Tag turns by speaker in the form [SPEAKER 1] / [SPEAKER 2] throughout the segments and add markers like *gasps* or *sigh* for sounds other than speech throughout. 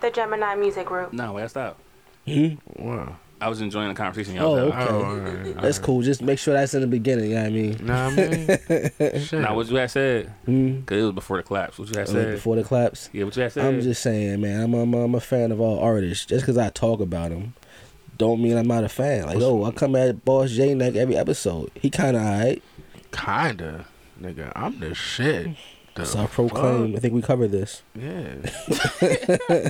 [SPEAKER 1] The Gemini Music Group.
[SPEAKER 2] No, wait, I stopped.
[SPEAKER 3] Wow.
[SPEAKER 2] I was enjoying the conversation y'all
[SPEAKER 4] Oh,
[SPEAKER 2] was having.
[SPEAKER 4] okay.
[SPEAKER 3] Hmm? Oh, all *laughs* right.
[SPEAKER 4] That's cool. Just make sure that's in the beginning. You know what I mean,
[SPEAKER 3] Nah,
[SPEAKER 4] *laughs*
[SPEAKER 3] man. Shit. Hmm?
[SPEAKER 2] Now, what you had said,
[SPEAKER 4] mm.
[SPEAKER 2] because it was before the claps. What you had
[SPEAKER 4] A little
[SPEAKER 2] said.
[SPEAKER 4] before the claps.
[SPEAKER 2] yeah, what you had said.
[SPEAKER 4] I'm just saying, man. I'm, I'm I'm a fan of all artists. Just because I talk about them, don't mean I'm not a fan. Like, oh, I come at Boss J like every episode. He kind of alright.
[SPEAKER 3] Kinda, nigga. I'm the shit. The
[SPEAKER 4] So I proclaim. I think we covered this.
[SPEAKER 3] fuck?
[SPEAKER 4] *laughs*
[SPEAKER 3] Yeah.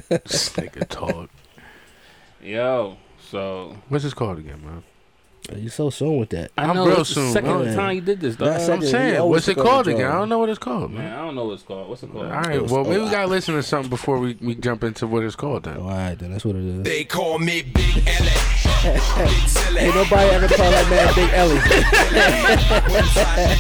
[SPEAKER 3] this nigga talk.
[SPEAKER 2] Yo, so.
[SPEAKER 3] What's this called again, man?
[SPEAKER 4] You so soon with that.
[SPEAKER 2] I
[SPEAKER 3] I'm
[SPEAKER 2] know
[SPEAKER 3] real
[SPEAKER 2] it's the
[SPEAKER 3] soon,
[SPEAKER 2] second
[SPEAKER 4] man.
[SPEAKER 2] time you did this, though.
[SPEAKER 4] Nah,
[SPEAKER 3] That's
[SPEAKER 4] said
[SPEAKER 3] what I'm
[SPEAKER 4] that he
[SPEAKER 3] saying.
[SPEAKER 4] always
[SPEAKER 3] What's it
[SPEAKER 4] forgot
[SPEAKER 3] called
[SPEAKER 4] the
[SPEAKER 3] again? I
[SPEAKER 4] drum.
[SPEAKER 3] don't know what it's called, man.
[SPEAKER 2] Man, I don't know what it's called. What's it called?
[SPEAKER 3] All right.
[SPEAKER 4] was
[SPEAKER 3] Well,
[SPEAKER 4] a
[SPEAKER 3] maybe we gotta listen to something before we, we jump into what it's called
[SPEAKER 4] Oh,
[SPEAKER 3] then.
[SPEAKER 4] all right, then that's what it is.
[SPEAKER 5] They call me Big L. Big Silly.
[SPEAKER 4] *laughs* Ain't nobody ever called that man Big Ellie.
[SPEAKER 5] in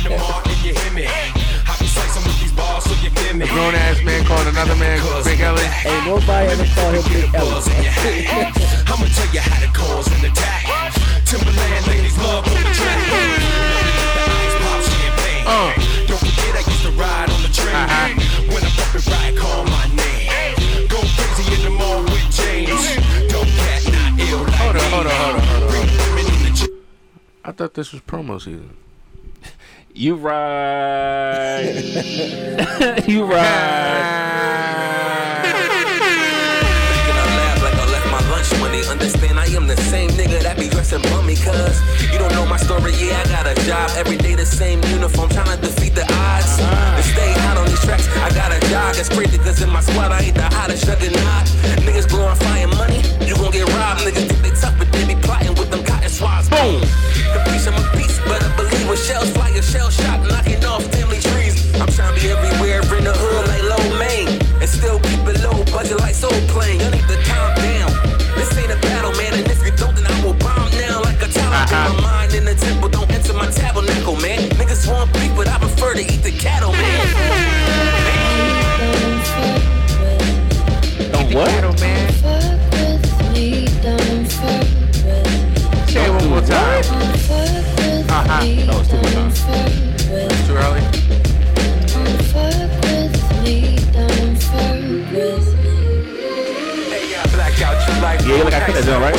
[SPEAKER 5] the market, you hear me? I be slicing with these balls, so you feel me?
[SPEAKER 3] Grown ass man called another man Big Ellie.
[SPEAKER 4] *laughs* Ain't nobody ever called him Big Ellie.
[SPEAKER 5] Balls in your hat. *laughs* I'ma tell you how to cause an attack. Timberland ladies love on the track. The ice pop champagne.
[SPEAKER 3] Uh.
[SPEAKER 5] Don't forget I used to ride on the train.
[SPEAKER 3] Uh-huh.
[SPEAKER 5] When I up and ride, call my name. Go crazy in the mall with James. Don't cat not ill like
[SPEAKER 3] Hold on, hold on, hold on, hold on.
[SPEAKER 5] Bring women in the ch-
[SPEAKER 3] I thought this was promo season.
[SPEAKER 2] You
[SPEAKER 3] *laughs*
[SPEAKER 2] right. *laughs* you right.
[SPEAKER 6] Making them laugh like I left my lunch money. Understand I am the same nigga that be dressing bummy, cuz you don't know my story. Yeah, I got a job every day, the same uniform, tryna defeat the odds. To stay hot on these tracks, I got a jog. It's crazy, cause in my squad, I ain't the hottest, shucking hot. Niggas glorifying money, you gon' get robbed. Niggas think they tough, but they be plotting with them cotton swabs. Boom! The piece I'm a beast, better believe when shells fly, your shell shot, knocking off family trees. I'm tryna be everywhere in the hood like low main. And still keep it low, budget like soul plane. You need to calm down. This ain't a battle, man. And if you don't, then I will bomb now like a Taliban. My mind in the temple, don't enter my tabernacle, man. Niggas want beef, but I prefer to eat the cattle, man.
[SPEAKER 3] What? Say it one more time. Uh-huh. It's too early.
[SPEAKER 6] Blackout your life.
[SPEAKER 2] Yeah, you look *laughs* like that, right?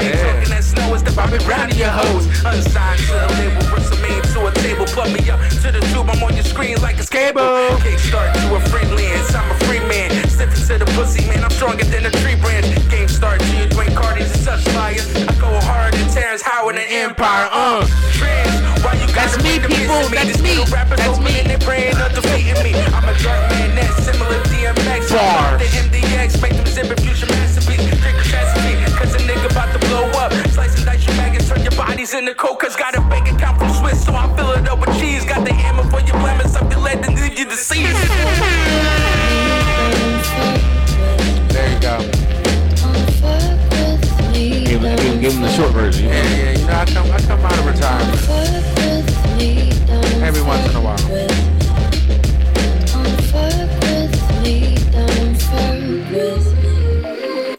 [SPEAKER 3] Yeah.
[SPEAKER 6] Talking that snow is the *laughs* Bobby Brown of your hoes. Unsigned to a label, wrist a man to a table. Put me up to the tube, I'm on your screen like it's cable. Kickstart to a free lens, I'm a free man. Step into the pussy, man, I'm stronger than a tree branch. Game start to your Dwayne Cardi's and such flyers. I go hard than Terrence Howard and Empire, uh. Trends, why you gotta
[SPEAKER 3] That's me,
[SPEAKER 6] make them
[SPEAKER 3] people,
[SPEAKER 6] miss
[SPEAKER 3] that's
[SPEAKER 6] These
[SPEAKER 3] me,
[SPEAKER 6] little Rappers that's
[SPEAKER 3] that's me.
[SPEAKER 6] me. They praying of defeating me. I'm a dark man that's similar to DMX.
[SPEAKER 3] Bars.
[SPEAKER 6] The MDX, make them zip if use your masterpiece. Drink a chastity, cause a nigga about to blow up. Slice and dice your bag and turn your bodies into coke. Cause got a bank account from Swiss, so I fill it up with cheese. Got the ammo for your lemons up your leg and leave you deceased.
[SPEAKER 3] There you go.
[SPEAKER 2] Give, give, give him the short version.
[SPEAKER 3] Yeah, yeah. You know, I come, I come out of retirement every once in a while.
[SPEAKER 2] And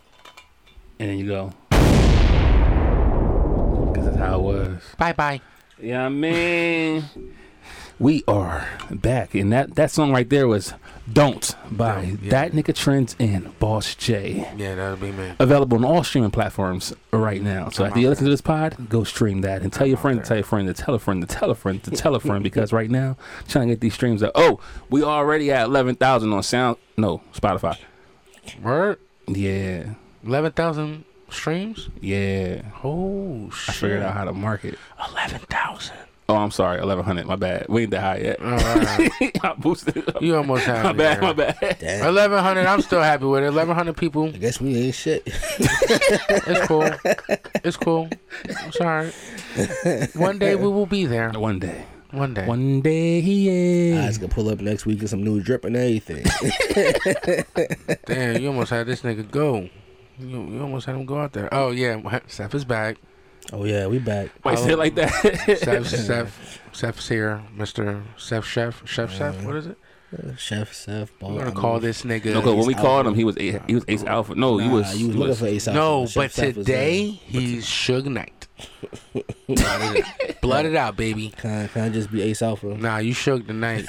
[SPEAKER 2] then you go. Because that's how it was.
[SPEAKER 3] Bye, bye.
[SPEAKER 2] Yeah, I mean, we are back, and that that song right there was "Don't" by
[SPEAKER 3] Don't, yeah.
[SPEAKER 2] that nigga Trends and Boss J.
[SPEAKER 3] Yeah, that'll be me.
[SPEAKER 2] Available on all streaming platforms right now. So after you listen to this pod, go stream that and tell your friend, to tell your friend, to tell a friend, to tell a friend, to tell a
[SPEAKER 3] *laughs*
[SPEAKER 2] friend, because right now trying to get these streams up. Oh, we already at eleven thousand on Sound. No, Spotify.
[SPEAKER 3] Word.
[SPEAKER 2] Yeah,
[SPEAKER 3] Eleven thousand streams.
[SPEAKER 2] yeah.
[SPEAKER 3] Oh shit.
[SPEAKER 2] I figured out how to market.
[SPEAKER 3] Eleven thousand.
[SPEAKER 2] Oh, I'm sorry, eleven hundred. My bad. We ain't that high yet.
[SPEAKER 3] All right.
[SPEAKER 2] *laughs* I boosted it up.
[SPEAKER 3] You almost had
[SPEAKER 2] My
[SPEAKER 3] me
[SPEAKER 2] bad.
[SPEAKER 3] there.
[SPEAKER 2] My bad.
[SPEAKER 4] Damn.
[SPEAKER 3] Eleven hundred. I'm still happy with it. Eleven hundred people.
[SPEAKER 4] I guess we ain't shit.
[SPEAKER 3] *laughs* It's cool. It's cool. I'm sorry. One day we will be there.
[SPEAKER 2] *laughs* One day.
[SPEAKER 3] One day.
[SPEAKER 2] One day he
[SPEAKER 4] Eyes
[SPEAKER 2] is.
[SPEAKER 4] gonna pull up next week with some new drip and everything.
[SPEAKER 3] Damn, you almost had this nigga go. You, you almost had him go out there. Oh yeah, Seth is back.
[SPEAKER 4] oh yeah, we back.
[SPEAKER 2] Why you say it like that? *laughs*
[SPEAKER 3] Seth, Seth, Seth's here, Mister Seth Chef, Chef Chef. What is it?
[SPEAKER 4] Uh, Chef, Seth, Ball.
[SPEAKER 3] We're gonna call this nigga.
[SPEAKER 2] no, 'cause when we
[SPEAKER 4] Ace
[SPEAKER 2] called him, he was eight, he was Ace Alpha. No,
[SPEAKER 4] Nah,
[SPEAKER 2] he was.
[SPEAKER 4] you
[SPEAKER 2] he
[SPEAKER 4] was looking
[SPEAKER 2] was-
[SPEAKER 4] for Ace Alpha.
[SPEAKER 3] No, Oh, but
[SPEAKER 4] Chef Seth was
[SPEAKER 3] today he's Suge Knight.
[SPEAKER 4] *laughs*
[SPEAKER 3] Blood it out. *laughs* Blood it out, baby.
[SPEAKER 4] there. Can can I just be Ace Alpha? *laughs*
[SPEAKER 3] Nah, you shook the night.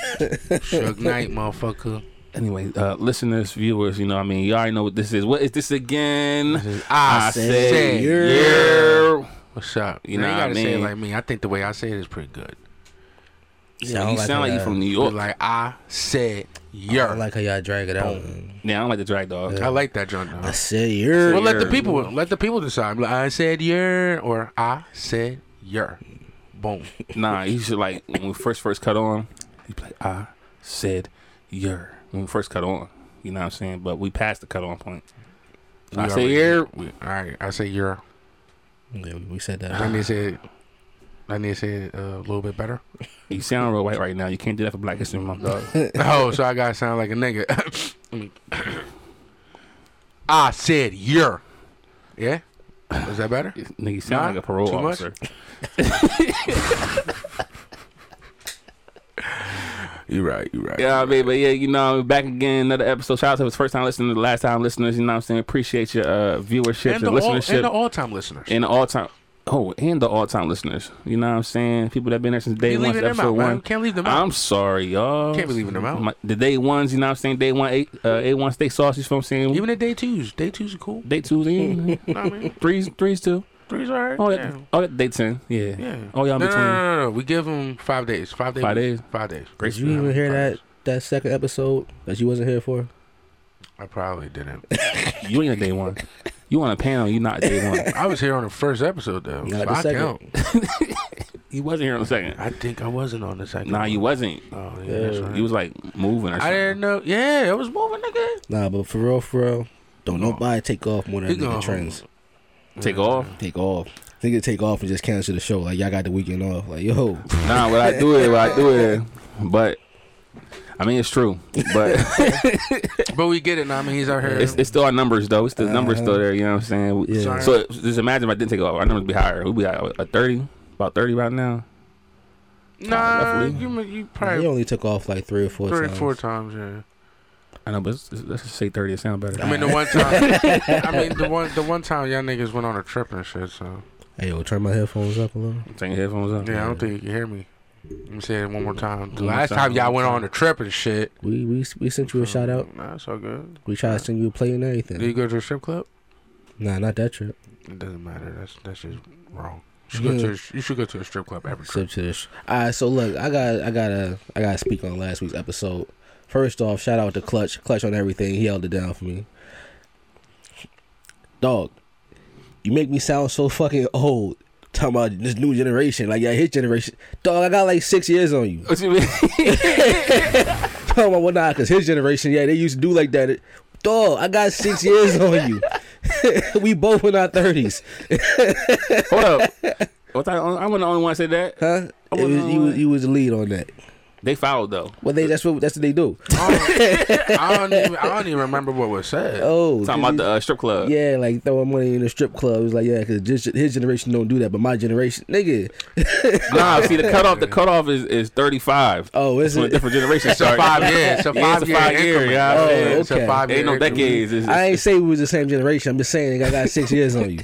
[SPEAKER 3] shook night, motherfucker.
[SPEAKER 2] Anyway, uh, listeners, viewers, you know, I mean, you already know what this is. What is this again?
[SPEAKER 3] is
[SPEAKER 2] I,
[SPEAKER 3] I
[SPEAKER 2] said,
[SPEAKER 4] said
[SPEAKER 2] yeah.
[SPEAKER 3] What's up?
[SPEAKER 2] You
[SPEAKER 3] You know,
[SPEAKER 2] know
[SPEAKER 3] you
[SPEAKER 2] what I
[SPEAKER 3] gotta say it
[SPEAKER 2] mean?
[SPEAKER 3] like me. I think the way I say it is pretty good.
[SPEAKER 2] you sound like you from New
[SPEAKER 3] You're
[SPEAKER 2] York.
[SPEAKER 3] like I said,
[SPEAKER 4] I
[SPEAKER 3] your.
[SPEAKER 4] don't like how y'all drag it out. man.
[SPEAKER 2] yeah, I don't like the drag dog.
[SPEAKER 3] I like that joint.
[SPEAKER 4] I
[SPEAKER 3] Though.
[SPEAKER 4] said you're.
[SPEAKER 3] Well, let the
[SPEAKER 2] Yer.
[SPEAKER 3] people let the people decide. Like, I said your or I said your. Boom.
[SPEAKER 2] Nah, you should like when we first first cut on. You play I said your when we first cut on. You know what I'm saying? But we passed the cut on point. I
[SPEAKER 3] We
[SPEAKER 2] say
[SPEAKER 3] already-
[SPEAKER 2] your.
[SPEAKER 3] we- All right. I say your.
[SPEAKER 4] Yeah, we said that.
[SPEAKER 3] I need to say it. I need to say it uh, a little bit better.
[SPEAKER 2] You sound real white right now. You can't do that for Black History Month,
[SPEAKER 3] *laughs*
[SPEAKER 2] dog.
[SPEAKER 3] oh, so I gotta sound like a nigga. *coughs* I said your. Yeah. Was that better?
[SPEAKER 2] Nigga, you sound
[SPEAKER 3] Nah,
[SPEAKER 2] like a parole
[SPEAKER 3] too much. *laughs*
[SPEAKER 2] officer.
[SPEAKER 3] You're right. You're right.
[SPEAKER 2] Yeah, I mean, but yeah, you know, we're back again, another episode. Shout out to his first time listening, to the last time listeners. You know what I'm saying? Appreciate your uh, viewership and,
[SPEAKER 3] And the, all, and
[SPEAKER 2] listenership
[SPEAKER 3] the all-time listeners.
[SPEAKER 2] and the all time. Oh, and the all time listeners. You know what I'm saying? People that been there since day
[SPEAKER 3] You
[SPEAKER 2] one,
[SPEAKER 3] leaving
[SPEAKER 2] since
[SPEAKER 3] them
[SPEAKER 2] episode
[SPEAKER 3] out, man.
[SPEAKER 2] one.
[SPEAKER 3] Can't leave them out.
[SPEAKER 2] I'm sorry, y'all.
[SPEAKER 3] Can't be leaving them out.
[SPEAKER 2] My, the day ones, you know what I'm saying? Day one, eight, uh, eight one steak sausage, you know what I'm saying?
[SPEAKER 3] Even the day twos. Day twos are cool.
[SPEAKER 2] day twos,
[SPEAKER 3] *laughs*
[SPEAKER 2] in,
[SPEAKER 3] Nah, man.
[SPEAKER 2] threes, threes too.
[SPEAKER 3] Threes are all right.
[SPEAKER 2] Oh,
[SPEAKER 3] yeah.
[SPEAKER 2] that, oh, that day ten, yeah.
[SPEAKER 3] Yeah.
[SPEAKER 2] Oh, y'all in
[SPEAKER 3] no, no,
[SPEAKER 2] between.
[SPEAKER 3] no, no, no. We give them five days. Five days.
[SPEAKER 2] Five days?
[SPEAKER 3] Five days.
[SPEAKER 4] Did you even hear that that second episode that you wasn't here for?
[SPEAKER 3] I probably didn't.
[SPEAKER 2] *laughs* You ain't a day one. You on a panel, you not day
[SPEAKER 3] *laughs*
[SPEAKER 2] one.
[SPEAKER 3] I was here on the first episode though.
[SPEAKER 4] You got
[SPEAKER 3] so
[SPEAKER 4] the
[SPEAKER 3] I
[SPEAKER 4] second.
[SPEAKER 3] count.
[SPEAKER 2] You wasn't here on the second.
[SPEAKER 3] I think I wasn't on the second.
[SPEAKER 2] Nah, you
[SPEAKER 3] one.
[SPEAKER 2] wasn't.
[SPEAKER 3] Oh, yeah.
[SPEAKER 4] Yeah.
[SPEAKER 3] that's right.
[SPEAKER 2] You was like moving or
[SPEAKER 3] I
[SPEAKER 2] something.
[SPEAKER 3] didn't know. Yeah, it was moving nigga.
[SPEAKER 4] Nah, but for real, for real, don't nobody take off more than
[SPEAKER 3] He gone.
[SPEAKER 4] nigga trends.
[SPEAKER 2] Take off.
[SPEAKER 4] Take off. Nigga take off and just cancel the show. Like y'all got the weekend off. Like yo,
[SPEAKER 2] Nah, what I do it, what I do it. But I mean, it's true. But
[SPEAKER 4] *laughs*
[SPEAKER 3] *laughs* But we get it. Now. I mean, he's out here.
[SPEAKER 2] it's, it's still our numbers though. It's the numbers still there. You know what I'm saying? We-
[SPEAKER 4] Uh-huh. Yeah.
[SPEAKER 2] So
[SPEAKER 3] Sorry.
[SPEAKER 2] just imagine if I didn't take off, our numbers would be higher. We'd be at a thirty, about thirty right now.
[SPEAKER 3] nah,
[SPEAKER 2] roughly.
[SPEAKER 3] you you
[SPEAKER 4] he
[SPEAKER 3] probably
[SPEAKER 4] only took off like three or four
[SPEAKER 3] three or
[SPEAKER 4] times.
[SPEAKER 3] four times. Yeah.
[SPEAKER 2] I know, but it's, it's- let's just say thirty. It sound better.
[SPEAKER 3] I mean
[SPEAKER 2] *laughs*
[SPEAKER 3] the one time. I mean the one the one time y'all niggas went on a trip and shit. So
[SPEAKER 4] Hey yo, turn my headphones up a little.
[SPEAKER 2] Take your headphones off.
[SPEAKER 3] yeah, I don't think you can hear me. Let me say it one more time. The
[SPEAKER 2] One more
[SPEAKER 3] last
[SPEAKER 2] time,
[SPEAKER 3] time y'all
[SPEAKER 2] one more time.
[SPEAKER 3] went on a trip and shit.
[SPEAKER 4] We we we sent you a shout out.
[SPEAKER 3] Oh, Nah, it's all good.
[SPEAKER 4] We tried to send you a play and
[SPEAKER 3] Did you
[SPEAKER 4] everything.
[SPEAKER 3] go to a strip club?
[SPEAKER 4] Nah, not that trip.
[SPEAKER 3] It doesn't matter. That's that's just wrong. You should, go to a, you should go to a strip club every
[SPEAKER 2] *laughs*
[SPEAKER 3] trip.
[SPEAKER 4] Except to this. All right, so look, I got I gotta I gotta speak on last week's episode. First off, shout out to Clutch, Clutch on everything. He held it down for me. Dog, you make me sound so fucking old. Talking about this new generation, like yeah, his generation. Dog, I got like six years on you.
[SPEAKER 2] What you
[SPEAKER 4] *laughs*
[SPEAKER 2] mean?
[SPEAKER 4] Talking about well, nah, cause his generation, yeah, they used to do like that. Dog, I got six years on you. *laughs* we *laughs* both in our thirties,
[SPEAKER 2] *laughs* Hold up. What I, I wasn't the only one that said that.
[SPEAKER 4] huh? It was, you, was, you was the lead on that.
[SPEAKER 2] They fouled though.
[SPEAKER 4] Well, they that's what that's what they do.
[SPEAKER 3] I don't, I don't even I don't even remember what was said.
[SPEAKER 4] Oh,
[SPEAKER 2] Talking about the uh, strip club.
[SPEAKER 4] Yeah, like throwing money in the strip club. It was like, yeah, because his generation don't do that, but my generation, nigga.
[SPEAKER 2] Nah, see the cutoff.
[SPEAKER 3] *laughs*
[SPEAKER 2] The cutoff is is thirty five.
[SPEAKER 4] Oh, is
[SPEAKER 2] From a
[SPEAKER 4] it?
[SPEAKER 2] different generation.
[SPEAKER 3] It's a
[SPEAKER 2] Sorry.
[SPEAKER 3] five years. It's a
[SPEAKER 2] Yeah, it's
[SPEAKER 3] five
[SPEAKER 2] a
[SPEAKER 3] year.
[SPEAKER 2] five year,
[SPEAKER 3] increment.
[SPEAKER 2] yeah,
[SPEAKER 4] Oh, yeah.
[SPEAKER 3] It's a
[SPEAKER 4] okay.
[SPEAKER 3] five year.
[SPEAKER 2] Ain't no
[SPEAKER 3] increment.
[SPEAKER 2] decades. It's,
[SPEAKER 4] I ain't say we was the same generation. I'm just saying, like, I got six years on you.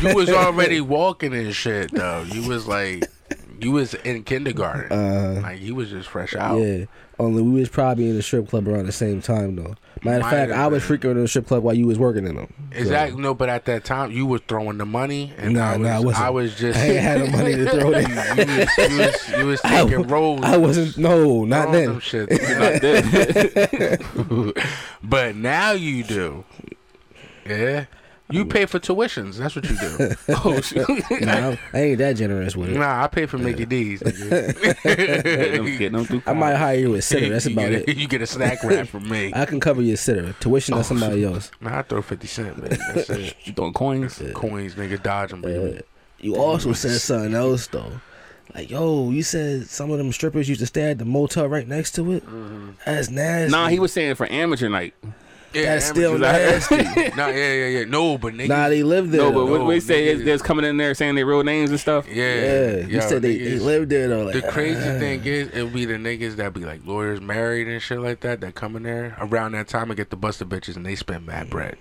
[SPEAKER 3] You was already walking and shit though. You was like, you was in kindergarten.
[SPEAKER 2] Uh,
[SPEAKER 3] like you was just fresh *laughs* out.
[SPEAKER 4] Yeah. Only we was probably in the strip club around the same time, though. Matter of
[SPEAKER 3] Might
[SPEAKER 4] fact,
[SPEAKER 3] have
[SPEAKER 4] I was
[SPEAKER 3] been.
[SPEAKER 4] frequenting the strip club while you was working
[SPEAKER 3] *laughs*
[SPEAKER 4] in them.
[SPEAKER 3] Exactly. No, but at that time you was throwing the money, and
[SPEAKER 4] Nah,
[SPEAKER 3] I was,
[SPEAKER 4] nah, I wasn't.
[SPEAKER 3] I was just.
[SPEAKER 4] I ain't had no money to
[SPEAKER 3] *laughs*
[SPEAKER 4] throw
[SPEAKER 3] you,
[SPEAKER 4] that.
[SPEAKER 3] was, you, was, you was
[SPEAKER 4] *laughs* I,
[SPEAKER 3] taking rolls.
[SPEAKER 4] I wasn't. No, not
[SPEAKER 3] throwing
[SPEAKER 4] then.
[SPEAKER 3] them shit.
[SPEAKER 2] not that.
[SPEAKER 4] *laughs*
[SPEAKER 3] but now you do. Yeah. You pay for tuitions. That's what you
[SPEAKER 4] *laughs*
[SPEAKER 3] do. *laughs*
[SPEAKER 2] oh, shoot.
[SPEAKER 4] Nah, I'm- I ain't that generous with it.
[SPEAKER 3] nah, I pay for Mickey
[SPEAKER 4] *laughs*
[SPEAKER 3] D's.
[SPEAKER 2] Them
[SPEAKER 3] nigga.
[SPEAKER 2] kid, them through
[SPEAKER 4] I might hire
[SPEAKER 3] *laughs*
[SPEAKER 4] you a sitter. That's
[SPEAKER 3] You
[SPEAKER 4] about
[SPEAKER 3] get a-
[SPEAKER 4] it.
[SPEAKER 3] You get a snack
[SPEAKER 4] *laughs*
[SPEAKER 3] wrap from me. Oh.
[SPEAKER 4] I can cover your sitter. Tuition on somebody else. *laughs*
[SPEAKER 3] Nah, I throw fifty cent, man. That's it.
[SPEAKER 2] You throwing coins.
[SPEAKER 3] Coins, nigga, dodge 'em, baby.
[SPEAKER 4] Uh, You also said something else though. Like, yo, you said some of them strippers used to stay at the motel right next to it.
[SPEAKER 3] Mm-hmm.
[SPEAKER 4] That's nasty.
[SPEAKER 2] Nah, he was saying for amateur night.
[SPEAKER 3] Yeah,
[SPEAKER 4] That's still
[SPEAKER 3] amateurs.
[SPEAKER 4] nasty.
[SPEAKER 3] *laughs* nah, yeah, yeah, yeah. No, but nigga,
[SPEAKER 4] nah, they lived there.
[SPEAKER 2] No, but what
[SPEAKER 3] no,
[SPEAKER 2] we say is
[SPEAKER 3] nigga.
[SPEAKER 2] there's coming in there saying their real names and stuff.
[SPEAKER 3] yeah,
[SPEAKER 4] yeah, you
[SPEAKER 3] yo,
[SPEAKER 4] said they, they
[SPEAKER 3] niggas-
[SPEAKER 4] lived there though. Like,
[SPEAKER 3] The crazy
[SPEAKER 4] uh,
[SPEAKER 3] thing is, it'll be
[SPEAKER 4] *laughs*
[SPEAKER 3] the niggas that be like lawyers married and shit like that that come in there around that time and get the busted bitches and they spend mad bread.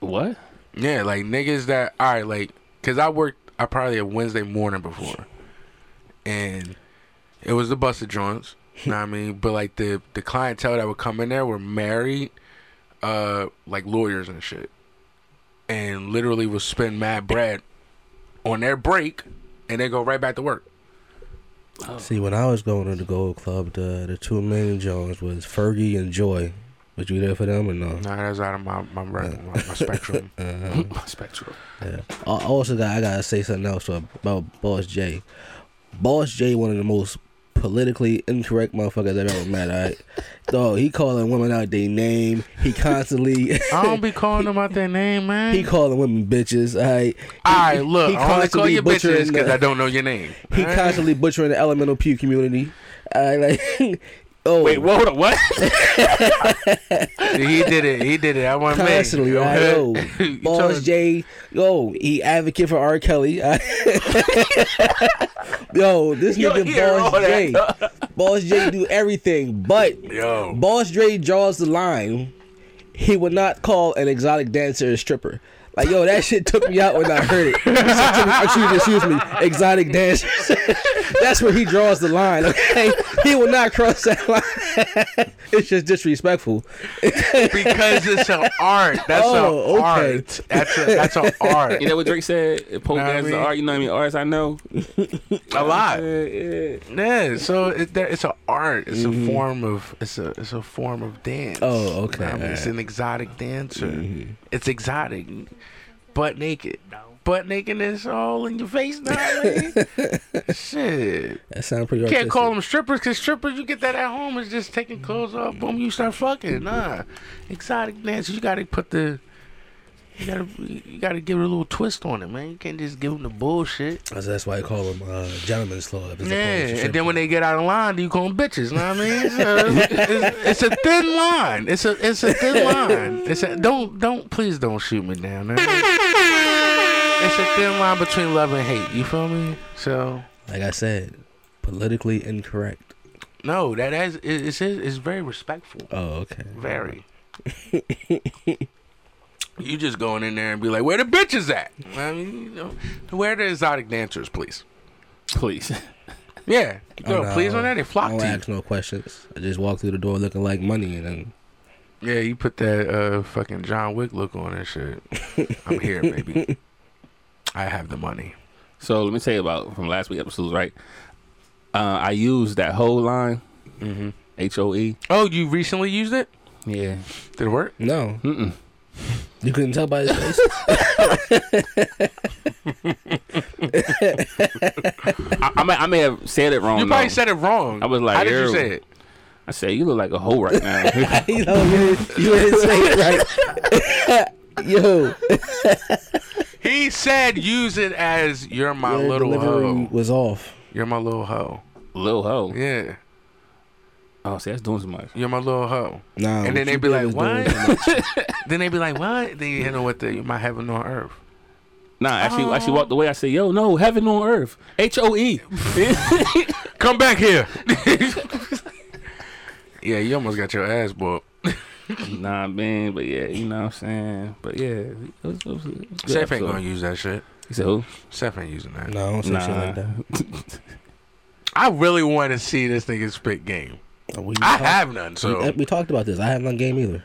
[SPEAKER 2] What?
[SPEAKER 3] Yeah, like niggas that all right, like because I worked, I probably a Wednesday morning before, and it was the busted joints. know what I mean? But like the the clientele that would come in there were married, uh, like lawyers and shit, and literally would spend mad bread on their break, and they go right back to work.
[SPEAKER 4] See, when I was going to the Gold Club, the the two main Jones was Fergie and Joy. Was you there for them or no?
[SPEAKER 3] Nah, that's out of my my, my, my, my
[SPEAKER 4] *laughs*
[SPEAKER 3] spectrum. *laughs*
[SPEAKER 2] Spectrum.
[SPEAKER 4] Uh-huh. Yeah. I I Uh, also got I gotta say something else about Boss J. Boss J, one of the most politically incorrect motherfuckers I've ever met. All right, dog. He calling women out their name. He constantly
[SPEAKER 3] *laughs* I don't be calling them out their name, man.
[SPEAKER 4] he calling women bitches. All right.
[SPEAKER 3] All right, look, I only call you bitches because
[SPEAKER 4] the,
[SPEAKER 3] I don't know your name.
[SPEAKER 4] *laughs* He
[SPEAKER 3] All right?
[SPEAKER 4] constantly butchering the elemental pew community. All right, *laughs* like, oh,
[SPEAKER 2] Wait, whoa, hold up, what?
[SPEAKER 4] *laughs*
[SPEAKER 3] *laughs* he did it. He did it. I want me.
[SPEAKER 4] Constantly, I know.
[SPEAKER 3] *laughs* You
[SPEAKER 4] Boss
[SPEAKER 3] tryna-
[SPEAKER 4] J, yo, he advocate for R. Kelly. *laughs* yo, this
[SPEAKER 2] You'll hear
[SPEAKER 4] nigga
[SPEAKER 2] all
[SPEAKER 4] Boss J,
[SPEAKER 3] *laughs*
[SPEAKER 4] Boss J do everything, but
[SPEAKER 3] Yo.
[SPEAKER 4] Boss J draws the line. He would not call an exotic dancer a stripper. Like yo, that shit took me out when I heard it. He said to me- Excuse me, excuse me, exotic dancers. *laughs* That's where he draws the line. Okay, he will not cross that line. *laughs* it's just disrespectful.
[SPEAKER 3] because it's an art. That's
[SPEAKER 4] Oh,
[SPEAKER 3] an
[SPEAKER 4] okay.
[SPEAKER 3] art. That's a,
[SPEAKER 4] *laughs*
[SPEAKER 3] that's an art.
[SPEAKER 2] You know what Drake said? Pole
[SPEAKER 3] Nah, I
[SPEAKER 2] dance is
[SPEAKER 3] mean-
[SPEAKER 2] art. You know what I mean? Artists I know.
[SPEAKER 4] *laughs*
[SPEAKER 3] a lot.
[SPEAKER 2] Yeah, yeah.
[SPEAKER 3] Yeah. So it, there, it's an art. It's a form of it's a it's a form of dance.
[SPEAKER 4] Mm-hmm. Oh, okay. Mm-hmm.
[SPEAKER 3] I mean, it's an exotic dancer. It's exotic, butt naked. Butt nakedness all in
[SPEAKER 4] *laughs*
[SPEAKER 3] your face now. I mean? Shit.
[SPEAKER 4] That sounds pretty.
[SPEAKER 3] Can't
[SPEAKER 4] artistic.
[SPEAKER 3] call them strippers because strippers, you get that at home. It's just taking clothes off. Boom, you start fucking. Nah, exotic dance. You gotta put the. You gotta, you gotta give it a little twist on it, man. You can't just give them the bullshit.
[SPEAKER 4] So that's why I call them uh, gentlemen's club.
[SPEAKER 3] Yeah, and then when they get out of line, you call them bitches. Know what I mean? So it's, it's, it's a thin line. It's a, it's a thin line. It's a, don't, don't, please don't shoot me down. man. It's a thin line between love and hate. You feel me? So
[SPEAKER 4] like I said, politically incorrect.
[SPEAKER 3] no, that is, it- it's, it's very respectful.
[SPEAKER 4] Oh, okay.
[SPEAKER 3] Very. you just going in there and be like, where the bitches at? I mean, you know, where the exotic dancers, please.
[SPEAKER 2] Please.
[SPEAKER 3] *laughs* Yeah,
[SPEAKER 4] Oh,
[SPEAKER 3] no,
[SPEAKER 4] no.
[SPEAKER 3] please on that. They
[SPEAKER 4] I
[SPEAKER 3] flock
[SPEAKER 4] don't
[SPEAKER 3] to you.
[SPEAKER 4] ask no questions. I just walk through the door looking like money, and then
[SPEAKER 3] Yeah, you put that uh fucking John Wick look on and shit. I'm here,
[SPEAKER 4] *laughs*
[SPEAKER 3] baby. I have the money.
[SPEAKER 2] So let me tell you about from last week episodes, right? Uh, I used that whole line, H O E.
[SPEAKER 3] Mm-hmm. Oh, you recently used it?
[SPEAKER 2] Yeah.
[SPEAKER 3] Did it work?
[SPEAKER 4] no,
[SPEAKER 2] Mm-mm.
[SPEAKER 4] you couldn't tell by his
[SPEAKER 3] *laughs*
[SPEAKER 4] face.
[SPEAKER 2] I, I, may, *laughs* I may have said it wrong.
[SPEAKER 3] you probably
[SPEAKER 2] though.
[SPEAKER 3] said it wrong.
[SPEAKER 2] I was like,
[SPEAKER 3] how did you
[SPEAKER 2] ew.
[SPEAKER 3] say it?
[SPEAKER 2] I said you look like a hoe right
[SPEAKER 3] *laughs*
[SPEAKER 2] now.
[SPEAKER 4] you know, you didn't, you didn't say it right. *laughs* Yo,
[SPEAKER 3] *laughs* He said, use it as you're my
[SPEAKER 4] your
[SPEAKER 3] little
[SPEAKER 4] delivery
[SPEAKER 3] hoe.
[SPEAKER 4] was *laughs* off.
[SPEAKER 3] You're my little hoe.
[SPEAKER 2] Lil hoe.
[SPEAKER 3] Yeah,
[SPEAKER 2] Oh, see, that's doing too
[SPEAKER 3] *laughs*
[SPEAKER 2] much.
[SPEAKER 3] you're my little hoe.
[SPEAKER 4] Nah,
[SPEAKER 3] And then
[SPEAKER 4] what
[SPEAKER 3] they
[SPEAKER 4] you
[SPEAKER 3] be
[SPEAKER 4] did
[SPEAKER 3] like,
[SPEAKER 4] was doing
[SPEAKER 3] "What?"
[SPEAKER 4] too much.
[SPEAKER 3] *laughs* Then they be like, what? Then you hit them with the, you might have it on earth. Oh.
[SPEAKER 2] Nah, actually, actually walked away. I said, yo, no, heaven on earth, H O E.
[SPEAKER 3] *laughs* Come back here. *laughs* yeah, you almost got your ass booked. *laughs*
[SPEAKER 2] Nah, man, but yeah, you know what I'm saying. But yeah, it was, it was, it was a good
[SPEAKER 3] Seth ain't
[SPEAKER 2] episode.
[SPEAKER 3] gonna use that shit.
[SPEAKER 2] He said, who?
[SPEAKER 3] Seth ain't using that.
[SPEAKER 4] No, I don't say shit like that.
[SPEAKER 3] I really want to see this nigga spit game.
[SPEAKER 4] We
[SPEAKER 3] I
[SPEAKER 4] talked-
[SPEAKER 3] have none.
[SPEAKER 4] we,
[SPEAKER 3] So,
[SPEAKER 4] we talked about this. I have not game either.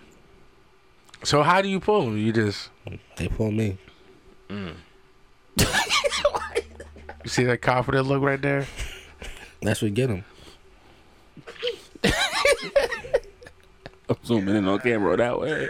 [SPEAKER 3] so how do you pull him? You just
[SPEAKER 4] They pulled me.
[SPEAKER 3] Mm. you see that confident look right there.
[SPEAKER 4] That's what get them.
[SPEAKER 2] *laughs* I'm zooming in on camera that
[SPEAKER 3] *laughs*
[SPEAKER 2] way.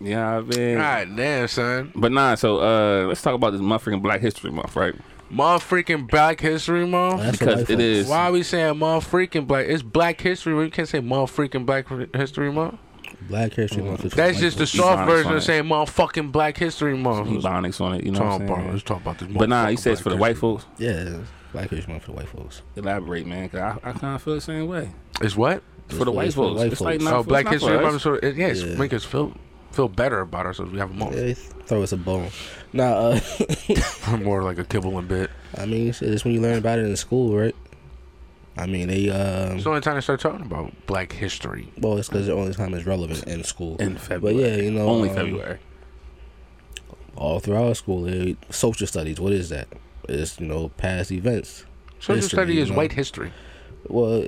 [SPEAKER 2] yeah, man.
[SPEAKER 3] God damn, son.
[SPEAKER 2] But nah, so uh, let's talk about this motherfucking Black History Month, right?
[SPEAKER 3] Motherfucking Black History Month.
[SPEAKER 4] That's what
[SPEAKER 2] Because
[SPEAKER 4] life
[SPEAKER 2] it
[SPEAKER 4] is.
[SPEAKER 2] is.
[SPEAKER 3] Why are we saying motherfucking black? It's Black History Month. You can't say motherfucking Black History Month.
[SPEAKER 4] Black History Month. is
[SPEAKER 3] That's
[SPEAKER 4] like-
[SPEAKER 3] just the soft
[SPEAKER 2] Ebonics
[SPEAKER 3] version
[SPEAKER 2] on
[SPEAKER 3] of
[SPEAKER 2] it.
[SPEAKER 3] saying motherfucking Black History Month.
[SPEAKER 2] Ebonics on it, you know what
[SPEAKER 3] Tom
[SPEAKER 2] I'm
[SPEAKER 3] Barlow,
[SPEAKER 2] saying?
[SPEAKER 3] let's talk about this.
[SPEAKER 2] But nah, he
[SPEAKER 3] motherfucking
[SPEAKER 2] says for the
[SPEAKER 3] Black
[SPEAKER 2] white
[SPEAKER 3] History.
[SPEAKER 2] folks,
[SPEAKER 4] yeah. Black History Month for the white folks.
[SPEAKER 2] elaborate, man, 'cause I, I kind of feel the same way.
[SPEAKER 3] It's what?
[SPEAKER 2] for the white
[SPEAKER 4] for the
[SPEAKER 2] folks.
[SPEAKER 4] white
[SPEAKER 2] it's like
[SPEAKER 4] folks.
[SPEAKER 2] not
[SPEAKER 3] Oh,
[SPEAKER 2] for-
[SPEAKER 3] Black
[SPEAKER 2] it's not
[SPEAKER 3] History
[SPEAKER 2] for us.
[SPEAKER 3] Month. So it, yes,
[SPEAKER 4] Yeah.
[SPEAKER 3] make us feel feel better about ourselves. We have a month.
[SPEAKER 4] They throw us a bone. Nah, uh,
[SPEAKER 3] More like a kibble and bit.
[SPEAKER 4] I mean, shit, it's when you learn about it in school, right? I mean, they, um,
[SPEAKER 3] It's the only time to start talking about Black History.
[SPEAKER 4] well, it's because the only time it's relevant in school.
[SPEAKER 2] in February.
[SPEAKER 4] But yeah, you know,
[SPEAKER 2] only
[SPEAKER 4] um,
[SPEAKER 2] February.
[SPEAKER 4] All throughout school, they, social studies, what is that? It's you know past events.
[SPEAKER 3] Social
[SPEAKER 4] History,
[SPEAKER 3] study
[SPEAKER 4] you
[SPEAKER 3] is
[SPEAKER 4] know.
[SPEAKER 3] white history.
[SPEAKER 4] Well,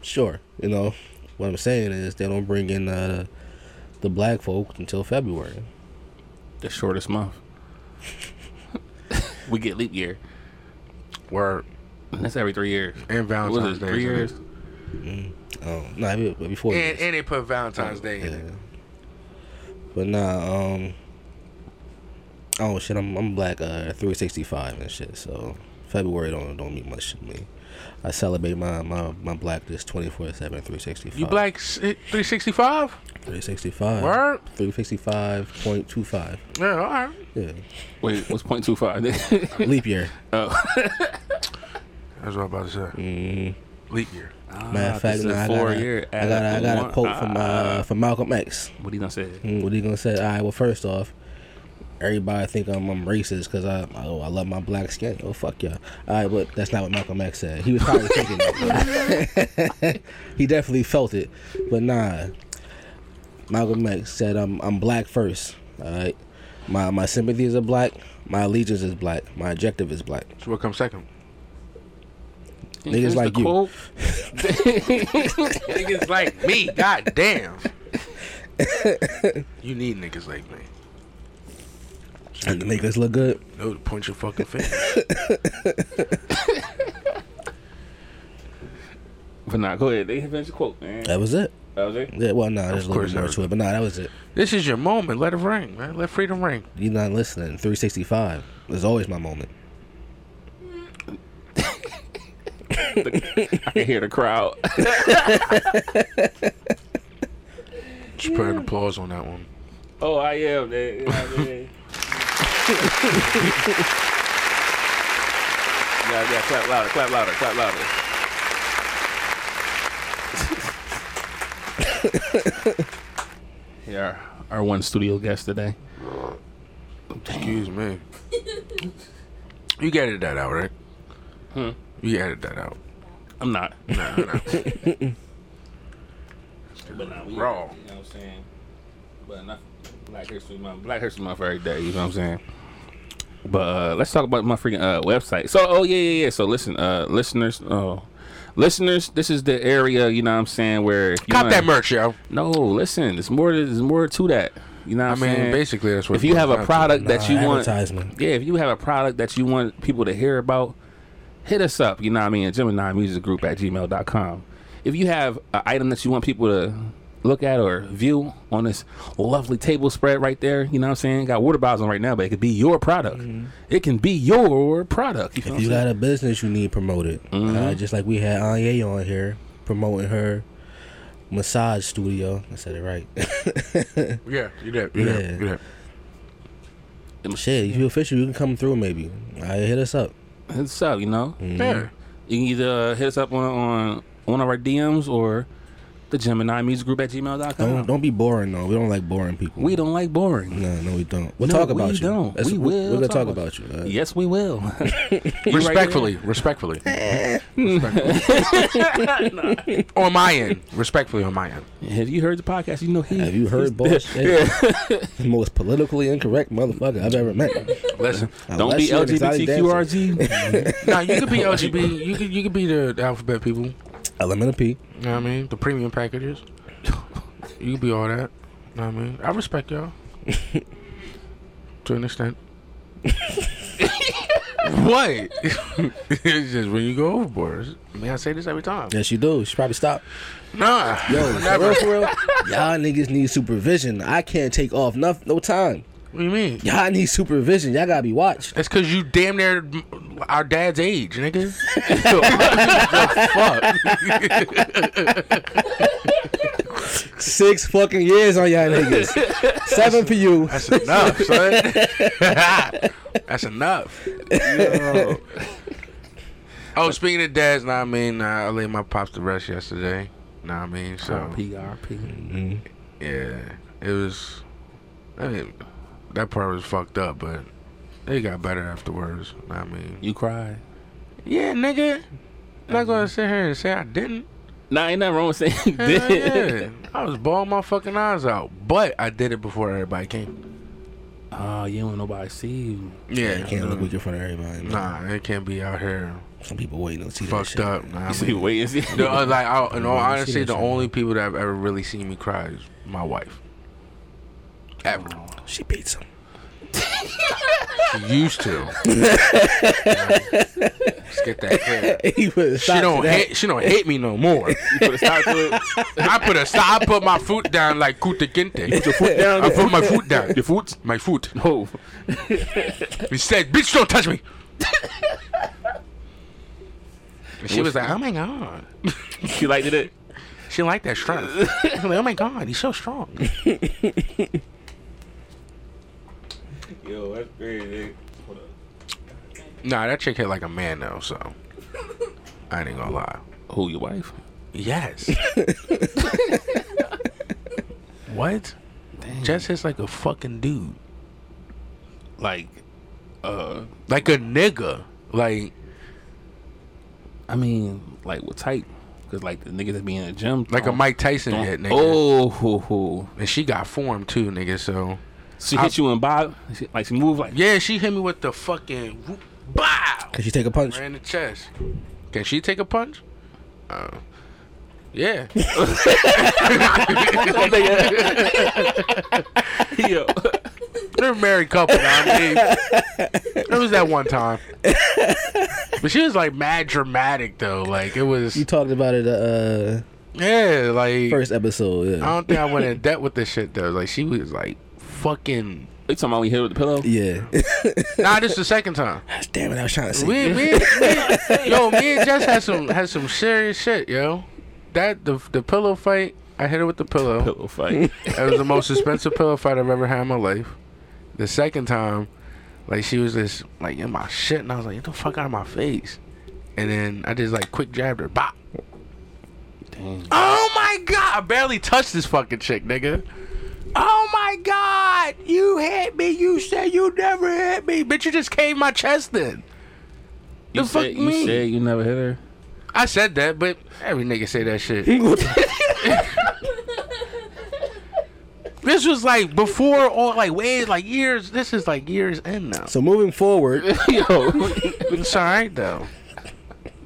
[SPEAKER 4] sure. You know what I'm saying is they don't bring in uh, the black folk until February.
[SPEAKER 2] The shortest
[SPEAKER 3] *laughs*
[SPEAKER 2] month. we get leap year.
[SPEAKER 3] Word.
[SPEAKER 2] That's every three years.
[SPEAKER 3] And
[SPEAKER 2] What was
[SPEAKER 3] Valentine's
[SPEAKER 2] it?
[SPEAKER 3] Day.
[SPEAKER 2] Three years.
[SPEAKER 4] Oh no, nah, but before
[SPEAKER 3] And,
[SPEAKER 4] this.
[SPEAKER 3] and they put Valentine's Day in it.
[SPEAKER 4] but nah. Um. Oh shit, I'm I'm black. Uh, 365 and shit. So February don't don't mean much to me. I celebrate my my my blackness 24 seven 365.
[SPEAKER 3] You black s- 365?
[SPEAKER 4] 365.
[SPEAKER 3] Word?
[SPEAKER 4] 365.25.
[SPEAKER 3] Yeah, all right.
[SPEAKER 4] Yeah.
[SPEAKER 2] Wait, what's point two five? *laughs* oh, *laughs*
[SPEAKER 4] Leap year.
[SPEAKER 3] That's what I'm about to say.
[SPEAKER 4] Mm.
[SPEAKER 3] Leap year.
[SPEAKER 4] Matter of fact,
[SPEAKER 2] Ah, this is
[SPEAKER 4] nah, I
[SPEAKER 2] four
[SPEAKER 4] got
[SPEAKER 2] year
[SPEAKER 4] a, I got a, I got a
[SPEAKER 2] one-
[SPEAKER 4] quote from uh, from Malcolm X.
[SPEAKER 2] Ah, what he done said?
[SPEAKER 4] Mm, What are you gonna say? All right. Well, first off, everybody think I'm, I'm racist because I I- oh, I love my black skin. Oh fuck yeah. All right, but that's not what Malcolm X said. He was probably thinking. it. *laughs* he definitely felt it, but nah. Malcolm X said, "I'm I'm black first. All right. My my sympathies are black. My allegiance is black. My objective is black.
[SPEAKER 3] So what comes second?
[SPEAKER 2] He
[SPEAKER 4] Niggas
[SPEAKER 2] finished
[SPEAKER 4] like
[SPEAKER 2] the
[SPEAKER 4] you.
[SPEAKER 2] quote.
[SPEAKER 3] *laughs* niggas like *laughs* me. God damn.
[SPEAKER 4] *laughs*
[SPEAKER 3] you need niggas like me.
[SPEAKER 4] And to make us look good.
[SPEAKER 3] No, to point your fucking finger.
[SPEAKER 2] But nah, go ahead. They finished the quote, man.
[SPEAKER 4] That was it.
[SPEAKER 2] That was it.
[SPEAKER 4] *laughs* Yeah, well, no, nah, there's a little
[SPEAKER 3] course
[SPEAKER 4] bit more
[SPEAKER 3] not.
[SPEAKER 4] to it, but no, nah, that was it.
[SPEAKER 3] this is your moment. Let it ring, man. Let freedom ring.
[SPEAKER 4] You're not listening. 365 is always my moment.
[SPEAKER 2] *laughs* I can hear the crowd.
[SPEAKER 3] *laughs* Just put an applause on that one.
[SPEAKER 2] oh, I am. Man. You know what I mean? *laughs* yeah, yeah. Clap louder. Clap louder. Clap *laughs* louder. yeah, our, our one studio guest today.
[SPEAKER 3] Excuse me. You can edit that out, right? You can edit that out.
[SPEAKER 2] I'm not.
[SPEAKER 3] Nah, nah.
[SPEAKER 2] But nah, we, You
[SPEAKER 3] Raw.
[SPEAKER 2] know what I'm saying? But enough Black History Month. Black History Month every day. You know what I'm saying? But uh, let's talk about my freaking uh, website. So, oh yeah, yeah, yeah. So listen, uh, listeners, oh, listeners, this is the area. You know what I'm saying? Where if you
[SPEAKER 3] Cop that
[SPEAKER 2] wanna-
[SPEAKER 3] merch, yo.
[SPEAKER 2] No, listen. It's more. There's more to that. You know
[SPEAKER 3] I
[SPEAKER 2] what I'm
[SPEAKER 3] mean,
[SPEAKER 2] saying?
[SPEAKER 3] basically, that's what
[SPEAKER 2] if you have a product that
[SPEAKER 4] Nah,
[SPEAKER 2] you want,
[SPEAKER 4] advertisement.
[SPEAKER 2] yeah, if you have a product that you want people to hear about, hit us up. You know what I mean? At Gemini Music Group at gmail.com. If you have an item that you want people to look at or view on this lovely table spread right there, you know what I'm saying? Got water bottles on right now, but it could be your product. It can be your product. You feel
[SPEAKER 4] Mm-hmm. If
[SPEAKER 2] what
[SPEAKER 4] you
[SPEAKER 2] I'm saying?
[SPEAKER 4] got a business you need promoted,
[SPEAKER 3] Mm-hmm.
[SPEAKER 4] uh, just like we had Anya on here promoting her massage studio. I said it right.
[SPEAKER 3] *laughs* Yeah, you did. You
[SPEAKER 4] Yeah.
[SPEAKER 3] did. You did.
[SPEAKER 4] Shit, if you official, you can come through maybe. All right, hit us up. Mm-hmm.
[SPEAKER 2] hit us up, you know?
[SPEAKER 3] Yeah.
[SPEAKER 2] You can either hit us up on, on one of our DMs or the Gemini Music Group at gmail.com.
[SPEAKER 4] Don't don't be boring though. We don't like boring people.
[SPEAKER 2] We don't like boring.
[SPEAKER 4] No, no, we don't. We'll
[SPEAKER 2] No,
[SPEAKER 4] talk
[SPEAKER 2] we
[SPEAKER 4] about you.
[SPEAKER 2] don't.
[SPEAKER 4] That's-
[SPEAKER 2] We will
[SPEAKER 4] We're gonna
[SPEAKER 2] talk
[SPEAKER 4] talk
[SPEAKER 2] about
[SPEAKER 4] about you. all right?
[SPEAKER 2] Yes, we
[SPEAKER 4] *laughs*
[SPEAKER 2] will. You right there?
[SPEAKER 3] Respectfully, respectfully.
[SPEAKER 2] *laughs*
[SPEAKER 3] *laughs* Respectfully. on my end. Respectfully on my end.
[SPEAKER 2] Have
[SPEAKER 4] *laughs*
[SPEAKER 2] you heard the podcast? You know he.
[SPEAKER 4] Have you heard bullshit? the most politically incorrect motherfucker I've ever met.
[SPEAKER 3] Listen.
[SPEAKER 2] Don't be
[SPEAKER 4] Unless you're an exotic dancer.
[SPEAKER 2] LGBTQRG. *laughs*
[SPEAKER 4] *laughs*
[SPEAKER 3] now you could be LGBT. You could you could be the alphabet people. You
[SPEAKER 4] Element of P.
[SPEAKER 3] know what I mean? The premium packages. You could be all that. You know what I mean? I respect y'all. to an extent. what? *laughs* it's just when you go overboard. May I say this every time?
[SPEAKER 4] Yes, you do. You should oh, probably stop.
[SPEAKER 3] Nah.
[SPEAKER 4] Yo, for
[SPEAKER 3] never.
[SPEAKER 4] real, for real, y'all niggas need supervision. I can't take off no, no time.
[SPEAKER 3] What do you mean?
[SPEAKER 4] Y'all need supervision. Y'all gotta be watched.
[SPEAKER 3] That's because you damn near our dad's age, nigga. The fuck?
[SPEAKER 4] Six fucking years on y'all
[SPEAKER 3] *laughs*
[SPEAKER 4] niggas. Seven for you.
[SPEAKER 3] That's enough, son. That's enough. Oh, speaking of dads, nah, I mean, nah, I laid my pops to rest yesterday. Nah, I mean,
[SPEAKER 2] Oh,
[SPEAKER 3] so Mm-hmm.
[SPEAKER 2] PRP.
[SPEAKER 3] yeah, it was. I mean, that part was fucked up, but it got better afterwards. Nah, I mean,
[SPEAKER 2] You cried. Mm-hmm.
[SPEAKER 3] yeah, nigga. I'm not gonna sit here and say I didn't.
[SPEAKER 2] Nah, ain't nothing wrong with saying you
[SPEAKER 3] Hell
[SPEAKER 2] did.
[SPEAKER 3] yeah. I was bawling my fucking eyes out, but I did it before everybody came.
[SPEAKER 2] Oh, you don't want nobody see you.
[SPEAKER 3] *laughs* Yeah.
[SPEAKER 7] Can't look weak in front of everybody. man.
[SPEAKER 3] Nah, it can't be out here
[SPEAKER 7] Some people waiting to see that
[SPEAKER 3] fucked
[SPEAKER 7] shit.
[SPEAKER 3] up. Nah, I
[SPEAKER 2] See,
[SPEAKER 3] mean,
[SPEAKER 2] wait and see.
[SPEAKER 3] the, uh,
[SPEAKER 2] *laughs*
[SPEAKER 3] like, I, in all
[SPEAKER 7] Yeah, I see
[SPEAKER 3] honesty,
[SPEAKER 7] that
[SPEAKER 3] the
[SPEAKER 7] shit.
[SPEAKER 3] only people that have ever really seen me cry is my wife. Ever.
[SPEAKER 7] She beats him.
[SPEAKER 3] She used
[SPEAKER 2] *laughs*
[SPEAKER 3] to. Let's get that
[SPEAKER 2] *laughs*
[SPEAKER 3] clear.
[SPEAKER 7] *laughs* he put a stop
[SPEAKER 3] She
[SPEAKER 7] to
[SPEAKER 3] don't
[SPEAKER 7] that.
[SPEAKER 3] hate. She don't hate me no more.
[SPEAKER 2] You put a stop to it.
[SPEAKER 3] *laughs* I put a stop. I put my foot down like Kuta Kinte.
[SPEAKER 2] Put your foot down.
[SPEAKER 3] *laughs* I put my foot
[SPEAKER 2] *laughs*
[SPEAKER 3] down.
[SPEAKER 2] Your foot?
[SPEAKER 3] My foot.
[SPEAKER 2] No.
[SPEAKER 3] He said, "Bitch, don't touch *laughs* me." And she was like, "Oh my god."
[SPEAKER 2] You liked it?
[SPEAKER 3] She liked that
[SPEAKER 2] *laughs*
[SPEAKER 3] strength. I'm like, oh my god, he's so strong.
[SPEAKER 2] Yo, that's crazy. Hold up.
[SPEAKER 3] nah, that chick hit like a man though, so I ain't gonna lie.
[SPEAKER 2] Who, your wife? *laughs*
[SPEAKER 3] Yes. what? Just hits like a fucking dude,
[SPEAKER 2] Like, uh,
[SPEAKER 3] like a nigga. Like,
[SPEAKER 2] I mean, like what type? Because like the niggas that be in the gym,
[SPEAKER 3] like a
[SPEAKER 2] don't-
[SPEAKER 3] Mike Tyson
[SPEAKER 2] don't-
[SPEAKER 3] hit, nigga.
[SPEAKER 2] Oh, hoo, hoo.
[SPEAKER 3] And she got formed too, nigga. So
[SPEAKER 2] she
[SPEAKER 3] I-
[SPEAKER 2] hit you and Bob, she, like she moved like
[SPEAKER 3] yeah, she hit me with the fucking whoop, bow.
[SPEAKER 7] Can she take a punch?
[SPEAKER 3] Right in the chest. Can she take a punch? Uh,
[SPEAKER 2] *laughs*
[SPEAKER 3] yeah. *laughs* Oh
[SPEAKER 2] yo,
[SPEAKER 3] They're a married couple. I mean,
[SPEAKER 7] *laughs*
[SPEAKER 3] it was that one time. But she was like mad dramatic though. Like it was,
[SPEAKER 7] You talked about it uh
[SPEAKER 3] yeah. Like
[SPEAKER 7] first episode.
[SPEAKER 3] I
[SPEAKER 7] Yeah.
[SPEAKER 3] don't think I went in depth with this shit though. Like she was like fucking.
[SPEAKER 2] you talking about when you hit her with the pillow?
[SPEAKER 7] Yeah.
[SPEAKER 3] Nah, this is the second time.
[SPEAKER 7] Damn it! I was trying to say.
[SPEAKER 3] We, we, we- yo, me and Jess had some had some serious shit, yo. That the the pillow fight. I hit her with the pillow.
[SPEAKER 2] Pillow fight.
[SPEAKER 3] That was
[SPEAKER 7] *laughs*
[SPEAKER 3] the most expensive pillow fight I've ever had in my life. The second time, like she was just like in my shit, and I was like, "Get the fuck out of my face!" And then I just like quick jabbed her. Bop.
[SPEAKER 2] Damn.
[SPEAKER 3] Oh my god! I barely touched this fucking chick, nigga. Oh my god! You hit me. You said you never hit me, bitch. You just caved my chest in.
[SPEAKER 2] You
[SPEAKER 3] The fuck
[SPEAKER 2] said
[SPEAKER 3] me?
[SPEAKER 2] you said you never hit her.
[SPEAKER 3] I said that, but every nigga say that shit.
[SPEAKER 7] *laughs*
[SPEAKER 3] *laughs* this was like before all like way like years. This is like years in now.
[SPEAKER 7] So moving forward,
[SPEAKER 2] *laughs* yo,
[SPEAKER 3] *laughs*
[SPEAKER 2] *laughs*
[SPEAKER 3] It's alright though.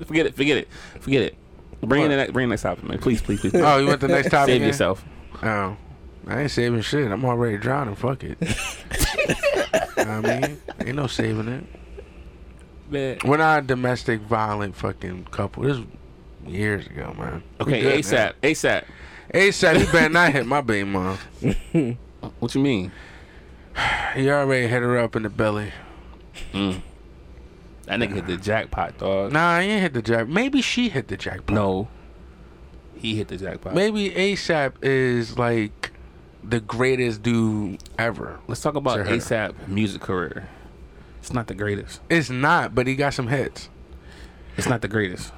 [SPEAKER 2] forget it, forget it, forget it. Bring in the next, bring in the next topic, man. Please, please, please.
[SPEAKER 3] Oh, you want the next topic?
[SPEAKER 2] Save
[SPEAKER 3] in?
[SPEAKER 2] yourself.
[SPEAKER 3] Oh, I ain't saving shit. I'm already drowning. Fuck it. I mean, ain't no saving it.
[SPEAKER 2] Man.
[SPEAKER 3] We're not a domestic violent fucking couple. This was years ago, man. We
[SPEAKER 2] Okay,
[SPEAKER 3] good now.
[SPEAKER 2] ASAP, ASAP.
[SPEAKER 3] ASAP. You better not hit my baby mom.
[SPEAKER 2] What you mean?
[SPEAKER 3] *sighs* You already hit her up in the belly.
[SPEAKER 2] Mm. That nigga hit the jackpot, dog.
[SPEAKER 3] Nah, he ain't hit the jack. Maybe she hit the jackpot.
[SPEAKER 2] No, *laughs* he hit the jackpot.
[SPEAKER 3] Maybe ASAP is like the greatest dude ever.
[SPEAKER 2] Let's talk about
[SPEAKER 3] Sure.
[SPEAKER 2] ASAP music career. It's not the greatest.
[SPEAKER 3] It's not, but he got some hits.
[SPEAKER 2] It's not the greatest.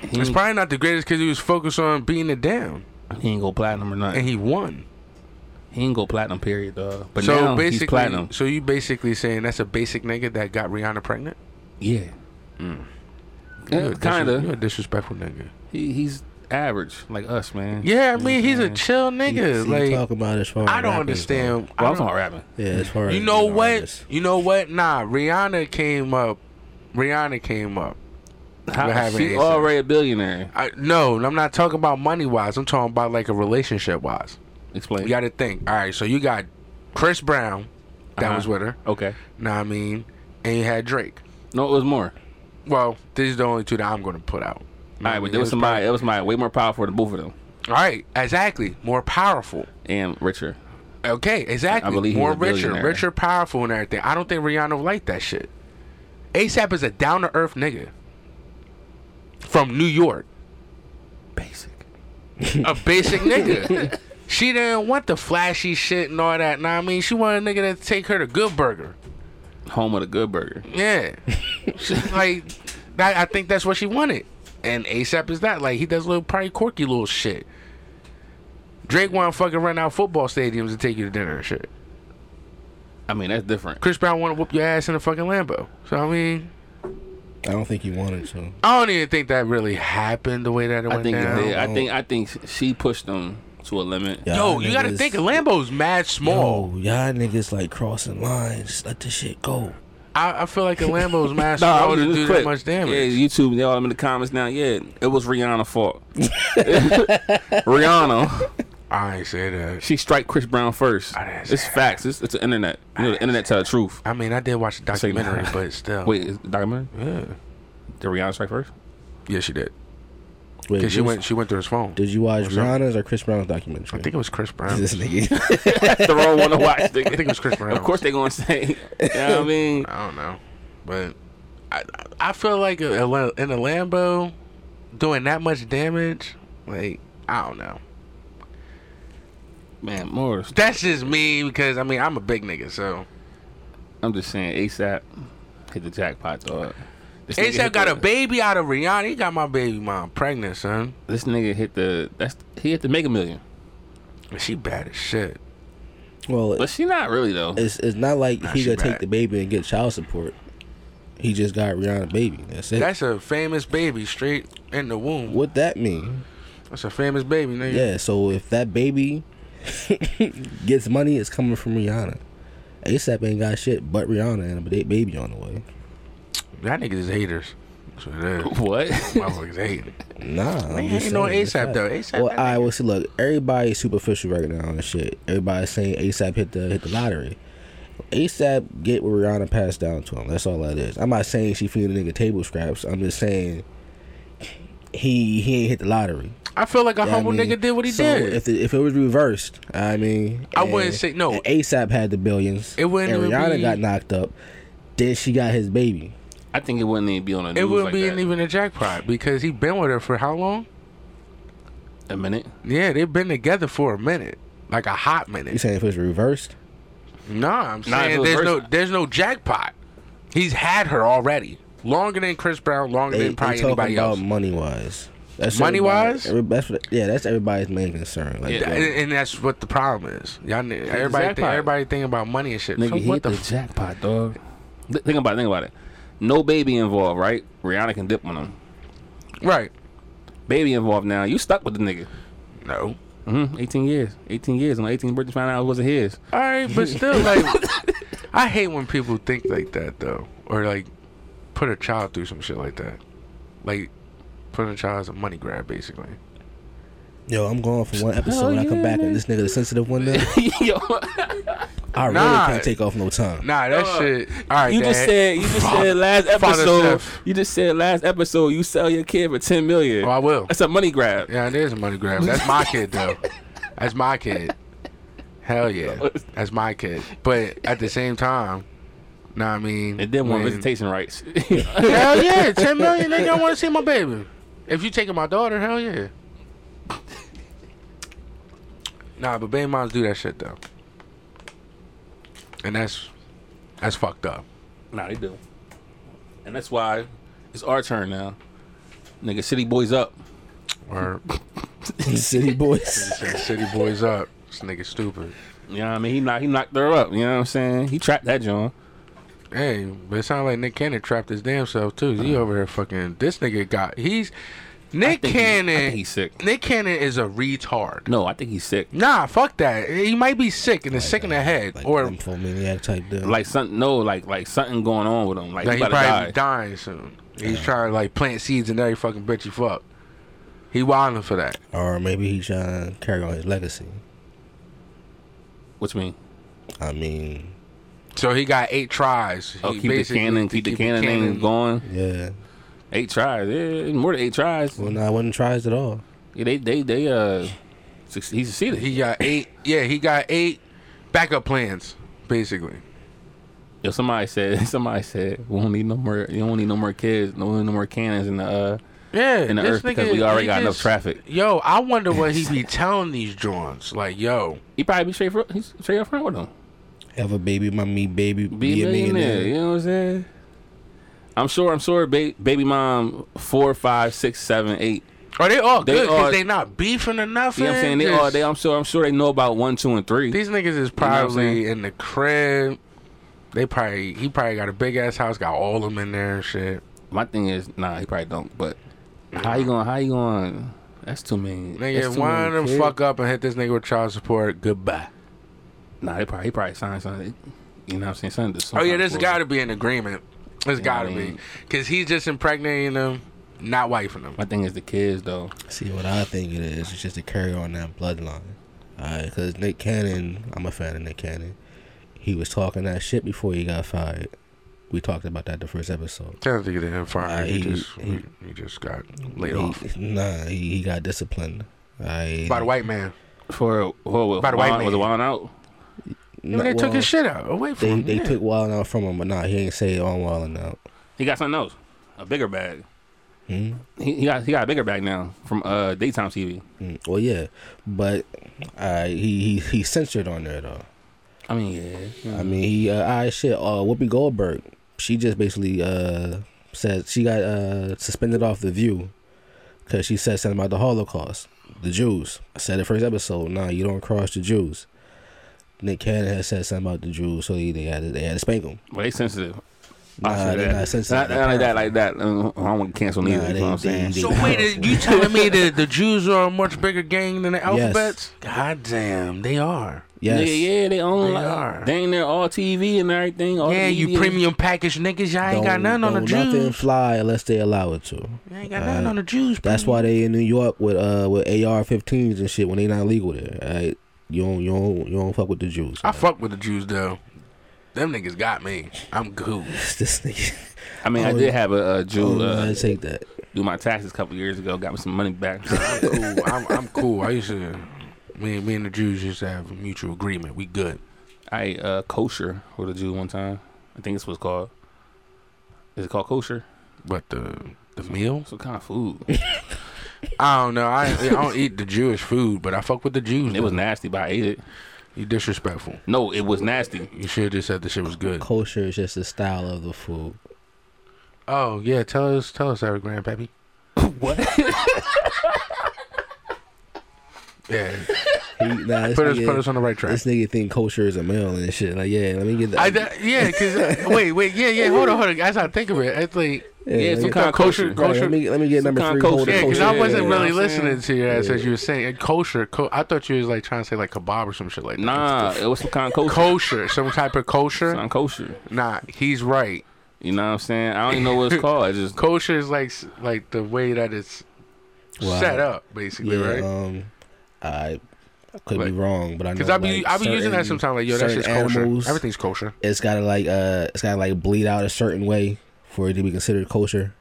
[SPEAKER 2] He
[SPEAKER 3] It's
[SPEAKER 2] ain't,
[SPEAKER 3] probably not the greatest because he was focused on beating it down,
[SPEAKER 2] he ain't go platinum or
[SPEAKER 3] and
[SPEAKER 2] nothing.
[SPEAKER 3] he won.
[SPEAKER 2] He ain't go platinum. Period. Dog. But
[SPEAKER 3] so
[SPEAKER 2] now
[SPEAKER 3] basically,
[SPEAKER 2] he's platinum.
[SPEAKER 3] so you basically saying that's a basic nigga that got Rihanna pregnant?
[SPEAKER 2] Yeah.
[SPEAKER 3] You a dis-
[SPEAKER 2] kinda.
[SPEAKER 3] You a disrespectful nigga.
[SPEAKER 2] He, he's average, like us, man.
[SPEAKER 3] Yeah, I mean he's a
[SPEAKER 2] Yeah.
[SPEAKER 3] chill nigga.
[SPEAKER 7] See,
[SPEAKER 3] like
[SPEAKER 7] talk about it as far. as
[SPEAKER 3] I don't
[SPEAKER 7] rapping,
[SPEAKER 3] understand. I
[SPEAKER 2] Well, I'm
[SPEAKER 3] don't-
[SPEAKER 2] talking about rapping.
[SPEAKER 7] so- yeah, as far as
[SPEAKER 3] you know what?
[SPEAKER 7] artists.
[SPEAKER 3] You know what? Nah, Rihanna came up. Rihanna came up. We're
[SPEAKER 2] How,
[SPEAKER 3] having
[SPEAKER 2] she
[SPEAKER 3] ASAP.
[SPEAKER 2] already a billionaire.
[SPEAKER 3] I, no, I'm not talking about money wise. I'm talking about like a relationship wise.
[SPEAKER 2] Explain.
[SPEAKER 3] You got to think. All right, so you got Chris Brown, that
[SPEAKER 2] Uh-huh.
[SPEAKER 3] was with her.
[SPEAKER 2] Okay.
[SPEAKER 3] Know what I mean? And you had Drake.
[SPEAKER 2] No, it was more.
[SPEAKER 3] Well, these are the only two that I'm going to put out.
[SPEAKER 2] All right, but there was somebody. That was my way more powerful than both of them
[SPEAKER 3] All right, exactly. More powerful.
[SPEAKER 2] and
[SPEAKER 3] *laughs*
[SPEAKER 2] richer.
[SPEAKER 3] Okay, exactly.
[SPEAKER 2] I believe he's
[SPEAKER 3] More
[SPEAKER 2] a
[SPEAKER 3] richer,
[SPEAKER 2] billionaire.
[SPEAKER 3] richer, powerful, and everything. I don't think Rihanna liked that shit. ASAP is a down to earth nigga from New York,
[SPEAKER 2] Basic.
[SPEAKER 3] a basic
[SPEAKER 2] *laughs*
[SPEAKER 3] nigga. She didn't want the flashy shit and all that. Nah, I mean, she wanted a nigga to take her to Good Burger.
[SPEAKER 2] Home of the good burger. *laughs*
[SPEAKER 3] Yeah, She- like that, I think that's what she wanted. And ASAP is that like he does little probably quirky little shit. Drake want to fucking run out football stadiums and take you to dinner and shit.
[SPEAKER 2] I mean, that's different.
[SPEAKER 3] Chris Brown want to whoop your ass in a fucking Lambo. So I mean,
[SPEAKER 7] I don't think you wanted to.
[SPEAKER 3] I don't even think that really happened the way that it went
[SPEAKER 2] I think. it
[SPEAKER 3] down.
[SPEAKER 2] did. I think. I think she pushed them to a limit.
[SPEAKER 3] Yo,
[SPEAKER 4] Y'all
[SPEAKER 3] you gotta
[SPEAKER 4] niggas-
[SPEAKER 3] think Lambo's mad small.
[SPEAKER 4] Yo, y'all niggas like crossing lines. Just let this shit go.
[SPEAKER 3] I, I feel like a Lambo's mad
[SPEAKER 2] *laughs* Nah,
[SPEAKER 3] small
[SPEAKER 2] it
[SPEAKER 3] to
[SPEAKER 2] was
[SPEAKER 3] do
[SPEAKER 2] quick.
[SPEAKER 3] that much damage.
[SPEAKER 2] Yeah, YouTube, they all in the comments now. Yeah, it was Rihanna's
[SPEAKER 3] *laughs*
[SPEAKER 2] fault. *laughs* Rihanna,
[SPEAKER 3] I ain't say that.
[SPEAKER 2] she strike Chris Brown first.
[SPEAKER 3] I didn't say
[SPEAKER 2] It's
[SPEAKER 3] that.
[SPEAKER 2] facts. It's, it's the internet. You know, the internet tell the truth.
[SPEAKER 3] I mean, I did watch the
[SPEAKER 2] Say nah.
[SPEAKER 3] documentary, but still.
[SPEAKER 2] Wait, is documentary?
[SPEAKER 3] Yeah.
[SPEAKER 2] Did Rihanna strike first?
[SPEAKER 3] Yeah, she did.
[SPEAKER 4] Wait,
[SPEAKER 3] Cause she
[SPEAKER 4] you-
[SPEAKER 3] went. She went through his phone.
[SPEAKER 4] Did you watch
[SPEAKER 3] that?
[SPEAKER 4] Rihanna's or Chris Brown's documentary?
[SPEAKER 3] I think it was Chris Brown.
[SPEAKER 4] this
[SPEAKER 3] *laughs*
[SPEAKER 4] nigga.
[SPEAKER 2] That's *laughs* the wrong one to watch. nigga.
[SPEAKER 3] I think it was Chris Brown.
[SPEAKER 2] Of course they gonna say. You know what I mean?
[SPEAKER 3] I don't know, but I I feel like a, a, Lam- in a Lambo doing that much damage, like I don't know.
[SPEAKER 2] Man, Morris.
[SPEAKER 3] That's just me because I mean I'm a big nigga, so
[SPEAKER 2] I'm just saying, ASAP hit the jackpot, dog. This nigga
[SPEAKER 3] ASAP
[SPEAKER 2] hit
[SPEAKER 3] got
[SPEAKER 2] the-
[SPEAKER 3] a baby out of Rihanna. He got my baby mom pregnant, son.
[SPEAKER 2] This nigga hit the. That's he hit the Mega Million,
[SPEAKER 3] She bad as shit.
[SPEAKER 4] well,
[SPEAKER 2] but she not really though.
[SPEAKER 4] it's it's not like
[SPEAKER 3] Nah,
[SPEAKER 4] he
[SPEAKER 3] she
[SPEAKER 4] gonna take
[SPEAKER 3] back.
[SPEAKER 4] the baby and get child support. He just got Rihanna baby. That's it.
[SPEAKER 3] That's a famous baby straight in the womb.
[SPEAKER 4] what that mean?
[SPEAKER 3] That's a famous baby, nigga.
[SPEAKER 4] Yeah. So if that baby *laughs* gets money, it's coming from Rihanna. ASAP ain't got shit but Rihanna and a ba- baby on the way.
[SPEAKER 3] Y'all niggas is haters. That's what it
[SPEAKER 2] *laughs*
[SPEAKER 3] is.
[SPEAKER 2] What?
[SPEAKER 3] Motherfuckers hating.
[SPEAKER 4] Nah,
[SPEAKER 3] Man,
[SPEAKER 4] I'm just
[SPEAKER 3] ain't no
[SPEAKER 4] saying, that's
[SPEAKER 3] A$AP
[SPEAKER 4] not-
[SPEAKER 3] though. A$AP
[SPEAKER 4] Well,
[SPEAKER 3] that
[SPEAKER 4] I
[SPEAKER 3] nigga.
[SPEAKER 4] will see. Look, everybody's superficial right now and shit. Everybody's saying ASAP hit the hit the lottery. ASAP get what Rihanna passed down to him. That's all that is. I'm not saying she feeding the nigga table scraps. I'm just saying he he ain't hit the lottery.
[SPEAKER 3] I feel like a
[SPEAKER 4] Yeah, I
[SPEAKER 3] humble
[SPEAKER 4] mean,
[SPEAKER 3] nigga did what he
[SPEAKER 4] so
[SPEAKER 3] did.
[SPEAKER 4] If it, if it was reversed, I mean,
[SPEAKER 3] I wouldn't
[SPEAKER 4] and-
[SPEAKER 3] say- no.
[SPEAKER 4] and ASAP had the billions.
[SPEAKER 3] It wouldn't
[SPEAKER 4] And
[SPEAKER 3] even
[SPEAKER 4] Rihanna
[SPEAKER 3] be-
[SPEAKER 4] got knocked up. Then she got his baby.
[SPEAKER 2] I think it wouldn't even be on a.
[SPEAKER 3] it
[SPEAKER 2] news
[SPEAKER 3] wouldn't
[SPEAKER 2] like
[SPEAKER 3] be
[SPEAKER 2] that.
[SPEAKER 3] even a jackpot because he been with her for how long?
[SPEAKER 2] a minute.
[SPEAKER 3] Yeah, they've been together for a minute, like a hot
[SPEAKER 4] You
[SPEAKER 3] minute.
[SPEAKER 4] saying if it was reversed?
[SPEAKER 3] Nah, I'm
[SPEAKER 2] Nah,
[SPEAKER 3] saying
[SPEAKER 2] it's
[SPEAKER 3] there's
[SPEAKER 2] the
[SPEAKER 3] no
[SPEAKER 2] first-
[SPEAKER 3] there's no jackpot. He's had her already longer than Chris Brown, longer
[SPEAKER 4] They,
[SPEAKER 3] than
[SPEAKER 4] they
[SPEAKER 3] probably
[SPEAKER 4] talking
[SPEAKER 3] anybody
[SPEAKER 4] about
[SPEAKER 3] else.
[SPEAKER 4] money wise. That's
[SPEAKER 3] Money-wise?
[SPEAKER 4] everybody- every- that's what- yeah, that's everybody's main concern. Like,
[SPEAKER 2] Yeah.
[SPEAKER 4] yeah,
[SPEAKER 3] Th- And, and that's what the problem is. Y'all, ni- everybody, think,
[SPEAKER 2] jackpot.
[SPEAKER 3] everybody thinking about money and shit.
[SPEAKER 2] Nigga
[SPEAKER 3] So
[SPEAKER 2] hit
[SPEAKER 3] what
[SPEAKER 2] the,
[SPEAKER 3] the? F-
[SPEAKER 2] jackpot, dog. Th- Think about it. Think about it. No baby involved, right? Rihanna can dip on him.
[SPEAKER 3] right?
[SPEAKER 2] Baby involved now. You stuck with the nigga.
[SPEAKER 3] No.
[SPEAKER 2] hmm 18 years. 18 years. On 18th birthday, found out it wasn't his.
[SPEAKER 3] All right,
[SPEAKER 2] *laughs*
[SPEAKER 3] but still, like, I hate when people think like that though, or like put a child through some shit like that, like putting a child as a money grab, basically.
[SPEAKER 4] yo, I'm going for one episode. and I come
[SPEAKER 2] yeah,
[SPEAKER 4] back
[SPEAKER 2] man.
[SPEAKER 4] and this nigga the sensitive one.
[SPEAKER 3] *laughs*
[SPEAKER 2] Yo,
[SPEAKER 4] Now, I really
[SPEAKER 3] Nah.
[SPEAKER 4] can't take off no time.
[SPEAKER 3] Nah, that
[SPEAKER 2] Dog.
[SPEAKER 3] shit. All right,
[SPEAKER 2] you just
[SPEAKER 3] Dad.
[SPEAKER 2] said you just said last
[SPEAKER 3] Father
[SPEAKER 2] episode.
[SPEAKER 3] Seth.
[SPEAKER 2] You just said last episode. You sell your kid for 10 million.
[SPEAKER 3] Oh, I will.
[SPEAKER 2] That's a money grab.
[SPEAKER 3] Yeah, it is a money grab. That's my kid though. That's my kid. Hell yeah, that's my kid. But at the same time, know what I mean,
[SPEAKER 2] And then *laughs* one
[SPEAKER 3] when-
[SPEAKER 2] visitation rights.
[SPEAKER 3] Hell *laughs* yeah, ten million. They *laughs* don't want to see my baby. If you taking my daughter, hell yeah. Nah, but baby moms do that shit though, and that's that's fucked up.
[SPEAKER 2] nah, they do. And that's why it's our turn now. Nigga, City Boys up. *laughs*
[SPEAKER 3] Or
[SPEAKER 4] City boys.
[SPEAKER 3] city boys up. This nigga stupid.
[SPEAKER 2] You know what I mean? He knocked, he knocked her up. You know what I'm saying? He trapped that John.
[SPEAKER 3] Hey, but it sounds like Nick Cannon trapped his damn self too. He over here fucking. This nigga got. He's Nick
[SPEAKER 2] think he- Uh-huh. I
[SPEAKER 3] Cannon.
[SPEAKER 2] think he's sick.
[SPEAKER 3] Nick Cannon is a retard.
[SPEAKER 2] No, I think he's sick.
[SPEAKER 3] Nah, fuck that. He might be sick and is sick in the head,
[SPEAKER 4] Like,
[SPEAKER 3] or
[SPEAKER 4] or maniac type dude.
[SPEAKER 2] Like something, no, like like something going on with him. Like,
[SPEAKER 3] like
[SPEAKER 2] he
[SPEAKER 3] he
[SPEAKER 2] about
[SPEAKER 3] probably
[SPEAKER 2] to die.
[SPEAKER 3] dying soon. He's trying to like plant seeds in every fucking bitch he fuck. He wilding for that.
[SPEAKER 4] or maybe he trying to carry on his legacy.
[SPEAKER 2] Which mean?
[SPEAKER 4] I mean,
[SPEAKER 3] So he got eight tries. He
[SPEAKER 2] Oh, keep the
[SPEAKER 3] basically-
[SPEAKER 2] cannon, keep the cannon name going.
[SPEAKER 4] yeah.
[SPEAKER 2] Eight tries, yeah, more than eight tries.
[SPEAKER 4] Well, nah, I wasn't tries at all.
[SPEAKER 2] Yeah, they they they uh, suc- he succeeded.
[SPEAKER 3] He got eight. Yeah, he got eight backup plans basically.
[SPEAKER 2] Yo, somebody said *laughs* somebody said we don't need no more. You don't need no more kids. No, no more cannons in the uh.
[SPEAKER 3] Yeah,
[SPEAKER 2] in the
[SPEAKER 3] this
[SPEAKER 2] earth because
[SPEAKER 3] nigga-
[SPEAKER 2] we already
[SPEAKER 3] he
[SPEAKER 2] got enough
[SPEAKER 3] just-
[SPEAKER 2] traffic.
[SPEAKER 3] Yo, I wonder what
[SPEAKER 2] *laughs*
[SPEAKER 3] he be telling these drones. Like, yo,
[SPEAKER 2] He probably be straight for, he's straight up front with them.
[SPEAKER 4] Have a baby, my me baby,
[SPEAKER 2] Be a millionaire. You know what I'm saying? I'm sure. I'm sure. Ba- baby mom four, five, six, seven, eight.
[SPEAKER 3] are Oh, they all
[SPEAKER 2] They
[SPEAKER 3] good? Cause
[SPEAKER 2] are-
[SPEAKER 3] they not beefing or nothing.
[SPEAKER 2] You know what I'm saying? They
[SPEAKER 3] Just-
[SPEAKER 2] all. They. I'm sure. I'm sure they know about one, two, and three.
[SPEAKER 3] These niggas is
[SPEAKER 2] what I'm
[SPEAKER 3] probably in the crib. They probably he probably got a big ass house, got all of them in there and shit.
[SPEAKER 2] My thing is, nah, he probably don't. But how you going? to How you going? to That's too many. that's
[SPEAKER 3] Nigga,
[SPEAKER 2] too many
[SPEAKER 3] wind him
[SPEAKER 2] kids.
[SPEAKER 3] fuck up and hit this nigga with child support. Goodbye.
[SPEAKER 2] Nah, they probably he probably signed something. You know what I'm saying? Something to
[SPEAKER 3] Oh yeah,
[SPEAKER 2] some
[SPEAKER 3] there's
[SPEAKER 2] sort of-
[SPEAKER 3] got to be an agreement. There's
[SPEAKER 2] know what
[SPEAKER 3] got to
[SPEAKER 2] I
[SPEAKER 3] be,
[SPEAKER 2] mean?
[SPEAKER 3] cause he's just impregnating them, not wifing them.
[SPEAKER 2] My thing is the kids though.
[SPEAKER 4] See, what I think it is, it's just to carry on that bloodline. Alright, because Nick Cannon, I'm a fan of Nick Cannon. He was talking that shit before he got fired. We talked about that the first episode.
[SPEAKER 3] Tell to get him fired.
[SPEAKER 4] Uh,
[SPEAKER 3] he,
[SPEAKER 4] he-
[SPEAKER 3] just he,
[SPEAKER 4] he-
[SPEAKER 3] he just got laid
[SPEAKER 4] He-
[SPEAKER 3] off
[SPEAKER 4] nah, he, he got disciplined. Alright.
[SPEAKER 3] by the white man.
[SPEAKER 2] For what?
[SPEAKER 3] By the white
[SPEAKER 2] Was
[SPEAKER 3] man.
[SPEAKER 2] it wild out?
[SPEAKER 3] And they took his shit out away from
[SPEAKER 4] They,
[SPEAKER 3] him.
[SPEAKER 4] they
[SPEAKER 3] yeah.
[SPEAKER 4] took Wild Out from him, but nah, he ain't say on Wild Out.
[SPEAKER 2] He got something else, a bigger bag.
[SPEAKER 4] Hmm?
[SPEAKER 2] He, he got he got a bigger bag now from uh daytime TV.
[SPEAKER 4] Mm, Well, yeah, but uh, he he he censored on there though.
[SPEAKER 2] I mean, yeah.
[SPEAKER 4] I mean, he uh, I shit. Uh, Whoopi Goldberg, she just basically uh said she got uh suspended off the View because she said something about the Holocaust, the Jews. I said the first episode. Nah, you don't cross the Jews. Nick Cannon had said something about the Jews, so they, they had to, they had to spank him.
[SPEAKER 2] Well, they sensitive.
[SPEAKER 4] Nah,
[SPEAKER 2] I said
[SPEAKER 4] they
[SPEAKER 2] that.
[SPEAKER 4] not sensitive.
[SPEAKER 2] Not, not like
[SPEAKER 4] They're
[SPEAKER 2] that, like that. Uh, I don't want to cancel neither. you
[SPEAKER 4] Nah,
[SPEAKER 2] know
[SPEAKER 4] they-
[SPEAKER 2] what I'm saying?
[SPEAKER 4] they-
[SPEAKER 3] So
[SPEAKER 2] *laughs*
[SPEAKER 3] wait, you telling me that the Jews are a much bigger gang than the alphabets? God damn, they are.
[SPEAKER 4] Yes.
[SPEAKER 2] Yeah, yeah, they own.
[SPEAKER 3] They
[SPEAKER 2] like,
[SPEAKER 3] are.
[SPEAKER 2] They ain't there all TV and everything. All
[SPEAKER 3] yeah,
[SPEAKER 2] the
[SPEAKER 3] you
[SPEAKER 2] media.
[SPEAKER 3] premium package niggas. Y'all ain't got
[SPEAKER 4] Don't-
[SPEAKER 3] nothing on the
[SPEAKER 4] don't Nothing
[SPEAKER 3] Jews.
[SPEAKER 4] fly unless they allow it to.
[SPEAKER 3] Y'all ain't got nothing on the Jews.
[SPEAKER 4] That's why they in New York with uh with AR-15s and shit when they not legal there. Right? You don't you don't you don't fuck with the Jews.
[SPEAKER 3] I fuck with the Jews though. Them niggas got me. I'm cool.
[SPEAKER 4] this nigga.
[SPEAKER 2] I mean, I
[SPEAKER 4] Oh,
[SPEAKER 2] did have a, uh Jew
[SPEAKER 4] I
[SPEAKER 2] uh,
[SPEAKER 4] take that.
[SPEAKER 2] do my taxes a couple years ago. Got me some money back.
[SPEAKER 3] *laughs* I'm cool. I'm, I'm cool. I used to. Me, me and the Jews used to have a mutual agreement. We good.
[SPEAKER 2] I ate, uh kosher with a Jew one time. I think this was called. Is it called kosher?
[SPEAKER 3] But the the meal,
[SPEAKER 2] It's what kind of food?
[SPEAKER 3] *laughs* I don't know. I, I don't eat the Jewish food, but I fuck with the Jews.
[SPEAKER 2] it was nasty, but I ate it.
[SPEAKER 3] you disrespectful.
[SPEAKER 2] No, it was nasty.
[SPEAKER 3] You should have just said the shit was good.
[SPEAKER 4] Kosher is just the style of the food.
[SPEAKER 3] Oh yeah, tell us, tell us that,
[SPEAKER 4] *laughs*
[SPEAKER 3] grandpappy.
[SPEAKER 2] What?
[SPEAKER 3] *laughs* Yeah,
[SPEAKER 4] He, nah, this
[SPEAKER 3] put us,
[SPEAKER 4] nigga,
[SPEAKER 3] put us on the right track.
[SPEAKER 4] this nigga think kosher is a male and shit. Like yeah, let me get that.
[SPEAKER 3] I, d-
[SPEAKER 4] *laughs*
[SPEAKER 3] yeah, cause uh, wait, wait, yeah, yeah. Hold on, hold on. As I think of it, it's like
[SPEAKER 4] yeah,
[SPEAKER 2] yeah,
[SPEAKER 4] let
[SPEAKER 2] some
[SPEAKER 4] me-
[SPEAKER 2] kind of kosher.
[SPEAKER 4] right, let me let me get number
[SPEAKER 2] kind
[SPEAKER 4] three.
[SPEAKER 2] of
[SPEAKER 4] hold
[SPEAKER 2] kosher.
[SPEAKER 4] it,
[SPEAKER 3] Yeah, because I
[SPEAKER 2] Yeah,
[SPEAKER 3] wasn't
[SPEAKER 2] you know
[SPEAKER 3] really
[SPEAKER 2] what I'm saying?
[SPEAKER 3] listening to your ass as you were saying and kosher. Co- I thought you was like trying to say like kebab or some shit like that.
[SPEAKER 2] Nah, it was some kind of kosher.
[SPEAKER 3] kosher, some type of kosher.
[SPEAKER 2] Some kosher.
[SPEAKER 3] Nah, he's right.
[SPEAKER 2] You know what I'm saying? I don't even know what it's called. It's just
[SPEAKER 3] *laughs* Kosher is like s- like the way that it's
[SPEAKER 4] Wow.
[SPEAKER 3] set up, basically,
[SPEAKER 4] Yeah,
[SPEAKER 3] right?
[SPEAKER 4] um, I I could
[SPEAKER 3] Like-
[SPEAKER 4] be wrong, but I know
[SPEAKER 3] Because I be
[SPEAKER 4] like,
[SPEAKER 3] I be using that
[SPEAKER 4] certain-
[SPEAKER 3] sometimes. Like yo, that
[SPEAKER 4] certain
[SPEAKER 3] shit's kosher.
[SPEAKER 4] animals-
[SPEAKER 3] Everything's kosher.
[SPEAKER 4] it's gotta like uh it's gotta like bleed out a certain way for it to be considered kosher.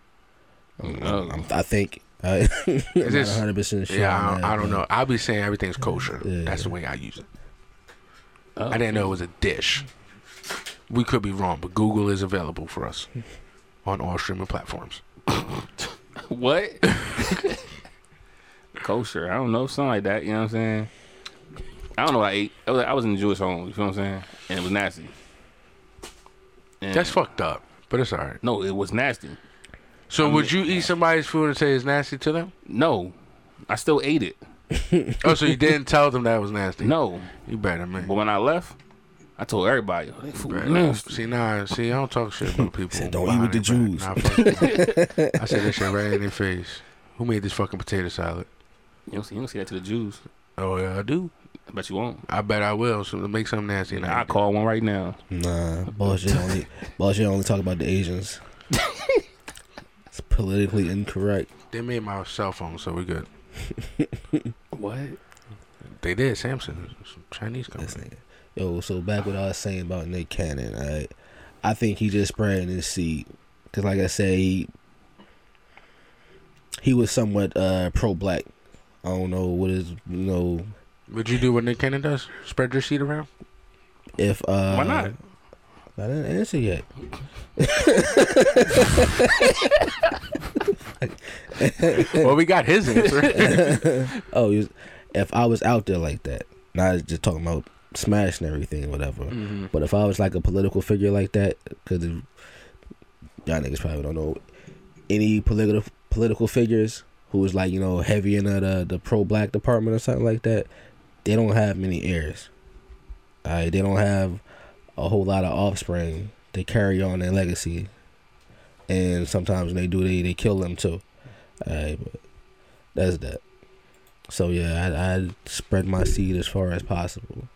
[SPEAKER 4] Um,
[SPEAKER 2] Oh.
[SPEAKER 4] I'm, I think uh, *laughs* I'm not
[SPEAKER 3] this-
[SPEAKER 4] 100 percent sure.
[SPEAKER 3] Yeah, I
[SPEAKER 4] on
[SPEAKER 3] don't,
[SPEAKER 4] that,
[SPEAKER 3] I don't
[SPEAKER 4] but
[SPEAKER 3] know. I be saying everything's kosher.
[SPEAKER 4] Yeah.
[SPEAKER 3] That's the way I use it.
[SPEAKER 2] Oh.
[SPEAKER 3] I didn't know it was a dish. We could be wrong, but Google is available for us on all streaming platforms.
[SPEAKER 2] what? *laughs* kosher. I don't know, something like that. You know what I'm saying? I don't know what I ate. I was, I was in a Jewish home. You know what I'm saying? And it was nasty. And-
[SPEAKER 3] That's fucked up, but it's all right.
[SPEAKER 2] no, it was nasty.
[SPEAKER 3] So would you eat somebody's food and say it's nasty to them?
[SPEAKER 2] No, I still ate it. *laughs*
[SPEAKER 3] Oh, so you didn't tell them that was nasty?
[SPEAKER 2] No,
[SPEAKER 3] you better man.
[SPEAKER 2] but when I left, I told everybody. "Oh, that food
[SPEAKER 3] Right.
[SPEAKER 2] nasty."
[SPEAKER 3] See, nah, see, I don't talk shit about
[SPEAKER 4] *laughs*
[SPEAKER 3] people.
[SPEAKER 4] Said, "Don't eat with the
[SPEAKER 3] behind
[SPEAKER 4] Jews."
[SPEAKER 3] their back." Nah, fuck them.
[SPEAKER 4] *laughs*
[SPEAKER 3] I said that shit right in their face. Who made this fucking potato salad?
[SPEAKER 2] You don't, see, you don't see that to the Jews.
[SPEAKER 3] Oh yeah, I do.
[SPEAKER 2] I bet you won't.
[SPEAKER 3] I bet I will. So make something nasty. And
[SPEAKER 2] I call one right now.
[SPEAKER 4] Nah, bullshit. only bullshit. Only talk about the
[SPEAKER 3] *laughs*
[SPEAKER 4] Asians. it's politically incorrect.
[SPEAKER 3] They made my cell phone, so we're
[SPEAKER 4] *laughs*
[SPEAKER 3] good.
[SPEAKER 2] What?
[SPEAKER 3] They did Samsung, some Chinese
[SPEAKER 4] This
[SPEAKER 3] company.
[SPEAKER 4] nigga. Yo, so back what I was saying about Nick Cannon. I, I think he just spreading his seed because, like I said, he, he was somewhat uh pro-black. I don't know what is you know
[SPEAKER 3] Would you do what Nick Cannon does? Spread your seat around?
[SPEAKER 4] if uh
[SPEAKER 2] Why not?
[SPEAKER 4] I didn't answer yet.
[SPEAKER 3] well, we got his answer.
[SPEAKER 4] *laughs* Oh, you- if I was out there like that, not just talking about smashing everything, or whatever.
[SPEAKER 3] Mm-hmm.
[SPEAKER 4] But if I was like a political figure like that, because y'all niggas probably don't know any political political figures who was like you know heavy in the the, the pro black department or something like that, they don't have many heirs. Alright, they don't have a whole lot of offspring. They carry on their legacy, and sometimes when they do, they they kill them too. Alright, but that's that. So yeah, I, I spread my seed as far as possible,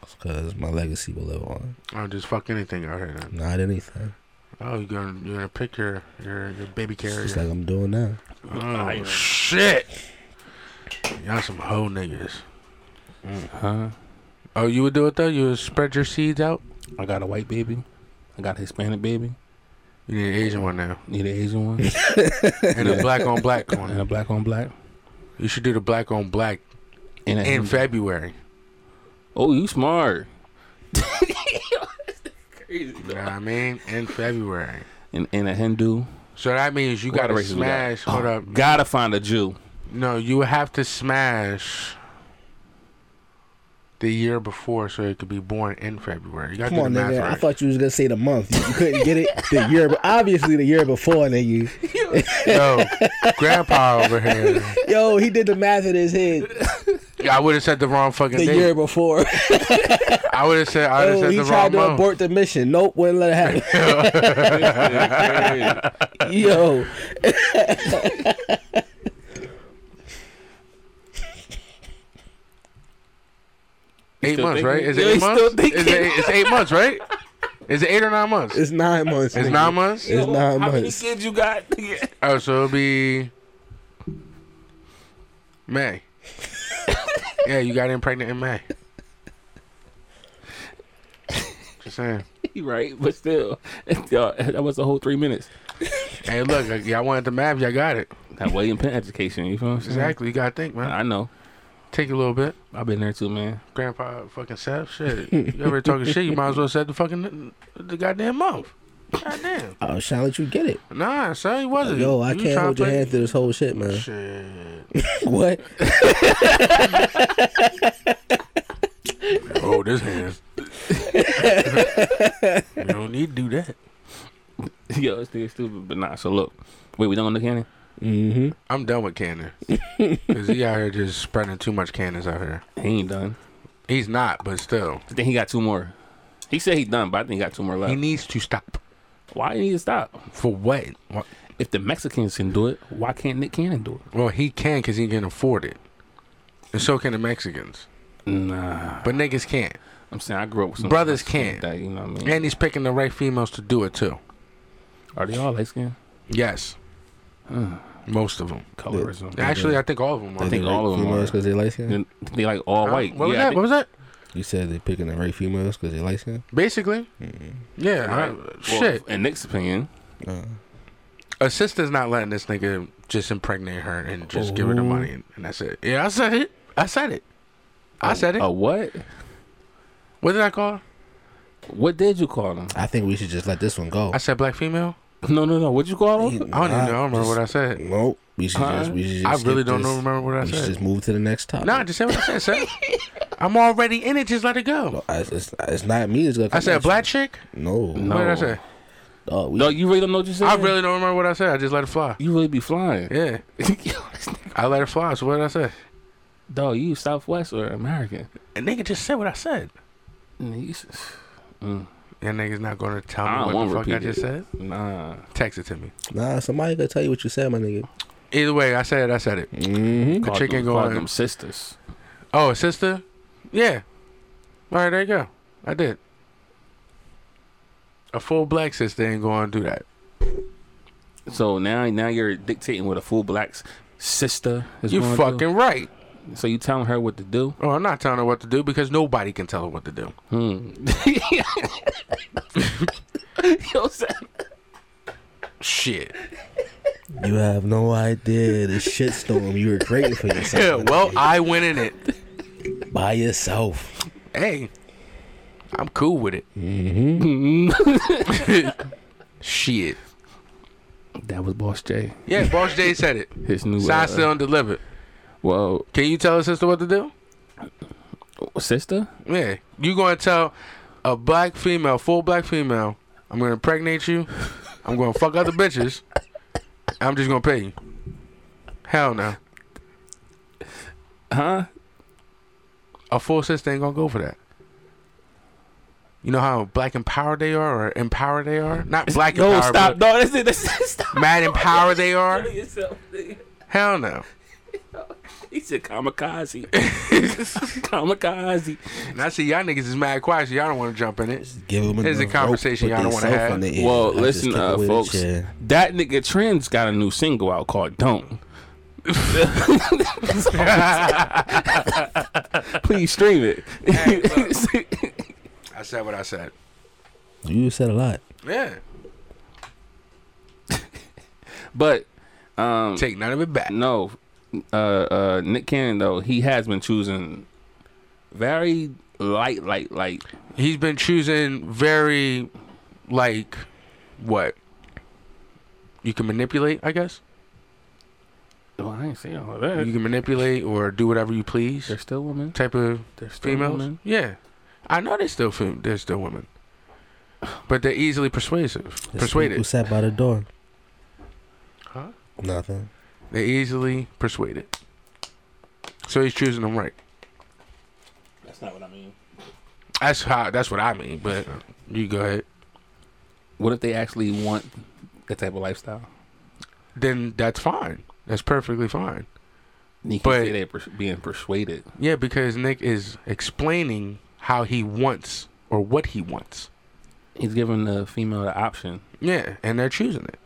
[SPEAKER 4] because my legacy will live on.
[SPEAKER 3] I'll Oh, just fuck anything out here. Then.
[SPEAKER 4] Not anything,
[SPEAKER 3] Oh, you're gonna you're gonna pick your your, your baby carrier.
[SPEAKER 4] just like I'm doing now.
[SPEAKER 3] oh shit! Y'all some hoe niggas.
[SPEAKER 2] Huh?
[SPEAKER 3] Oh, you would do it though. You would spread your seeds out.
[SPEAKER 2] I got a white baby. I got a Hispanic baby.
[SPEAKER 3] You need an Asian one now,
[SPEAKER 2] Need an Asian one
[SPEAKER 3] *laughs*
[SPEAKER 2] *laughs*
[SPEAKER 3] and a black on black
[SPEAKER 2] and
[SPEAKER 3] one.
[SPEAKER 2] a black on black.
[SPEAKER 3] You should do the black on black
[SPEAKER 2] And a
[SPEAKER 3] in February.
[SPEAKER 2] oh, you smart.
[SPEAKER 3] You know what I mean? In February.
[SPEAKER 2] And, and a Hindu.
[SPEAKER 3] So that means you
[SPEAKER 2] What
[SPEAKER 3] gotta
[SPEAKER 2] races we got?
[SPEAKER 3] smash. Hold
[SPEAKER 2] *gasps*
[SPEAKER 3] up.
[SPEAKER 2] Gotta find a Jew.
[SPEAKER 3] No, you have to smash the year before so it could be born in February. You gotta
[SPEAKER 4] Come
[SPEAKER 3] do
[SPEAKER 4] on,
[SPEAKER 3] the math
[SPEAKER 4] nigga.
[SPEAKER 3] right.
[SPEAKER 4] I thought you was gonna say the month. You couldn't get it the year, but obviously the year before, nigga.
[SPEAKER 3] *laughs* Yo, grandpa over here.
[SPEAKER 4] *laughs* Yo, he did the math in his head
[SPEAKER 3] I would have said the wrong fucking
[SPEAKER 4] the
[SPEAKER 3] date.
[SPEAKER 4] year before.
[SPEAKER 3] I would have said I would
[SPEAKER 4] Oh,
[SPEAKER 3] have
[SPEAKER 4] he
[SPEAKER 3] said the wrong
[SPEAKER 4] tried to
[SPEAKER 3] month.
[SPEAKER 4] abort the mission. Nope, wouldn't let it
[SPEAKER 3] *laughs*
[SPEAKER 4] happen. *laughs* Yo,
[SPEAKER 3] eight
[SPEAKER 2] still
[SPEAKER 3] months,
[SPEAKER 2] thinking?
[SPEAKER 3] right? Is it
[SPEAKER 2] Yeah,
[SPEAKER 3] eight
[SPEAKER 2] he's still
[SPEAKER 3] months? Is it
[SPEAKER 2] thinking.
[SPEAKER 3] eight, it's eight months, right? Is it eight or nine months? It's,
[SPEAKER 4] it's nine months. nigga.
[SPEAKER 3] nine months.
[SPEAKER 4] It's nine
[SPEAKER 2] How many
[SPEAKER 4] months.
[SPEAKER 2] kids you *laughs* got?
[SPEAKER 3] Oh, so it'll be May. yeah, you got impregnant in May. Just saying.
[SPEAKER 2] You right, but still, *laughs* Yo, that was the whole three minutes.
[SPEAKER 3] *laughs* Hey, look, like, y'all wanted the map, y'all got it.
[SPEAKER 2] That William Penn education, you feel what I'm saying?
[SPEAKER 3] Exactly. You gotta think, man.
[SPEAKER 2] I know.
[SPEAKER 3] Take a little bit.
[SPEAKER 2] I've been there too, man.
[SPEAKER 3] Grandpa fucking Seth, shit. You ever talking shit, you might as well set the fucking the goddamn month. Goddamn.
[SPEAKER 4] I was trying to Oh, let you get it.
[SPEAKER 2] *laughs*
[SPEAKER 3] Nah, son, he wasn't.
[SPEAKER 4] Yo, I
[SPEAKER 3] You
[SPEAKER 4] can't
[SPEAKER 3] tryna
[SPEAKER 4] hold your
[SPEAKER 3] play-
[SPEAKER 4] hand through this whole shit, man.
[SPEAKER 3] Shit.
[SPEAKER 4] *laughs*
[SPEAKER 3] *laughs*
[SPEAKER 4] What?
[SPEAKER 3] *laughs* Hold this hand. you don't need to do that.
[SPEAKER 2] *laughs* Yo, this nigga stupid, but nah. So look, wait, we don't look at it.
[SPEAKER 4] Mm-hmm.
[SPEAKER 3] I'm done with Cannon.
[SPEAKER 2] *laughs*
[SPEAKER 3] Because he out here just spreading too much cannons out here.
[SPEAKER 2] He ain't done.
[SPEAKER 3] He's not, but still.
[SPEAKER 2] I think he got two more. He said he done, but I think he got two more left.
[SPEAKER 3] He needs to stop.
[SPEAKER 2] why did he stop?
[SPEAKER 3] For what? what?
[SPEAKER 2] If the Mexicans can do it, why can't Nick Cannon do
[SPEAKER 3] Well, he can because he can afford it. And so can the Mexicans.
[SPEAKER 2] it? Nah,
[SPEAKER 3] But niggas can't.
[SPEAKER 2] I'm saying I grew up with some
[SPEAKER 3] Brothers
[SPEAKER 2] Mexicans
[SPEAKER 3] can't.
[SPEAKER 2] That, you know what I mean?
[SPEAKER 3] And he's picking the right females to do it too.
[SPEAKER 2] Are they all light skin?
[SPEAKER 3] Yes. Most of them.
[SPEAKER 2] Colorism.
[SPEAKER 3] Actually, I think all of them are.
[SPEAKER 2] I think all of them are.
[SPEAKER 4] because they light skin.
[SPEAKER 2] They, they like all
[SPEAKER 3] Huh?
[SPEAKER 2] white.
[SPEAKER 3] What was
[SPEAKER 2] yeah, I
[SPEAKER 3] that?
[SPEAKER 2] think-
[SPEAKER 3] What was that?
[SPEAKER 4] You said they picking the right females because they light skin.
[SPEAKER 3] Basically. Yeah. I-
[SPEAKER 2] Mm-hmm. Well,
[SPEAKER 3] shit.
[SPEAKER 2] In Nick's opinion,
[SPEAKER 3] A sister's not letting this nigga just impregnate her and just give her the money and, and that's it. Yeah, I said it. I said it. I said it.
[SPEAKER 2] a what?
[SPEAKER 3] What did I call? her?
[SPEAKER 2] What did you call him?
[SPEAKER 4] I think we should just let this one go.
[SPEAKER 3] I said black female.
[SPEAKER 2] No, no, no. What'd you call him?
[SPEAKER 3] I don't even know. I don't remember what I said.
[SPEAKER 4] Nope. We should
[SPEAKER 2] Huh?
[SPEAKER 4] just. We should
[SPEAKER 3] I
[SPEAKER 4] just
[SPEAKER 3] really
[SPEAKER 4] skip
[SPEAKER 3] don't
[SPEAKER 4] this.
[SPEAKER 3] know, remember what I
[SPEAKER 4] We should
[SPEAKER 3] said.
[SPEAKER 4] just move to the next topic.
[SPEAKER 3] Nah, just say what
[SPEAKER 2] *laughs*
[SPEAKER 3] I said, sir. I'm already in it. Just let it go.
[SPEAKER 4] I, it's, it's not me. It's gonna.
[SPEAKER 3] I
[SPEAKER 4] come
[SPEAKER 3] said
[SPEAKER 4] at you.
[SPEAKER 3] black chick.
[SPEAKER 4] No.
[SPEAKER 2] No.
[SPEAKER 3] What did I say?
[SPEAKER 4] Dog, we,
[SPEAKER 2] No, you really don't know what you said.
[SPEAKER 3] I really don't remember what I said. I just let it fly.
[SPEAKER 2] You really be flying. *laughs*
[SPEAKER 3] Yeah, I let it fly. So what did I say?
[SPEAKER 2] Dog, you Southwest or American?
[SPEAKER 3] And nigga just said what I said.
[SPEAKER 2] Mm, you s-
[SPEAKER 3] That Mm. nigga's not gonna tell
[SPEAKER 2] I
[SPEAKER 3] me
[SPEAKER 2] don't
[SPEAKER 3] what
[SPEAKER 2] want
[SPEAKER 3] the
[SPEAKER 2] to
[SPEAKER 3] fuck
[SPEAKER 2] repeat
[SPEAKER 3] I just
[SPEAKER 2] it.
[SPEAKER 3] said.
[SPEAKER 2] Nah.
[SPEAKER 3] Text it to me.
[SPEAKER 4] Nah, somebody gonna tell you what you said, my nigga.
[SPEAKER 3] Either way, I said it. I said it.
[SPEAKER 4] Mm-hmm.
[SPEAKER 3] The
[SPEAKER 2] Called
[SPEAKER 3] chick
[SPEAKER 2] them,
[SPEAKER 3] ain't
[SPEAKER 2] called
[SPEAKER 3] going.
[SPEAKER 2] them sisters.
[SPEAKER 3] Oh, a sister? Yeah. All right, there you go. I did. A full black sister ain't going to do that.
[SPEAKER 2] So now, now you're dictating what a full black s- sister is.
[SPEAKER 3] You
[SPEAKER 2] gonna
[SPEAKER 3] fucking
[SPEAKER 2] do.
[SPEAKER 3] right.
[SPEAKER 2] So you telling her what to do?
[SPEAKER 3] Oh, I'm not telling her what to do because nobody can tell her what to do.
[SPEAKER 2] Hmm.
[SPEAKER 3] *laughs*
[SPEAKER 2] Yo, Sam.
[SPEAKER 3] Shit.
[SPEAKER 4] You have no idea the shitstorm you were creating for yourself.
[SPEAKER 3] Yeah, well, I went in it.
[SPEAKER 4] by yourself.
[SPEAKER 3] Hey, I'm cool with it. Mm-hmm. *laughs* Shit.
[SPEAKER 2] that was Boss J.
[SPEAKER 3] Yeah, Boss J said it.
[SPEAKER 2] His new.
[SPEAKER 3] Sign
[SPEAKER 2] Uh,
[SPEAKER 3] still undelivered.
[SPEAKER 2] well,
[SPEAKER 3] Can you tell a sister what to do?
[SPEAKER 2] sister.
[SPEAKER 3] Yeah, you gonna tell a black female, full black female, I'm gonna impregnate you. I'm gonna fuck other bitches. I'm just gonna pay you. Hell no.
[SPEAKER 2] Huh?
[SPEAKER 3] A full sister ain't gonna go for that. You know how black empowered they are, or empowered they are? Not black
[SPEAKER 2] Yo,
[SPEAKER 3] empowered,
[SPEAKER 2] stop.
[SPEAKER 3] but
[SPEAKER 2] No, that's it. That's it. Stop.
[SPEAKER 3] mad empowered they are.
[SPEAKER 2] yourself, nigga.
[SPEAKER 3] Hell no.
[SPEAKER 2] *laughs* he said
[SPEAKER 3] *laughs*
[SPEAKER 2] kamikaze, *laughs* kamikaze.
[SPEAKER 3] And I see y'all niggas is mad quiet, so y'all don't want to jump in it.
[SPEAKER 4] Give him
[SPEAKER 3] Here's a
[SPEAKER 4] rope,
[SPEAKER 3] conversation
[SPEAKER 4] put
[SPEAKER 3] y'all don't
[SPEAKER 4] they
[SPEAKER 3] wanna
[SPEAKER 4] self
[SPEAKER 3] have.
[SPEAKER 4] on the end.
[SPEAKER 2] Well,
[SPEAKER 4] I just
[SPEAKER 2] listen,
[SPEAKER 4] kick it
[SPEAKER 2] uh,
[SPEAKER 4] with a
[SPEAKER 2] folks,
[SPEAKER 4] chair.
[SPEAKER 2] that nigga Trends got a new single out called "Don't." *laughs* Please stream it.
[SPEAKER 3] *laughs* I said what I said.
[SPEAKER 4] You said a lot.
[SPEAKER 3] Yeah.
[SPEAKER 2] *laughs* but um,
[SPEAKER 3] Take none of it back.
[SPEAKER 2] no, uh, uh, Nick Cannon though he has been choosing very light, light, light.
[SPEAKER 3] He's been choosing very, like, what? You can manipulate, I guess.
[SPEAKER 2] Well, I ain't saying all that.
[SPEAKER 3] You can manipulate or do whatever you please.
[SPEAKER 2] They're still women.
[SPEAKER 3] Type of
[SPEAKER 2] They're still
[SPEAKER 3] females.
[SPEAKER 2] women.
[SPEAKER 3] Yeah, I know they're still fem- they're still women, but they're easily persuasive.
[SPEAKER 4] This Who
[SPEAKER 3] Persuaded.
[SPEAKER 4] sat by the door?
[SPEAKER 3] Huh?
[SPEAKER 4] Nothing.
[SPEAKER 3] They're easily persuaded. So he's choosing them right.
[SPEAKER 2] That's not what I mean.
[SPEAKER 3] That's how. That's what I mean. But you go ahead.
[SPEAKER 2] What if they actually want that type of lifestyle?
[SPEAKER 3] Then that's fine. That's perfectly fine.
[SPEAKER 2] You can
[SPEAKER 3] But-
[SPEAKER 2] see they pers- being persuaded.
[SPEAKER 3] Yeah, because Nick is explaining how he wants or what he wants.
[SPEAKER 2] He's giving the female the option.
[SPEAKER 3] Yeah, and they're choosing it.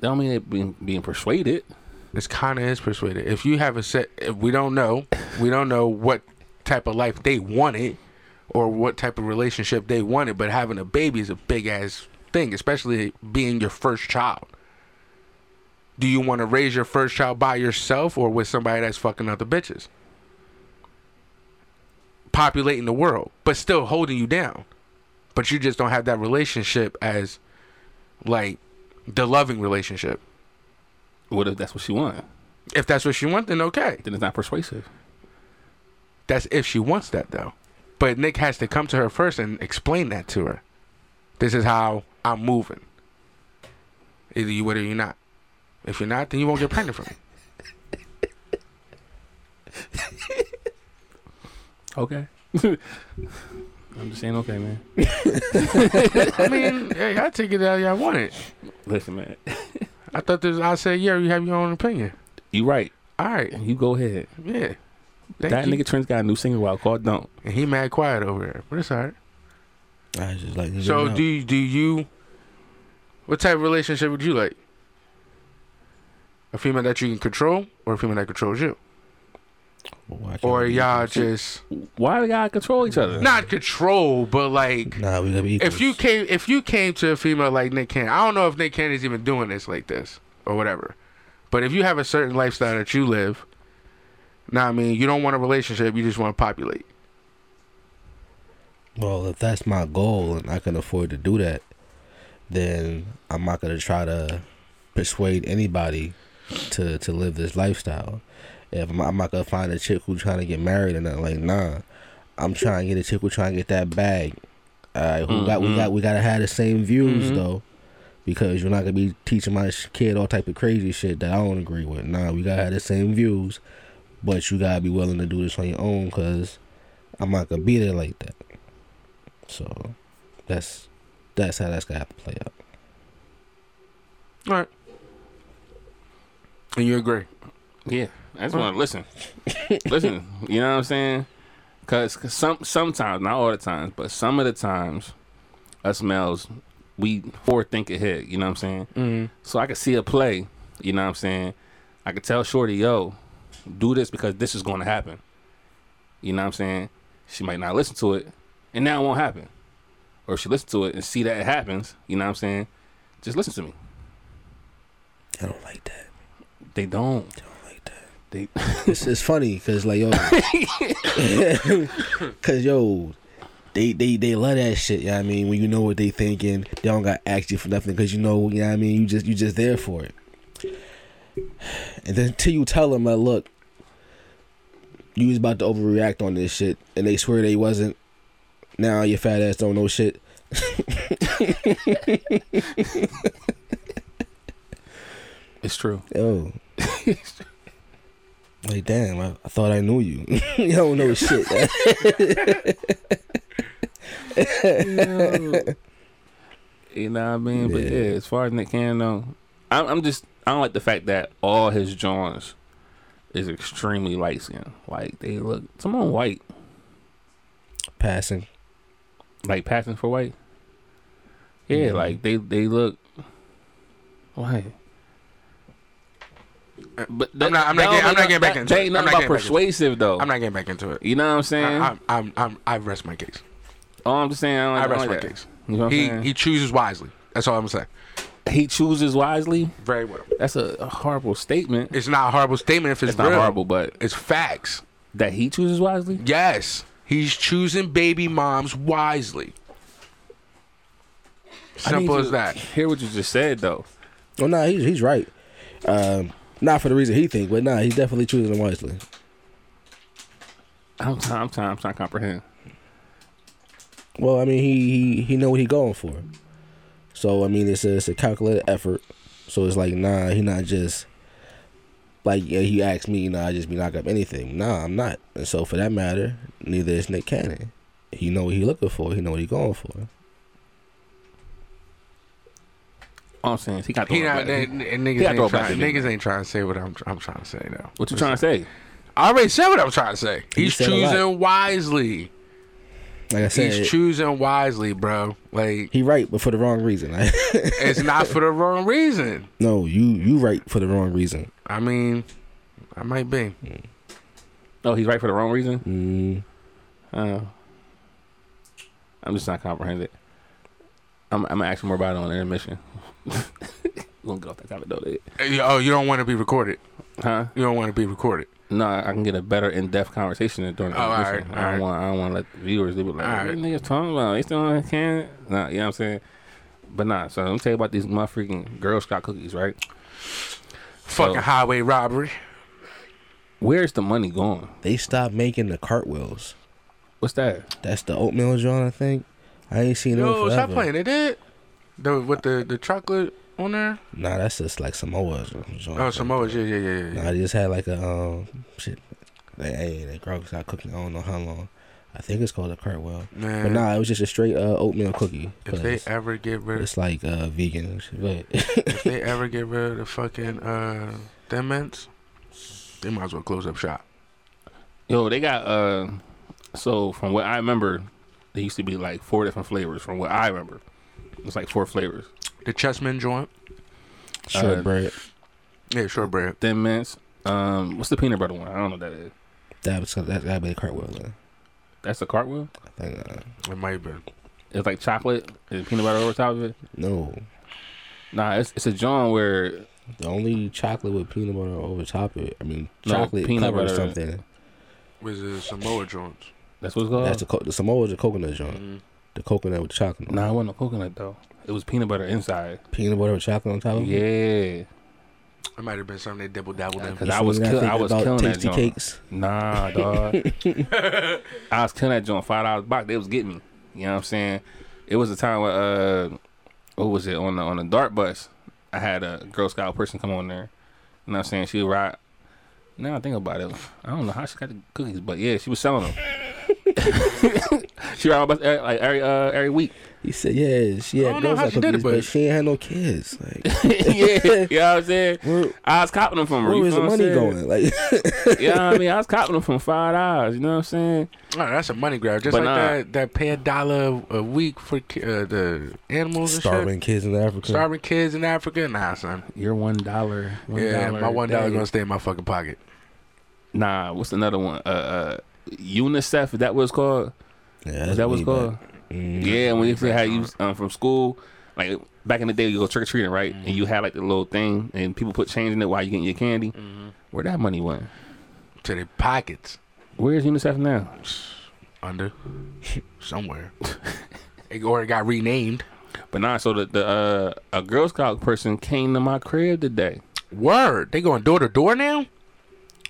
[SPEAKER 2] That don't mean they being being persuaded.
[SPEAKER 3] This kind of is persuaded. If you have a set, if we don't know, we don't know what type of life they wanted or what type of relationship they wanted, but having a baby is a big ass thing, especially being your first child. Do you want to raise your first child by yourself or with somebody that's fucking other bitches? Populating the world, but still holding you down. But you just don't have that relationship as like the loving relationship.
[SPEAKER 2] What if that's what she wanted?
[SPEAKER 3] If that's what she wants, then okay.
[SPEAKER 2] Then it's not persuasive.
[SPEAKER 3] That's if she wants that though. But Nick has to come to her first and explain that to her. This is how I'm moving. Either you with it or you're not. If you're not, then you won't get pregnant from me.
[SPEAKER 2] *laughs* Okay. *laughs* I'm just saying, okay, man.
[SPEAKER 3] I mean, yeah, y'all take it how y'all want it.
[SPEAKER 2] Listen, man.
[SPEAKER 3] I thought this. I said, yeah, you have your own opinion.
[SPEAKER 2] You right.
[SPEAKER 3] All right,
[SPEAKER 2] You go ahead.
[SPEAKER 3] yeah. Thank
[SPEAKER 2] that
[SPEAKER 3] you.
[SPEAKER 2] nigga Trent's got a new single out called "Don't."
[SPEAKER 3] and he mad quiet over there, but it's all right.
[SPEAKER 4] I was just like,
[SPEAKER 3] So do you, do you? What type of relationship would you like? A female that you can control, or a female that controls you, or y'all just
[SPEAKER 2] Why we gotta control each other?
[SPEAKER 3] not control, but like
[SPEAKER 4] Nah, we gotta be equals.
[SPEAKER 3] if you came if you came to a female like Nick Cannon, I don't know if Nick Cannon's even doing this like this or whatever. But if you have a certain lifestyle that you live, now I mean, you don't want a relationship, you just want to populate.
[SPEAKER 4] well, if that's my goal and I can afford to do that, then I'm not gonna try to persuade anybody to to live this lifestyle. If I'm, I'm not gonna find a chick who's trying to get married and nothing like, nah, I'm trying to get a chick who's trying to get that bag. All right, who got
[SPEAKER 3] Mm-hmm.
[SPEAKER 4] we got we gotta have the same views though, because you're not gonna be teaching my sh- kid all type of crazy shit that I don't agree with. Nah, we gotta have the same views, but you gotta be willing to do this on your own, cause I'm not gonna be there like that. So that's that's how that's gonna have to play out.
[SPEAKER 3] All right. And you agree.
[SPEAKER 2] Yeah, I just want to
[SPEAKER 3] *laughs*
[SPEAKER 2] listen. listen, you know what I'm saying? Cause, 'cause some sometimes, not all the times, but some of the times, us males, we forward think ahead. You know what I'm saying?
[SPEAKER 3] Mm.
[SPEAKER 2] So I could see a play. You know what I'm saying? I could tell Shorty, yo, do this because this is going to happen. You know what I'm saying? She might not listen to it, and now it won't happen. Or if she listens to it and see that it happens. You know what I'm saying? Just listen to me.
[SPEAKER 4] I don't like that.
[SPEAKER 2] They don't.
[SPEAKER 4] *laughs* It's, it's funny because
[SPEAKER 2] *laughs*
[SPEAKER 4] like yo, because yo, they they they love that shit. Yeah, you know what I mean when you know what they thinking, they don't got to ask you for nothing because you know. You know what I mean you just you just there for it. And then till you tell them like, look, you was about to overreact on this shit, and they swear they wasn't. Now your fat ass don't know shit.
[SPEAKER 2] It's true.
[SPEAKER 4] *laughs* Yo. like, damn, I, I thought I knew you. *laughs* you don't know shit. *laughs*
[SPEAKER 2] You know what I mean? But
[SPEAKER 4] Yeah.
[SPEAKER 2] yeah, as far as Nick Cannon, though, I'm, I'm just I don't like the fact that all his joints is extremely light skinned. Like they look someone white,
[SPEAKER 4] Passing.
[SPEAKER 2] like passing for white. Yeah,
[SPEAKER 4] Mhm.
[SPEAKER 2] like they they look white. But that-
[SPEAKER 3] I'm not-
[SPEAKER 2] that
[SPEAKER 3] I'm not getting- I'm
[SPEAKER 2] don't-
[SPEAKER 3] not getting back
[SPEAKER 2] that-
[SPEAKER 3] into
[SPEAKER 2] That
[SPEAKER 3] it.
[SPEAKER 2] ain't
[SPEAKER 3] I'm not
[SPEAKER 2] nothing about
[SPEAKER 3] getting back into it.
[SPEAKER 2] persuasive though.
[SPEAKER 3] I'm not getting back into it.
[SPEAKER 2] You know what I'm
[SPEAKER 3] I,
[SPEAKER 2] saying?
[SPEAKER 3] I'm, I'm, I'm, I rest my case.
[SPEAKER 2] oh, I'm just saying. I, don't
[SPEAKER 3] I
[SPEAKER 2] like- I
[SPEAKER 3] rest
[SPEAKER 2] don't
[SPEAKER 3] my
[SPEAKER 2] like that.
[SPEAKER 3] case.
[SPEAKER 2] You know what
[SPEAKER 3] He
[SPEAKER 2] I'm saying?
[SPEAKER 3] he chooses wisely. That's all I'm saying.
[SPEAKER 2] He, chooses wisely.
[SPEAKER 3] Very well.
[SPEAKER 2] That's a, a horrible statement.
[SPEAKER 3] It's not a horrible statement if it's
[SPEAKER 2] It's not
[SPEAKER 3] real.
[SPEAKER 2] horrible, but
[SPEAKER 3] It's facts.
[SPEAKER 2] that he chooses wisely.
[SPEAKER 3] Yes, he's choosing baby moms wisely.
[SPEAKER 2] I need
[SPEAKER 3] Simple
[SPEAKER 2] to
[SPEAKER 3] as that.
[SPEAKER 2] Hear what you just said though.
[SPEAKER 4] Well, Oh, nah, he's he's right. Um, not for the reason he think, but nah, he's definitely choosing wisely.
[SPEAKER 2] I'm time. I'm time. I'm trying to comprehend.
[SPEAKER 4] Well, I mean, he he, he know what he going for. So I mean, it's a, it's a calculated effort. So it's like, nah, he not just like yeah, he asked me, nah, I just be knock up anything. Nah, I'm not. And so for that matter, neither is Nick Cannon. He know what he looking for. He know what he going for.
[SPEAKER 2] All I'm saying is he got the
[SPEAKER 3] He
[SPEAKER 2] wrong
[SPEAKER 3] not,
[SPEAKER 2] way.
[SPEAKER 3] and, and niggas,
[SPEAKER 2] he had to go
[SPEAKER 3] ain't
[SPEAKER 2] back
[SPEAKER 3] trying,
[SPEAKER 2] to me.
[SPEAKER 3] niggas ain't trying to say what I'm, I'm trying to say now.
[SPEAKER 2] What you trying to say?
[SPEAKER 3] I already said what I'm trying to say.
[SPEAKER 4] You
[SPEAKER 3] He's
[SPEAKER 4] said a lot.
[SPEAKER 3] choosing wisely.
[SPEAKER 4] Like I said,
[SPEAKER 3] He's choosing wisely, bro. Like
[SPEAKER 4] he right, but for the wrong reason. *laughs* Like,
[SPEAKER 3] it's not for the wrong reason.
[SPEAKER 4] no, you you right for the wrong reason.
[SPEAKER 3] I mean, I might be.
[SPEAKER 2] Mm. Oh, he's right for the wrong reason.
[SPEAKER 4] Mm,
[SPEAKER 2] Uh, I'm just not comprehending. it. I'm, I'm gonna ask more about it on intermission. *laughs* we gonna get off that topic though. dude.
[SPEAKER 3] Hey, Oh, you don't want to be recorded.
[SPEAKER 2] Huh?
[SPEAKER 3] You don't want to be recorded.
[SPEAKER 2] No, I can get a better in depth conversation during the
[SPEAKER 3] Oh, all right,
[SPEAKER 2] intermission.
[SPEAKER 3] all
[SPEAKER 2] I don't
[SPEAKER 3] right.
[SPEAKER 2] want I don't want to let the viewers they be like,
[SPEAKER 3] All
[SPEAKER 2] what
[SPEAKER 3] right.
[SPEAKER 2] niggas talking about? They still on can? Nah, you know what I'm saying. But nah, so let me tell you about these my freaking Girl Scout cookies, right?
[SPEAKER 3] Fucking
[SPEAKER 2] So-
[SPEAKER 3] highway robbery.
[SPEAKER 2] Where's the money going?
[SPEAKER 4] they stopped making the cartwheels.
[SPEAKER 2] What's that?
[SPEAKER 4] That's the oatmeal John, I think. I ain't seen them
[SPEAKER 3] Yo,
[SPEAKER 4] forever.
[SPEAKER 3] stop playing. They did. The, with the, the chocolate on there?
[SPEAKER 4] Nah, that's just like Samoa. John.
[SPEAKER 3] Oh, Samoa's. Yeah, yeah, yeah, yeah.
[SPEAKER 4] Nah, they just had like a um shit. Like, hey, that girl got cooking. I don't know how long. I think it's called a cartwheel.
[SPEAKER 3] Man,
[SPEAKER 4] But nah, it was just a straight uh, oatmeal cookie.
[SPEAKER 3] if
[SPEAKER 4] 'cause
[SPEAKER 3] they ever get rid,
[SPEAKER 4] it's like uh, vegan. and shit, But *laughs*
[SPEAKER 3] if they ever get rid of the fucking uh, thin mints, they might as well close up shop.
[SPEAKER 2] Yo, they got uh so from what I remember, they used to be like four different flavors from what I remember. It's like four flavors. Uh,
[SPEAKER 3] The Chessman joint,
[SPEAKER 4] shortbread,
[SPEAKER 3] yeah, shortbread.
[SPEAKER 2] Thin mints. Um what's the peanut butter one? I don't know what that is.
[SPEAKER 4] that was that gotta be a cartwheel. Then.
[SPEAKER 2] That's a cartwheel?
[SPEAKER 4] I think uh,
[SPEAKER 3] It might have been.
[SPEAKER 2] It's like chocolate and peanut butter over top of it.
[SPEAKER 4] no.
[SPEAKER 2] Nah, it's it's a John where
[SPEAKER 4] The only chocolate with peanut butter over top of it. I mean,
[SPEAKER 2] No,
[SPEAKER 4] chocolate
[SPEAKER 2] peanut
[SPEAKER 4] covered
[SPEAKER 2] butter.
[SPEAKER 4] something.
[SPEAKER 3] Was it Samoa joints?
[SPEAKER 2] that's what's called.
[SPEAKER 4] That's the, co- the Samoa's a coconut joint.
[SPEAKER 3] Mhm.
[SPEAKER 4] The coconut with chocolate. on it.
[SPEAKER 2] nah, it wasn't a coconut though. It was peanut butter inside.
[SPEAKER 4] Peanut butter with chocolate on top of it.
[SPEAKER 2] Yeah.
[SPEAKER 3] It might have been something they double dabbled in.
[SPEAKER 2] Cause
[SPEAKER 4] You
[SPEAKER 2] I
[SPEAKER 4] see
[SPEAKER 2] was
[SPEAKER 4] me not
[SPEAKER 2] kill- I
[SPEAKER 4] thinking
[SPEAKER 2] was
[SPEAKER 4] about
[SPEAKER 2] killing that
[SPEAKER 4] tasty
[SPEAKER 2] joint.
[SPEAKER 4] cakes. *laughs*
[SPEAKER 2] Nah,
[SPEAKER 3] *laughs*
[SPEAKER 2] dog. I was killing that joint five dollars box. They was getting me. You know what I'm saying? It was a time where uh, what was it on the on the dart bus? I had a Girl Scout person come on there. You know what I'm saying? She would ride. Now I think about it, I don't know how she got the cookies, but yeah, she was selling
[SPEAKER 4] *laughs*
[SPEAKER 2] them. *laughs* she ride my bus every, like every uh every week.
[SPEAKER 4] He said, "Yeah, she had
[SPEAKER 3] I don't know
[SPEAKER 4] girls
[SPEAKER 3] how
[SPEAKER 4] like
[SPEAKER 3] she did
[SPEAKER 4] cookies,
[SPEAKER 3] it,
[SPEAKER 4] but
[SPEAKER 3] but-
[SPEAKER 4] she ain't had no kids. Like,
[SPEAKER 2] *laughs* yeah, you know what I'm saying?
[SPEAKER 4] where,
[SPEAKER 2] I was copping them from her.
[SPEAKER 4] where
[SPEAKER 2] you
[SPEAKER 4] is
[SPEAKER 2] know
[SPEAKER 4] the
[SPEAKER 2] what I'm
[SPEAKER 4] money
[SPEAKER 2] saying?
[SPEAKER 4] going? Like,
[SPEAKER 3] *laughs*
[SPEAKER 2] Yeah, I mean, I was copping them from five dollars. You know what I'm saying?
[SPEAKER 3] Oh, that's a money grab. Just
[SPEAKER 2] But
[SPEAKER 3] like
[SPEAKER 2] nah.
[SPEAKER 3] that, that pay a dollar a week for ki- uh, the animals and
[SPEAKER 4] starving kids in Africa.
[SPEAKER 3] shit. Starving kids in Africa? Nah, son.
[SPEAKER 2] Your one dollar.
[SPEAKER 3] yeah, my one dollar
[SPEAKER 2] day.
[SPEAKER 3] gonna stay in my fucking pocket.
[SPEAKER 2] Nah, what's another one? Uh, uh UNICEF. Is that what it's called?
[SPEAKER 4] Yeah,
[SPEAKER 2] Is that what it's called?
[SPEAKER 4] Mm,
[SPEAKER 2] Yeah, and when you
[SPEAKER 3] Mm-hmm. way
[SPEAKER 2] had
[SPEAKER 3] back
[SPEAKER 2] you um, from school, like back in the day, you go trick or treating, right? And
[SPEAKER 3] Mm-hmm.
[SPEAKER 2] you had like the little thing, and people put change in it while you getting your candy.
[SPEAKER 3] Mm-hmm.
[SPEAKER 2] Where that money went?
[SPEAKER 3] To their pockets.
[SPEAKER 2] Where's UNICEF now? *laughs*
[SPEAKER 3] Under. Somewhere. It- or it got renamed.
[SPEAKER 2] But nah, so the, the uh, a Girl Scout person came to my crib today.
[SPEAKER 3] Word. They going door to door now?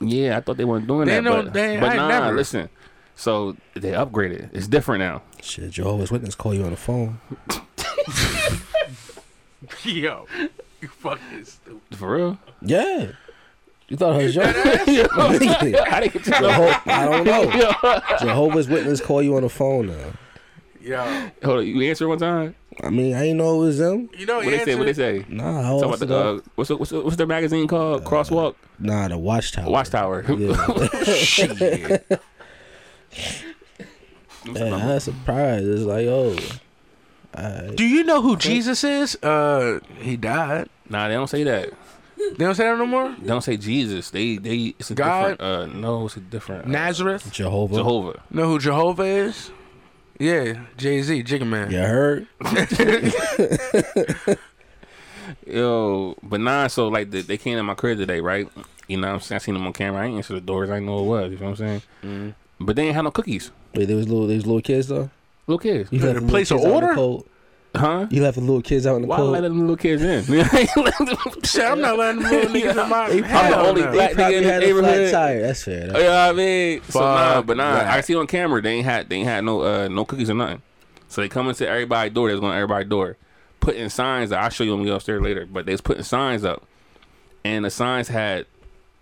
[SPEAKER 2] Yeah, I thought they weren't doing
[SPEAKER 3] They
[SPEAKER 2] that,
[SPEAKER 3] don't-
[SPEAKER 2] but,
[SPEAKER 3] they-
[SPEAKER 2] but
[SPEAKER 3] I
[SPEAKER 2] nah,
[SPEAKER 3] never-
[SPEAKER 2] listen. So they upgraded. It's different now.
[SPEAKER 4] shit. Jehovah's Witness call you on the phone.
[SPEAKER 3] Yo. You fucking stupid.
[SPEAKER 2] For real?
[SPEAKER 4] Yeah, you thought her joke? *laughs*
[SPEAKER 2] I didn't get you.
[SPEAKER 4] Jeho- I don't know. Jehovah's Witness call you on the phone now.
[SPEAKER 3] Yo.
[SPEAKER 2] Hold on, you answer one time.
[SPEAKER 4] I mean, I ain't know it was them.
[SPEAKER 3] You know,
[SPEAKER 2] What they say? What they say?
[SPEAKER 4] Nah,
[SPEAKER 2] Talk
[SPEAKER 4] how
[SPEAKER 2] about
[SPEAKER 4] else
[SPEAKER 2] the,
[SPEAKER 4] did I- Uh,
[SPEAKER 2] uh, what's, the- what's the- what's their magazine called? Crosswalk,
[SPEAKER 4] nah, the Watchtower.
[SPEAKER 2] Watchtower. *laughs*
[SPEAKER 4] *laughs*
[SPEAKER 2] Shit.
[SPEAKER 4] Yeah, I was surprised. It's like, oh,
[SPEAKER 3] Do you know who Jesus is? Uh, he died.
[SPEAKER 2] Nah, they don't say that.
[SPEAKER 3] They don't say that no more.
[SPEAKER 2] They don't say Jesus. They they it's a
[SPEAKER 3] God?
[SPEAKER 2] different. Uh, no, it's a different. Uh,
[SPEAKER 3] Nazareth.
[SPEAKER 4] Jehovah.
[SPEAKER 2] Jehovah.
[SPEAKER 3] Know who Jehovah is? Yeah, Jay Z, Jigga Man.
[SPEAKER 2] *laughs*
[SPEAKER 4] You
[SPEAKER 3] *laughs*
[SPEAKER 4] heard? *laughs*
[SPEAKER 2] Yo, but nah. So like they, they came to my crib today, right? You know, what I'm saying I seen them on camera. I ain't answer the doors. I didn't know who it was. You know what I'm saying?
[SPEAKER 3] Mm-hmm.
[SPEAKER 2] But they ain't had no cookies.
[SPEAKER 4] Wait, there was little, there was little kids though.
[SPEAKER 2] Little kids,
[SPEAKER 4] You
[SPEAKER 3] Did
[SPEAKER 4] left
[SPEAKER 3] it
[SPEAKER 4] the little
[SPEAKER 3] place an
[SPEAKER 4] kids out in the
[SPEAKER 3] order?
[SPEAKER 4] cold?
[SPEAKER 2] huh?
[SPEAKER 4] You left the little kids out in the
[SPEAKER 2] Why
[SPEAKER 4] cold.
[SPEAKER 2] let them little kids
[SPEAKER 4] *laughs*
[SPEAKER 2] in? *laughs*
[SPEAKER 3] Shit, I'm not letting them little niggas in my.
[SPEAKER 4] He
[SPEAKER 2] I'm
[SPEAKER 3] Hell
[SPEAKER 2] the only
[SPEAKER 3] no.
[SPEAKER 2] black
[SPEAKER 4] He
[SPEAKER 2] nigga
[SPEAKER 4] probably
[SPEAKER 2] in the
[SPEAKER 4] had a flat
[SPEAKER 2] neighborhood.
[SPEAKER 4] tire. That's fair.
[SPEAKER 2] Oh,
[SPEAKER 4] That's
[SPEAKER 2] you know what I mean? So nah,
[SPEAKER 3] Fuck
[SPEAKER 2] but nah,
[SPEAKER 3] that.
[SPEAKER 2] I see on camera they ain't had they ain't had no uh no cookies or nothing. So they come into everybody door. They was going to everybody door, putting signs. Up. I'll show you when we go upstairs later. But they was putting signs up, and the signs had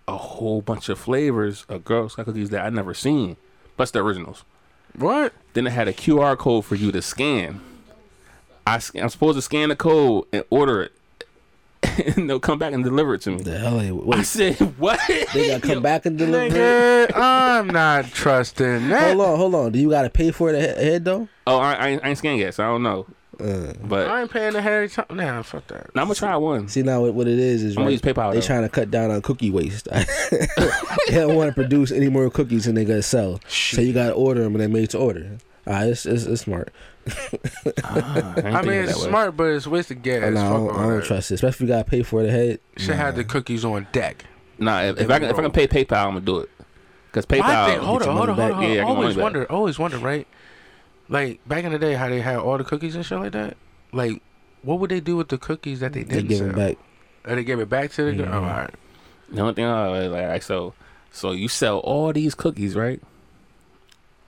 [SPEAKER 2] a whole bunch of flavors of Girl Scout cookies that I never seen, plus the originals.
[SPEAKER 3] What?
[SPEAKER 2] Then it had a QR code for you to scan. I sc- I'm supposed to scan the code and order it, *laughs* and they'll come back and deliver it to me.
[SPEAKER 4] the hell. They,
[SPEAKER 2] I
[SPEAKER 4] wait,
[SPEAKER 2] said *laughs* what?
[SPEAKER 4] they gotta
[SPEAKER 2] *laughs*
[SPEAKER 4] come back and deliver. it?
[SPEAKER 3] Nigga, I'm not trusting that.
[SPEAKER 4] Hold on, hold on. Do you gotta pay for it ahe- ahead though?
[SPEAKER 2] Oh, I, I, ain't- I ain't scanned yet, so I don't know.
[SPEAKER 4] Uh,
[SPEAKER 2] But
[SPEAKER 3] I ain't paying the Harry Tom. Nah, fuck that.
[SPEAKER 2] I'm gonna try one.
[SPEAKER 4] see now what, what it is is
[SPEAKER 2] I'm gonna
[SPEAKER 4] right,
[SPEAKER 2] use PayPal.
[SPEAKER 4] they
[SPEAKER 2] though.
[SPEAKER 4] trying to cut down on cookie waste. *laughs* they don't want to produce any more cookies than they gotta sell. So you gotta order them and they made to order. Ah, it's, it's it's smart. *laughs*
[SPEAKER 2] Ah, I, ain't
[SPEAKER 3] I
[SPEAKER 2] thinking
[SPEAKER 3] mean,
[SPEAKER 2] that
[SPEAKER 3] it's
[SPEAKER 2] way.
[SPEAKER 3] smart, but it's wasted gas.
[SPEAKER 4] And Oh, I
[SPEAKER 3] Fuck
[SPEAKER 4] don't, I
[SPEAKER 3] all
[SPEAKER 4] don't
[SPEAKER 3] that.
[SPEAKER 4] trust it, especially if you gotta pay for it ahead.
[SPEAKER 3] Should have the cookies on deck.
[SPEAKER 2] Nah, if, if I can if I can pay PayPal, I'm gonna do it. Cause PayPal.
[SPEAKER 3] My thing, hold
[SPEAKER 2] get your
[SPEAKER 3] on, hold
[SPEAKER 2] money
[SPEAKER 3] on, hold
[SPEAKER 2] back.
[SPEAKER 3] on.
[SPEAKER 2] Yeah, I get
[SPEAKER 3] I
[SPEAKER 2] my
[SPEAKER 3] always
[SPEAKER 2] money back.
[SPEAKER 3] wonder, always wonder, right? Like back in the day, how they had all the cookies and shit like that. Like, what would they do with the cookies that they
[SPEAKER 4] They
[SPEAKER 3] didn't
[SPEAKER 4] give
[SPEAKER 3] sell?
[SPEAKER 4] them back.
[SPEAKER 3] Oh, they gave it back to the girl.
[SPEAKER 4] Mm.
[SPEAKER 3] Oh, all right.
[SPEAKER 2] The only thing, I like, like, so so you sell all these cookies, right?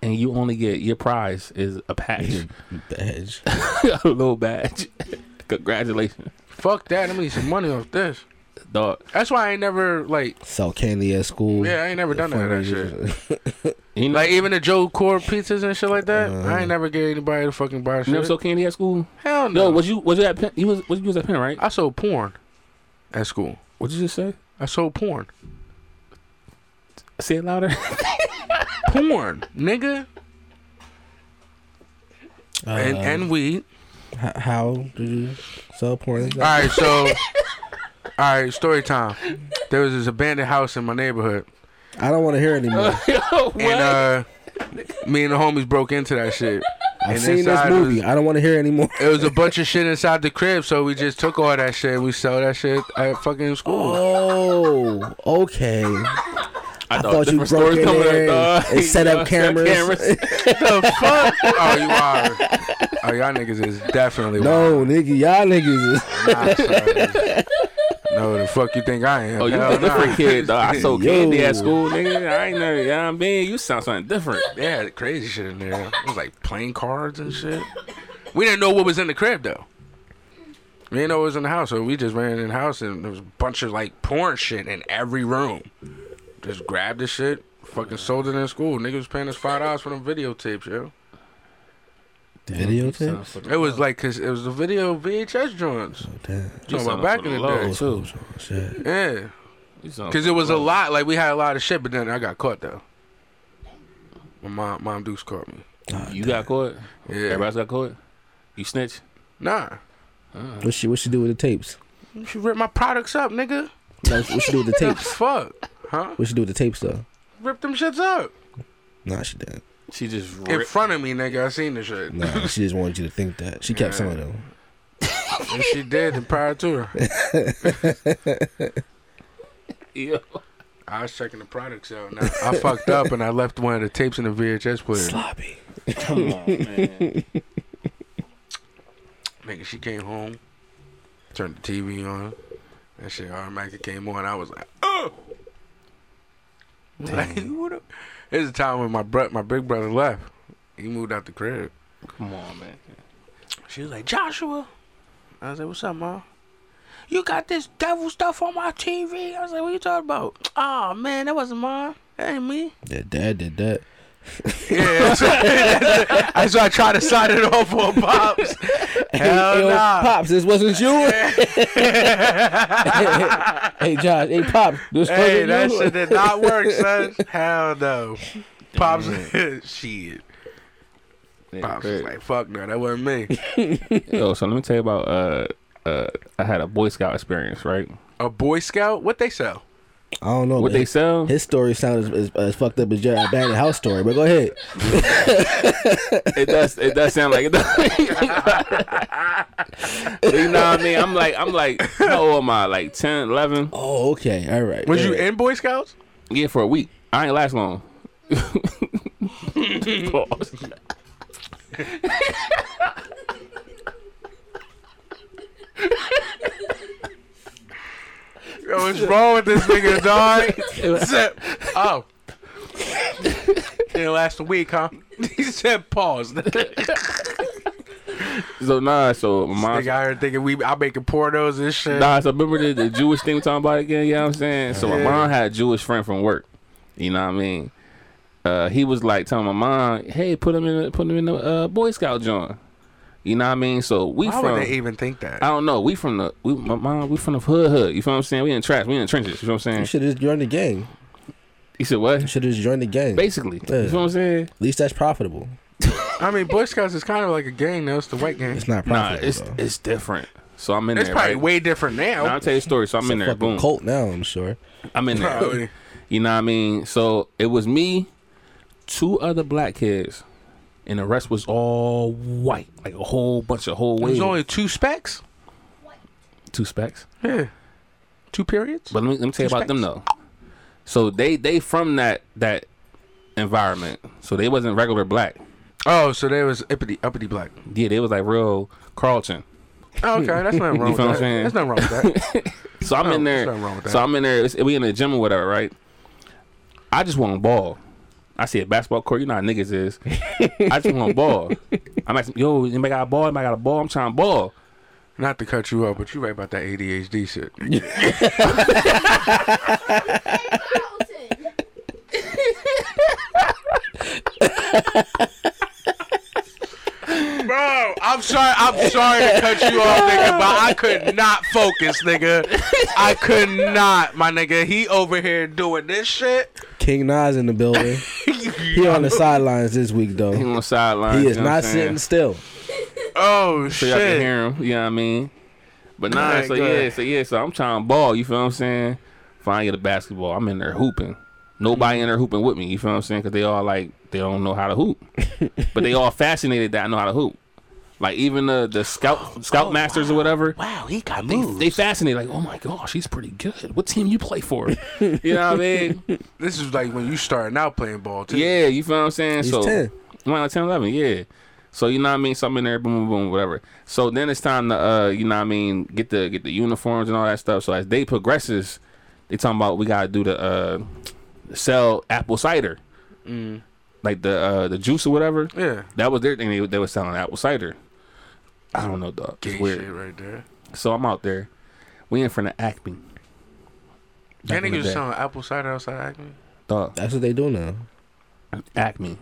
[SPEAKER 2] And you only get your prize is a patch,
[SPEAKER 4] Badge.
[SPEAKER 2] *laughs* a little badge. *laughs* Congratulations,
[SPEAKER 3] Fuck that. I'm gonna get some money off this.
[SPEAKER 2] dog.
[SPEAKER 3] That's why I ain't never like.
[SPEAKER 4] Sell candy at school.
[SPEAKER 3] Yeah, I ain't never done none of that shit.
[SPEAKER 4] *laughs*
[SPEAKER 2] You know,
[SPEAKER 3] Like even the Joe Core pizzas and shit like
[SPEAKER 4] Uh,
[SPEAKER 3] that. I ain't never gave anybody to fucking buy
[SPEAKER 2] you never
[SPEAKER 3] shit.
[SPEAKER 2] sold candy at school.
[SPEAKER 3] Hell
[SPEAKER 2] No,
[SPEAKER 3] no.
[SPEAKER 2] was you was you at Penn? You was was you was at Penn, right?
[SPEAKER 3] I sold porn at school.
[SPEAKER 2] What you just say?
[SPEAKER 3] I sold porn.
[SPEAKER 2] Say it louder.
[SPEAKER 3] *laughs* Porn, nigga, and and weed.
[SPEAKER 4] How, how do you sell porn?
[SPEAKER 3] All right,
[SPEAKER 4] *laughs*
[SPEAKER 3] so, all right, story time. There was this abandoned house in my neighborhood,
[SPEAKER 4] I don't want to hear anymore.
[SPEAKER 2] *laughs* Yo, what?
[SPEAKER 3] and uh, me and the homies broke into that shit.
[SPEAKER 4] I've
[SPEAKER 3] and
[SPEAKER 4] seen this
[SPEAKER 3] inside
[SPEAKER 4] movie. I don't want to hear anymore.
[SPEAKER 3] It was
[SPEAKER 4] *laughs*
[SPEAKER 3] a bunch of shit inside the crib, so we just took all that shit. and We sold that shit at fucking school.
[SPEAKER 4] Oh, okay.
[SPEAKER 2] I
[SPEAKER 4] thought
[SPEAKER 2] different
[SPEAKER 4] you broke
[SPEAKER 2] stories
[SPEAKER 4] in
[SPEAKER 2] coming
[SPEAKER 4] there
[SPEAKER 2] up,
[SPEAKER 4] and
[SPEAKER 2] dog. *laughs*
[SPEAKER 4] set up cameras.
[SPEAKER 3] *laughs* the
[SPEAKER 4] *laughs*
[SPEAKER 3] fuck? Oh, you are. Oh, y'all niggas is definitely
[SPEAKER 4] No, nigga, y'all niggas. Is,
[SPEAKER 3] wild.
[SPEAKER 4] *laughs*
[SPEAKER 3] Nah, son. *laughs* No, the fuck you think I am?
[SPEAKER 2] Oh, you
[SPEAKER 3] Hell
[SPEAKER 2] a different
[SPEAKER 3] *laughs* nah.
[SPEAKER 2] kid, though. I sold
[SPEAKER 4] Yo.
[SPEAKER 2] candy *laughs* at school, nigga. I ain't never, you know what I mean? You sound something different.
[SPEAKER 3] They had crazy shit in there. It was like playing cards and shit. We didn't know what was in the crib though. We didn't know what was in the house, so we just ran in the house and there was a bunch of like porn shit in every room. Just grabbed the shit, fucking sold it in school. Niggas was paying us five dollars for them videotapes, yo.
[SPEAKER 4] Videotape?
[SPEAKER 3] It was like cause it was the video VHS joints.
[SPEAKER 4] Damn.
[SPEAKER 3] Talking about back in the day,
[SPEAKER 2] too.
[SPEAKER 4] Shit.
[SPEAKER 3] yeah.
[SPEAKER 2] You sound
[SPEAKER 3] Cause it was a
[SPEAKER 2] fucking low.
[SPEAKER 3] lot. Like we had a lot of shit, but then I got caught though. My mom, mom Deuce caught me.
[SPEAKER 2] You got caught?
[SPEAKER 3] Yeah.
[SPEAKER 2] Everybody else got caught? You snitch?
[SPEAKER 3] Nah,
[SPEAKER 4] What she what she do with the tapes?
[SPEAKER 3] she ripped my products up, nigga.
[SPEAKER 4] No, what she do with the
[SPEAKER 3] The
[SPEAKER 4] tapes?
[SPEAKER 3] fuck, huh?
[SPEAKER 4] What she do with the tapes though?
[SPEAKER 3] Rip them shits up
[SPEAKER 4] Nah, she didn't.
[SPEAKER 2] She just
[SPEAKER 3] in
[SPEAKER 2] ripped.
[SPEAKER 3] front of me, nigga. I seen the shit.
[SPEAKER 4] Nah, she just wanted you to think that. She kept some of them.
[SPEAKER 3] *laughs* And she did the prior
[SPEAKER 4] *laughs*
[SPEAKER 3] to her.
[SPEAKER 2] Yo.
[SPEAKER 3] I was checking the products
[SPEAKER 4] *laughs*
[SPEAKER 3] out. Now I fucked up and I left one of the tapes in the VHS player.
[SPEAKER 4] Sloppy.
[SPEAKER 2] Come on, man.
[SPEAKER 3] Nigga, she came home, turned the TV on. That shit automatically came on. I was like, oh. Like,
[SPEAKER 2] Mm.
[SPEAKER 3] *laughs* what up? It's a time when my bro- my big brother left. He moved out the crib.
[SPEAKER 2] Come on, man.
[SPEAKER 3] She was like, Joshua. I was like, what's up, ma? You got this devil stuff on my TV. I was like, what you talking about? Oh, man, that wasn't mine. That ain't me.
[SPEAKER 4] That dad did that.
[SPEAKER 3] *laughs* Yeah, that's why, *laughs* that's why I try to sign it off on pops. Hell
[SPEAKER 7] yo,
[SPEAKER 3] nah.
[SPEAKER 7] pops, this wasn't
[SPEAKER 3] *laughs*
[SPEAKER 7] you.
[SPEAKER 4] *laughs*
[SPEAKER 7] hey, Josh. Hey, pops, this
[SPEAKER 3] Hey, that shit
[SPEAKER 7] wasn't you.
[SPEAKER 3] did
[SPEAKER 2] *laughs*
[SPEAKER 4] *laughs*
[SPEAKER 3] not work, son. Hell no. Pops, *laughs* shit. Pops was like, fuck no, that wasn't me.
[SPEAKER 2] *laughs* Yo, so let me tell you about uh uh I had a Boy Scout experience, right?
[SPEAKER 3] A Boy Scout? What they sell?
[SPEAKER 4] I don't know.
[SPEAKER 2] What
[SPEAKER 4] man.
[SPEAKER 2] they sell?
[SPEAKER 4] His story sounds as, as, as fucked up as your abandoned house story, but go ahead. *laughs*
[SPEAKER 2] it does it does sound like it does. *laughs* you know what I mean? I'm like I'm like how old am I? Like 10, 11?
[SPEAKER 4] Oh, okay, all right.
[SPEAKER 3] Was
[SPEAKER 4] all
[SPEAKER 3] you
[SPEAKER 4] right.
[SPEAKER 3] in Boy Scouts?
[SPEAKER 2] Yeah, for a week. I ain't last long. *laughs* Pause.
[SPEAKER 3] *laughs* Yo, what's wrong with this
[SPEAKER 2] *laughs*
[SPEAKER 3] nigga, dog? He said, *laughs* oh. Didn't last a week, huh? He said, pause. *laughs* nigga,
[SPEAKER 2] So nah, so my
[SPEAKER 3] I heard thinking we, I making pornos and shit.
[SPEAKER 2] Nah, so remember the, the Jewish thing we talking about again? You know what I'm saying? So my
[SPEAKER 3] Yeah.
[SPEAKER 2] mom had a Jewish friend from work. You know what I mean? Uh, he was like telling my mom, "Hey, put him in, a, put him in the uh, Boy Scout joint." You know what I mean? So we
[SPEAKER 3] Why
[SPEAKER 2] from
[SPEAKER 3] would they even think that?
[SPEAKER 2] I don't know. We from the we my mom. We from the hood hood. You feel what I'm saying? We in trash. We in trenches. You know what I'm
[SPEAKER 4] You
[SPEAKER 2] saying?
[SPEAKER 4] should have just joined the gang.
[SPEAKER 2] He said
[SPEAKER 4] You
[SPEAKER 2] what?
[SPEAKER 4] should have just joined the gang.
[SPEAKER 2] Basically,
[SPEAKER 4] Yeah.
[SPEAKER 2] you know what I'm saying?
[SPEAKER 4] At least that's profitable.
[SPEAKER 3] I mean, Boy Scouts is kind of like a gang, though. It's the white gang.
[SPEAKER 4] It's not
[SPEAKER 2] Nah,
[SPEAKER 4] profitable.
[SPEAKER 2] it's
[SPEAKER 4] though.
[SPEAKER 2] it's different. So I'm in
[SPEAKER 3] It's
[SPEAKER 2] there.
[SPEAKER 3] probably
[SPEAKER 2] right?
[SPEAKER 3] way different now.
[SPEAKER 2] Now, I'll tell you a story. So I'm in there.
[SPEAKER 4] fucking
[SPEAKER 2] Boom.
[SPEAKER 4] cult now. I'm sure.
[SPEAKER 2] I'm in there.
[SPEAKER 3] Probably.
[SPEAKER 2] You know what I mean? So it was me, two other black kids, and the rest was all white, like a whole bunch of whole
[SPEAKER 3] There's
[SPEAKER 2] wave.
[SPEAKER 3] only two specs.
[SPEAKER 2] two specs.
[SPEAKER 3] Yeah. Two periods.
[SPEAKER 2] But let me, let me tell you
[SPEAKER 3] Two
[SPEAKER 2] about them though. So they they from that that environment. So they wasn't regular black.
[SPEAKER 3] Oh, so there was uppity, uppity black.
[SPEAKER 2] Yeah, they was like real Carlton.
[SPEAKER 3] Oh, okay, that's
[SPEAKER 2] *laughs*
[SPEAKER 3] nothing wrong
[SPEAKER 2] You
[SPEAKER 3] with
[SPEAKER 2] feel
[SPEAKER 3] that.
[SPEAKER 2] what I'm saying?
[SPEAKER 3] That's nothing wrong with
[SPEAKER 2] *laughs*
[SPEAKER 3] that.
[SPEAKER 2] So I'm
[SPEAKER 3] Oh,
[SPEAKER 2] in
[SPEAKER 3] there's
[SPEAKER 2] there.
[SPEAKER 3] nothing wrong with that.
[SPEAKER 2] So I'm in there. It's, we in the gym or whatever, right? I just want a ball. I see a basketball court. You know how niggas is. I just want a
[SPEAKER 3] *laughs*
[SPEAKER 2] ball. I'm asking, yo, anybody got a ball? Anybody got a ball? I'm trying to ball.
[SPEAKER 3] Not to cut you off, but you right about that
[SPEAKER 4] *laughs*
[SPEAKER 3] ADHD shit. *laughs* Bro, *laughs* I'm sorry. I'm sorry to cut you off, nigga, but I could not focus, nigga. I could not, my nigga. He over here doing this shit.
[SPEAKER 4] King Nas in
[SPEAKER 2] *laughs*
[SPEAKER 4] the building. he on the sidelines this week
[SPEAKER 2] He *laughs*
[SPEAKER 4] though.
[SPEAKER 2] on the sideline.
[SPEAKER 4] He is not sitting still.
[SPEAKER 3] Oh
[SPEAKER 2] *laughs* So
[SPEAKER 3] shit!
[SPEAKER 2] y'all can hear him. You know what I mean? But nah,
[SPEAKER 3] Alright,
[SPEAKER 2] so
[SPEAKER 3] go
[SPEAKER 2] yeah,
[SPEAKER 3] ahead.
[SPEAKER 2] so yeah, so I'm trying to ball. You feel what I'm saying? Finally get a basketball. I'm in there hooping. Nobody in there hooping with me. You feel what I'm saying? Because they all like they don't know how to
[SPEAKER 3] *laughs*
[SPEAKER 2] hoop, but they all fascinated that I know how to hoop. Like even the the scout scout masters or whatever.
[SPEAKER 3] Oh, Wow, he got
[SPEAKER 2] They,
[SPEAKER 3] moved.
[SPEAKER 2] they fascinated like, oh my gosh, he's pretty good. What team you play for?
[SPEAKER 3] *laughs*
[SPEAKER 2] you know what I mean?
[SPEAKER 3] this is like when you starting out playing ball too.
[SPEAKER 2] Yeah, you feel what I'm saying?
[SPEAKER 4] He's
[SPEAKER 2] so
[SPEAKER 4] 10.
[SPEAKER 2] I'm like 10, 11, yeah. So you know what I mean? So I'm in there, boom, boom, boom, whatever. So then it's time to uh, you know what I mean, get the get the uniforms and all that stuff. So as day progresses, they talking about we gotta do the uh sell apple cider. Like the uh the juice or whatever.
[SPEAKER 3] yeah.
[SPEAKER 2] That was their thing. They, they was selling apple cider. I don't know, dog. It's
[SPEAKER 3] Gay
[SPEAKER 2] weird.
[SPEAKER 3] shit right there.
[SPEAKER 2] So I'm out there. We in front of Acme.
[SPEAKER 3] That
[SPEAKER 2] Back in the
[SPEAKER 3] nigga was
[SPEAKER 2] day.
[SPEAKER 3] selling apple cider outside Acme.
[SPEAKER 2] Dog.
[SPEAKER 4] That's what they do now.
[SPEAKER 2] Acme.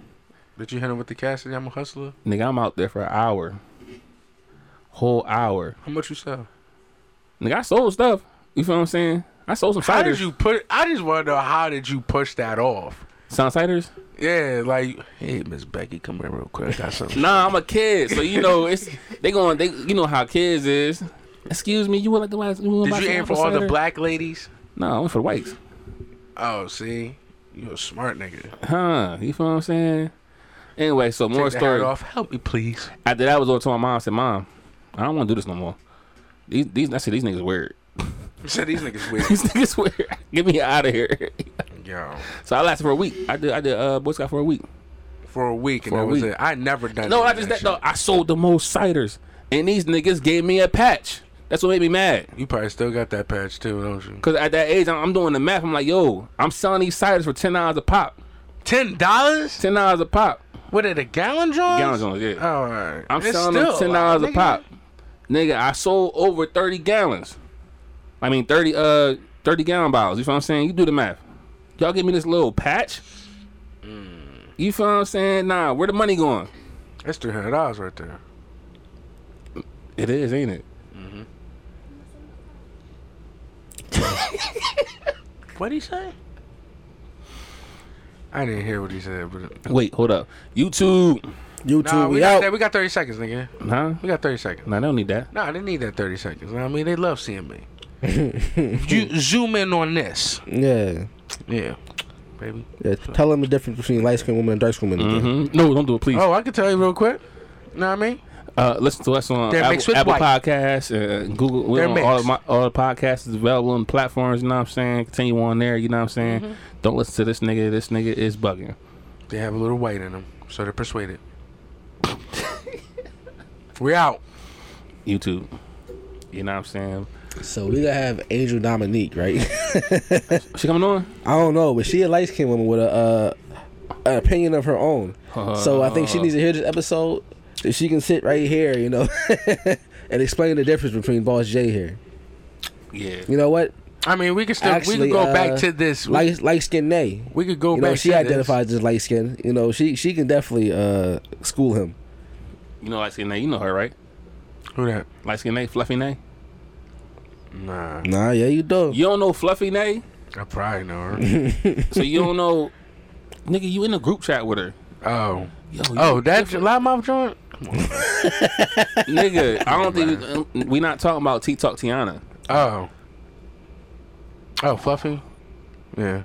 [SPEAKER 3] Did you hit him with the Cassidy? I'm a hustler.
[SPEAKER 2] Nigga, I'm out there for an hour. Whole hour.
[SPEAKER 3] How much you sell?
[SPEAKER 2] Nigga, I sold stuff. You feel what I'm saying? I sold some
[SPEAKER 3] How did
[SPEAKER 2] ciders.
[SPEAKER 3] you put? I just want to know how did you push that off?
[SPEAKER 2] Sound ciders?
[SPEAKER 3] Yeah, like hey, Miss Becky, come here real quick. I got *laughs* something.
[SPEAKER 2] Nah, I'm a kid, so you know it's they going. They you know how kids is. Excuse me, you would like the last? You
[SPEAKER 3] Did you aim for all the black ladies?
[SPEAKER 2] No, I went for the whites.
[SPEAKER 3] Oh, see, you a smart *laughs* nigga.
[SPEAKER 2] Huh? You feel what I'm saying? Anyway, so more
[SPEAKER 3] Take the hat
[SPEAKER 2] story.
[SPEAKER 3] off. Help me, please.
[SPEAKER 2] After that, I was over to my mom. I said, "Mom, I don't want to do this no more. These these I said these niggas weird.
[SPEAKER 3] You said these *laughs* niggas weird.
[SPEAKER 2] *laughs* these niggas weird. Get me out of here."
[SPEAKER 3] Yo,
[SPEAKER 2] so I lasted for a week. I did I did uh Boy Scout for a week.
[SPEAKER 3] for a week and
[SPEAKER 2] For a
[SPEAKER 3] that was
[SPEAKER 2] week.
[SPEAKER 3] it. I never done.
[SPEAKER 2] No,
[SPEAKER 3] any
[SPEAKER 2] not
[SPEAKER 3] of
[SPEAKER 2] just that
[SPEAKER 3] shit.
[SPEAKER 2] though. I sold the most ciders, and these niggas gave me a patch. That's what made me mad.
[SPEAKER 3] You probably still got that patch too, don't you?
[SPEAKER 2] Cause at that age, I'm, I'm doing the math. I'm like, yo, I'm selling these ciders for ten dollars a pop.
[SPEAKER 3] Ten dollars?
[SPEAKER 2] Ten dollars a pop.
[SPEAKER 3] What it a gallon jar?
[SPEAKER 2] Gallons on it, yeah.
[SPEAKER 3] All right.
[SPEAKER 2] I'm
[SPEAKER 3] It's
[SPEAKER 2] selling them
[SPEAKER 3] still
[SPEAKER 2] ten dollars a
[SPEAKER 3] nigga.
[SPEAKER 2] pop. Nigga, I sold over thirty gallons. I mean, thirty uh
[SPEAKER 3] Mm.
[SPEAKER 2] thirty gallon bottles. You know what I'm saying? You do the math. Y'all give me this little patch. You feel what I'm saying? Nah, where the money going?
[SPEAKER 3] That's three hundred dollars right there.
[SPEAKER 2] It is, ain't it?
[SPEAKER 3] Mm-hmm. What'd he say? I didn't hear what he said, but
[SPEAKER 2] Wait, hold up. YouTube.
[SPEAKER 7] YouTube,
[SPEAKER 3] nah, we,
[SPEAKER 7] we
[SPEAKER 3] got
[SPEAKER 7] out.
[SPEAKER 3] that. We got thirty seconds, nigga.
[SPEAKER 2] Huh?
[SPEAKER 3] We got thirty seconds.
[SPEAKER 2] Nah, they don't need *laughs* that.
[SPEAKER 3] Nah, they need that thirty seconds. I mean, they love seeing me. you zoom in on this,
[SPEAKER 4] Yeah.
[SPEAKER 3] yeah, baby.
[SPEAKER 4] yeah. Tell them the difference between light skinned woman and dark skinned woman. again.
[SPEAKER 2] hmm No, don't do it, please.
[SPEAKER 3] Oh, I can tell you real quick. Know what I mean?
[SPEAKER 2] Uh, listen to us on
[SPEAKER 3] They're
[SPEAKER 2] Apple,
[SPEAKER 3] mixed with
[SPEAKER 2] Apple
[SPEAKER 3] white.
[SPEAKER 2] Podcasts, uh, Google. We're
[SPEAKER 3] They're
[SPEAKER 2] on all,
[SPEAKER 3] mixed.
[SPEAKER 2] of my, all the podcasts is available on platforms. You know what I'm saying? Continue on there. You know what I'm saying? Don't listen to this nigga. This nigga is bugging.
[SPEAKER 3] They have a little white in them, so
[SPEAKER 4] *laughs*
[SPEAKER 3] they're persuaded. we out.
[SPEAKER 2] YouTube. You know what I'm saying?
[SPEAKER 4] So we gotta have Angel Dominique, right?
[SPEAKER 2] *laughs* She coming on?
[SPEAKER 4] I don't know, but she a light skinned woman with a uh, an opinion of her own. so I think she needs to hear this episode so she can sit right here, you know, *laughs* and explain the difference between Boss J here.
[SPEAKER 2] Yeah.
[SPEAKER 4] You know what?
[SPEAKER 3] I mean, we can still we
[SPEAKER 4] Actually,
[SPEAKER 3] could go
[SPEAKER 4] uh,
[SPEAKER 3] back to this. We,
[SPEAKER 4] Light light skinned Nay.
[SPEAKER 3] we could go
[SPEAKER 4] You
[SPEAKER 3] back.
[SPEAKER 4] know, she
[SPEAKER 3] to
[SPEAKER 4] identifies as light skinned. You know, she she can definitely uh school him.
[SPEAKER 2] You know, light skin Nay. You know her, right?
[SPEAKER 3] This. Who that?
[SPEAKER 2] Light skin Nay, Fluffy Nay.
[SPEAKER 3] Nah,
[SPEAKER 4] Nah, yeah, you do.
[SPEAKER 2] You don't know Fluffy Nay,
[SPEAKER 3] I probably know her.
[SPEAKER 2] *laughs* so you don't know. Nigga, you in a group chat with her.
[SPEAKER 3] oh,
[SPEAKER 2] Yo, you-
[SPEAKER 3] oh, that loudmouth joint.
[SPEAKER 2] nigga. I don't think we, we not talking about T Talk Tiana.
[SPEAKER 3] Oh, oh, fluffy. Yeah.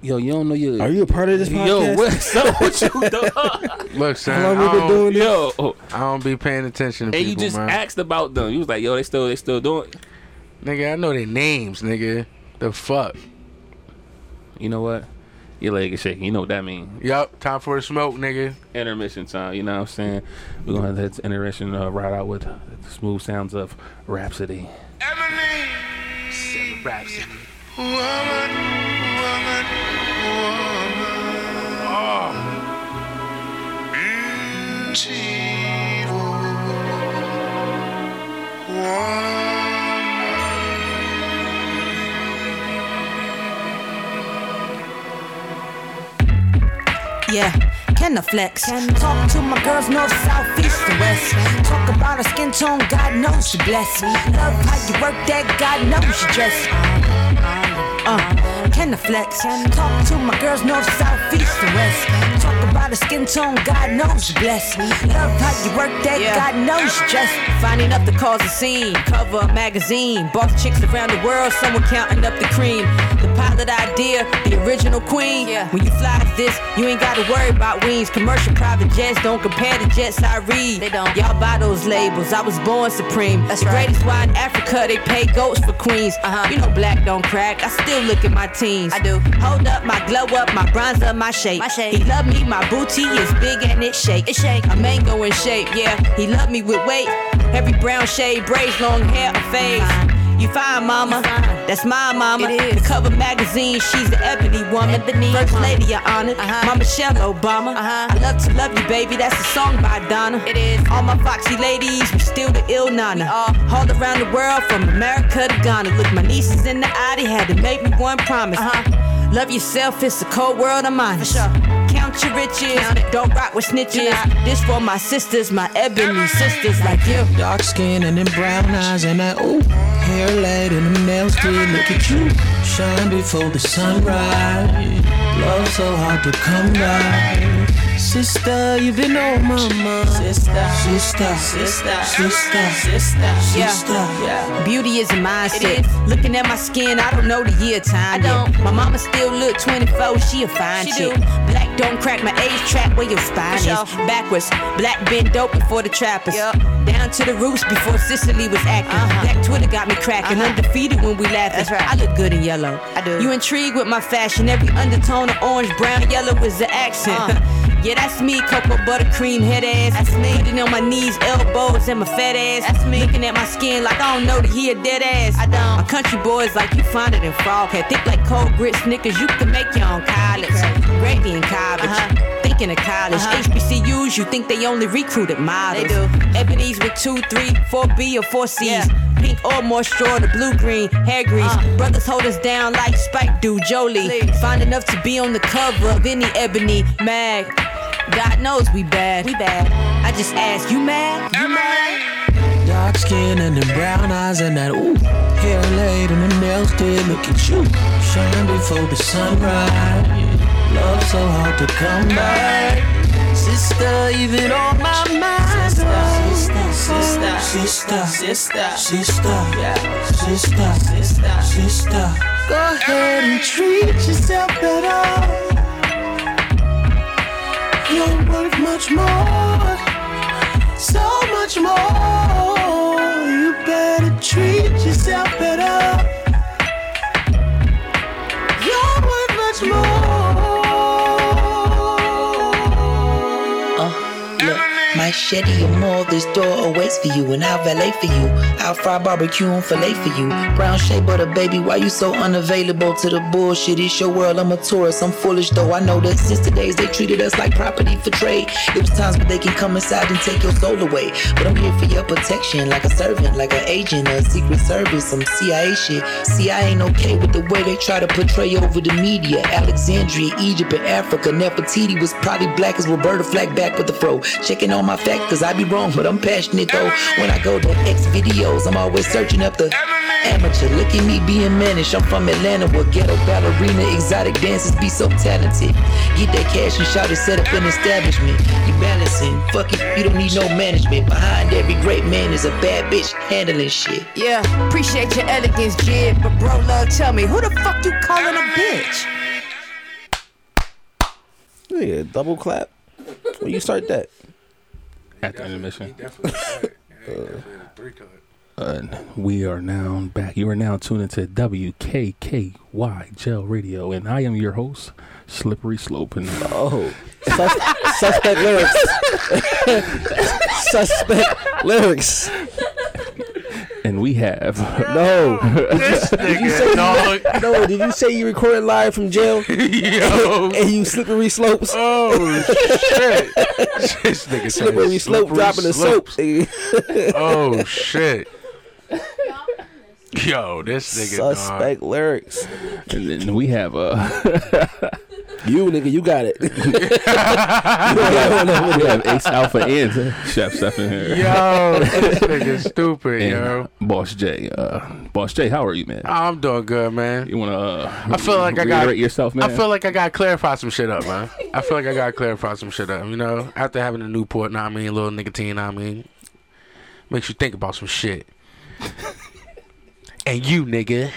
[SPEAKER 2] Yo, you don't know your.
[SPEAKER 4] Are you a part of this podcast?
[SPEAKER 2] Yo, what's up with you,
[SPEAKER 4] *laughs*
[SPEAKER 2] dog?
[SPEAKER 3] Look, son,
[SPEAKER 4] How long
[SPEAKER 3] I,
[SPEAKER 4] we been
[SPEAKER 3] don't,
[SPEAKER 4] doing this?
[SPEAKER 2] Yo, oh,
[SPEAKER 3] I don't be paying attention to
[SPEAKER 2] and you
[SPEAKER 3] people,
[SPEAKER 2] just
[SPEAKER 3] man.
[SPEAKER 2] asked about them. You was like, yo, they still, they still doing.
[SPEAKER 3] nigga, I know their names, nigga. The fuck.
[SPEAKER 2] You know what? Your leg is shaking. You know what that means.
[SPEAKER 3] Yup. Time for a smoke, nigga.
[SPEAKER 2] Intermission time. You know what I'm saying? We're gonna have that intermission uh, right out with the smooth sounds of Rhapsody.
[SPEAKER 8] Yeah, can I flex? Talk to my girls north, south, east, and west. Talk about her skin tone, God knows she blessed. Love how you work that, God knows she dressed. Uh, can I flex? Talk to my girls north, south, east, and west. Talk about her skin tone, God knows she blessed. Love how you work that, God knows she dressed.
[SPEAKER 1] Finding up the cause a scene, cover a magazine. Boss chicks around the world, someone counting up the cream. The pilot idea, the original queen.
[SPEAKER 8] Yeah.
[SPEAKER 1] When you fly this, you ain't gotta worry about wings. Commercial private jets don't compare to jets I read.
[SPEAKER 8] They don't.
[SPEAKER 1] Y'all buy those labels, I was born supreme.
[SPEAKER 8] That's
[SPEAKER 1] the
[SPEAKER 8] right.
[SPEAKER 1] greatest wine in Africa, they pay goats for queens.
[SPEAKER 8] Uh-huh.
[SPEAKER 1] You know black don't crack, I still look at my teens.
[SPEAKER 8] I do.
[SPEAKER 1] Hold up my glow up, my bronze up, my shape.
[SPEAKER 8] My shape.
[SPEAKER 1] He love me, my booty is big and it shake.
[SPEAKER 8] It shake.
[SPEAKER 1] A mango in shape, yeah. He love me with weight. Every brown shade, braids, long hair, a fade.
[SPEAKER 8] Fine.
[SPEAKER 1] You fine, mama.
[SPEAKER 8] You fine.
[SPEAKER 1] That's my mama.
[SPEAKER 8] It is.
[SPEAKER 1] The cover magazine, she's the ebony woman.
[SPEAKER 8] Ebony
[SPEAKER 1] First
[SPEAKER 8] woman.
[SPEAKER 1] lady, your honor.
[SPEAKER 8] Uh-huh.
[SPEAKER 1] My Michelle Obama.
[SPEAKER 8] Uh-huh.
[SPEAKER 1] I love to love you, baby. That's a song by Donna.
[SPEAKER 8] It is.
[SPEAKER 1] All my foxy ladies, we still the ill
[SPEAKER 8] We
[SPEAKER 1] nana.
[SPEAKER 8] are.
[SPEAKER 1] All around the world, from America to Ghana. Look my nieces in the eye, they had to make me one promise.
[SPEAKER 8] Uh-huh.
[SPEAKER 1] Love yourself, it's a cold world of mine.
[SPEAKER 8] For sure.
[SPEAKER 1] Count your riches,
[SPEAKER 8] Count it.
[SPEAKER 1] don't rock with
[SPEAKER 8] Do
[SPEAKER 1] snitches.
[SPEAKER 8] not.
[SPEAKER 1] This for my sisters, my ebony sisters like you.
[SPEAKER 5] Dark skin and them brown eyes and that ooh Hair light and them nails did look at you Shine before the sunrise Love so hard to come by Sister, you been on my mind Sister, sister, sister, sister, sister,
[SPEAKER 1] Yeah.
[SPEAKER 5] sister yeah.
[SPEAKER 1] Beauty is a
[SPEAKER 8] It
[SPEAKER 1] mindset.
[SPEAKER 8] is.
[SPEAKER 1] Looking at my skin, I don't know the year time.
[SPEAKER 8] I
[SPEAKER 1] yet.
[SPEAKER 8] don't.
[SPEAKER 1] My mama still look 24, she a fine
[SPEAKER 8] She
[SPEAKER 1] chick.
[SPEAKER 8] do.
[SPEAKER 1] Black don't crack my age track where your spine
[SPEAKER 8] For sure.
[SPEAKER 1] is. Backwards, black been dope before the trappers.
[SPEAKER 8] Yup.
[SPEAKER 1] Down to the roots before Sicily was acting.
[SPEAKER 8] Uh-huh.
[SPEAKER 1] Black Twitter got me cracking.
[SPEAKER 8] Uh-huh.
[SPEAKER 1] Undefeated when we laughing.
[SPEAKER 8] That's right.
[SPEAKER 1] I look good in yellow.
[SPEAKER 8] I do.
[SPEAKER 1] You intrigued with my fashion. Every undertone of orange, brown, yellow is the accent.
[SPEAKER 8] Uh.
[SPEAKER 1] Yeah, that's me, cocoa buttercream head ass.
[SPEAKER 8] That's me.
[SPEAKER 1] Putting on my knees, elbows, and my fat ass.
[SPEAKER 8] That's me.
[SPEAKER 1] Looking at my skin like I don't know that he a dead ass.
[SPEAKER 8] I don't.
[SPEAKER 1] My country boys like you find it in frog hair. Thick like cold grit snickers, you can make your own college.
[SPEAKER 8] Okay.
[SPEAKER 1] Ready in college.
[SPEAKER 8] Uh-huh.
[SPEAKER 1] Thinking of college.
[SPEAKER 8] Uh-huh.
[SPEAKER 1] HBCUs, you think they only recruited models.
[SPEAKER 8] They do.
[SPEAKER 1] Ebony's with two, three, four B or four C's.
[SPEAKER 8] Yeah.
[SPEAKER 1] pink or moisture, or the blue green hair grease. Brothers hold us down like Spike do Jolie. Fine enough to be on the cover of any Ebony mag. God knows we bad. We bad. I just ask, you mad? You mad?
[SPEAKER 5] Dark skin and them brown eyes and that ooh Hair laid and the nails did look at you Shine before the sunrise Love so hard to come by Sister, even on my mind Sister, sister, sister, sister, sister, sister, sister, sister Go ahead and treat yourself better You're worth much more so much more. You better treat yourself better. You're worth much more.
[SPEAKER 9] Uh, Look, my Chevy or mall, this door awaits for you, and I'll valet for you. I'll fry barbecue and fillet for you. Brown shea butter, baby, why you so unavailable to the bullshit? It's your world, I'm a tourist, I'm foolish though. I know that since the days they treated us like property for trade. It was times when they can come inside and take your soul away. But I'm here for your protection, like a servant, like an agent, a secret service, some CIA shit. See, I ain't okay with the way they try to portray over the media. Alexandria, Egypt, and Africa. Nefertiti was probably black as Roberta Flack back with the fro. Checking on my fact, cause I be wrong, but I'm passionate though. When I go to X videos, I'm always searching up the amateur. Look at me being mannish. I'm from Atlanta where ghetto ballerina, exotic dancers be so talented. Get that cash and shout it, set up an establishment. You balancing, fuck it, you don't need no management. Behind every great man is a bad bitch handling shit.
[SPEAKER 1] Yeah, appreciate your elegance, Jid. But bro, love, tell me, who the fuck you calling a bitch?
[SPEAKER 4] Yeah, double clap. When you start that,
[SPEAKER 2] After intermission.
[SPEAKER 3] Three cut.
[SPEAKER 2] Uh, we are now back. You are now tuned into WKKY Gel Radio, and I am your host, Slippery Slope. And
[SPEAKER 4] oh, sus- suspect lyrics, suspect lyrics.
[SPEAKER 2] and we
[SPEAKER 3] *laughs*
[SPEAKER 2] have
[SPEAKER 4] No,
[SPEAKER 2] *laughs*
[SPEAKER 3] This
[SPEAKER 4] say-
[SPEAKER 3] nigga, dog.
[SPEAKER 4] *laughs* no. Did you say you recorded live from jail
[SPEAKER 3] Yo.
[SPEAKER 4] and you slippery slopes?
[SPEAKER 3] *laughs* Oh shit! this nigga
[SPEAKER 4] Slippery slope dropping the soap. nigga.
[SPEAKER 3] Oh shit! Yo, this nigga dog.
[SPEAKER 4] Suspect lyrics.
[SPEAKER 2] and, and we have uh,
[SPEAKER 4] *laughs* You nigga,
[SPEAKER 2] *laughs*
[SPEAKER 4] you got it.
[SPEAKER 2] we have Ace Alpha and Chef Stephen here,
[SPEAKER 3] Yo, this nigga stupid,
[SPEAKER 2] and
[SPEAKER 3] yo.
[SPEAKER 2] Boss J. Uh, Boss J, how are you, man?
[SPEAKER 3] I'm doing good, man.
[SPEAKER 2] You wanna? Uh,
[SPEAKER 3] I feel like I got-
[SPEAKER 2] reiterate yourself, man.
[SPEAKER 3] I feel like I gotta clarify some shit up, man. I feel like I gotta clarify some shit up. You know, after having a Newport, know what I mean, a little nicotine, know what I mean, makes you think about some shit. and you, nigga,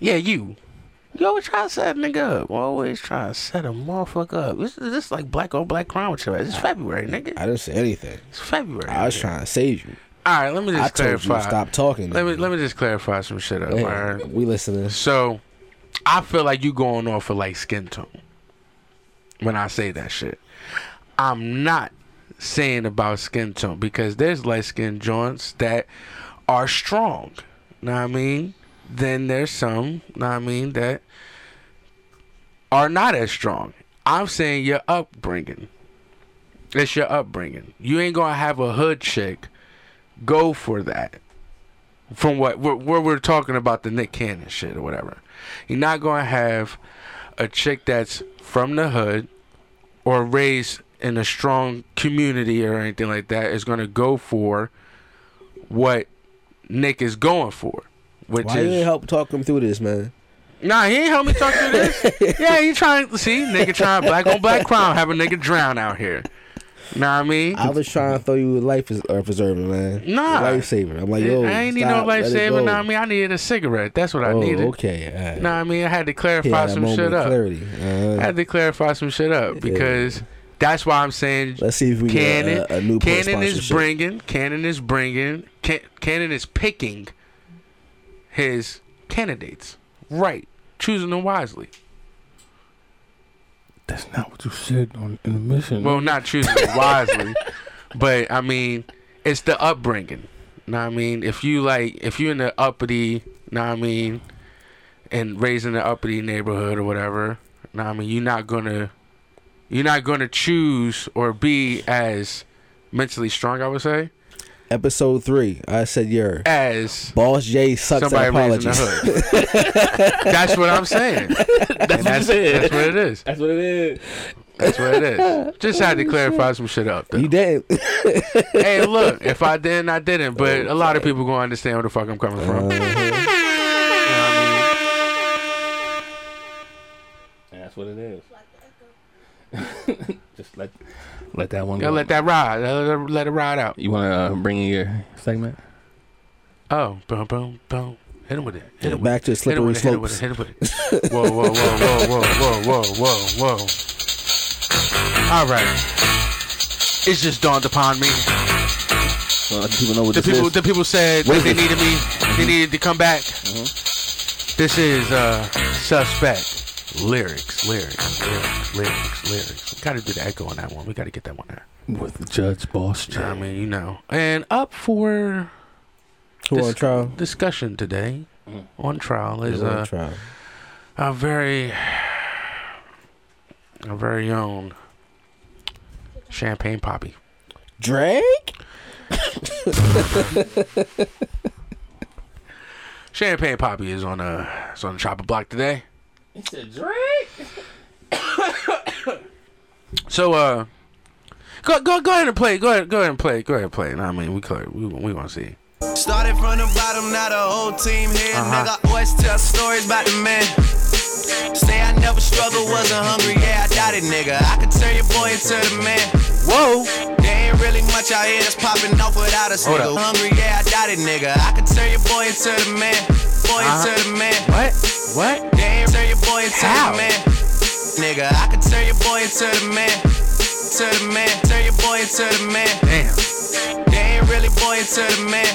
[SPEAKER 3] yeah, you. You always try to set a nigga up. Always try to set a motherfucker up. This is this is like black on black crime with your ass. It's February, nigga.
[SPEAKER 4] I didn't say anything.
[SPEAKER 3] It's February.
[SPEAKER 4] I was trying to save you.
[SPEAKER 3] All right, let me just
[SPEAKER 4] I told you
[SPEAKER 3] clarify.
[SPEAKER 4] to stop talking.
[SPEAKER 3] Let me let me just clarify some shit up.
[SPEAKER 4] Hey,
[SPEAKER 3] All right.
[SPEAKER 4] We listening.
[SPEAKER 3] So, I feel like you going off for like skin tone when I say that shit. I'm not saying about skin tone because there's light skin joints that are strong. Know what I mean? Then there's some. Know what I mean that are not as strong. I'm saying your upbringing. It's your upbringing. You ain't gonna have a hood chick go for that from what where, where we're talking about the Nick Cannon shit or whatever. You're not gonna have a chick that's from the hood or raised in a strong community or anything like that is gonna go for what Nick is going for, which
[SPEAKER 4] Why you
[SPEAKER 3] is
[SPEAKER 4] ain't help talk him through this, man?
[SPEAKER 3] Nah, he ain't help me talk
[SPEAKER 4] *laughs*
[SPEAKER 3] through this. yeah, he trying see nigga trying black on black crime, have a nigga drown out here. Know what I mean?
[SPEAKER 4] I was trying to throw you a life pres- uh, preserver, man.
[SPEAKER 3] Nah.
[SPEAKER 4] lifesaver. I'm like, yo,
[SPEAKER 3] I ain't need no
[SPEAKER 4] stop, let it
[SPEAKER 3] lifesaver.
[SPEAKER 4] go.
[SPEAKER 3] Know what I mean? I needed a cigarette. That's what I
[SPEAKER 4] Oh,
[SPEAKER 3] needed.
[SPEAKER 4] okay. all right.
[SPEAKER 3] Know what I mean? I had to
[SPEAKER 4] He
[SPEAKER 3] clarify
[SPEAKER 4] had a
[SPEAKER 3] some
[SPEAKER 4] moment
[SPEAKER 3] shit
[SPEAKER 4] of
[SPEAKER 3] up.
[SPEAKER 4] Clarity.
[SPEAKER 3] I
[SPEAKER 4] Uh,
[SPEAKER 3] had to clarify some shit up because that's why I'm saying
[SPEAKER 4] let's see if we get
[SPEAKER 3] Cannon.
[SPEAKER 4] a, a new
[SPEAKER 3] Cannon is bringing. Cannon is bringing. Can, Cannon is picking his candidates right, choosing them wisely.
[SPEAKER 2] That's not what you said on in the mission.
[SPEAKER 3] Well, not choosing it wisely, but I mean, it's the upbringing. Know what I mean? If you like, if you're in the uppity, know what I mean, and raised in the uppity neighborhood or whatever, know what I mean, you're not gonna, you're not gonna choose or be as mentally strong. I would say.
[SPEAKER 4] Episode three. I said your
[SPEAKER 3] as
[SPEAKER 4] boss J sucks at
[SPEAKER 3] somebody raising the
[SPEAKER 4] apologies. *laughs*
[SPEAKER 3] hood. that's what
[SPEAKER 2] *laughs*
[SPEAKER 3] I'm saying. That's, that's, that's what it is.
[SPEAKER 2] That's what it is. Oh,
[SPEAKER 3] That's what it is. Just had to clarify some shit up. Though.
[SPEAKER 4] you did.
[SPEAKER 3] *laughs* Hey, look,
[SPEAKER 4] *laughs*
[SPEAKER 3] if I didn't, I didn't. But
[SPEAKER 4] Oh,
[SPEAKER 3] a lot of people gonna understand where the fuck I'm coming from.
[SPEAKER 4] Uh-huh.
[SPEAKER 2] That's what it is. *laughs* Just let let that one go.
[SPEAKER 3] *laughs* Gotta let that ride. Let it, let it ride out.
[SPEAKER 2] you want to uh, bring in your segment?
[SPEAKER 3] Oh, boom, boom, boom. Hit him with it. Hit him with
[SPEAKER 4] Back to
[SPEAKER 3] it. Hit him
[SPEAKER 4] slippery
[SPEAKER 3] with it. Hit him
[SPEAKER 4] slopes.
[SPEAKER 3] with it. Hit him
[SPEAKER 4] *laughs*
[SPEAKER 3] with it. Whoa, whoa, whoa, whoa, whoa, whoa, whoa, whoa, whoa. All right. It's just dawned upon me.
[SPEAKER 2] Well, let the people know what
[SPEAKER 3] The
[SPEAKER 2] this
[SPEAKER 3] people,
[SPEAKER 2] is.
[SPEAKER 3] the people said
[SPEAKER 2] What
[SPEAKER 3] that
[SPEAKER 2] is
[SPEAKER 3] they
[SPEAKER 2] this?
[SPEAKER 3] needed me. They needed to come back.
[SPEAKER 2] Mm-hmm.
[SPEAKER 3] This is uh, suspect lyrics, lyrics, lyrics, lyrics, lyrics. We gotta do the echo on that one. We gotta get that one there.
[SPEAKER 2] With Judge Boss J.
[SPEAKER 3] I mean, you know. And up for
[SPEAKER 4] Who on
[SPEAKER 3] This-
[SPEAKER 4] trial?
[SPEAKER 3] discussion today
[SPEAKER 4] Mm.
[SPEAKER 3] on trial is
[SPEAKER 4] Who on
[SPEAKER 3] uh,
[SPEAKER 4] trial?
[SPEAKER 3] our very our very own champagne poppy.
[SPEAKER 4] Drake.
[SPEAKER 3] Champagne Poppy is on a is on the chopper block today. It's a drink. so uh, go go go ahead and play. Go ahead go ahead and play. Go ahead and play. Nah, I mean we clear, we we want to see.
[SPEAKER 10] Started from the bottom, now the whole team here.
[SPEAKER 3] Uh-huh.
[SPEAKER 10] Nigga, always tell stories about the man. Say I never struggled, wasn't hungry, yeah, I doubt it, nigga. I could turn your boy into the man.
[SPEAKER 3] Whoa!
[SPEAKER 10] There ain't really much out here that's popping off without us,
[SPEAKER 3] Hold
[SPEAKER 10] nigga.
[SPEAKER 3] up.
[SPEAKER 10] Hungry, yeah, I doubt it, nigga. I could turn your boy into the man. Boy
[SPEAKER 3] Uh-huh.
[SPEAKER 10] into the man.
[SPEAKER 3] What what?
[SPEAKER 10] Damn, turn your boy into
[SPEAKER 3] How?
[SPEAKER 10] the man. Nigga, I could turn your boy into the man. To the man, turn your boy into the man.
[SPEAKER 3] Damn!
[SPEAKER 10] They ain't really boy into the man.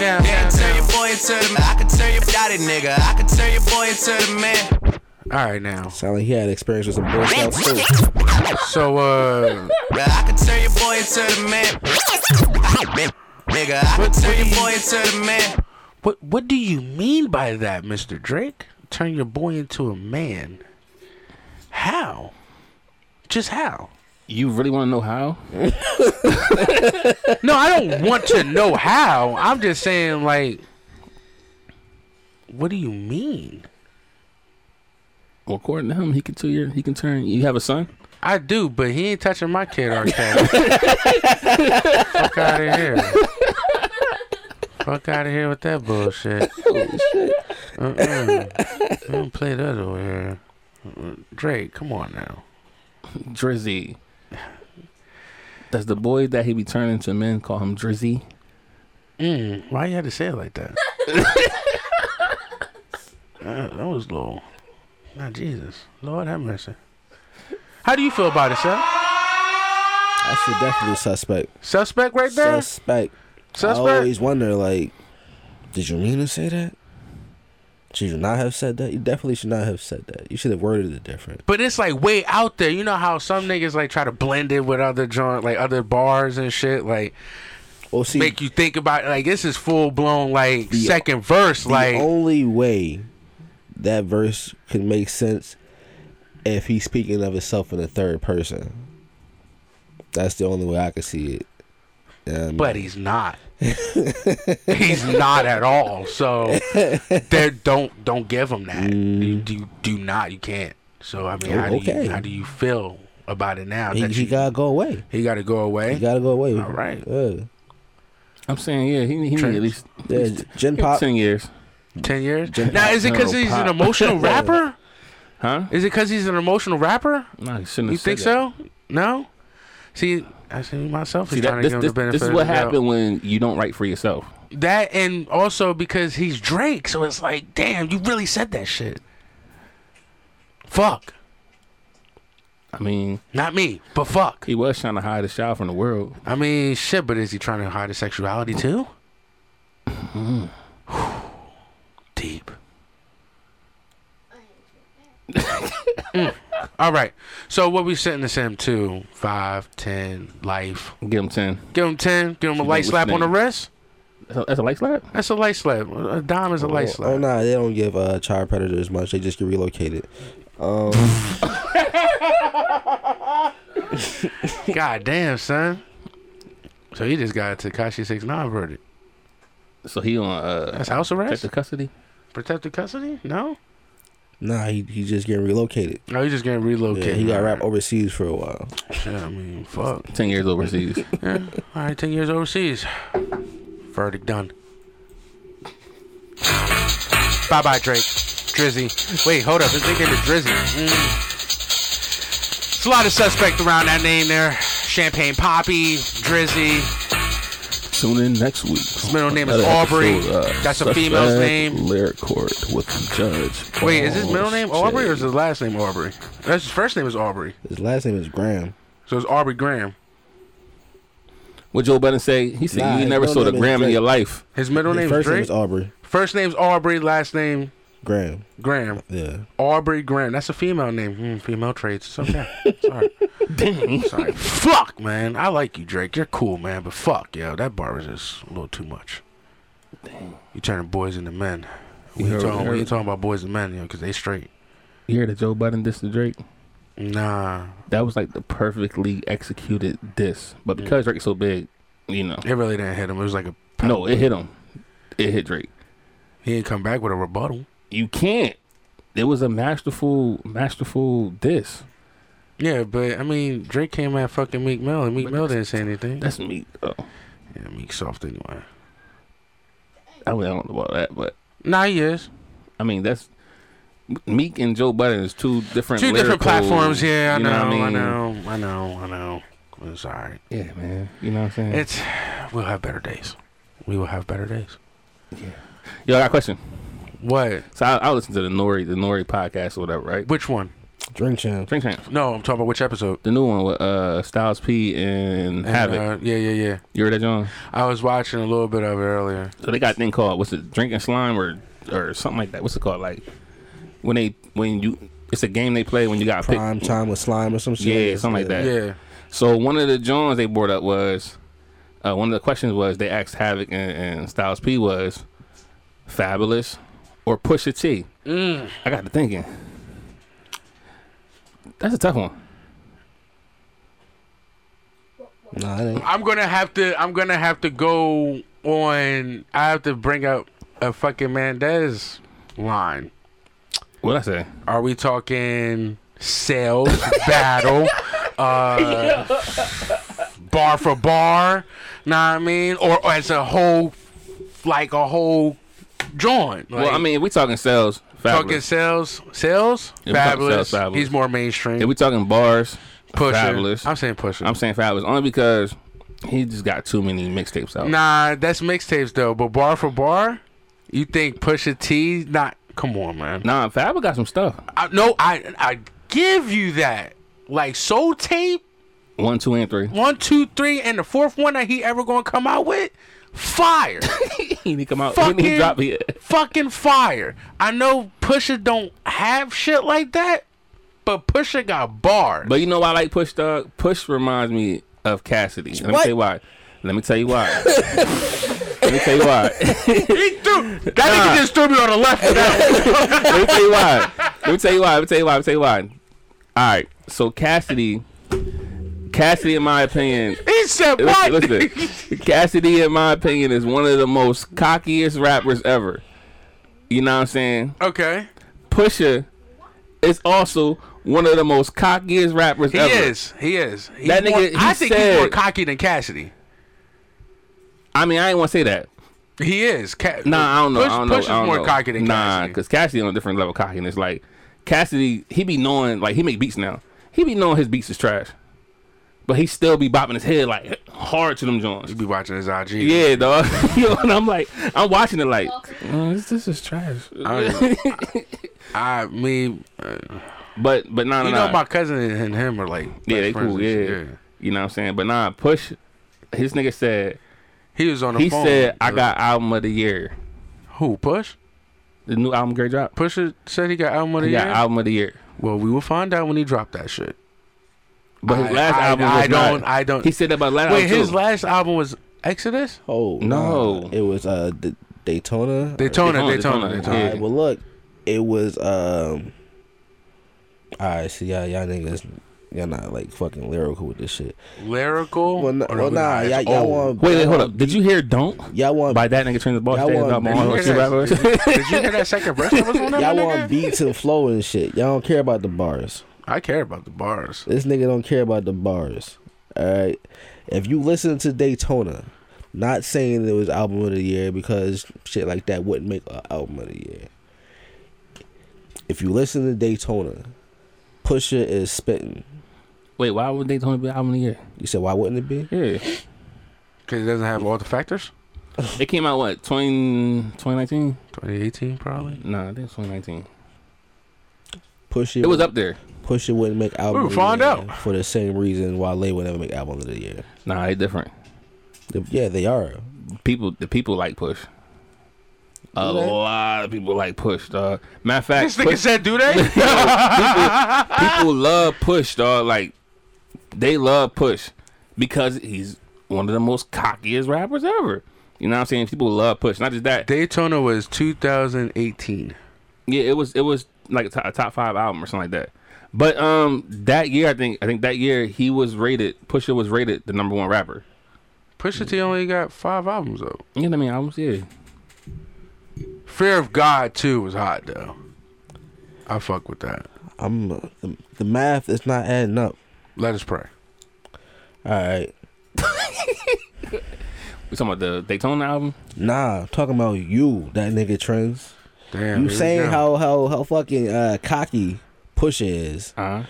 [SPEAKER 3] Now,
[SPEAKER 10] They ain't turn your
[SPEAKER 3] now,
[SPEAKER 10] boy into the man. I could turn your doubt it, nigga. I could turn your boy into the man.
[SPEAKER 3] now. All right now.
[SPEAKER 4] Sound like he had experience with some bullshit too.
[SPEAKER 3] So uh,
[SPEAKER 10] Yeah, I could turn your boy into the man. *laughs* Nigga, I could
[SPEAKER 3] What-
[SPEAKER 10] turn
[SPEAKER 3] what do
[SPEAKER 10] your
[SPEAKER 3] you-
[SPEAKER 10] boy into the man.
[SPEAKER 3] what what do you mean by that, Mister Drake? Turn your boy into a man? How? Just how?
[SPEAKER 2] You really want to know how?
[SPEAKER 3] *laughs* No, I don't want to know how. I'm just saying, like, what do you mean?
[SPEAKER 2] Well, according to him, he can turn your he can turn. You have a son.
[SPEAKER 3] I do, but he ain't touching my kid or cat. Fuck out of here. Fuck out of here with that bullshit. Uh-uh. I don't play that over here. Uh-uh. Drake, come on now.
[SPEAKER 2] *laughs* Drizzy. Does the boy that he be turning to men call him Drizzy?
[SPEAKER 3] Mm, why you had to say it
[SPEAKER 2] *laughs*
[SPEAKER 3] like that? Uh, that was low. Now, Jesus. Lord have mercy. How do you feel about it, sir?
[SPEAKER 4] I should definitely suspect.
[SPEAKER 3] Suspect right there?
[SPEAKER 4] Suspect.
[SPEAKER 3] Suspect?
[SPEAKER 4] I always wonder, like, did you mean to say that? Should you not have said that? You definitely should not have said that. You should have worded it different.
[SPEAKER 3] But it's like way out there. You know how some niggas like try to blend it with other joint, like other bars and shit, like
[SPEAKER 4] Well, Oh, see,
[SPEAKER 3] make you think about like this is full blown like second verse,
[SPEAKER 4] the
[SPEAKER 3] like
[SPEAKER 4] only way that verse could make sense if he's speaking of himself in the third person. That's the only way I could see it. And
[SPEAKER 3] but
[SPEAKER 4] *laughs*
[SPEAKER 3] he's not. he's not at
[SPEAKER 4] *laughs*
[SPEAKER 3] all. So there don't don't give him that. You do do not. You can't. So I mean,
[SPEAKER 4] Mm. Oh,
[SPEAKER 3] how do
[SPEAKER 4] okay.
[SPEAKER 3] you how do you feel about it now?
[SPEAKER 4] he,
[SPEAKER 3] that
[SPEAKER 4] he
[SPEAKER 3] you,
[SPEAKER 4] gotta go away.
[SPEAKER 3] he got to go away.
[SPEAKER 4] He gotta go away.
[SPEAKER 3] All right.
[SPEAKER 4] Yeah.
[SPEAKER 2] I'm saying, yeah, he, he need
[SPEAKER 3] Trans-
[SPEAKER 2] at least at
[SPEAKER 4] Yeah,
[SPEAKER 2] least
[SPEAKER 4] Gen Pop.
[SPEAKER 2] ten years,
[SPEAKER 3] Ten years. Now is it because
[SPEAKER 2] General
[SPEAKER 3] he's
[SPEAKER 2] Mm.
[SPEAKER 3] an
[SPEAKER 2] Pop. *laughs*
[SPEAKER 3] emotional rapper?
[SPEAKER 2] huh?
[SPEAKER 3] Is it because he's an emotional rapper?
[SPEAKER 2] No, he shouldn't have
[SPEAKER 3] You
[SPEAKER 2] said
[SPEAKER 3] think
[SPEAKER 2] that.
[SPEAKER 3] so? No. See, I see myself is
[SPEAKER 2] See,
[SPEAKER 3] trying
[SPEAKER 2] that,
[SPEAKER 3] to
[SPEAKER 2] this,
[SPEAKER 3] give him
[SPEAKER 2] this,
[SPEAKER 3] the benefit.
[SPEAKER 2] this is
[SPEAKER 3] of
[SPEAKER 2] what
[SPEAKER 3] the doubt.
[SPEAKER 2] happened when you don't write for yourself.
[SPEAKER 3] That and also because he's Drake, so it's like, damn, you really said that shit. Fuck,
[SPEAKER 2] I mean,
[SPEAKER 3] not me, but fuck.
[SPEAKER 2] he was trying to hide his child from the world.
[SPEAKER 3] I mean, shit, but is he trying to hide his sexuality too? Deep. Mm. All right. So what we setting this in to? Five, ten, life.
[SPEAKER 2] Give him ten.
[SPEAKER 3] Give him ten. Give him a
[SPEAKER 2] What's
[SPEAKER 3] light slap on the
[SPEAKER 2] name?
[SPEAKER 3] wrist.
[SPEAKER 2] That's a, that's a light slap.
[SPEAKER 3] That's a light slap. Uh,
[SPEAKER 2] *laughs*
[SPEAKER 3] A dime is a light
[SPEAKER 4] Oh, oh
[SPEAKER 3] slap.
[SPEAKER 4] no, they don't give uh, child predators much. They just get relocated.
[SPEAKER 3] *laughs*
[SPEAKER 4] Um,
[SPEAKER 3] God damn, son. So he just got Takashi six nine verdict.
[SPEAKER 2] So he on uh,
[SPEAKER 3] That's house arrest.
[SPEAKER 2] protective custody.
[SPEAKER 3] Protective custody? No.
[SPEAKER 4] Nah, he he just getting relocated.
[SPEAKER 3] No, he's just getting relocated.
[SPEAKER 4] Yeah, he got wrapped overseas for a while.
[SPEAKER 3] Shit, I mean, fuck.
[SPEAKER 2] Ten years overseas.
[SPEAKER 3] *laughs* Yeah. All right, ten years overseas. Verdict done. Bye bye, Drake. Drizzy. Wait, hold up. His nickname is Drizzy. Mm. It's a lot of suspect around that name there. Champagne Poppy, Drizzy.
[SPEAKER 2] Tune in next week. His
[SPEAKER 3] middle name is Aubrey. That's a female's name.
[SPEAKER 2] Lyric court with Judge.
[SPEAKER 3] Wait, is his middle name
[SPEAKER 2] Boss
[SPEAKER 3] Aubrey or is
[SPEAKER 2] J.
[SPEAKER 3] his last name Aubrey? That's his first name is Aubrey.
[SPEAKER 4] His last name is Graham.
[SPEAKER 3] So it's Aubrey Graham.
[SPEAKER 2] What Joe Budden say? He said
[SPEAKER 4] Nah,
[SPEAKER 2] you
[SPEAKER 4] his
[SPEAKER 2] never
[SPEAKER 4] middle
[SPEAKER 2] saw the
[SPEAKER 4] name is
[SPEAKER 2] gram in
[SPEAKER 4] Drake.
[SPEAKER 2] your life.
[SPEAKER 3] His middle
[SPEAKER 4] His
[SPEAKER 3] name is
[SPEAKER 4] first
[SPEAKER 3] Drake.
[SPEAKER 4] name is Aubrey
[SPEAKER 3] first name's Aubrey, last name
[SPEAKER 4] Graham.
[SPEAKER 3] Graham.
[SPEAKER 4] Yeah,
[SPEAKER 3] Aubrey Graham. That's a female name. Hmm, female traits. It's okay.
[SPEAKER 2] *laughs*
[SPEAKER 3] Sorry. Sorry. Fuck, man. I like you, Drake. You're cool, man. But fuck, yo, that bar was just a little too much. You turning boys into men. We ain't
[SPEAKER 2] heard-
[SPEAKER 3] talking, we
[SPEAKER 2] heard-
[SPEAKER 3] ain't talking about boys and men, you know, 'cause they straight.
[SPEAKER 2] You hear the Joe Budden diss to Drake?
[SPEAKER 3] Nah,
[SPEAKER 2] That was like the perfectly executed diss.
[SPEAKER 3] Mm.
[SPEAKER 2] But because Drake's so big, you know,
[SPEAKER 3] it really didn't hit him. It was like a
[SPEAKER 2] no, it hit him. It hit Drake.
[SPEAKER 3] he didn't come back with a rebuttal.
[SPEAKER 2] You can't. It was a masterful, masterful diss.
[SPEAKER 3] Yeah, but I mean, Drake came at fucking Meek Mill, and Meek Mill didn't say anything.
[SPEAKER 2] That's me. though.
[SPEAKER 3] yeah, Meek soft anyway.
[SPEAKER 2] I mean, I don't know about that, but
[SPEAKER 3] Nah, he is.
[SPEAKER 2] I mean, that's Meek and Joe Budden is two different,
[SPEAKER 3] Two different
[SPEAKER 2] lyrical-
[SPEAKER 3] platforms. Yeah, I
[SPEAKER 2] you
[SPEAKER 3] know,
[SPEAKER 2] what
[SPEAKER 3] I,
[SPEAKER 2] mean?
[SPEAKER 3] know, I know, I know, It's all right.
[SPEAKER 2] Yeah, man. You know what I'm saying?
[SPEAKER 3] It's we'll have better days. We will have better days.
[SPEAKER 2] Yo, I got a question.
[SPEAKER 3] What?
[SPEAKER 2] So I, I listen to the Nori, the Nori podcast or whatever, right?
[SPEAKER 3] Which one?
[SPEAKER 4] drink champ.
[SPEAKER 2] Drink Champs.
[SPEAKER 3] No, I'm talking about which episode.
[SPEAKER 2] The new one with uh, Styles P and, Havoc.
[SPEAKER 3] uh, yeah, yeah, yeah.
[SPEAKER 2] you heard that, John?
[SPEAKER 3] I was watching a little bit of it earlier.
[SPEAKER 2] So they got a thing called what's it, drinking slime or or something like that. What's it called? Like when they when you it's a game they play when you got picked.
[SPEAKER 4] Prime time with slime or some shit.
[SPEAKER 2] Yeah, something like that.
[SPEAKER 3] Yeah.
[SPEAKER 2] So one of the Johns they brought up was uh, one of the questions was they asked Havoc and, and Styles P was Fabulous or Pusha T. I
[SPEAKER 3] Mm.
[SPEAKER 2] got to thinking. That's a tough one.
[SPEAKER 4] Nah, it ain't.
[SPEAKER 3] I'm gonna have to. I'm gonna have to go on. I have to bring up a fucking Mandez line.
[SPEAKER 2] What I say?
[SPEAKER 3] Are we talking sales *laughs* battle?
[SPEAKER 5] *laughs*
[SPEAKER 3] Uh, bar for bar, know what I mean? Or, or as a whole, like a whole joint. Like,
[SPEAKER 2] well, I mean, if we talking sales. Fabulous.
[SPEAKER 3] talking sales, sales,
[SPEAKER 2] Yeah, we talking
[SPEAKER 3] fabulous.
[SPEAKER 2] sales, Fabulous.
[SPEAKER 3] He's more mainstream.
[SPEAKER 2] If we talking bars,
[SPEAKER 3] Pusher.
[SPEAKER 2] Fabulous.
[SPEAKER 3] I'm saying Pusher.
[SPEAKER 2] I'm saying fabulous only because he just got too many mixtapes out.
[SPEAKER 3] nah, that's mixtapes though. But bar for bar, you think Pusha T? Not. Come on, man.
[SPEAKER 2] Nah, Fab got some stuff.
[SPEAKER 3] I, no, I I give you that. Like Soul Tape,
[SPEAKER 2] One, two, and three.
[SPEAKER 3] one, two, three, and the fourth one that he ever gonna come out with, fire,
[SPEAKER 2] *laughs* he come out.
[SPEAKER 3] Fucking-
[SPEAKER 2] He drop here.
[SPEAKER 3] fucking fire. I know Pusha don't have shit like that, but Pusha got bars.
[SPEAKER 2] But you know why I like Push Dog? Push reminds me of Cassidy. Let me tell you why. Let me tell you why. Let me tell you why.
[SPEAKER 3] *laughs* he threw that nigga just threw me on the left. for that one.
[SPEAKER 2] *laughs* Let me tell you why. Let me tell you why. Let me tell you why. Let me tell you why. All right. So Cassidy, Cassidy, in my opinion,
[SPEAKER 3] He said what?
[SPEAKER 2] Listen,
[SPEAKER 3] *laughs*
[SPEAKER 2] listen. Cassidy, in my opinion, is one of the most cockiest rappers ever. You know what I'm saying?
[SPEAKER 3] Okay,
[SPEAKER 2] Pusha is also one of the most cockiest rappers
[SPEAKER 3] he
[SPEAKER 2] ever.
[SPEAKER 3] is. He is. He's
[SPEAKER 2] That nigga-
[SPEAKER 3] more-
[SPEAKER 2] he
[SPEAKER 3] I think he's more
[SPEAKER 2] said-
[SPEAKER 3] cocky than Cassidy.
[SPEAKER 2] I mean, I ain't want to say that.
[SPEAKER 3] He is. Ca-
[SPEAKER 2] Nah, I don't know.
[SPEAKER 3] Push,
[SPEAKER 2] I don't know.
[SPEAKER 3] Push is
[SPEAKER 2] I don't
[SPEAKER 3] more
[SPEAKER 2] know.
[SPEAKER 3] cocky than
[SPEAKER 2] Nah,
[SPEAKER 3] Cassidy.
[SPEAKER 2] because Cassidy on a different level of cockiness. Like Cassidy, he be knowing like he make beats now. He be knowing his beats is trash, but he still be bopping his head like hard to them joints.
[SPEAKER 3] you be watching his IG.
[SPEAKER 2] Yeah, dog. *laughs* you know, and I'm like, I'm watching it like, "Mm, this, this is trash.
[SPEAKER 3] I,
[SPEAKER 2] *laughs*
[SPEAKER 3] I me, uh,
[SPEAKER 2] But but nah, nah,
[SPEAKER 3] you know,
[SPEAKER 2] nah.
[SPEAKER 3] my cousin and him are like
[SPEAKER 2] yeah,
[SPEAKER 3] best
[SPEAKER 2] they cool.
[SPEAKER 3] friends and
[SPEAKER 2] Yeah.
[SPEAKER 3] shit,
[SPEAKER 2] you know what I'm saying. But nah, push. His nigga said
[SPEAKER 3] He was on the
[SPEAKER 2] he
[SPEAKER 3] phone.
[SPEAKER 2] said I
[SPEAKER 3] uh,
[SPEAKER 2] got album of the year.
[SPEAKER 3] who push.
[SPEAKER 2] The new album, great drop.
[SPEAKER 3] Pusha said he got album of the
[SPEAKER 2] He got
[SPEAKER 3] year.
[SPEAKER 2] album of the year.
[SPEAKER 3] well, we will find out when he dropped that shit.
[SPEAKER 2] But his
[SPEAKER 3] I-
[SPEAKER 2] last
[SPEAKER 3] I-
[SPEAKER 2] album was
[SPEAKER 3] I don't-
[SPEAKER 2] not-
[SPEAKER 3] I don't-
[SPEAKER 2] He said that about last.
[SPEAKER 3] Wait,
[SPEAKER 2] album
[SPEAKER 3] his
[SPEAKER 2] too.
[SPEAKER 3] last album was Exodus.
[SPEAKER 4] Oh
[SPEAKER 2] No.
[SPEAKER 4] nah, it was uh D- Daytona.
[SPEAKER 2] Daytona,
[SPEAKER 3] Daytona, Daytona,
[SPEAKER 2] Daytona,
[SPEAKER 3] Daytona.
[SPEAKER 4] All
[SPEAKER 2] yeah.
[SPEAKER 4] right, well look, it was um. All right, see y'all, y'all niggas y'all not like fucking lyrical with this shit.
[SPEAKER 3] Lyrical?
[SPEAKER 4] Well, n-
[SPEAKER 3] Oh, no,
[SPEAKER 4] well
[SPEAKER 3] nah,
[SPEAKER 4] nah,
[SPEAKER 3] it's
[SPEAKER 4] y'all, y'all
[SPEAKER 3] old.
[SPEAKER 4] want
[SPEAKER 2] Wait, wait, hold up. Did you hear "Don't"?
[SPEAKER 4] y'all want
[SPEAKER 2] By that nigga turned the boss
[SPEAKER 4] Y'all
[SPEAKER 2] day
[SPEAKER 4] want-
[SPEAKER 2] about
[SPEAKER 4] did
[SPEAKER 2] my
[SPEAKER 4] you
[SPEAKER 2] own
[SPEAKER 3] hear
[SPEAKER 2] rappers.
[SPEAKER 3] Did you hear that second verse that was on
[SPEAKER 4] *laughs*
[SPEAKER 3] that?
[SPEAKER 4] y'all
[SPEAKER 3] my nigga?
[SPEAKER 4] want beats and flow and shit. Y'all don't care about the bars.
[SPEAKER 3] I care about the bars.
[SPEAKER 4] This nigga don't care about the bars. Alright. If you listen to Daytona, not saying it was album of the year because shit like that wouldn't make an album of the year. If you listen to Daytona, Pusha is spitting.
[SPEAKER 2] Wait, why would they Daytona be album of the year?
[SPEAKER 4] You said why wouldn't it be?
[SPEAKER 2] Yeah,
[SPEAKER 3] Because it doesn't have all the factors.
[SPEAKER 2] it came out what 20, 2019?
[SPEAKER 3] 2018, probably.
[SPEAKER 2] Nah, I think it's 2019.
[SPEAKER 4] Pusha
[SPEAKER 2] It was up there.
[SPEAKER 4] Pusha wouldn't make album
[SPEAKER 3] We'll
[SPEAKER 4] of the
[SPEAKER 3] find
[SPEAKER 4] year
[SPEAKER 3] out.
[SPEAKER 4] for the same reason why Lay would never make album of the year.
[SPEAKER 2] Nah, they different.
[SPEAKER 4] The- Yeah, they are.
[SPEAKER 2] People, the people like Push. A
[SPEAKER 4] Do they?
[SPEAKER 2] lot of people like Push, dog. Matter of fact,
[SPEAKER 3] This nigga
[SPEAKER 2] Push-
[SPEAKER 3] said,
[SPEAKER 2] *laughs*
[SPEAKER 3] do they? *laughs*
[SPEAKER 2] people love Push, dog. Like they love Push because he's one of the most cockiest rappers ever. You know what I'm saying? People love Push. Not just that.
[SPEAKER 3] Daytona was 2018.
[SPEAKER 2] Yeah, it was it was like a to- a top five album or something like that. But um, that year I think I think that year he was rated. Pusha was rated the number one rapper.
[SPEAKER 3] Pusha T only got five albums though.
[SPEAKER 2] You know what I mean? Albums,
[SPEAKER 3] *laughs*
[SPEAKER 2] yeah.
[SPEAKER 3] Fear of God too was hot though. I fuck with that.
[SPEAKER 4] I'm uh, the, the math is not adding up.
[SPEAKER 3] Let us pray.
[SPEAKER 4] All right.
[SPEAKER 2] We talking about the Daytona album?
[SPEAKER 4] Nah, I'm talking about you, that nigga trends.
[SPEAKER 3] Damn.
[SPEAKER 4] You
[SPEAKER 3] here we
[SPEAKER 4] saying
[SPEAKER 3] go.
[SPEAKER 4] how how how fucking uh, cocky Push is?
[SPEAKER 2] Uh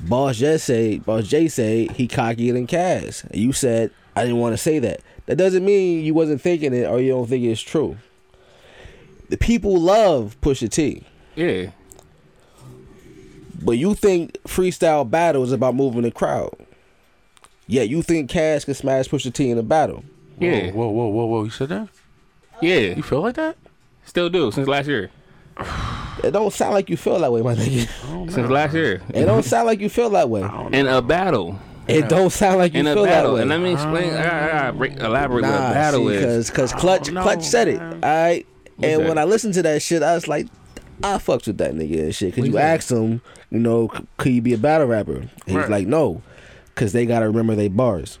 [SPEAKER 4] Boss J said Boss J said he cockier than Cass. And you said I didn't want to say that. That doesn't mean you wasn't thinking it or you don't think it's true. The people love Pusha T,
[SPEAKER 2] yeah.
[SPEAKER 4] but you think freestyle battle is about moving the crowd. Yeah, you think Cass can smash Pusha T in a battle.
[SPEAKER 2] Yeah,
[SPEAKER 3] Whoa, whoa, whoa, whoa! You said that?
[SPEAKER 2] yeah.
[SPEAKER 3] You feel like that?
[SPEAKER 2] Still do since last year.
[SPEAKER 4] It don't sound like you feel that way, my nigga.
[SPEAKER 3] Oh,
[SPEAKER 2] Since last year,
[SPEAKER 4] It don't sound like you feel that way.
[SPEAKER 2] in a battle,
[SPEAKER 4] It don't sound like you
[SPEAKER 2] in a
[SPEAKER 4] feel that
[SPEAKER 2] battle,
[SPEAKER 4] way.
[SPEAKER 2] and let me explain. I, I, I break, elaborate what a battle is.
[SPEAKER 4] Because because Clutch
[SPEAKER 3] know,
[SPEAKER 4] Clutch said it. All
[SPEAKER 3] Oh, man.
[SPEAKER 4] right. And
[SPEAKER 2] said
[SPEAKER 4] when
[SPEAKER 2] it.
[SPEAKER 4] I listened to that shit, I was like, I fucked with that nigga and shit. Because you asked him, you know, c- could you be a battle rapper? And he's
[SPEAKER 3] Right.
[SPEAKER 4] like, no, because they gotta remember they bars.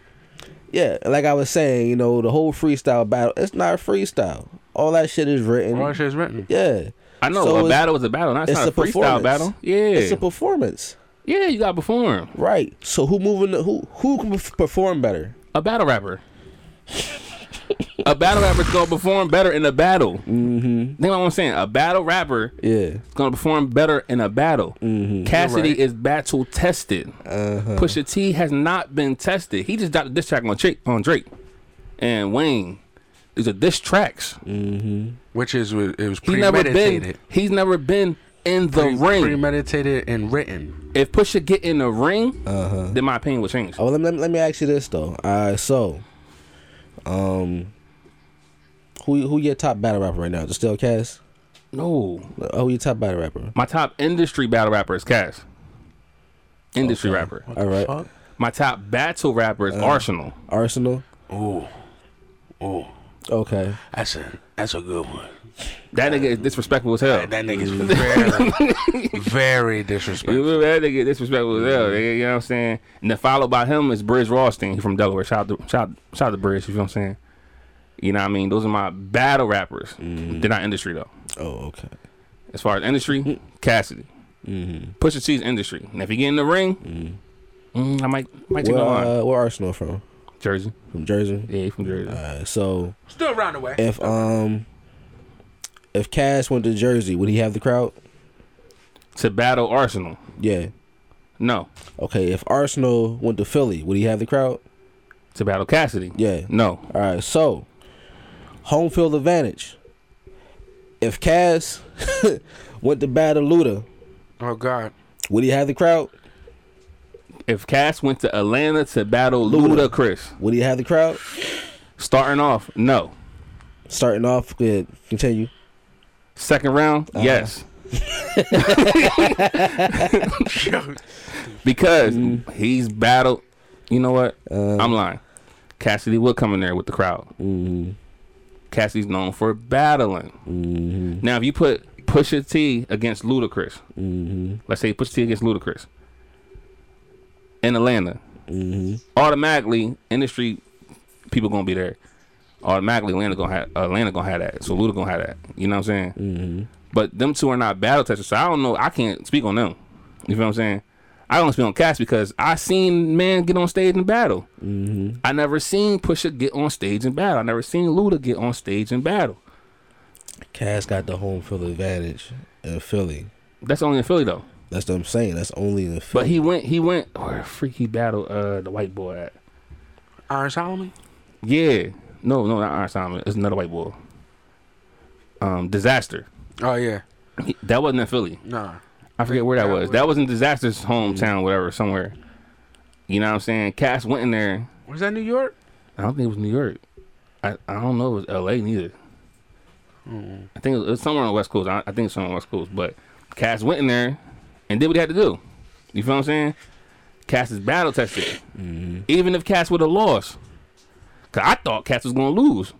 [SPEAKER 4] Yeah, like I was saying, you know, the whole freestyle battle, it's not freestyle. All that shit is written.
[SPEAKER 3] All that shit's written.
[SPEAKER 4] Yeah.
[SPEAKER 2] I know
[SPEAKER 4] So
[SPEAKER 2] a
[SPEAKER 4] it's-
[SPEAKER 2] battle is a battle, not, it's not a freestyle
[SPEAKER 4] performance.
[SPEAKER 2] battle. Yeah,
[SPEAKER 4] It's a performance.
[SPEAKER 2] yeah. You gotta perform.
[SPEAKER 4] Right. So who moving the, who who can perf- perform better?
[SPEAKER 2] A battle rapper. a battle rapper's gonna perform better in a battle. Mm-hmm. Think about what I'm saying. A battle rapper
[SPEAKER 4] Yeah.
[SPEAKER 2] is gonna perform better in a battle. Cassidy
[SPEAKER 3] You're right.
[SPEAKER 2] is battle tested. Pusha T has not been tested. He just dropped a diss track on Drake, on Drake and Wayne. These are diss tracks.
[SPEAKER 3] Which is it was
[SPEAKER 2] He's never
[SPEAKER 3] premeditated.
[SPEAKER 2] been. He's never been in the
[SPEAKER 3] Pre-
[SPEAKER 2] ring.
[SPEAKER 3] Premeditated and written.
[SPEAKER 2] if Pusha get in the ring, then my opinion would change.
[SPEAKER 4] Oh, let me, let me ask you this though. All right, so, um, who who your top battle rapper right now? The still Cass?
[SPEAKER 2] No,
[SPEAKER 4] Oh, who your top battle rapper?
[SPEAKER 2] Mm. my top industry battle rapper is Cash. Industry rapper.
[SPEAKER 4] All right,
[SPEAKER 3] Fuck.
[SPEAKER 2] My top battle rapper is Arsenal.
[SPEAKER 4] Uh, Arsenal.
[SPEAKER 3] Ooh, ooh.
[SPEAKER 4] Okay,
[SPEAKER 3] That's a that's a good one.
[SPEAKER 2] That nigga is disrespectful as hell.
[SPEAKER 3] That nigga's very *laughs* very disrespectful.
[SPEAKER 2] You- That nigga disrespectful as hell. nigga, You know what I'm saying? And then followed by him is Bridge Rothstein. He from Delaware. Shout out to shout, shout out to Bridge. You know what I'm saying? You know what I mean? Those are my battle rappers.
[SPEAKER 3] Mm-hmm.
[SPEAKER 2] They're not industry though.
[SPEAKER 4] oh okay.
[SPEAKER 2] As far as industry,
[SPEAKER 3] Mm-hmm.
[SPEAKER 2] Cassidy. Pusha T's industry. And if he get in the ring,
[SPEAKER 3] Mm-hmm.
[SPEAKER 2] mm, I might might take
[SPEAKER 4] Where
[SPEAKER 2] him on
[SPEAKER 4] uh, where Arsenal from?
[SPEAKER 2] Jersey.
[SPEAKER 4] From Jersey.
[SPEAKER 2] Yeah, he from Jersey.
[SPEAKER 4] Uh, so
[SPEAKER 3] Still round the way.
[SPEAKER 4] if um if Cass went to Jersey, would he have the crowd?
[SPEAKER 2] to battle Arsenal.
[SPEAKER 4] Yeah.
[SPEAKER 2] No.
[SPEAKER 4] Okay, if Arsenal went to Philly, would he have the crowd?
[SPEAKER 2] To battle Cassidy.
[SPEAKER 4] Yeah.
[SPEAKER 2] No.
[SPEAKER 4] All right, so home field advantage. If Cass *laughs* went to battle Luda,
[SPEAKER 3] Oh God.
[SPEAKER 4] would he have the crowd?
[SPEAKER 2] If Cass went to Atlanta to battle
[SPEAKER 4] Luda.
[SPEAKER 2] Luda Chris,
[SPEAKER 4] Would he have the crowd?
[SPEAKER 2] starting off, no.
[SPEAKER 4] Starting off, good. Continue.
[SPEAKER 2] Second round, yes. because he's battled. You know what? I'm lying. Cassidy will come in there with the crowd. Cassidy's known for battling. Now, if you put Pusha T against Ludacris, let's say Pusha T against Ludacris, in Atlanta, automatically industry people gonna be there. Automatically, Atlanta gonna have Atlanta gonna have that. So Luda gonna have that. You know what I'm saying? But them two are not battle testers, so I don't know. I can't speak on them. You feel what I'm saying? I don't speak on Cass because I seen man get on stage and battle. I never seen Pusha get on stage and battle. I never seen Luda get on stage and battle.
[SPEAKER 4] Cass got the home field advantage in Philly.
[SPEAKER 2] That's only in Philly though.
[SPEAKER 4] That's what I'm saying. That's only in
[SPEAKER 2] But
[SPEAKER 4] Philly.
[SPEAKER 2] he went, he went, where freaky battle uh the white boy at?
[SPEAKER 3] Iron Solomon.
[SPEAKER 2] Yeah, no, no, not Iron Simon. It's another white boy. Um, disaster.
[SPEAKER 3] Oh yeah,
[SPEAKER 2] He- that wasn't in Philly.
[SPEAKER 3] nah.
[SPEAKER 2] I forget where that was. That was in disaster's hometown, whatever, somewhere. You know what I'm saying? Cass went in there.
[SPEAKER 3] Was that New York?
[SPEAKER 2] I don't think it was New York. I, I don't know if it was L.A. neither. I think it was, it was somewhere on the West Coast. I, I think it's somewhere on the West Coast. But Cass went in there and did what he had to do. You feel what I'm saying? Cass is battle tested.
[SPEAKER 4] Mm-hmm.
[SPEAKER 2] Even if Cass would have lost. Cause I thought Cass was gonna lose.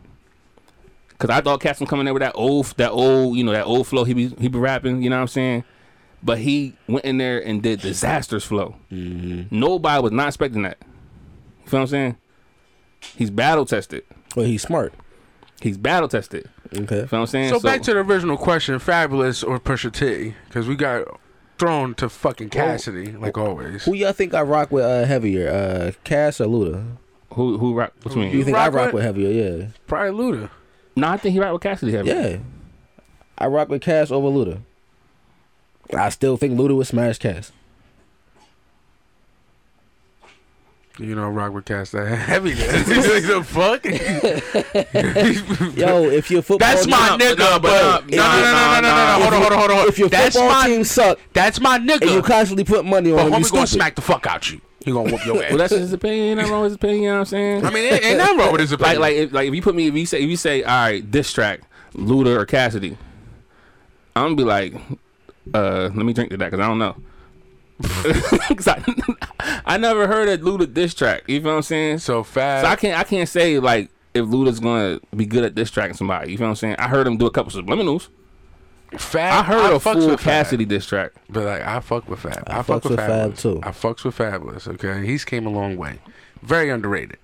[SPEAKER 2] Cause I thought Cass was coming there with that old that old, you know, that old flow he be he be rapping, you know what I'm saying? But he went in there and did disastrous flow.
[SPEAKER 4] Mm-hmm.
[SPEAKER 2] Nobody was not expecting that. You feel what I'm saying? He's battle tested.
[SPEAKER 4] Well, he's smart.
[SPEAKER 2] He's battle tested.
[SPEAKER 4] Okay.
[SPEAKER 2] You feel what I'm saying?
[SPEAKER 3] So, back to the original question: Fabulous or Pusha T? Because we got thrown to fucking Cassidy, like always.
[SPEAKER 4] Who y'all think I rock with uh, heavier, uh, Cass or Luda?
[SPEAKER 2] who who rock what you mean?
[SPEAKER 4] You think
[SPEAKER 3] rock
[SPEAKER 4] I rock
[SPEAKER 3] with-
[SPEAKER 4] with, heavier?
[SPEAKER 3] Probably Luda.
[SPEAKER 2] no, I think he rocked with Cassidy heavy.
[SPEAKER 4] Yeah, yeah. I rock with Cass over Luda. I still think Luda would smash Cass.
[SPEAKER 3] You know, rock with Cass that heavy. *laughs* then. He's like, the fuck?
[SPEAKER 4] Yo, if your football,
[SPEAKER 3] That's
[SPEAKER 4] team,
[SPEAKER 3] my nigga,
[SPEAKER 2] no, but
[SPEAKER 3] but
[SPEAKER 2] no,
[SPEAKER 3] no, no, no, no, no, no, no. Hold on, hold on, hold on.
[SPEAKER 4] if your
[SPEAKER 3] That's
[SPEAKER 4] football
[SPEAKER 3] my,
[SPEAKER 4] team suck
[SPEAKER 3] that's my
[SPEAKER 4] and you
[SPEAKER 3] nigga.
[SPEAKER 4] constantly put money on
[SPEAKER 3] But
[SPEAKER 4] him, you
[SPEAKER 3] homie gonna
[SPEAKER 4] stupid.
[SPEAKER 3] smack the fuck out you. He gonna whoop
[SPEAKER 4] *laughs*
[SPEAKER 3] your
[SPEAKER 2] Well
[SPEAKER 3] ass.
[SPEAKER 2] that's his opinion, I'm always his opinion, you know what I'm saying?
[SPEAKER 3] I mean, ain't ain't nothing wrong with his
[SPEAKER 2] like
[SPEAKER 3] opinion.
[SPEAKER 2] like if, like if you put me if you say if you say all right diss track Luda or Cassidy, I'm gonna be like, uh, let me drink to that because I don't know. *laughs* 'Cause I, *laughs* I never heard a Luda diss track. You feel what I'm saying? So,
[SPEAKER 3] so fast.
[SPEAKER 2] I can't I can't say like if Luda's gonna be good at diss tracking somebody. You feel what I'm saying? I heard him do a couple subliminals.
[SPEAKER 3] Fab,
[SPEAKER 2] I heard a
[SPEAKER 3] fucks
[SPEAKER 2] full
[SPEAKER 3] with Fab,
[SPEAKER 2] Cassidy diss track.
[SPEAKER 3] but like I fuck with Fab. I,
[SPEAKER 4] I
[SPEAKER 3] fuck
[SPEAKER 4] fucks
[SPEAKER 3] with
[SPEAKER 4] with Fab,
[SPEAKER 3] Fabulous.
[SPEAKER 4] too.
[SPEAKER 3] I fucks with Fabulous. Okay, he's came a long way. Very underrated.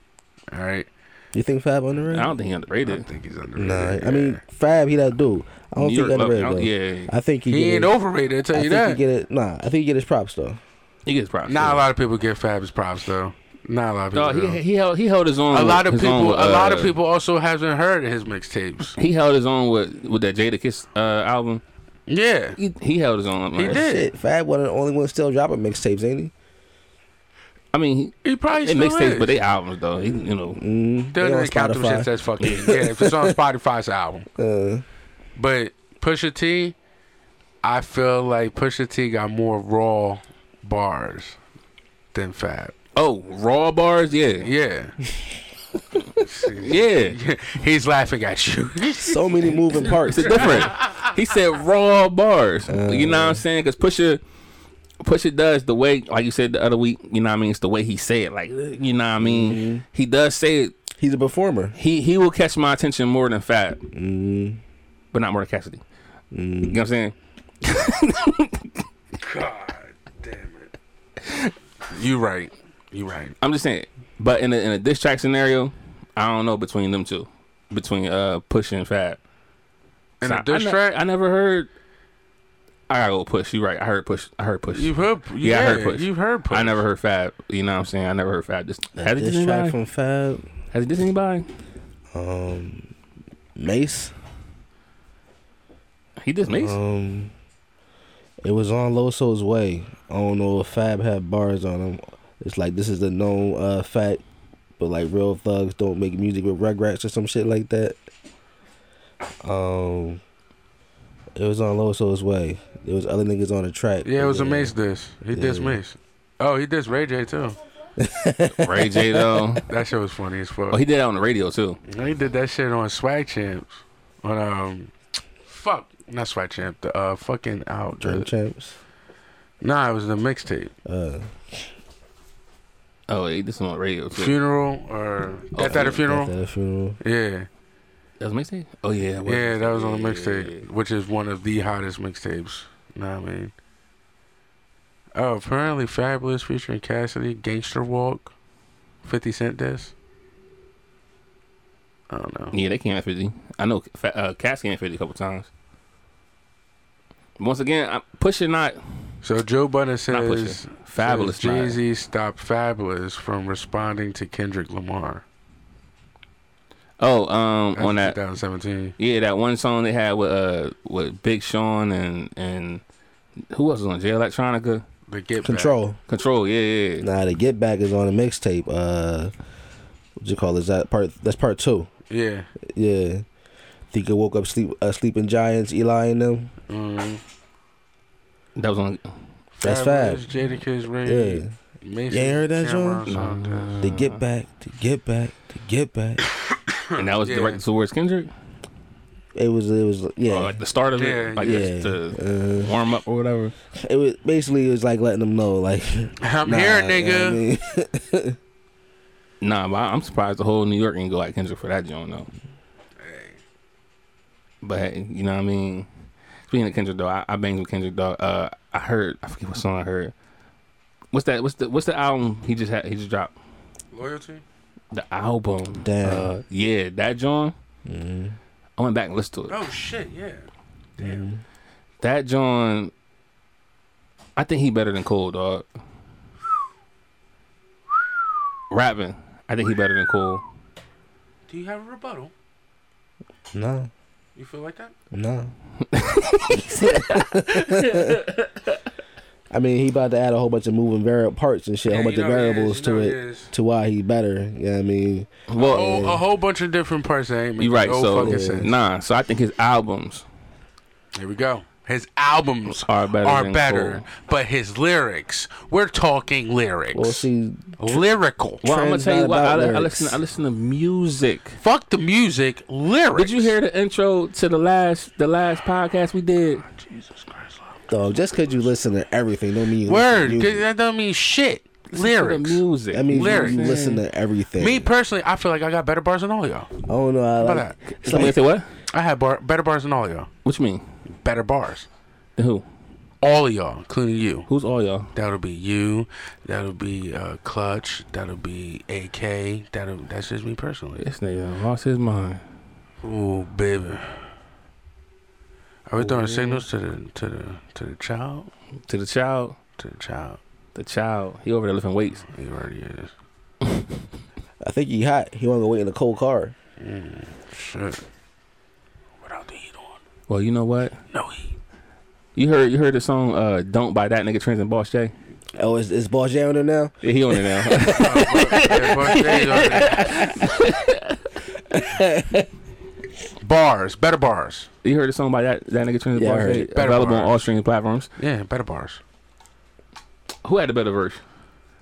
[SPEAKER 3] All right,
[SPEAKER 4] You think Fab
[SPEAKER 2] I
[SPEAKER 4] underrated?
[SPEAKER 2] don't think he
[SPEAKER 3] I
[SPEAKER 2] underrated.
[SPEAKER 3] don't think he's
[SPEAKER 4] Nah,
[SPEAKER 3] underrated.
[SPEAKER 4] I mean Fab, he that dude. I don't
[SPEAKER 2] You
[SPEAKER 4] think
[SPEAKER 2] love-
[SPEAKER 4] underrated.
[SPEAKER 2] I don't-
[SPEAKER 4] though.
[SPEAKER 2] yeah.
[SPEAKER 4] I think he,
[SPEAKER 3] he
[SPEAKER 4] get
[SPEAKER 3] ain't
[SPEAKER 4] his,
[SPEAKER 3] overrated. I
[SPEAKER 4] I
[SPEAKER 3] tell you
[SPEAKER 4] think he
[SPEAKER 3] that.
[SPEAKER 4] get it. Nah, I think he get his props though.
[SPEAKER 2] He gets props.
[SPEAKER 3] Not
[SPEAKER 2] yeah.
[SPEAKER 3] a lot of people get Fab's props though. Not a lot of people.
[SPEAKER 2] No,
[SPEAKER 3] do.
[SPEAKER 2] he, he held he held his own.
[SPEAKER 3] a
[SPEAKER 2] with-
[SPEAKER 3] lot of
[SPEAKER 2] his own
[SPEAKER 3] people.
[SPEAKER 2] with,
[SPEAKER 3] a lot of
[SPEAKER 2] uh,
[SPEAKER 3] people also hasn't heard of
[SPEAKER 2] *laughs*
[SPEAKER 3] his mixtapes.
[SPEAKER 2] He held his own with with that Jada Kiss uh, album.
[SPEAKER 3] Yeah,
[SPEAKER 2] He, he held his own.
[SPEAKER 3] He
[SPEAKER 2] like,
[SPEAKER 3] did.
[SPEAKER 4] Shit, Fab one of the only ones still dropping mixtapes, ain't he?
[SPEAKER 2] I mean,
[SPEAKER 3] he probably
[SPEAKER 2] he, they
[SPEAKER 3] still is.
[SPEAKER 2] mixtapes, but they albums though. He, you know,
[SPEAKER 3] They
[SPEAKER 4] Mm-hmm. They
[SPEAKER 3] don't
[SPEAKER 4] on
[SPEAKER 3] even count them
[SPEAKER 4] Spotify.
[SPEAKER 3] shit that's fucking
[SPEAKER 4] *laughs*
[SPEAKER 3] yeah. If it's on Spotify, it's an album.
[SPEAKER 4] Uh,
[SPEAKER 3] But Pusha T, I feel like Pusha T got more raw bars than Fab.
[SPEAKER 2] oh, raw bars, yeah,
[SPEAKER 3] Yeah,
[SPEAKER 2] *laughs* yeah.
[SPEAKER 3] *laughs* he's laughing at you.
[SPEAKER 4] so many moving parts.
[SPEAKER 2] It's a different. he said raw bars. you know
[SPEAKER 4] Uh.
[SPEAKER 2] what I'm saying? Because Pusha, Pusha does the way, like you said the other week. You know what I mean? It's the way he say it. Like, uh, you know what I mean? He does say it.
[SPEAKER 4] Mm-hmm. He's a performer. Mm-hmm.
[SPEAKER 2] He he will catch my attention more than Fab, but not more than Cassidy. You know what I'm saying? *laughs*
[SPEAKER 3] you right. You right.
[SPEAKER 2] I'm just saying. But in a, in a diss track scenario, I don't know between them two, between uh Push and Fab.
[SPEAKER 3] And
[SPEAKER 2] So
[SPEAKER 3] a diss
[SPEAKER 2] I, ne-
[SPEAKER 3] track,
[SPEAKER 2] I never heard. I gotta go Push. You right? I heard Push. I heard Push.
[SPEAKER 3] you've heard.
[SPEAKER 2] yeah, I heard Push.
[SPEAKER 3] You've heard Push.
[SPEAKER 2] I never heard Fab. You know what I'm saying? I never heard Fab. Just, has he
[SPEAKER 4] Diss
[SPEAKER 2] dissed
[SPEAKER 4] track
[SPEAKER 2] anybody?
[SPEAKER 4] from Fab,
[SPEAKER 2] has he dissed anybody?
[SPEAKER 4] um, Mace.
[SPEAKER 2] He dissed Mace.
[SPEAKER 4] Um, it was on Loso's way. I don't know if Fab had bars on him. It's like this is the known uh, fact, but like real thugs don't make music with Rugrats or some shit like that. Um, it was on Loso's way. There was other niggas on the track.
[SPEAKER 3] Yeah, it was a
[SPEAKER 4] Yeah.
[SPEAKER 3] Mace diss. He dissed
[SPEAKER 4] Yeah.
[SPEAKER 3] Mace. Oh, he dissed Ray J too.
[SPEAKER 2] Ray J *laughs* though.
[SPEAKER 3] That shit was funny as fuck.
[SPEAKER 2] Oh, he did that on the radio too.
[SPEAKER 3] He did that shit on Swag Champs. On um, fuck, not Swag Champ. The uh, fucking out.
[SPEAKER 4] Dream Champs.
[SPEAKER 3] Nah, it was the mixtape.
[SPEAKER 4] Uh,
[SPEAKER 2] Oh, he dissed on the radio too.
[SPEAKER 3] Funeral or
[SPEAKER 2] Oh,
[SPEAKER 3] Death at a
[SPEAKER 2] Funeral.
[SPEAKER 3] funeral.
[SPEAKER 4] Death at a funeral.
[SPEAKER 3] Yeah,
[SPEAKER 2] That was mixtape. Oh yeah. it
[SPEAKER 3] yeah, that was on the
[SPEAKER 2] Yeah, yeah, yeah.
[SPEAKER 3] mixtape, which is one of the hottest mixtapes. Know what I mean? Oh, apparently Fabulous featuring Cassidy, Gangster Walk, 50 Cent diss. I don't know.
[SPEAKER 2] Yeah, they came at 50. I know Fa- uh, Cass came at 50 a couple times. Once again, I'm pushing not.
[SPEAKER 3] So Joe Budden says,
[SPEAKER 2] pushing. Fabulous
[SPEAKER 3] Jay Z stopped Fabulous from responding to Kendrick Lamar.
[SPEAKER 2] Oh, um,
[SPEAKER 3] That's
[SPEAKER 2] on that
[SPEAKER 3] 2017.
[SPEAKER 2] Yeah, that one song they had with uh with Big Sean and and who else was on Jay Electronica?
[SPEAKER 3] The Get Back.
[SPEAKER 4] Control.
[SPEAKER 2] Control, yeah, yeah. yeah.
[SPEAKER 4] Nah, the Get Back is on the mixtape. Uh, what you call it? Is that part? That's part two.
[SPEAKER 3] Yeah.
[SPEAKER 4] Yeah. Think I woke up sleep uh, sleeping giants, Eli and them.
[SPEAKER 3] Mm.
[SPEAKER 2] That was on.
[SPEAKER 4] That's
[SPEAKER 3] Fabulous,
[SPEAKER 4] fab.
[SPEAKER 3] Jadakiss Ray.
[SPEAKER 4] Yeah.
[SPEAKER 3] Mason,
[SPEAKER 4] You heard that,
[SPEAKER 3] Cameron uh,
[SPEAKER 4] Joe?
[SPEAKER 3] Saunders.
[SPEAKER 4] To get back, to get back, to get back.
[SPEAKER 2] And that was
[SPEAKER 3] Yeah.
[SPEAKER 2] directed towards Kendrick.
[SPEAKER 4] It was it was yeah.
[SPEAKER 2] Or like the start of
[SPEAKER 3] Yeah,
[SPEAKER 2] it, like
[SPEAKER 4] yeah.
[SPEAKER 2] just to
[SPEAKER 4] Uh,
[SPEAKER 2] warm up or whatever.
[SPEAKER 4] it was basically it was like letting them know like
[SPEAKER 3] I'm
[SPEAKER 4] nah,
[SPEAKER 3] here,
[SPEAKER 4] you know what I
[SPEAKER 3] nigga.
[SPEAKER 4] mean?
[SPEAKER 2] *laughs* Nah, but I'm surprised the whole New York didn't go at Kendrick for that joint though. But hey, you know what I mean. Speaking of Kendrick though, I, I banged with Kendrick dog. Uh, I heard I forget what song I heard. What's that? What's the What's the album he just had? He just dropped
[SPEAKER 3] Loyalty?
[SPEAKER 2] the album.
[SPEAKER 4] Damn. Mm-hmm.
[SPEAKER 2] Uh, yeah, that joint. I went back and listened to it.
[SPEAKER 3] Oh, shit, yeah. Damn.
[SPEAKER 2] That John, I think he better than Cole, dog. Rapping, I think he better than Cole.
[SPEAKER 3] Do you have a rebuttal?
[SPEAKER 4] Nah,
[SPEAKER 3] You feel
[SPEAKER 4] *laughs*
[SPEAKER 3] like that?
[SPEAKER 4] nah.
[SPEAKER 2] *laughs*
[SPEAKER 4] *laughs* I mean, he about to add a whole bunch of moving vari- parts and shit, a
[SPEAKER 3] Yeah,
[SPEAKER 4] whole bunch
[SPEAKER 3] you
[SPEAKER 4] of
[SPEAKER 3] know he is,
[SPEAKER 4] variables
[SPEAKER 3] you
[SPEAKER 4] to
[SPEAKER 3] know he
[SPEAKER 4] it,
[SPEAKER 3] is.
[SPEAKER 4] to why he better. You know what I mean?
[SPEAKER 2] *laughs* Well,
[SPEAKER 3] Oh, a whole bunch of different parts that ain't make
[SPEAKER 2] you're right.
[SPEAKER 3] Oh, no
[SPEAKER 2] So
[SPEAKER 3] fucking sense.
[SPEAKER 2] nah, so I think his albums
[SPEAKER 3] Here we go. His albums
[SPEAKER 2] Are better
[SPEAKER 3] are
[SPEAKER 2] than
[SPEAKER 3] better
[SPEAKER 2] Cole.
[SPEAKER 3] but his lyrics. We're talking lyrics.
[SPEAKER 4] Well, see,
[SPEAKER 3] Lyrical.
[SPEAKER 2] Well, I'm gonna
[SPEAKER 4] Trends
[SPEAKER 2] tell you
[SPEAKER 4] not
[SPEAKER 2] what. I,
[SPEAKER 4] about
[SPEAKER 2] I
[SPEAKER 4] lyrics.
[SPEAKER 2] listen. I listen to music.
[SPEAKER 3] Fuck the music. Lyrics.
[SPEAKER 2] Did you hear the intro to the last the last podcast we did?
[SPEAKER 3] Jesus Christ. love.
[SPEAKER 4] though, just because you listen to everything, don't mean you
[SPEAKER 3] Word.
[SPEAKER 4] Listen to music.
[SPEAKER 3] That don't mean shit.
[SPEAKER 2] Listen to
[SPEAKER 3] Lyrics.
[SPEAKER 2] the music.
[SPEAKER 4] That means you-
[SPEAKER 3] Lyrics.
[SPEAKER 4] you listen to everything.
[SPEAKER 3] Me personally, I feel like I got better bars than all y'all.
[SPEAKER 4] I don't know. I
[SPEAKER 3] How
[SPEAKER 4] like,
[SPEAKER 3] about
[SPEAKER 4] it's
[SPEAKER 2] Somebody
[SPEAKER 4] like-
[SPEAKER 2] say what?
[SPEAKER 3] I had bar- better bars than all y'all.
[SPEAKER 2] What you mean?
[SPEAKER 3] Better bars.
[SPEAKER 2] Who?
[SPEAKER 3] All of y'all, including you.
[SPEAKER 2] Who's all y'all?
[SPEAKER 3] That'll be you. That'll be uh, Clutch. That'll be AK. That'll that's just me personally.
[SPEAKER 2] This nigga lost his mind.
[SPEAKER 3] Ooh, baby. Are we throwing signals to the to the to the child?
[SPEAKER 2] To the child,
[SPEAKER 3] To the child.
[SPEAKER 2] the child. He over there lifting weights.
[SPEAKER 3] He already is.
[SPEAKER 4] I think he hot. He want to wait in a cold car.
[SPEAKER 3] Mm, Shit. Without the heat on.
[SPEAKER 2] Well, you know what?
[SPEAKER 3] No heat.
[SPEAKER 2] You heard you heard the song uh, "Don't" by that nigga Trends and Boss J.
[SPEAKER 4] Oh, is, is Boss Jay on there now?
[SPEAKER 2] Yeah, he on it
[SPEAKER 3] Oh,
[SPEAKER 2] now.
[SPEAKER 3] *laughs* Yeah, boy, there you go.
[SPEAKER 4] *laughs*
[SPEAKER 2] *laughs*
[SPEAKER 3] bars, better bars.
[SPEAKER 2] you heard the song by that that nigga Trends and
[SPEAKER 4] Yeah, I
[SPEAKER 2] Boss
[SPEAKER 4] heard
[SPEAKER 2] J.
[SPEAKER 4] it.
[SPEAKER 3] Better
[SPEAKER 2] Available on
[SPEAKER 3] bars.
[SPEAKER 2] all streaming platforms.
[SPEAKER 3] Yeah, better bars.
[SPEAKER 2] Who had the better verse?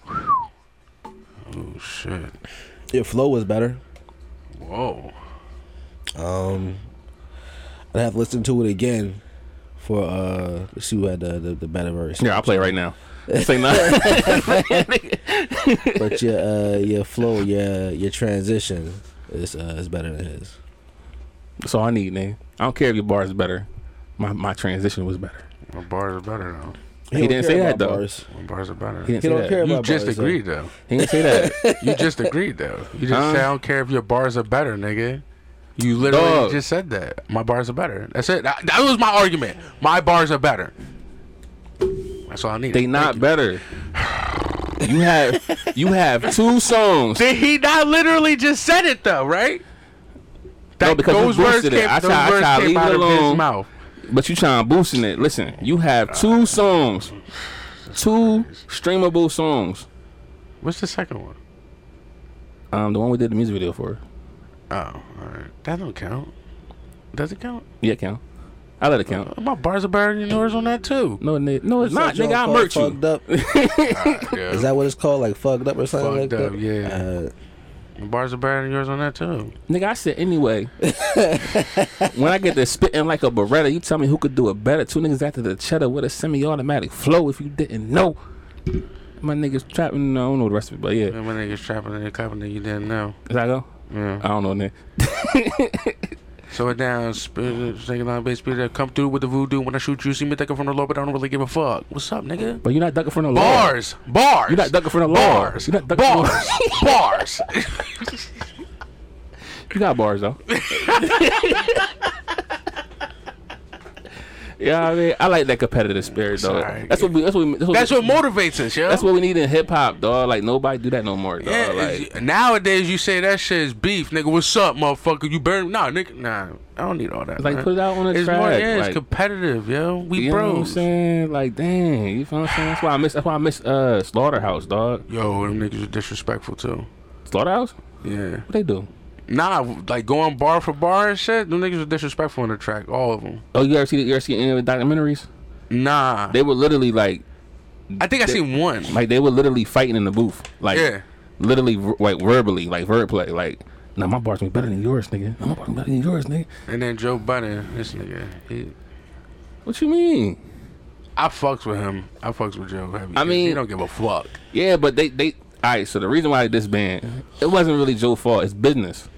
[SPEAKER 3] Oh shit.
[SPEAKER 4] Your flow was better.
[SPEAKER 3] Whoa.
[SPEAKER 4] Um, I'd have to listen to it again for uh to see who had the the, the better verse.
[SPEAKER 2] Yeah, I'll play it right now. Say nothing.
[SPEAKER 4] *laughs* But your uh your flow, your your transition is uh is better than his.
[SPEAKER 2] That's all I need, nigga. I don't care if your bar is better. My my transition was better.
[SPEAKER 3] My bars are better though.
[SPEAKER 4] don't
[SPEAKER 2] didn't
[SPEAKER 4] care
[SPEAKER 2] say that,
[SPEAKER 4] about
[SPEAKER 2] though.
[SPEAKER 4] bars.
[SPEAKER 3] My bars are better.
[SPEAKER 2] He didn't say
[SPEAKER 4] He don't
[SPEAKER 2] that.
[SPEAKER 4] care
[SPEAKER 3] You
[SPEAKER 4] about
[SPEAKER 3] just
[SPEAKER 4] bars,
[SPEAKER 3] agreed though.
[SPEAKER 2] He didn't say that.
[SPEAKER 3] *laughs* You just agreed though. You just
[SPEAKER 2] Huh?
[SPEAKER 3] said I don't care if your bars are better, nigga. You literally
[SPEAKER 2] Dog.
[SPEAKER 3] just said that. My bars are better. That's it. That, that was my argument. My bars are better. That's all I need.
[SPEAKER 2] they not
[SPEAKER 3] *sighs*
[SPEAKER 2] better. You have you have two songs.
[SPEAKER 3] Did he not literally just said it though, right? That,
[SPEAKER 2] No, because we
[SPEAKER 3] those words
[SPEAKER 2] boosted it.
[SPEAKER 3] came,
[SPEAKER 2] I
[SPEAKER 3] those
[SPEAKER 2] tried- I
[SPEAKER 3] words
[SPEAKER 2] tried to
[SPEAKER 3] came
[SPEAKER 2] leave
[SPEAKER 3] out
[SPEAKER 2] it
[SPEAKER 3] of
[SPEAKER 2] alone.
[SPEAKER 3] his mouth.
[SPEAKER 2] But you trying boosting it. Listen, you have two songs. Two streamable songs.
[SPEAKER 3] What's the second one?
[SPEAKER 2] Um, the one we did the music video for.
[SPEAKER 3] Oh, all right. That don't count. Does it count?
[SPEAKER 2] Yeah, it count. I let it count.
[SPEAKER 3] My bars are better than yours on that too.
[SPEAKER 2] No, ni- no, it's not, nigga.
[SPEAKER 4] Something
[SPEAKER 2] I
[SPEAKER 4] called
[SPEAKER 2] merch you.
[SPEAKER 4] fucked up.
[SPEAKER 3] *laughs*
[SPEAKER 4] Is that what it's called? Like fucked up or something
[SPEAKER 3] Fucked
[SPEAKER 4] like
[SPEAKER 3] up,
[SPEAKER 4] that?
[SPEAKER 3] yeah.
[SPEAKER 4] Uh,
[SPEAKER 3] My
[SPEAKER 2] *laughs*
[SPEAKER 3] bars are better than yours on that too.
[SPEAKER 2] Nigga, I said
[SPEAKER 3] *laughs*
[SPEAKER 2] anyway. when I get to spitting like a Beretta, you tell me who could do it better. Two niggas after the cheddar with a semi-automatic flow. If you didn't know, my niggas trapping. No, I don't know the rest of it, but yeah.
[SPEAKER 3] And when niggas trapping and clapping, then you didn't know.
[SPEAKER 2] Is that go?
[SPEAKER 3] Yeah.
[SPEAKER 2] I don't know, nigga.
[SPEAKER 3] So it down, spirit, thinking on base, spirit, come through with the voodoo. When I shoot you, see me ducking from the low, but I don't really give a fuck. What's up, nigga?
[SPEAKER 2] But you're not ducking for no law.
[SPEAKER 3] Bars, bars.
[SPEAKER 2] You're not ducking for the law.
[SPEAKER 3] bars.
[SPEAKER 2] You're not ducking for the
[SPEAKER 3] bars, *laughs* bars.
[SPEAKER 2] *laughs* You got bars though. yeah, I mean, I like that competitive spirit though.
[SPEAKER 3] Sorry.
[SPEAKER 2] That's what we. That's what. We, that's what.
[SPEAKER 3] That's
[SPEAKER 2] we,
[SPEAKER 3] what motivates us, yo.
[SPEAKER 2] that's what we need in hip hop, dog. Like nobody do that no more, dog.
[SPEAKER 3] Yeah,
[SPEAKER 2] like
[SPEAKER 3] it's- nowadays you say that shit is beef, nigga. What's up, motherfucker? You burn? Nah, nigga. Nah, I don't need all that.
[SPEAKER 2] Like,
[SPEAKER 3] man.
[SPEAKER 2] put it out on a
[SPEAKER 3] it's
[SPEAKER 2] track,
[SPEAKER 3] yeah,
[SPEAKER 2] like-
[SPEAKER 3] it's competitive, yo. We
[SPEAKER 2] you know what I'm
[SPEAKER 3] bros.
[SPEAKER 2] saying? Like, dang, you feel what I'm saying? That's why I miss. That's why I miss uh, Slaughterhouse, dog.
[SPEAKER 3] Yo, them niggas are disrespectful too.
[SPEAKER 2] Slaughterhouse? What
[SPEAKER 3] Yeah.
[SPEAKER 2] they do?
[SPEAKER 3] Nah, like going bar for bar and shit. Them niggas are disrespectful on the track, all of them.
[SPEAKER 2] Oh, you ever see? You ever see any of the documentaries?
[SPEAKER 3] Nah,
[SPEAKER 2] They were literally like,
[SPEAKER 3] I think I seen one.
[SPEAKER 2] like they were literally fighting in the booth, like
[SPEAKER 3] Yeah.
[SPEAKER 2] literally, ver- like verbally, like word play, like. Nah, my bars me better than yours, nigga. Nah, My bars better than yours, nigga.
[SPEAKER 3] And then Joe Budden, this nigga, he,
[SPEAKER 2] What you mean?
[SPEAKER 3] I fucks with him. I fucks with Joe. Heavy.
[SPEAKER 2] I mean-
[SPEAKER 3] he don't give a fuck.
[SPEAKER 2] Yeah, but they they all right. So the reason why this band, it wasn't really Joe's fault. It's business.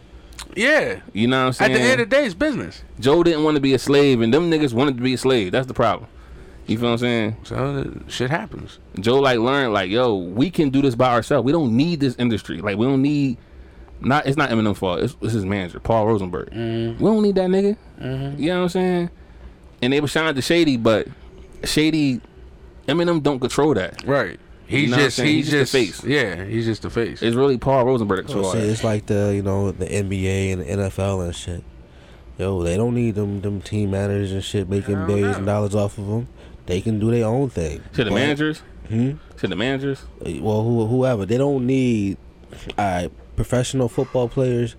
[SPEAKER 3] Yeah.
[SPEAKER 2] You know what I'm
[SPEAKER 3] At
[SPEAKER 2] saying?
[SPEAKER 3] the end of the day, it's business.
[SPEAKER 2] Joe didn't want to be a slave, and them niggas wanted to be a slave. That's the problem. You feel what I'm saying?
[SPEAKER 3] So uh, shit happens.
[SPEAKER 2] Joe like learned like, yo, we can do this by ourselves. We don't need this industry. Like we don't need. Not it's not Eminem's fault. It's, it's his manager, Paul Rosenberg.
[SPEAKER 3] Mm-hmm.
[SPEAKER 2] We don't need that nigga. You know what I'm saying? And they were signed to Shady, but Shady, Eminem don't control that.
[SPEAKER 3] Right. He
[SPEAKER 2] You know what I'm
[SPEAKER 3] just
[SPEAKER 2] saying?
[SPEAKER 3] he
[SPEAKER 2] He's just
[SPEAKER 3] just
[SPEAKER 2] the face.
[SPEAKER 3] Yeah, he's just the face.
[SPEAKER 2] It's really Paul Rosenberg that controls
[SPEAKER 4] Oh, So
[SPEAKER 2] that.
[SPEAKER 4] it's like the you know the NBA and the NFL and shit. Yo, they don't need them them team managers and shit making billions of dollars off of them. They can do their own thing.
[SPEAKER 2] To the
[SPEAKER 4] But-
[SPEAKER 2] managers.
[SPEAKER 4] Hmm?
[SPEAKER 2] To the managers.
[SPEAKER 4] well, who, whoever they don't need. All right, professional football players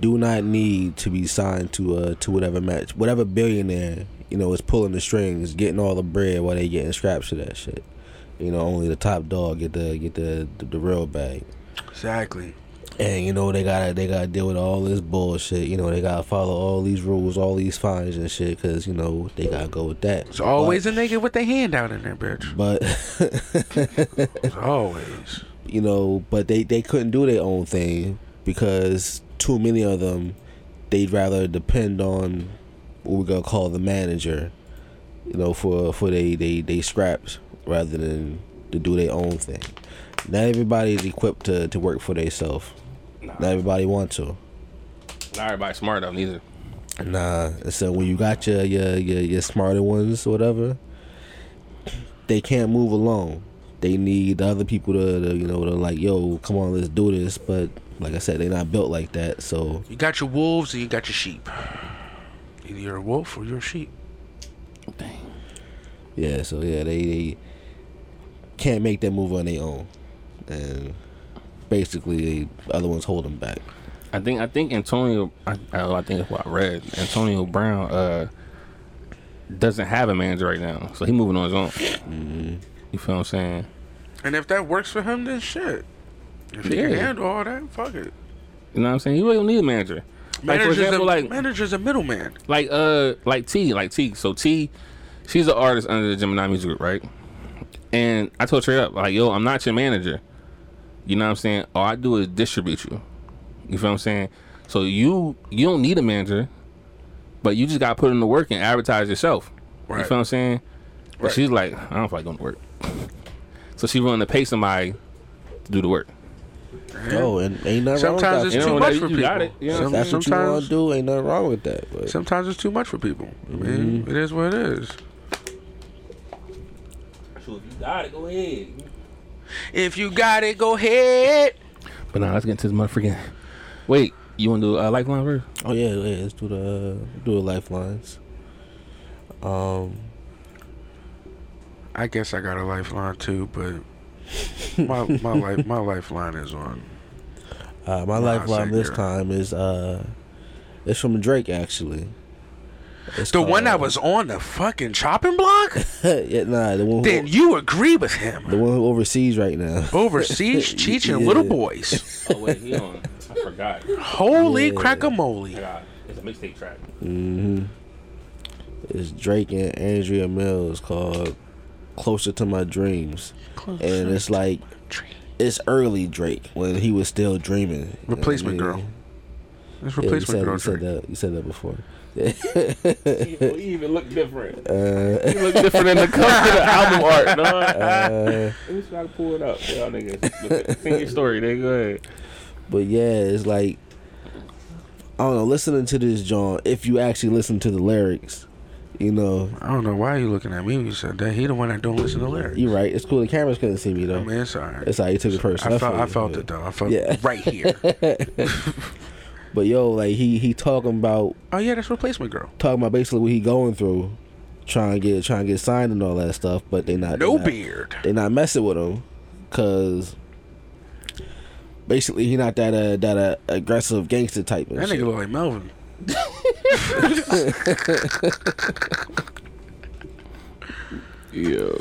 [SPEAKER 4] do not need to be signed to uh to whatever match, whatever billionaire you know is pulling the strings, getting all the bread while they getting scraps of that shit. You know, only the top dog get the get the the, the real bag.
[SPEAKER 3] Exactly.
[SPEAKER 4] And you know they gotta they gotta deal with all this bullshit. You know they gotta follow all these rules, all these fines and shit, cause you know they gotta go with that.
[SPEAKER 3] It's always a nigga with their hand out in there, bitch.
[SPEAKER 4] But *laughs*
[SPEAKER 3] It's always.
[SPEAKER 4] you know, but they they couldn't do their own thing because too many of them they'd rather depend on what we're gonna call the manager, you know, for for they they they scraps rather than to do their own thing. Not everybody's equipped to to work for themselves. Not everybody wants to.
[SPEAKER 2] Not everybody's smart enough neither.
[SPEAKER 4] Nah. So when you got your your your, your smarter ones or whatever, they can't move alone. They need other people to, to you know to like yo come on let's do this. But like I said, they're not built like that. So
[SPEAKER 3] You got your wolves and you got your sheep. Either you're a wolf or you're a sheep.
[SPEAKER 4] yeah. So yeah, they, they can't make that move on their own, and basically the other ones hold them back.
[SPEAKER 2] I think I think Antonio I, oh, I I think that's what I read. Antonio Brown uh doesn't have a manager right now. So he moving on his own. Mm-hmm. You feel what I'm saying?
[SPEAKER 3] And if that works for him, then shit. If he can
[SPEAKER 2] Yeah.
[SPEAKER 3] handle all that, fuck it.
[SPEAKER 2] You know what I'm saying? You really don't need a manager. Like for
[SPEAKER 3] Manager's,
[SPEAKER 2] example,
[SPEAKER 3] a,
[SPEAKER 2] like
[SPEAKER 3] manager's a middleman.
[SPEAKER 2] like uh like T, like T. So T, she's an artist under the Gemini Music Group, right? And I told her straight up, like, yo, I'm not your manager. You know what I'm saying? All I do is distribute you. You feel what I'm saying? So you you don't need a manager, but you just gotta put in the work and advertise yourself. You
[SPEAKER 3] Right.
[SPEAKER 2] feel what I'm saying? But
[SPEAKER 3] Right.
[SPEAKER 2] she's like, I don't feel like going to work. So she's willing to pay somebody to do the work.
[SPEAKER 4] Yo, Oh, and ain't nothing wrong
[SPEAKER 3] Sometimes
[SPEAKER 4] with
[SPEAKER 3] it's
[SPEAKER 4] that.
[SPEAKER 2] You
[SPEAKER 3] too
[SPEAKER 2] know,
[SPEAKER 3] much
[SPEAKER 2] you-
[SPEAKER 3] for
[SPEAKER 2] you
[SPEAKER 3] people.
[SPEAKER 2] got it. You know what I'm
[SPEAKER 4] If that's what you want to
[SPEAKER 3] sometimes,
[SPEAKER 4] do. Ain't nothing wrong with that. But
[SPEAKER 3] sometimes it's too much for people. I mean, it is what it is.
[SPEAKER 2] So if you got it, go ahead.
[SPEAKER 3] If you got it, go ahead.
[SPEAKER 2] But now let's get into this motherfucking. Wait, you want to do a uh, lifeline verse?
[SPEAKER 4] Oh yeah, yeah. Let's do the Uh, do the lifelines. Um,
[SPEAKER 3] I guess I got a lifeline too, but *laughs* my my life my lifeline is on.
[SPEAKER 4] uh, my
[SPEAKER 3] Nah,
[SPEAKER 4] lifeline
[SPEAKER 3] same
[SPEAKER 4] this
[SPEAKER 3] here.
[SPEAKER 4] time is uh, it's from Drake actually. It's
[SPEAKER 3] The one that
[SPEAKER 4] called-
[SPEAKER 3] was on the fucking chopping block?
[SPEAKER 4] *laughs* yeah, nah, the one who,
[SPEAKER 3] Then you agree with
[SPEAKER 4] the
[SPEAKER 3] him.
[SPEAKER 4] one who oversees right now. *laughs*
[SPEAKER 3] Overseas teaching
[SPEAKER 4] Yeah.
[SPEAKER 3] little boys.
[SPEAKER 2] Oh wait, he on. I forgot.
[SPEAKER 3] Holy
[SPEAKER 4] Yeah.
[SPEAKER 3] crack-a-mole.
[SPEAKER 2] It's a mixtape track.
[SPEAKER 4] Mm-hmm. It's Drake and Andrea Mills called "Closer to My Dreams," and it's like it's early Drake when he was still dreaming. You know what I
[SPEAKER 3] Replacement
[SPEAKER 4] mean?
[SPEAKER 3] girl. It's
[SPEAKER 4] Yeah, you said,
[SPEAKER 3] replacement
[SPEAKER 4] you said
[SPEAKER 3] grocery.
[SPEAKER 4] that. You said that before.
[SPEAKER 2] You even look different.
[SPEAKER 4] *laughs* Uh,
[SPEAKER 2] You look different in the cover
[SPEAKER 4] *laughs*
[SPEAKER 2] to the album art. No,
[SPEAKER 4] uh,
[SPEAKER 2] Let me try to pull it up. Y'all niggas, look at- sing your story. They go ahead.
[SPEAKER 4] but yeah, it's like I don't know. Listening to this John, if you actually listen to the lyrics, you know,
[SPEAKER 3] I don't know why you looking at me when you said that. He the one that don't listen to lyrics. Oh,
[SPEAKER 4] you're right. It's cool. The cameras couldn't see me though.
[SPEAKER 3] I mean, it's alright.
[SPEAKER 4] That's how you took it personal.
[SPEAKER 3] I felt,
[SPEAKER 4] feel
[SPEAKER 3] I
[SPEAKER 4] you,
[SPEAKER 3] felt
[SPEAKER 4] but-
[SPEAKER 3] it though. I felt
[SPEAKER 4] Yeah.
[SPEAKER 3] right here.
[SPEAKER 4] *laughs* But yo, like he he talking
[SPEAKER 3] *laughs*
[SPEAKER 4] about
[SPEAKER 3] oh yeah, that's replacement girl.
[SPEAKER 4] talking about basically what he going through, trying to get trying to get signed and all that stuff. But they not they
[SPEAKER 3] No
[SPEAKER 4] not,
[SPEAKER 3] beard.
[SPEAKER 4] they not messing with him, cause basically he not that uh, that uh, aggressive gangster type. And
[SPEAKER 3] That
[SPEAKER 4] shit.
[SPEAKER 3] nigga look like Melvin.
[SPEAKER 2] Yo.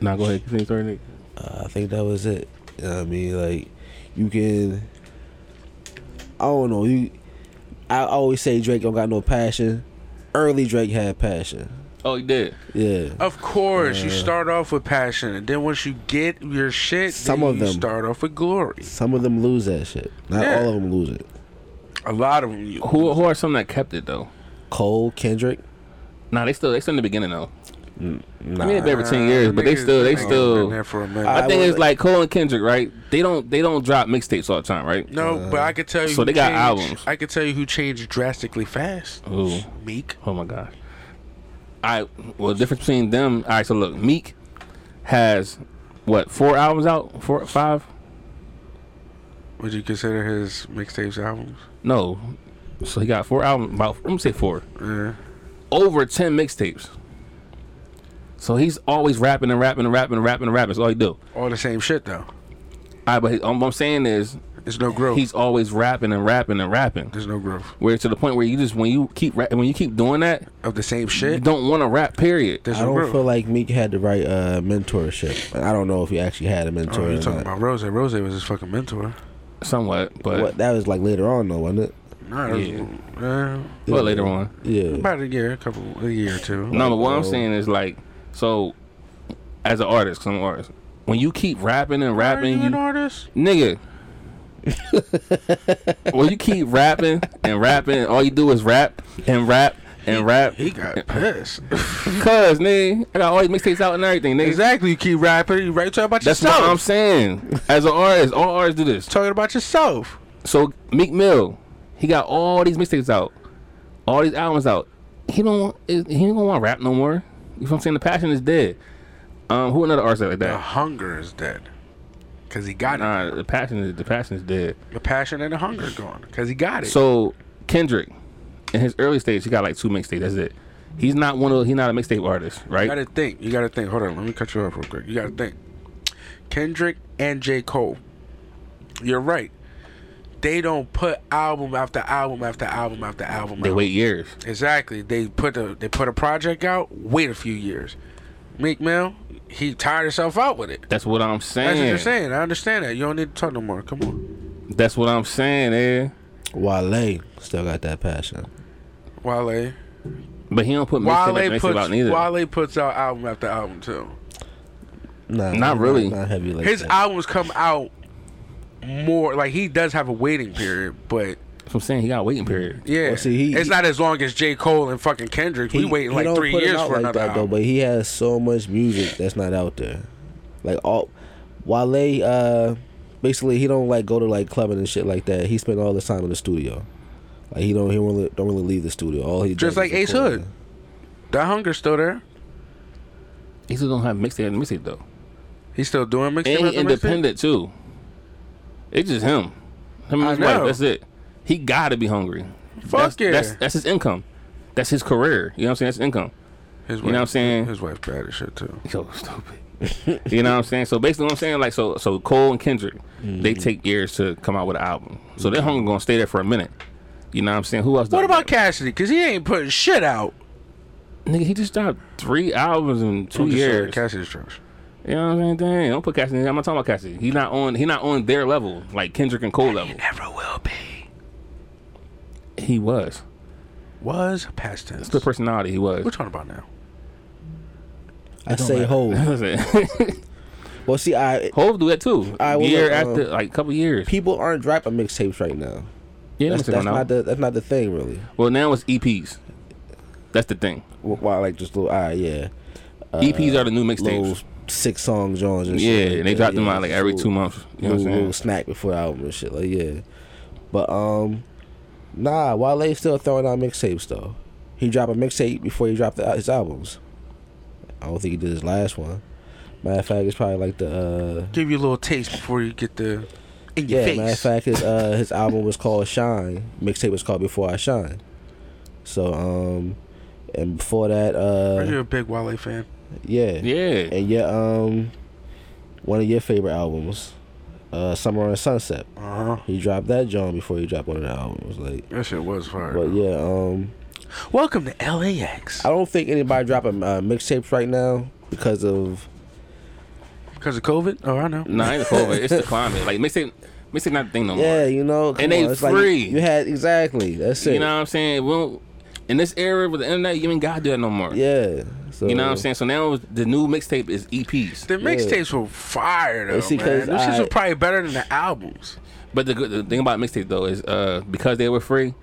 [SPEAKER 2] Now go ahead. Sing your story, nigga.
[SPEAKER 4] Uh, I think that was it. You know what I mean, like you can. I don't know. You, I always say Drake don't got no passion. Early Drake had passion.
[SPEAKER 2] *laughs* Oh, he did.
[SPEAKER 4] Yeah,
[SPEAKER 3] Of course, you start off with passion, and then once you get your shit,
[SPEAKER 4] Some
[SPEAKER 3] then
[SPEAKER 4] of
[SPEAKER 3] you
[SPEAKER 4] them.
[SPEAKER 3] start off with glory.
[SPEAKER 4] some of them lose that shit. Not
[SPEAKER 3] Yeah.
[SPEAKER 4] all of them lose it.
[SPEAKER 3] A lot of them. You,
[SPEAKER 2] Who who are some that kept it though?
[SPEAKER 4] Cole Kendrick.
[SPEAKER 2] Nah, they still they still in the beginning though.
[SPEAKER 4] Mm, Nah.
[SPEAKER 2] I mean, they've been
[SPEAKER 3] Uh,
[SPEAKER 2] for ten years, but they
[SPEAKER 3] niggas-
[SPEAKER 2] still they
[SPEAKER 3] niggas
[SPEAKER 2] still.
[SPEAKER 3] been there for a minute.
[SPEAKER 4] I
[SPEAKER 2] I think
[SPEAKER 4] was-
[SPEAKER 2] it's like Cole and Kendrick, right? They don't they don't drop mixtapes all the time, right?
[SPEAKER 3] no, but
[SPEAKER 4] Uh,
[SPEAKER 3] I could tell you.
[SPEAKER 2] so
[SPEAKER 3] who
[SPEAKER 2] they got
[SPEAKER 3] changed-
[SPEAKER 2] albums.
[SPEAKER 3] I could tell you who changed drastically fast.
[SPEAKER 2] Ooh.
[SPEAKER 3] Meek.
[SPEAKER 2] Oh my gosh. I well, the difference between them. All right, so look, Meek has what four albums out? Four, five?
[SPEAKER 3] Would you consider his mixtapes albums?
[SPEAKER 2] No. So he got four albums. About I'm gonna say four.
[SPEAKER 3] Yeah.
[SPEAKER 2] Over ten mixtapes. So he's always rapping and rapping and rapping and rapping and rapping. That's all he do.
[SPEAKER 3] All the same shit though.
[SPEAKER 2] All right, but he, um, what I'm saying is
[SPEAKER 3] There's no growth.
[SPEAKER 2] he's always rapping and rapping and rapping.
[SPEAKER 3] There's no growth
[SPEAKER 2] Where to the point where you just when you keep rap, when you keep doing that,
[SPEAKER 3] of the same
[SPEAKER 2] you
[SPEAKER 3] shit.
[SPEAKER 2] don't want to rap. Period.
[SPEAKER 3] There's
[SPEAKER 4] I
[SPEAKER 3] no
[SPEAKER 4] don't
[SPEAKER 3] growth.
[SPEAKER 4] feel like Meek had the right uh, mentorship. I don't know if he actually had a mentor.
[SPEAKER 3] oh,
[SPEAKER 4] or
[SPEAKER 3] you're talking
[SPEAKER 4] not.
[SPEAKER 3] about Rose. Rose was his fucking mentor.
[SPEAKER 2] Somewhat, but
[SPEAKER 4] What, that was like later on, though, wasn't it?
[SPEAKER 3] Nah, that was-
[SPEAKER 2] Yeah.
[SPEAKER 3] uh,
[SPEAKER 2] well, later on.
[SPEAKER 4] Yeah.
[SPEAKER 3] about a year, a couple, a year or two.
[SPEAKER 2] No, but what I'm
[SPEAKER 4] Oh.
[SPEAKER 2] saying is like, so as an artist, because I'm an artist, when you keep rapping and
[SPEAKER 3] Are
[SPEAKER 2] rapping,
[SPEAKER 3] you
[SPEAKER 2] you,
[SPEAKER 3] an artist?
[SPEAKER 2] nigga. well, you keep rapping and rapping, and all you do is rap and rap and rap.
[SPEAKER 3] He got pissed.
[SPEAKER 2] Cause nigga, I got all these mixtapes out and everything, nigga.
[SPEAKER 3] exactly. You keep rapping. You write talk about
[SPEAKER 2] That's
[SPEAKER 3] yourself.
[SPEAKER 2] what I'm saying. As an artist, all artists do this.
[SPEAKER 3] talking about yourself.
[SPEAKER 2] So Meek Mill, he got all these mixtapes out, all these albums out. He don't want, he don't want to rap no more. You know what I'm saying? The passion is dead. Um, who another artist like that?
[SPEAKER 3] The hunger is dead. Cause he got
[SPEAKER 2] Nah, the passion is the passion is dead.
[SPEAKER 3] it. The passion and the hunger gone. Cause he got it.
[SPEAKER 2] So Kendrick, in his early stage, he got like two mixtapes. That's it. He's not one of those- he's not a mixtape artist,
[SPEAKER 3] you
[SPEAKER 2] right?
[SPEAKER 3] gotta think. You gotta think. Hold on. Let me cut you off real quick. You gotta think. Kendrick and J. Cole. You're right. They don't put album after album after album after album.
[SPEAKER 2] They
[SPEAKER 3] out.
[SPEAKER 2] wait years.
[SPEAKER 3] Exactly. They put a they put a project out. Wait a few years. Meek Mill, he tired himself out with it.
[SPEAKER 2] That's what I'm saying.
[SPEAKER 3] That's what you're saying. I understand that. You don't need to talk no more. Come on.
[SPEAKER 2] That's what I'm saying, eh?
[SPEAKER 4] Wale still got that passion.
[SPEAKER 3] Wale.
[SPEAKER 2] But he don't put mixtape
[SPEAKER 3] Wale
[SPEAKER 2] after mixtape out
[SPEAKER 3] puts
[SPEAKER 2] neither.
[SPEAKER 3] Wale puts out album after album too.
[SPEAKER 4] Nah,
[SPEAKER 2] Not really.
[SPEAKER 4] Not heavy like
[SPEAKER 3] His
[SPEAKER 4] that.
[SPEAKER 3] albums come out more like he does have a waiting period, but
[SPEAKER 2] That's what I'm saying. He got a waiting period.
[SPEAKER 3] yeah,
[SPEAKER 4] Well, see, he-
[SPEAKER 3] it's not as long as J. Cole and fucking Kendrick. we waiting like
[SPEAKER 4] don't
[SPEAKER 3] three
[SPEAKER 4] put it
[SPEAKER 3] years
[SPEAKER 4] out
[SPEAKER 3] for another
[SPEAKER 4] that,
[SPEAKER 3] album.
[SPEAKER 4] Though, but he has so much music that's not out there. Like all Wale, uh, basically he don't like go to like clubbing and shit like that. He spent all his time in the studio. Like he don't he really, don't really leave the studio. All he
[SPEAKER 3] Just
[SPEAKER 4] does
[SPEAKER 3] like
[SPEAKER 4] is
[SPEAKER 3] Ace
[SPEAKER 4] record.
[SPEAKER 3] Hood. that hunger's still there.
[SPEAKER 2] He still don't have mixtape after mixtape though.
[SPEAKER 3] He's still doing mixtape.
[SPEAKER 2] and
[SPEAKER 3] after
[SPEAKER 2] he
[SPEAKER 3] mixtape?
[SPEAKER 2] independent too. It's just him. Him and
[SPEAKER 3] I
[SPEAKER 2] his wife.
[SPEAKER 3] know.
[SPEAKER 2] That's it. He gotta be hungry.
[SPEAKER 3] Fuck
[SPEAKER 2] that's,
[SPEAKER 3] yeah.
[SPEAKER 2] That's that's his income. That's his career. You know what I'm saying? That's his income.
[SPEAKER 3] His
[SPEAKER 2] you know what I'm saying?
[SPEAKER 3] His wife bad as shit too.
[SPEAKER 2] Yo, stupid. you know what I'm saying? So basically, what I'm saying, like, so so Cole and Kendrick, they
[SPEAKER 3] Mm-hmm.
[SPEAKER 2] take years to come out with an album. So their hunger gonna stay there for a minute. You know what I'm saying? Who else?
[SPEAKER 3] What
[SPEAKER 2] does that?
[SPEAKER 3] about Cassidy? Cause he ain't putting shit out.
[SPEAKER 2] Nigga, he just dropped three albums in two
[SPEAKER 3] I'm just saying,
[SPEAKER 2] years.
[SPEAKER 3] Cassidy's trash.
[SPEAKER 2] You know what I'm saying? Dang, don't put Cassidy. I'm not talking about Cassidy. He not on. He not on their level, like Kendrick and Cole level.
[SPEAKER 3] Never will be.
[SPEAKER 2] He was.
[SPEAKER 3] Was past tense.
[SPEAKER 2] Split personality. He was.
[SPEAKER 3] We're talking about now.
[SPEAKER 4] I say
[SPEAKER 2] *laughs*
[SPEAKER 4] hold. *laughs* Well, see, I
[SPEAKER 2] Hove do that too.
[SPEAKER 4] I will,
[SPEAKER 2] year
[SPEAKER 4] uh,
[SPEAKER 2] after, like couple years.
[SPEAKER 4] people aren't dropping mixtapes right now.
[SPEAKER 2] Yeah,
[SPEAKER 4] that's,
[SPEAKER 2] Mr.
[SPEAKER 4] that's
[SPEAKER 2] Ronaldo.
[SPEAKER 4] not the that's not the thing really.
[SPEAKER 2] Well, now it's EPs. That's the thing.
[SPEAKER 4] Wh- Why like just little ah yeah, Uh,
[SPEAKER 2] EPs are the new
[SPEAKER 4] little
[SPEAKER 2] mixtapes.
[SPEAKER 4] six song Johns and
[SPEAKER 2] Yeah,
[SPEAKER 4] shit like
[SPEAKER 2] and they
[SPEAKER 4] that,
[SPEAKER 2] drop them
[SPEAKER 4] yeah,
[SPEAKER 2] out like
[SPEAKER 4] just
[SPEAKER 2] every
[SPEAKER 4] little-
[SPEAKER 2] two months. You know what
[SPEAKER 4] little,
[SPEAKER 2] I'm saying?
[SPEAKER 4] little snack before the album and shit like yeah, but um, nah, Wale still throwing out mixtapes though. He dropped a mixtape before he dropped the, his albums. I don't think he did his last one. Matter of fact, it's probably like the uh,
[SPEAKER 3] Give you a little taste before you get the in your
[SPEAKER 4] yeah.
[SPEAKER 3] face.
[SPEAKER 4] Matter of fact, his
[SPEAKER 3] *laughs*
[SPEAKER 4] uh, his album was called Shine. Mixtape was called Before I Shine. So um, and before that
[SPEAKER 3] Are you
[SPEAKER 4] uh,
[SPEAKER 3] a big Wale fan?
[SPEAKER 4] yeah,
[SPEAKER 2] Yeah.
[SPEAKER 4] and your um, one of your favorite albums, uh, Summer and Sunset.
[SPEAKER 3] Uh huh.
[SPEAKER 4] He dropped that joint before he dropped one of the albums. Like,
[SPEAKER 3] That shit was fire.
[SPEAKER 4] but yeah, um,
[SPEAKER 3] Welcome to LAX.
[SPEAKER 4] I don't think anybody dropping uh, mixtapes right now because of
[SPEAKER 3] Because of COVID? Oh, I know.
[SPEAKER 2] Nah, ain't the COVID. it's the climate. Like mixtape, mixtape not the thing no more.
[SPEAKER 4] *laughs* yeah, you know, come
[SPEAKER 2] they
[SPEAKER 4] on, it's
[SPEAKER 2] free.
[SPEAKER 4] Like you had exactly that's it.
[SPEAKER 2] You know what I'm saying? Well, in this era with the internet, you ain't gotta do that no more.
[SPEAKER 4] yeah, so
[SPEAKER 2] You know what I'm saying? So now the new mixtape is E EPs,
[SPEAKER 3] The mixtapes were fire, though.
[SPEAKER 4] It's because
[SPEAKER 3] man. Those shits
[SPEAKER 4] I-
[SPEAKER 3] were probably better than the albums.
[SPEAKER 2] but the, good- the thing about mixtape though is uh, because they were free,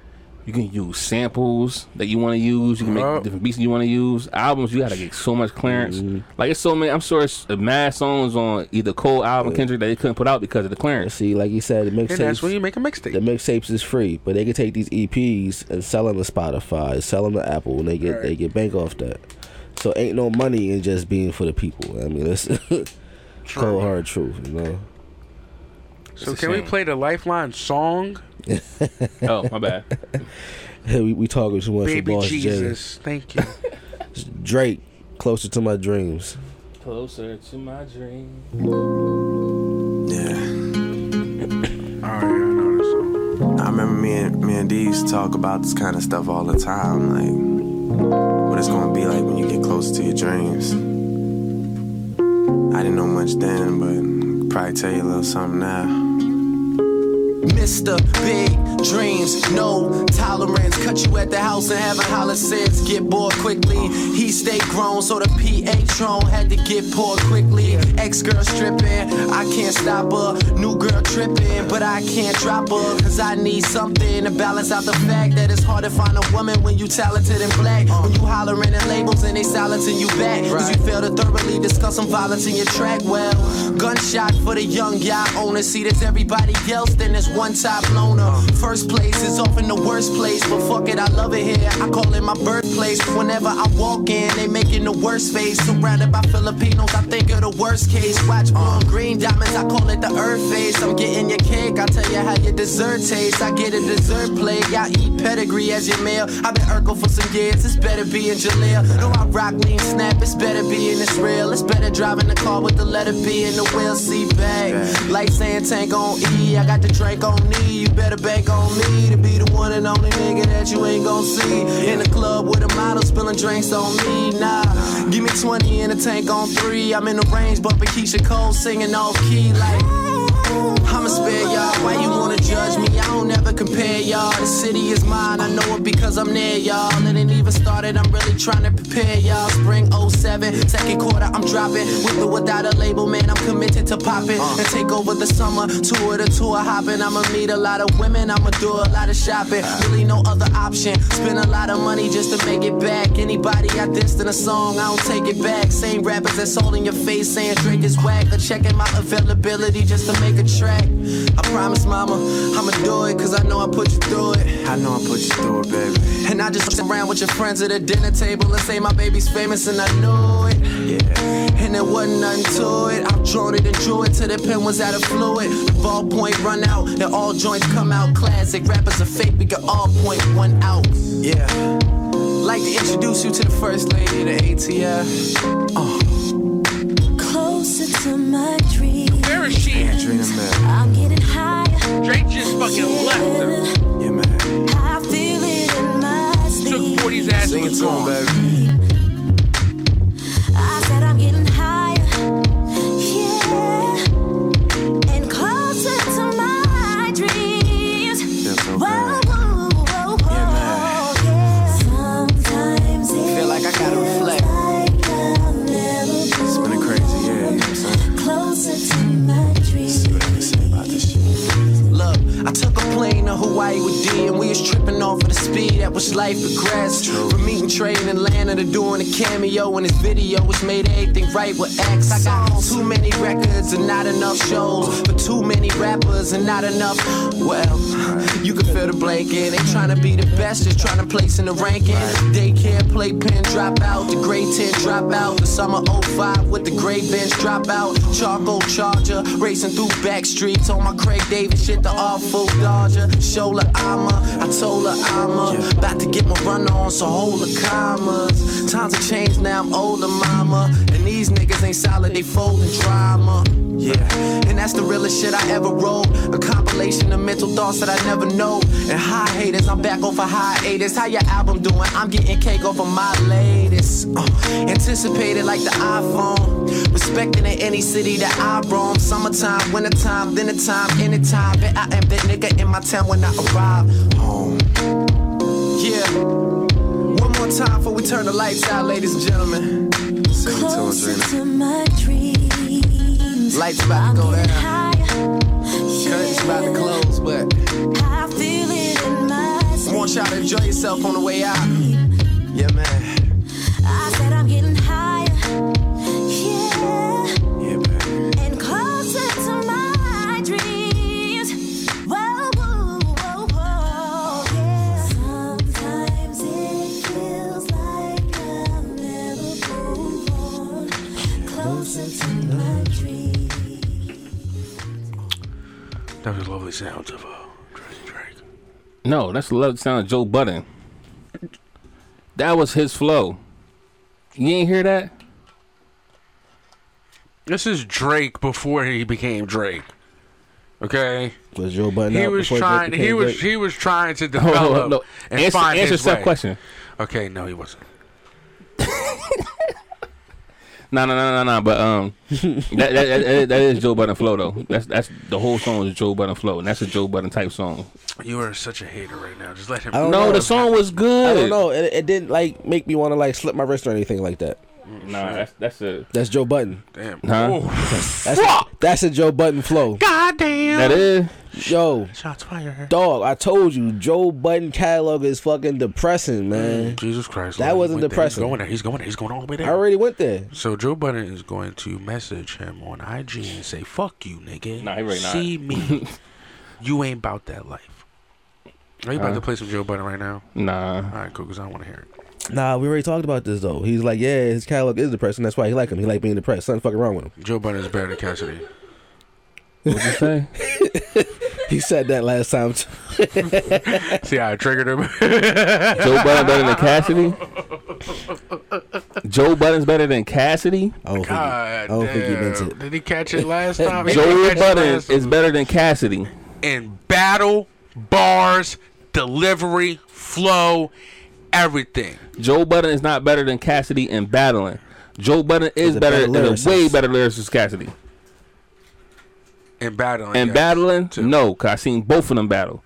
[SPEAKER 2] you can use samples that you want to use. You can make
[SPEAKER 3] Yup.
[SPEAKER 2] different beats you want to use. Albums you gotta get so much clearance.
[SPEAKER 4] Mm-hmm.
[SPEAKER 2] Like it's so many. I'm sure it's uh, mad songs on either Cole album Kendrick that they couldn't put out because of the clearance.
[SPEAKER 4] See, like you said, the
[SPEAKER 3] And that's when you
[SPEAKER 4] mixtapes.
[SPEAKER 3] make a mixtape.
[SPEAKER 4] The mixtapes is free, but they can take these EPs and sell them to Spotify, sell them to Apple, and they get they get bank off that. So ain't no money in just being for the people. I mean, that's *laughs* cold hard truth, you know.
[SPEAKER 3] So
[SPEAKER 2] a
[SPEAKER 3] can we
[SPEAKER 2] shame.
[SPEAKER 3] play the
[SPEAKER 4] *laughs*
[SPEAKER 3] Lifeline song?
[SPEAKER 2] oh my bad.
[SPEAKER 4] we, we talking too much for
[SPEAKER 3] Baby
[SPEAKER 4] Boss J.
[SPEAKER 3] Jesus.
[SPEAKER 4] *laughs*
[SPEAKER 3] Thank you.
[SPEAKER 4] Drake, closer to my dreams.
[SPEAKER 2] Closer to my dream.
[SPEAKER 3] *coughs* All right, I know this song.
[SPEAKER 10] I remember me and me and D's talk about this kind of stuff all the time, like what it's gonna be like when you get close to your dreams. I didn't know much then, but I can probably tell you a little something now.
[SPEAKER 11] Mr. Big Dreams, no tolerance. Cut you at the house and have a holler sense. Get bored quickly. He stayed grown, so the PA Tron had to get poor quickly. Ex girl stripping, I can't stop her. New girl tripping, but I can't drop her. Cause I need something to balance out the fact that it's hard to find a woman when you talented and black. When you hollering at labels and they silencing you back. Cause you fail to thoroughly discuss some violence in your track. Well, gunshot for the young guy owner. See, there's everybody else, then there's one top loner. First place is often the worst place, but fuck it, I love it here. I call it my birthplace. Whenever I walk in, they making the worst face. Surrounded by Filipinos, I think of the worst case. Watch on green diamonds, I call it the earth face. I'm getting your cake, I tell you how your dessert tastes. I get a dessert plate, I eat pedigree as your meal. I've been Urkel for some years, it's better be in Jaleel. No, I rock lean snap, it's better be in Israel. It's better driving the car with the letter B in the wheel seat bag. Like saying tank on E, I got the drink on knee. You better bank on me to be the one and only nigga that you ain't gon' see. In the club with a model spilling drinks on me, nah. Give me 20 in a tank on three. I'm in the range, but Keisha Cole singing off key like. I'ma spare y'all. Why you wanna judge me? I don't ever compare y'all. The city is mine, I know it because I'm near y'all. It ain't even started, I'm really trying to prepare y'all. Spring 07, second quarter, I'm dropping. With or without a label, man, I'm committed to popping. And take over the summer, tour to tour hopping. I'ma meet a lot of women, I'ma do a lot of shopping.
[SPEAKER 12] Uh.
[SPEAKER 11] Really no other option. Spend a lot of money just to make it back. Anybody I dissed in a song, I don't take it back. Same rappers that's all in your face saying Drake is whack. Or checking my availability just to make a track. I promise, mama, I'ma do it, cause I know I put you through it.
[SPEAKER 10] I know I put you through it, baby.
[SPEAKER 11] And I just sit around with your friends at the dinner table and say my baby's famous and I know it. And there wasn't nothing to it. I drawn it and drew it till the pen was out of fluid. The ballpoint run out and all joints come out. Classic rappers are fake, we can all point one out.
[SPEAKER 10] Yeah.
[SPEAKER 11] Like to introduce you to the first lady, the ATF. Uh.
[SPEAKER 12] Closer to my dream.
[SPEAKER 3] Where is she at?
[SPEAKER 10] Dream man.
[SPEAKER 12] I'm getting higher.
[SPEAKER 3] Drake just fucking left her.
[SPEAKER 10] Yeah, man.
[SPEAKER 12] I feel it in my
[SPEAKER 3] Took
[SPEAKER 12] sleep.
[SPEAKER 3] 40's ass
[SPEAKER 10] Sing
[SPEAKER 3] and
[SPEAKER 10] it
[SPEAKER 3] was
[SPEAKER 10] to him,
[SPEAKER 3] gone.
[SPEAKER 10] baby.
[SPEAKER 12] I said I'm getting higher. Yeah. And closer to my dreams.
[SPEAKER 10] Feels so
[SPEAKER 12] Whoa,
[SPEAKER 10] good.
[SPEAKER 12] whoa, whoa, whoa, yeah. Sometimes it
[SPEAKER 11] Feel like I gotta
[SPEAKER 12] feels
[SPEAKER 11] reflect.
[SPEAKER 12] like I'll never
[SPEAKER 10] It's been a crazy year, you know what I'm saying?
[SPEAKER 12] Closer to my dreams.
[SPEAKER 10] Say about this shit.
[SPEAKER 11] Look, I took a plane to who Hawaii with D, and we was tripping off of the speed at which life progressed. From meeting Trey in Atlanta to doing a cameo in his video, which made everything right with X. I got too many records and not enough shows, but too many rappers and not enough. Well, you can feel the blank in. Ain't trying to be the best, just trying to place in the ranking. Daycare, playpen, drop out, the grade 10 drop out, the summer 05 with the gray bench drop out. Charcoal charger, racing through back streets on my Craig Davis shit, the awful Dodger. Shola I'ma, I told her I'ma, about to get my run on, so hold the commas. Times have changed now, I'm older, mama. And these niggas ain't solid, they folding drama. Yeah, and that's the realest shit I ever wrote. A compilation of mental thoughts that I never know. And high haters, I'm back off a hiatus. How your album doing? I'm getting cake off of my latest. Uh, anticipated like the iPhone. Respected in any city that I roam. Summertime, wintertime, dinner time, anytime. Bet I am the nigga in my town when I arrive home. Yeah. One more time before we turn the lights out, ladies and gentlemen.
[SPEAKER 12] Closer to my dreams.
[SPEAKER 11] Lights about to go
[SPEAKER 12] Getting
[SPEAKER 11] down.
[SPEAKER 12] higher.
[SPEAKER 11] Curtains about to close, but
[SPEAKER 12] I feel it in my
[SPEAKER 11] I want y'all to enjoy yourself on the way out. Yeah, man.
[SPEAKER 12] I said I'm getting higher. Yeah. And closer to my dreams. Whoa, whoa, whoa, whoa, yeah. Sometimes it feels like I'll never move on. Closer to my dreams.
[SPEAKER 3] That was lovely sounds of uh, Drake. Drake.
[SPEAKER 2] No, that's the love sound of Joe Budden. That was his flow. You ain't hear that?
[SPEAKER 3] This is Drake before he became Drake. Okay.
[SPEAKER 4] Was Joe Budden
[SPEAKER 3] He
[SPEAKER 4] out
[SPEAKER 3] was
[SPEAKER 4] before Drake
[SPEAKER 3] trying. He
[SPEAKER 4] became
[SPEAKER 3] was
[SPEAKER 4] Drake?
[SPEAKER 3] he was trying to
[SPEAKER 2] *laughs* hold
[SPEAKER 3] develop
[SPEAKER 2] on, no.
[SPEAKER 3] and
[SPEAKER 2] Answer-
[SPEAKER 3] find
[SPEAKER 2] answer
[SPEAKER 3] his
[SPEAKER 2] Seth's
[SPEAKER 3] way.
[SPEAKER 2] question.
[SPEAKER 3] Okay, no,
[SPEAKER 2] *laughs*
[SPEAKER 3] he wasn't.
[SPEAKER 2] No, no, no, no, no. But um, that, that, that- that- that is Joe Budden flow though. That's that's the whole song is Joe Budden flow, and that's a Joe Budden type song.
[SPEAKER 3] You are such a hater right now. Just let him.
[SPEAKER 4] I don't
[SPEAKER 2] No,
[SPEAKER 4] know.
[SPEAKER 2] the song was
[SPEAKER 4] I
[SPEAKER 2] good.
[SPEAKER 4] don't know. It, it didn't like make me want to like slip my wrist or anything like that.
[SPEAKER 2] Nah, that's that's a
[SPEAKER 4] That's Joe Button.
[SPEAKER 3] Damn.
[SPEAKER 2] Huh?
[SPEAKER 4] That's that's a Joe Button flow.
[SPEAKER 3] God damn.
[SPEAKER 2] that is.
[SPEAKER 4] Yo,
[SPEAKER 3] Shots fired.
[SPEAKER 4] dog, I told you, Joe Button catalog is fucking depressing, man.
[SPEAKER 3] Mm, Jesus Christ.
[SPEAKER 4] That
[SPEAKER 3] Lord, he
[SPEAKER 4] wasn't
[SPEAKER 3] went there.
[SPEAKER 4] depressing.
[SPEAKER 3] He's going there. He's going there. He's going all the way
[SPEAKER 4] I
[SPEAKER 3] there.
[SPEAKER 4] already went there.
[SPEAKER 3] So Joe Budden is going to message him on IG and say, "Fuck you, nigga.
[SPEAKER 2] Nah, he really not. *laughs*
[SPEAKER 3] See me. you ain't about that life." Are you about
[SPEAKER 2] Huh?
[SPEAKER 3] to play some Joe Budden right now?
[SPEAKER 2] Uh. Nah.
[SPEAKER 3] All right, cool. Cause I don't want to hear it.
[SPEAKER 4] Nah, we already talked about this though. He's like, yeah, his catalog is depressing. That's why he like him. He like being depressed. Something fucking wrong with him.
[SPEAKER 3] Joe Budden is better
[SPEAKER 4] *laughs*
[SPEAKER 3] than Cassidy.
[SPEAKER 2] What'd you say?
[SPEAKER 4] He said that last time. Too.
[SPEAKER 3] See how I triggered him?
[SPEAKER 2] Joe Budden better than Cassidy? Joe Budden's better than Cassidy?
[SPEAKER 4] I don't
[SPEAKER 3] *laughs* God
[SPEAKER 4] think he, I don't
[SPEAKER 3] damn.
[SPEAKER 4] think he meant it.
[SPEAKER 3] Did he catch it last time? He didn't
[SPEAKER 2] Joe
[SPEAKER 3] catch it
[SPEAKER 2] Budden
[SPEAKER 3] last time.
[SPEAKER 2] is better than Cassidy.
[SPEAKER 3] in battle, bars, delivery, flow, everything.
[SPEAKER 2] Joe Budden is not better than Cassidy in battling. Joe Budden is
[SPEAKER 4] He's a
[SPEAKER 2] better,
[SPEAKER 4] better
[SPEAKER 2] than a
[SPEAKER 4] lyricist.
[SPEAKER 2] way better lyricist than Cassidy.
[SPEAKER 3] In battling.
[SPEAKER 2] And
[SPEAKER 3] yes.
[SPEAKER 2] battling, no, cause I seen both of them battle.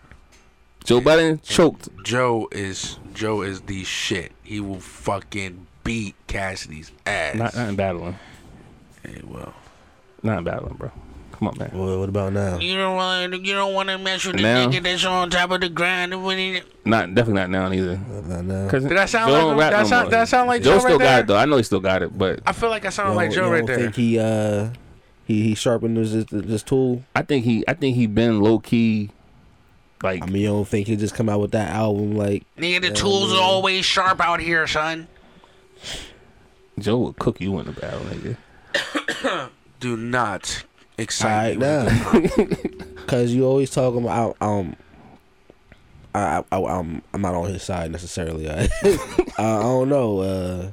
[SPEAKER 2] Joe Budden choked.
[SPEAKER 3] Joe is Joe is the shit. He will fucking beat Cassidy's ass.
[SPEAKER 2] Not, not in battling.
[SPEAKER 3] Hey, well.
[SPEAKER 2] Not in battling, bro. Come on, man.
[SPEAKER 4] Well, what about now?
[SPEAKER 3] You don't want you don't want to mess with the
[SPEAKER 2] Now?
[SPEAKER 3] nigga that's on top of the grind. and when he-
[SPEAKER 2] Not definitely not now either.
[SPEAKER 4] What about now?
[SPEAKER 2] Cause
[SPEAKER 3] Did that sound
[SPEAKER 2] Joe
[SPEAKER 3] like
[SPEAKER 2] don't
[SPEAKER 3] him?
[SPEAKER 2] rap
[SPEAKER 3] That sound-
[SPEAKER 2] more.
[SPEAKER 3] that sound like Joe
[SPEAKER 2] Joe still
[SPEAKER 3] right
[SPEAKER 2] got
[SPEAKER 3] there?
[SPEAKER 2] it though. I know he still got it, but
[SPEAKER 3] I feel like I sound
[SPEAKER 4] You
[SPEAKER 3] like
[SPEAKER 4] don't-
[SPEAKER 3] Joe
[SPEAKER 4] you
[SPEAKER 3] right
[SPEAKER 4] don't
[SPEAKER 3] there.
[SPEAKER 4] Think he uh he he sharpened his his, his tool.
[SPEAKER 2] I think he I think he been low key like
[SPEAKER 4] I mean, you don't think he just come out with that album like
[SPEAKER 3] Nigga, the tools are always sharp out here, son.
[SPEAKER 2] Joe will cook you in the battle, nigga.
[SPEAKER 3] *coughs* Do not excite
[SPEAKER 4] all right
[SPEAKER 3] me. with
[SPEAKER 4] now? *laughs* Cause you always talking about um. I, I I'm I'm not on his side necessarily. I, *laughs* I don't know. Uh,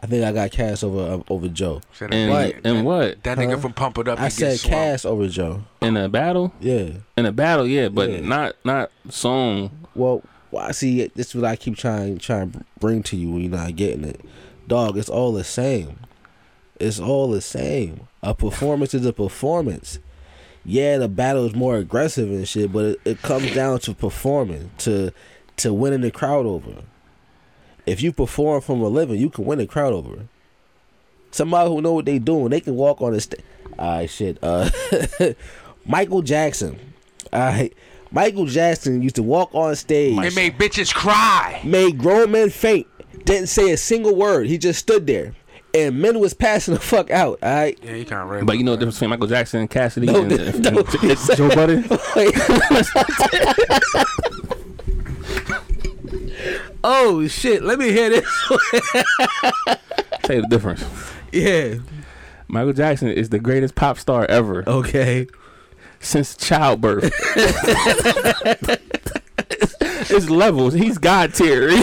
[SPEAKER 4] I think I got Cass over um, over Joe.
[SPEAKER 3] Said
[SPEAKER 2] And
[SPEAKER 3] that-
[SPEAKER 2] what? And what?
[SPEAKER 3] That nigga
[SPEAKER 4] Huh?
[SPEAKER 3] from Pump It Up.
[SPEAKER 4] I
[SPEAKER 3] he
[SPEAKER 4] said
[SPEAKER 3] gets slumped.
[SPEAKER 4] Cass over Joe.
[SPEAKER 2] In a battle?
[SPEAKER 4] Yeah.
[SPEAKER 2] In a battle, yeah, but
[SPEAKER 4] Yeah.
[SPEAKER 2] not not song.
[SPEAKER 4] Well, well, see, this is what I keep trying trying to bring to you when you're not getting it, dog. It's all the same. It's all the same. A performance is a performance. Yeah, the battle is more aggressive and shit, but it, it comes down to performing to to winning the crowd over. If you perform from a living, you can win the crowd over. Somebody who know what they doing, they can *laughs* walk on the stage. All right, shit. Uh, Michael Jackson. All right. Michael Jackson used to walk on stage
[SPEAKER 2] *laughs*
[SPEAKER 3] It made bitches cry.
[SPEAKER 4] made grown men faint. Didn't say a single word. He just stood there, and men was passing the fuck out. All right.
[SPEAKER 3] Yeah, you kind of right.
[SPEAKER 2] But you know the difference between Michael Jackson and Cassidy
[SPEAKER 4] No,
[SPEAKER 3] *laughs*
[SPEAKER 2] and,
[SPEAKER 4] th-
[SPEAKER 2] and-
[SPEAKER 4] no.
[SPEAKER 2] and Joe
[SPEAKER 4] *laughs*
[SPEAKER 2] Budden?
[SPEAKER 4] Oh *laughs* shit! Let me hear this.
[SPEAKER 2] Tell you the difference.
[SPEAKER 4] yeah.
[SPEAKER 2] Michael Jackson is the greatest pop star ever
[SPEAKER 4] Okay.
[SPEAKER 2] since childbirth. It's levels. He's God tier. *laughs* you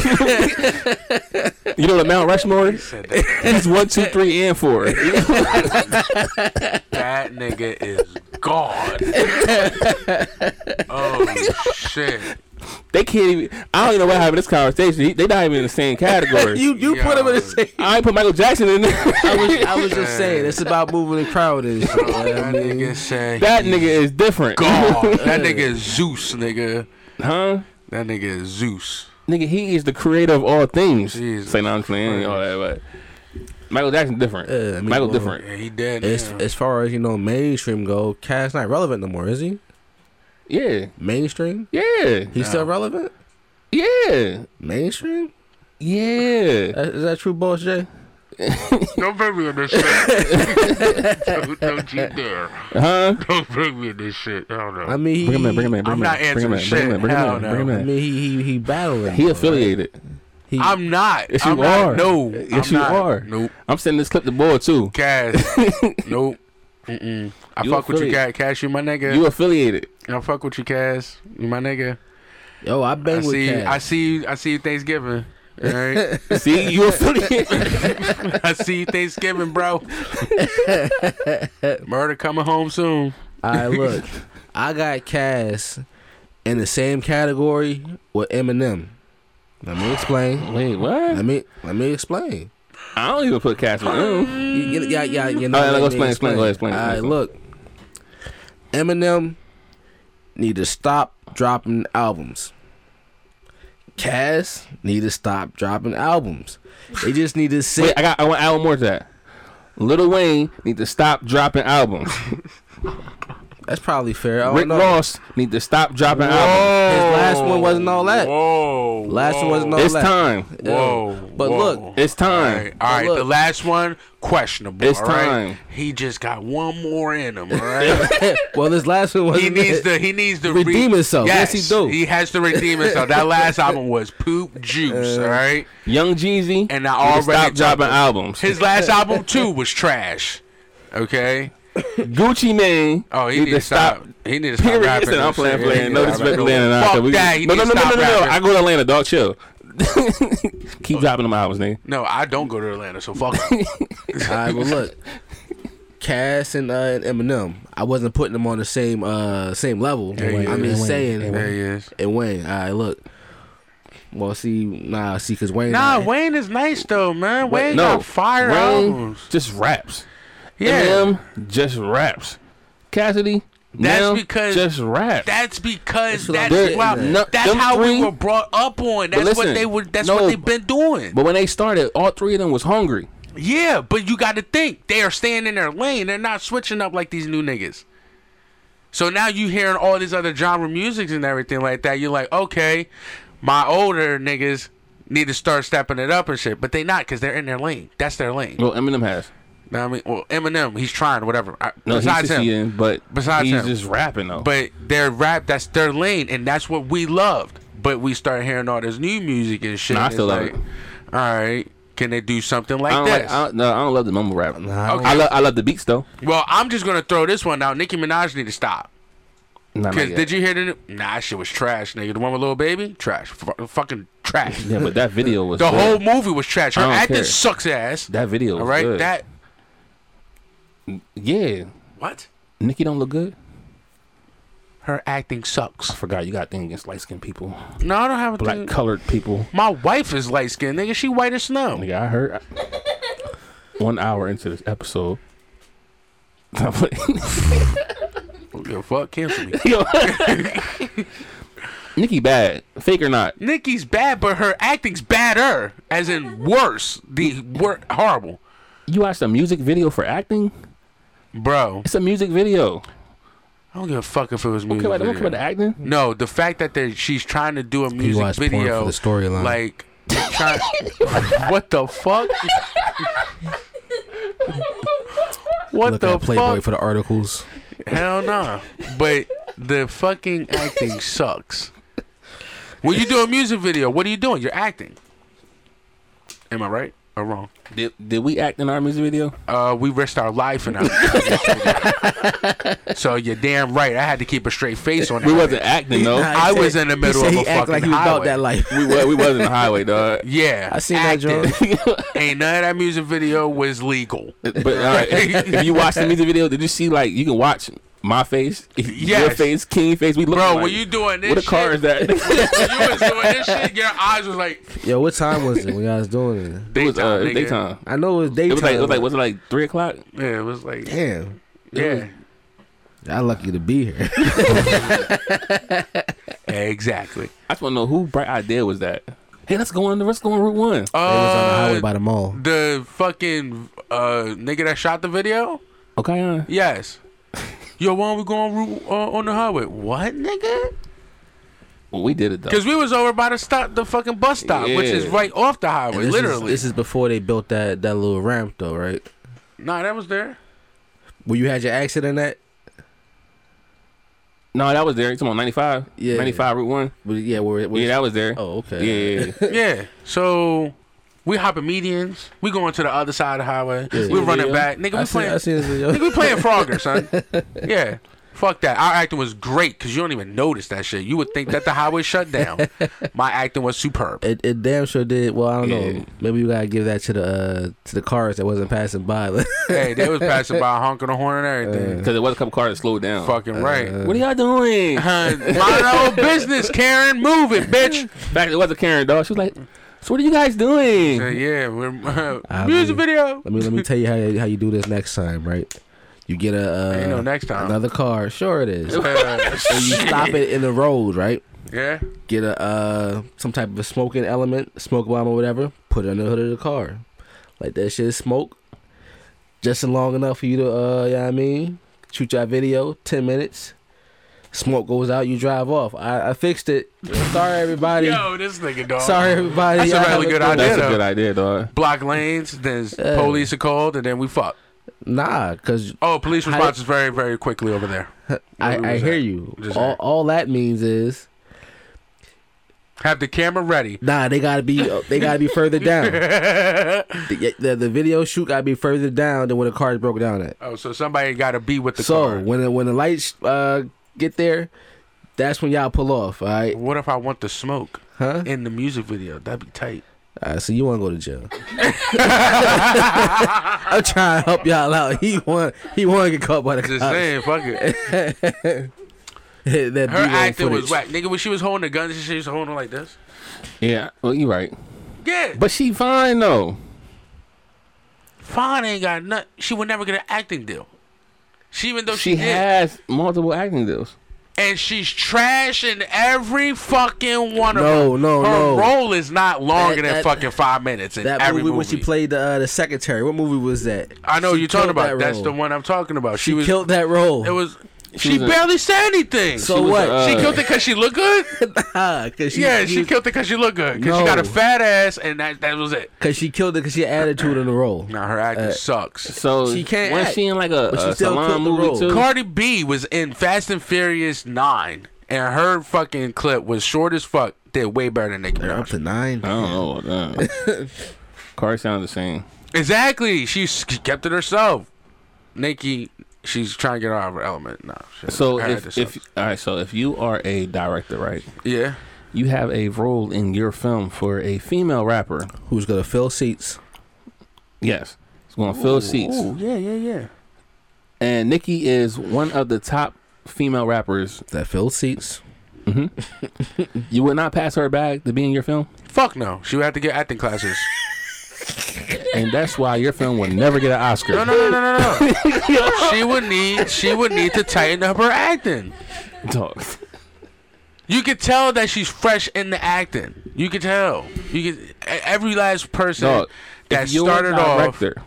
[SPEAKER 2] know the Mount Rushmore? is?
[SPEAKER 3] said that,
[SPEAKER 2] He's one, two, three, and four.
[SPEAKER 3] *laughs* that nigga is *laughs* God.
[SPEAKER 4] *laughs*
[SPEAKER 2] *laughs*
[SPEAKER 3] oh shit!
[SPEAKER 2] They can't even. I don't even know what happened to this conversation. He, they not even in the same category.
[SPEAKER 4] you you put him in the same.
[SPEAKER 2] I ain't put Michael Jackson in there.
[SPEAKER 4] I was, I was just saying, it's about moving the crowd and shit.
[SPEAKER 3] Oh,
[SPEAKER 4] I
[SPEAKER 3] that
[SPEAKER 4] mean,
[SPEAKER 3] nigga said
[SPEAKER 2] that
[SPEAKER 3] he
[SPEAKER 2] nigga is different. *laughs*
[SPEAKER 3] God. That nigga is Zeus, nigga.
[SPEAKER 2] huh?
[SPEAKER 3] That nigga is Zeus.
[SPEAKER 2] Nigga, he is the creator of all things.
[SPEAKER 3] Jesus
[SPEAKER 2] Say no, I'm playing all that, but Michael Jackson different.
[SPEAKER 4] Yeah, I mean,
[SPEAKER 2] Michael
[SPEAKER 4] well,
[SPEAKER 2] different.
[SPEAKER 3] Yeah, he dead.
[SPEAKER 4] as,
[SPEAKER 3] now.
[SPEAKER 4] as far as you know, mainstream go, Cass not relevant no more, is he?
[SPEAKER 2] Yeah,
[SPEAKER 4] Mainstream?
[SPEAKER 2] yeah,
[SPEAKER 4] He's still relevant?
[SPEAKER 2] yeah,
[SPEAKER 4] Mainstream?
[SPEAKER 2] yeah.
[SPEAKER 4] That- Is that true,
[SPEAKER 2] *laughs*
[SPEAKER 4] Boss J?
[SPEAKER 3] Don't bring me in this shit.
[SPEAKER 4] *laughs*
[SPEAKER 3] don't, don't you dare.
[SPEAKER 2] Huh?
[SPEAKER 3] Don't bring me in this shit. I don't know.
[SPEAKER 4] I mean, he,
[SPEAKER 2] Bring him in. Bring him in. Bring
[SPEAKER 3] I'm
[SPEAKER 2] him
[SPEAKER 3] not
[SPEAKER 2] in. Bring him in.
[SPEAKER 3] answering
[SPEAKER 2] Bring him in. Bring
[SPEAKER 3] shit.
[SPEAKER 2] him
[SPEAKER 3] Hell
[SPEAKER 2] in. Bring him
[SPEAKER 4] I
[SPEAKER 2] in.
[SPEAKER 4] mean, he he he battling.
[SPEAKER 2] He
[SPEAKER 4] though,
[SPEAKER 2] affiliated.
[SPEAKER 4] right? He,
[SPEAKER 3] I'm not.
[SPEAKER 2] Yes,
[SPEAKER 3] I'm
[SPEAKER 2] you
[SPEAKER 3] not.
[SPEAKER 2] are.
[SPEAKER 3] No.
[SPEAKER 2] Yes,
[SPEAKER 3] I'm
[SPEAKER 2] you
[SPEAKER 3] not.
[SPEAKER 2] are.
[SPEAKER 3] Nope.
[SPEAKER 2] I'm sending this clip to board too. *laughs*
[SPEAKER 3] Cash. nope. Mm-mm. I
[SPEAKER 2] You
[SPEAKER 3] fuck with you,
[SPEAKER 2] affiliate.
[SPEAKER 3] Cash. Cash, you my nigga.
[SPEAKER 2] You affiliated.
[SPEAKER 3] I fuck with you, Cass. You my nigga.
[SPEAKER 4] yo, I bang
[SPEAKER 3] I
[SPEAKER 4] with
[SPEAKER 3] see. I
[SPEAKER 4] Cass.
[SPEAKER 3] see. you- I see you Thanksgiving. All right.
[SPEAKER 2] *laughs* See, you affiliated.
[SPEAKER 3] *laughs* I see you Thanksgiving,
[SPEAKER 4] *laughs*
[SPEAKER 3] bro. Murder coming home soon.
[SPEAKER 4] All right, look, I got Cass in the same category with Eminem. Let me explain.
[SPEAKER 2] Wait, what?
[SPEAKER 4] Let me let me explain.
[SPEAKER 2] I don't even put Cass on. Mm.
[SPEAKER 4] You, you, yeah, yeah, you know.
[SPEAKER 2] All right, go
[SPEAKER 4] let me
[SPEAKER 2] explain, explain, go ahead, explain,
[SPEAKER 4] All right,
[SPEAKER 2] explain.
[SPEAKER 4] look, Eminem need to stop dropping albums. Cass need to stop dropping albums. They just need to sit.
[SPEAKER 2] Wait, I got. I want Alan more to that. Lil Wayne need to stop dropping albums.
[SPEAKER 4] *laughs* That's probably fair. I don't
[SPEAKER 2] Rick
[SPEAKER 4] know.
[SPEAKER 2] Ross need to stop dropping albums.
[SPEAKER 4] His last one wasn't all that.
[SPEAKER 3] Whoa.
[SPEAKER 4] Last one wasn't all
[SPEAKER 2] It's
[SPEAKER 4] that.
[SPEAKER 2] time.
[SPEAKER 4] Yeah.
[SPEAKER 3] Whoa.
[SPEAKER 4] But
[SPEAKER 3] whoa.
[SPEAKER 4] look,
[SPEAKER 2] It's
[SPEAKER 3] All
[SPEAKER 2] time.
[SPEAKER 3] right, all right.
[SPEAKER 4] look.
[SPEAKER 3] The last one, questionable.
[SPEAKER 2] It's
[SPEAKER 3] all right?
[SPEAKER 2] time.
[SPEAKER 3] He just got one more in him. All right,
[SPEAKER 4] *laughs* well, this last one wasn't.
[SPEAKER 3] he needs
[SPEAKER 4] it.
[SPEAKER 3] to. He needs to
[SPEAKER 4] Redeem himself. Yes, he do.
[SPEAKER 3] He has to redeem himself.
[SPEAKER 2] *laughs*
[SPEAKER 3] that last album was poop juice. all right,
[SPEAKER 2] Uh, Young Jeezy
[SPEAKER 3] and I
[SPEAKER 2] need to
[SPEAKER 3] already
[SPEAKER 2] stop dropping albums.
[SPEAKER 3] His
[SPEAKER 2] *laughs*
[SPEAKER 3] last album too was trash. Okay.
[SPEAKER 2] Gucci Mane.
[SPEAKER 3] Oh, he
[SPEAKER 2] need
[SPEAKER 3] needs to stop. He needs to stop
[SPEAKER 2] Period.
[SPEAKER 3] rapping.
[SPEAKER 2] Listen, I'm
[SPEAKER 3] this
[SPEAKER 2] playing,
[SPEAKER 3] shit. He
[SPEAKER 2] playing.
[SPEAKER 3] need
[SPEAKER 2] No
[SPEAKER 3] to stop
[SPEAKER 2] disrespect to
[SPEAKER 3] rapping.
[SPEAKER 2] Atlanta. nah, 'cause
[SPEAKER 3] Fuck
[SPEAKER 2] we-
[SPEAKER 3] that. He
[SPEAKER 2] no,
[SPEAKER 3] need
[SPEAKER 2] no,
[SPEAKER 3] to
[SPEAKER 2] no, no,
[SPEAKER 3] stop
[SPEAKER 2] no, no,
[SPEAKER 3] rapping. Oh.
[SPEAKER 2] I go to Atlanta, dog. Chill. *laughs* Keep dropping them albums, nigga.
[SPEAKER 3] No, I don't go to Atlanta, so fuck.
[SPEAKER 2] *laughs*
[SPEAKER 3] him.
[SPEAKER 4] All right, well look, Cass and, uh, and Eminem. I wasn't putting them on the same uh same level.
[SPEAKER 3] Wayne,
[SPEAKER 4] I'm
[SPEAKER 3] and
[SPEAKER 4] just
[SPEAKER 3] Wayne,
[SPEAKER 4] saying. And
[SPEAKER 3] there he
[SPEAKER 4] Wayne.
[SPEAKER 3] is.
[SPEAKER 4] All right, look. Well, see, nah, see, cause Wayne.
[SPEAKER 3] Nah,
[SPEAKER 4] not-
[SPEAKER 3] Wayne is nice though, man. Wayne
[SPEAKER 2] no,
[SPEAKER 3] got fire
[SPEAKER 2] Wayne
[SPEAKER 3] albums.
[SPEAKER 2] just raps.
[SPEAKER 3] Yeah.
[SPEAKER 2] Eminem just raps. Cassidy
[SPEAKER 3] That's
[SPEAKER 2] now
[SPEAKER 3] because-
[SPEAKER 2] just raps.
[SPEAKER 3] That's because
[SPEAKER 4] what I'm
[SPEAKER 3] that's
[SPEAKER 2] saying.
[SPEAKER 3] why,
[SPEAKER 2] No,
[SPEAKER 3] that's
[SPEAKER 2] them
[SPEAKER 3] how
[SPEAKER 2] three-
[SPEAKER 3] we were brought up on. That's
[SPEAKER 2] listen,
[SPEAKER 3] what they were. That's
[SPEAKER 2] no,
[SPEAKER 3] what they've been doing.
[SPEAKER 2] but when they started, all three of them was hungry.
[SPEAKER 3] yeah, but you got to think they are staying in their lane. They're not switching up like these new niggas. So now you hearing all these other genre musics and everything like that. You're like, okay, my older niggas need to start stepping it up and shit. But they not because they're in their lane. That's their lane.
[SPEAKER 2] Well, Eminem has.
[SPEAKER 3] Know what I mean, well, Eminem, he's trying whatever. I,
[SPEAKER 2] No, he's
[SPEAKER 3] besides him,
[SPEAKER 2] succeeding, but
[SPEAKER 3] Besides
[SPEAKER 2] he's
[SPEAKER 3] him.
[SPEAKER 2] just rapping though.
[SPEAKER 3] But their rap, that's their lane, and that's what we loved. But we start hearing all this new music and shit.
[SPEAKER 2] Nah, I
[SPEAKER 3] and
[SPEAKER 2] still love
[SPEAKER 3] it's like,
[SPEAKER 2] it.
[SPEAKER 3] All right, can they do something like
[SPEAKER 2] I don't
[SPEAKER 3] this?
[SPEAKER 2] like. I don't, no, I don't love the mumble rap.
[SPEAKER 3] don't-
[SPEAKER 2] I love. I love the beats though.
[SPEAKER 3] well, I'm just gonna throw this one out. Nicki Minaj need to stop.
[SPEAKER 2] Nah, not
[SPEAKER 3] Cause
[SPEAKER 2] yet.
[SPEAKER 3] did you hear the? new- Nah, that shit was trash, nigga. The one with little baby, trash, Fu fucking trash.
[SPEAKER 2] Yeah, but that video was
[SPEAKER 3] The
[SPEAKER 2] good.
[SPEAKER 3] whole movie was trash. Her
[SPEAKER 2] I don't
[SPEAKER 3] acting
[SPEAKER 2] care.
[SPEAKER 3] sucks ass.
[SPEAKER 2] that video. Was
[SPEAKER 3] all right,
[SPEAKER 2] good.
[SPEAKER 3] that
[SPEAKER 2] yeah.
[SPEAKER 3] what?
[SPEAKER 2] Nikki don't look good.
[SPEAKER 3] Her acting sucks.
[SPEAKER 2] I forgot you got thing against light skinned people,
[SPEAKER 3] No, I don't have a
[SPEAKER 2] black
[SPEAKER 3] thing.
[SPEAKER 2] colored people.
[SPEAKER 3] My wife is light skinned, nigga. She white as snow.
[SPEAKER 2] Nigga, I
[SPEAKER 3] *laughs*
[SPEAKER 2] heard. one hour into this episode.
[SPEAKER 3] Yo, fuck, cancel me.
[SPEAKER 2] Yo. Nikki bad, fake or not?
[SPEAKER 3] Nikki's bad, but her acting's badder, as in worse. The wor- horrible,
[SPEAKER 2] You watched a music video for acting?
[SPEAKER 3] bro.
[SPEAKER 2] It's a music video.
[SPEAKER 3] I don't give a fuck if it was music.
[SPEAKER 2] about- don't
[SPEAKER 3] video.
[SPEAKER 2] care about the
[SPEAKER 3] *laughs*
[SPEAKER 2] acting?
[SPEAKER 3] No, the fact that they she's trying to do a music
[SPEAKER 4] watched porn
[SPEAKER 3] video
[SPEAKER 4] for the storyline.
[SPEAKER 3] Like, try- *laughs* what the fuck? what
[SPEAKER 4] Look
[SPEAKER 3] the
[SPEAKER 4] at Playboy
[SPEAKER 3] fuck?
[SPEAKER 4] for the articles.
[SPEAKER 3] Hell no. But the fucking acting sucks. When you do a music video, what are you doing? You're acting. Am I right or wrong?
[SPEAKER 2] Did, did we act in our music video?
[SPEAKER 3] Uh, we risked our life in our music
[SPEAKER 2] *laughs*
[SPEAKER 3] video. So you're damn right. I had to keep a straight face on that.
[SPEAKER 2] We wasn't acting though.
[SPEAKER 3] I was in the middle of a fucking highway.
[SPEAKER 2] We was, we was in the highway, dog.
[SPEAKER 3] *laughs* Yeah,
[SPEAKER 2] I seen
[SPEAKER 3] that *laughs*
[SPEAKER 2] that joke.
[SPEAKER 3] Ain't none of that music video was legal.
[SPEAKER 2] But all right, if you watch the music video, did you see like you can watch my face, your
[SPEAKER 3] Yes.
[SPEAKER 2] face, King face? We look
[SPEAKER 3] Bro,
[SPEAKER 2] like,
[SPEAKER 3] when you doing this
[SPEAKER 2] What a car
[SPEAKER 3] shit-
[SPEAKER 2] is that?
[SPEAKER 3] *laughs* you was doing this shit, your eyes was like
[SPEAKER 4] Yo, what time was it when y'all was doing it?
[SPEAKER 2] it was uh, it was
[SPEAKER 3] nigga.
[SPEAKER 2] daytime.
[SPEAKER 4] I know it was daytime.
[SPEAKER 2] It was like it was like was it like three o'clock?
[SPEAKER 3] Yeah, it was like
[SPEAKER 4] Damn,
[SPEAKER 3] Yeah.
[SPEAKER 4] y'all lucky to be
[SPEAKER 3] *laughs*
[SPEAKER 4] here.
[SPEAKER 3] Exactly.
[SPEAKER 2] I just want to know who bright idea was that. Hey, let's go on the let's go on Route One.
[SPEAKER 4] It was on the highway
[SPEAKER 3] Uh,
[SPEAKER 4] by the mall.
[SPEAKER 3] the fucking uh nigga that shot the video.
[SPEAKER 2] Okay, uh,
[SPEAKER 3] Yes. Yo, why don't we go on route, uh, on the highway? What, nigga?
[SPEAKER 2] well, we did it though.
[SPEAKER 3] Because we was over by the stop, the fucking bus stop, which is
[SPEAKER 2] Yeah.
[SPEAKER 3] right off the
[SPEAKER 4] And
[SPEAKER 3] highway,
[SPEAKER 4] this
[SPEAKER 3] literally.
[SPEAKER 4] is, this is before they built that that little ramp though, right?
[SPEAKER 3] nah, that was there.
[SPEAKER 4] Where you had your accident at?
[SPEAKER 2] No, that was there. It's on ninety five.
[SPEAKER 4] Yeah.
[SPEAKER 2] ninety five Route One.
[SPEAKER 4] But yeah, where, where
[SPEAKER 2] Yeah, that was there.
[SPEAKER 4] Oh, okay.
[SPEAKER 2] Yeah, yeah,
[SPEAKER 4] *laughs*
[SPEAKER 2] yeah.
[SPEAKER 3] yeah. So we hopping medians. We going to the other side of the highway. We running
[SPEAKER 2] Yeah.
[SPEAKER 3] back, nigga. We
[SPEAKER 4] I seen, I
[SPEAKER 3] playing.
[SPEAKER 4] seen this
[SPEAKER 3] nigga,
[SPEAKER 4] video.
[SPEAKER 3] we playing Frogger, son. Yeah. Fuck that. Our acting was great because you don't even notice that shit. You would think that the highway
[SPEAKER 2] *laughs*
[SPEAKER 3] shut down. My acting was superb.
[SPEAKER 4] *laughs* It, it damn sure did. Well, I don't
[SPEAKER 2] Yeah.
[SPEAKER 4] know. Maybe you gotta give that to the uh, to the cars that wasn't passing by. *laughs*
[SPEAKER 3] Hey, they was passing by honking the
[SPEAKER 4] Uh,
[SPEAKER 3] horn and everything.
[SPEAKER 2] Because there was a couple cars that slowed down.
[SPEAKER 3] Fucking right.
[SPEAKER 2] What are y'all doing?
[SPEAKER 3] Hun, *laughs* Mind our own business, Karen. Move it, bitch.
[SPEAKER 2] Back it was a Karen dog. She was like, "So what are you guys doing?"
[SPEAKER 3] Uh, yeah, we're, *laughs*
[SPEAKER 4] I
[SPEAKER 3] music
[SPEAKER 4] mean,
[SPEAKER 3] video.
[SPEAKER 4] Let me let me tell you how you- how you do this next time, right? You get a uh,
[SPEAKER 3] Ain't no next time.
[SPEAKER 4] another car. Sure it is. *laughs* and
[SPEAKER 3] Uh,
[SPEAKER 4] you stop it in the road, right?
[SPEAKER 3] yeah.
[SPEAKER 4] Get a uh, some type of a smoking element, smoke bomb or whatever. Put it under the hood of the car. Like that shit is smoke. Just long enough for you to uh, you know what I mean, shoot your video. Ten minutes. Smoke goes out. You drive off. I, I fixed it. Sorry everybody.
[SPEAKER 3] Yo, this nigga dog.
[SPEAKER 4] Sorry everybody.
[SPEAKER 3] That's a
[SPEAKER 4] Y'all have
[SPEAKER 3] really good
[SPEAKER 4] day.
[SPEAKER 3] idea.
[SPEAKER 2] That's
[SPEAKER 3] Yeah.
[SPEAKER 2] a good idea, dog.
[SPEAKER 3] Block lanes. Then police are called, and then we fuck.
[SPEAKER 4] Nah, cause
[SPEAKER 3] Oh, police
[SPEAKER 4] How
[SPEAKER 3] response
[SPEAKER 4] did-
[SPEAKER 3] is very, very quickly over there. What
[SPEAKER 4] *laughs* I, I
[SPEAKER 3] was
[SPEAKER 4] hear
[SPEAKER 3] that?
[SPEAKER 4] you.
[SPEAKER 3] What is
[SPEAKER 4] All,
[SPEAKER 3] that?
[SPEAKER 4] all that means is
[SPEAKER 3] Have the camera ready.
[SPEAKER 4] nah. They gotta be uh, they gotta be further
[SPEAKER 3] *laughs*
[SPEAKER 4] down. The, the, the video shoot gotta be further down than when the car is broke down at.
[SPEAKER 3] Oh, so somebody got to be with the
[SPEAKER 4] so
[SPEAKER 3] car.
[SPEAKER 4] when the, when the lights uh, get there, that's when y'all pull off. All right,
[SPEAKER 3] What if I want the smoke
[SPEAKER 4] huh?
[SPEAKER 3] in the music video? That'd be tight.
[SPEAKER 4] All right so you want to go to jail? *laughs* I'm trying to help y'all out. He want he want to get caught by the
[SPEAKER 3] Just
[SPEAKER 4] cops.
[SPEAKER 3] saying, fuck it.
[SPEAKER 4] *laughs* that
[SPEAKER 3] Her
[SPEAKER 4] B-roll
[SPEAKER 3] acting was
[SPEAKER 4] footage.
[SPEAKER 3] whack, nigga. When she was holding the gun, she was holding it like this.
[SPEAKER 2] Yeah, well, you're right.
[SPEAKER 3] Yeah,
[SPEAKER 2] But she fine though.
[SPEAKER 3] Fawn ain't got nothing. She would never get an acting deal. She even though she,
[SPEAKER 2] She
[SPEAKER 3] did,
[SPEAKER 2] has multiple acting deals.
[SPEAKER 3] and she's trash in every fucking one of
[SPEAKER 4] No,
[SPEAKER 3] them.
[SPEAKER 4] no,
[SPEAKER 3] Her
[SPEAKER 4] no.
[SPEAKER 3] role is not longer than
[SPEAKER 4] that-
[SPEAKER 3] fucking five minutes in
[SPEAKER 4] That
[SPEAKER 3] every
[SPEAKER 4] movie,
[SPEAKER 3] movie.
[SPEAKER 4] when she played the uh, the secretary. What movie was that?
[SPEAKER 3] I know
[SPEAKER 4] She
[SPEAKER 3] you're talking
[SPEAKER 4] killed
[SPEAKER 3] about.
[SPEAKER 4] that
[SPEAKER 3] That's
[SPEAKER 4] role.
[SPEAKER 3] the one I'm talking about. She,
[SPEAKER 4] She,
[SPEAKER 3] was.
[SPEAKER 4] killed that role.
[SPEAKER 3] It was. Oh. She,
[SPEAKER 2] was a-
[SPEAKER 3] barely said anything.
[SPEAKER 4] so
[SPEAKER 2] was
[SPEAKER 4] what?
[SPEAKER 2] a, uh,
[SPEAKER 3] she killed it because she
[SPEAKER 2] *laughs*
[SPEAKER 3] looked good.
[SPEAKER 4] *laughs* Ah, cause she,
[SPEAKER 3] yeah,
[SPEAKER 4] she,
[SPEAKER 3] she killed it because she looked good. Because she got a
[SPEAKER 4] No.
[SPEAKER 3] fat ass, and that that was it.
[SPEAKER 4] cause she killed it because she had attitude in the role. Uh,
[SPEAKER 3] Now her acting sucks.
[SPEAKER 2] So
[SPEAKER 4] She can't
[SPEAKER 2] Was
[SPEAKER 4] act,
[SPEAKER 2] she in like a,
[SPEAKER 4] but she
[SPEAKER 2] a
[SPEAKER 4] still
[SPEAKER 2] salon
[SPEAKER 4] killed the
[SPEAKER 2] movie
[SPEAKER 4] role.
[SPEAKER 2] too?
[SPEAKER 3] Cardi B was in Fast and Furious Nine, and her fucking clip was short as fuck. Did way better than Nicki
[SPEAKER 4] They're
[SPEAKER 3] Minaj.
[SPEAKER 4] up to nine.
[SPEAKER 2] I don't know.
[SPEAKER 4] *laughs*
[SPEAKER 2] uh, Cardi sounds the same.
[SPEAKER 3] Exactly. She s- kept it herself. Nikki, she's trying to get her out of her element. No. shit.
[SPEAKER 2] So
[SPEAKER 3] Her
[SPEAKER 2] if,
[SPEAKER 3] acting
[SPEAKER 2] if
[SPEAKER 3] sucks.
[SPEAKER 2] all right, so if you are a director, right,
[SPEAKER 3] yeah,
[SPEAKER 2] you have a role in your film for a female rapper.
[SPEAKER 4] Who's gonna fill seats?
[SPEAKER 2] Yes, it's going to fill seats.
[SPEAKER 3] yeah, yeah, yeah.
[SPEAKER 2] And Nicki is one of the top female rappers. Mm-hmm.
[SPEAKER 4] That fill seats.
[SPEAKER 3] *laughs*
[SPEAKER 2] You would not pass her back to be in your film,
[SPEAKER 3] Fuck no. She would have to get acting classes.
[SPEAKER 2] and that's why your film would never get an Oscar.
[SPEAKER 3] No, no, no, no, no,
[SPEAKER 2] *laughs*
[SPEAKER 3] no. she would need. She would need to tighten up her acting.
[SPEAKER 2] Dog.
[SPEAKER 3] You could tell that she's fresh in the acting. You could tell. You could. e- Every last person
[SPEAKER 2] Dog,
[SPEAKER 3] that
[SPEAKER 2] If you're a
[SPEAKER 3] started off
[SPEAKER 2] director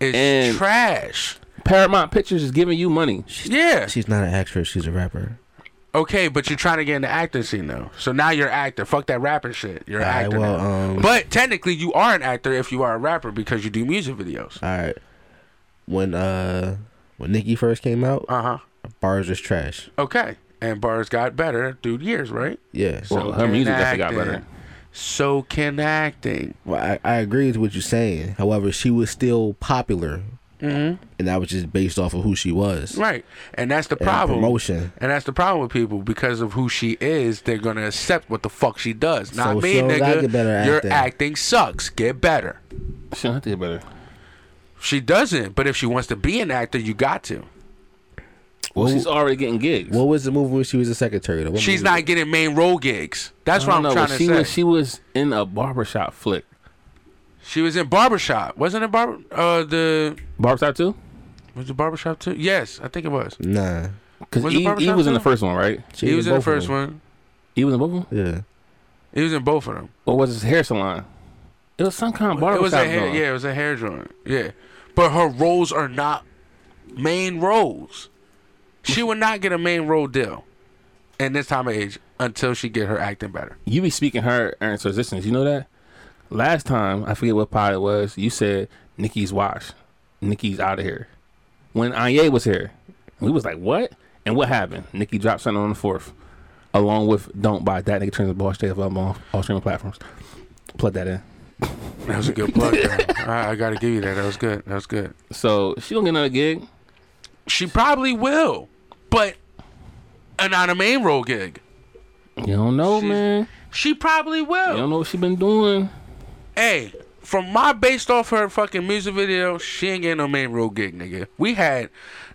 [SPEAKER 3] is
[SPEAKER 2] and-
[SPEAKER 3] trash.
[SPEAKER 2] Paramount Pictures is giving you money.
[SPEAKER 3] Yeah.
[SPEAKER 4] She's not an actress. She's a rapper.
[SPEAKER 3] Okay, but you're trying to get into acting scene though. So now you're an actor. Fuck that rapping shit. You're an
[SPEAKER 4] All right,
[SPEAKER 3] actor.
[SPEAKER 4] well,
[SPEAKER 3] now.
[SPEAKER 4] um,
[SPEAKER 3] but technically, you are an actor if you are a rapper because you do music videos.
[SPEAKER 4] All right. When uh when Nicki first came out,
[SPEAKER 3] uh huh,
[SPEAKER 4] bars was trash.
[SPEAKER 3] Okay. And bars got better through the years, right?
[SPEAKER 4] Yeah.
[SPEAKER 3] So can acting. So can acting.
[SPEAKER 4] Well, I, I agree with what you're saying. However, she was still popular,
[SPEAKER 3] Mhm.
[SPEAKER 4] and that was just based off of who she was.
[SPEAKER 3] Right. And that's the
[SPEAKER 4] And
[SPEAKER 3] problem.
[SPEAKER 4] promotion.
[SPEAKER 3] And that's the problem with people because of who she is, they're gonna accept what the fuck she does. Not
[SPEAKER 4] So
[SPEAKER 3] me,
[SPEAKER 4] she don't gotta
[SPEAKER 3] nigga.
[SPEAKER 4] get better at
[SPEAKER 3] Your
[SPEAKER 4] acting.
[SPEAKER 3] acting sucks. Get better.
[SPEAKER 2] She don't have to get better.
[SPEAKER 3] She doesn't, but if she wants to be an actor, you got to.
[SPEAKER 2] Well, she's already getting gigs.
[SPEAKER 4] What was the movie where she was a secretary? though? What
[SPEAKER 3] She's
[SPEAKER 4] movie?
[SPEAKER 3] not getting main role gigs. That's what I'm trying to
[SPEAKER 2] she
[SPEAKER 3] say.
[SPEAKER 2] Was, she was in a barbershop flick.
[SPEAKER 3] She was in Barbershop. Wasn't it Barber uh the
[SPEAKER 2] Barbershop too?
[SPEAKER 3] Was it Barbershop too? Yes, I think it was.
[SPEAKER 4] Nah.
[SPEAKER 2] Because
[SPEAKER 3] Was it
[SPEAKER 2] he,
[SPEAKER 3] Barbershop
[SPEAKER 2] was in the
[SPEAKER 3] too?
[SPEAKER 2] first one, right?
[SPEAKER 3] She He was was in in the both of first them. one.
[SPEAKER 2] He was in both of them?
[SPEAKER 4] Yeah.
[SPEAKER 3] He was in both of them.
[SPEAKER 2] Or was his hair salon? It was some kind of barbershop
[SPEAKER 3] it was a hair,
[SPEAKER 2] joint.
[SPEAKER 3] yeah, it was a hair joint. Yeah, but her roles are not main roles. She would not get a main role deal in this time of age until she get her acting better.
[SPEAKER 2] You be speaking her in transitions. You know that? Last time, I forget what pod it was, you said, Nikki's washed. Nikki's out of here. When Anya was here, we was like, what? And what happened? Nikki dropped something on the fourth, along with Don't Buy That. Nigga turns the ball straight up on all, all streaming platforms. Plug that in.
[SPEAKER 3] That was a good plug. though.
[SPEAKER 2] *laughs*
[SPEAKER 3] I, I got to give you that. That was good. That was good.
[SPEAKER 2] So she gonna get another gig.
[SPEAKER 3] She probably will, but uh, not a main role gig.
[SPEAKER 2] You don't know, man.
[SPEAKER 3] She probably will.
[SPEAKER 2] You don't know what she been doing.
[SPEAKER 3] Hey, from my based off her fucking music video, she ain't getting no main role gig, nigga. We had,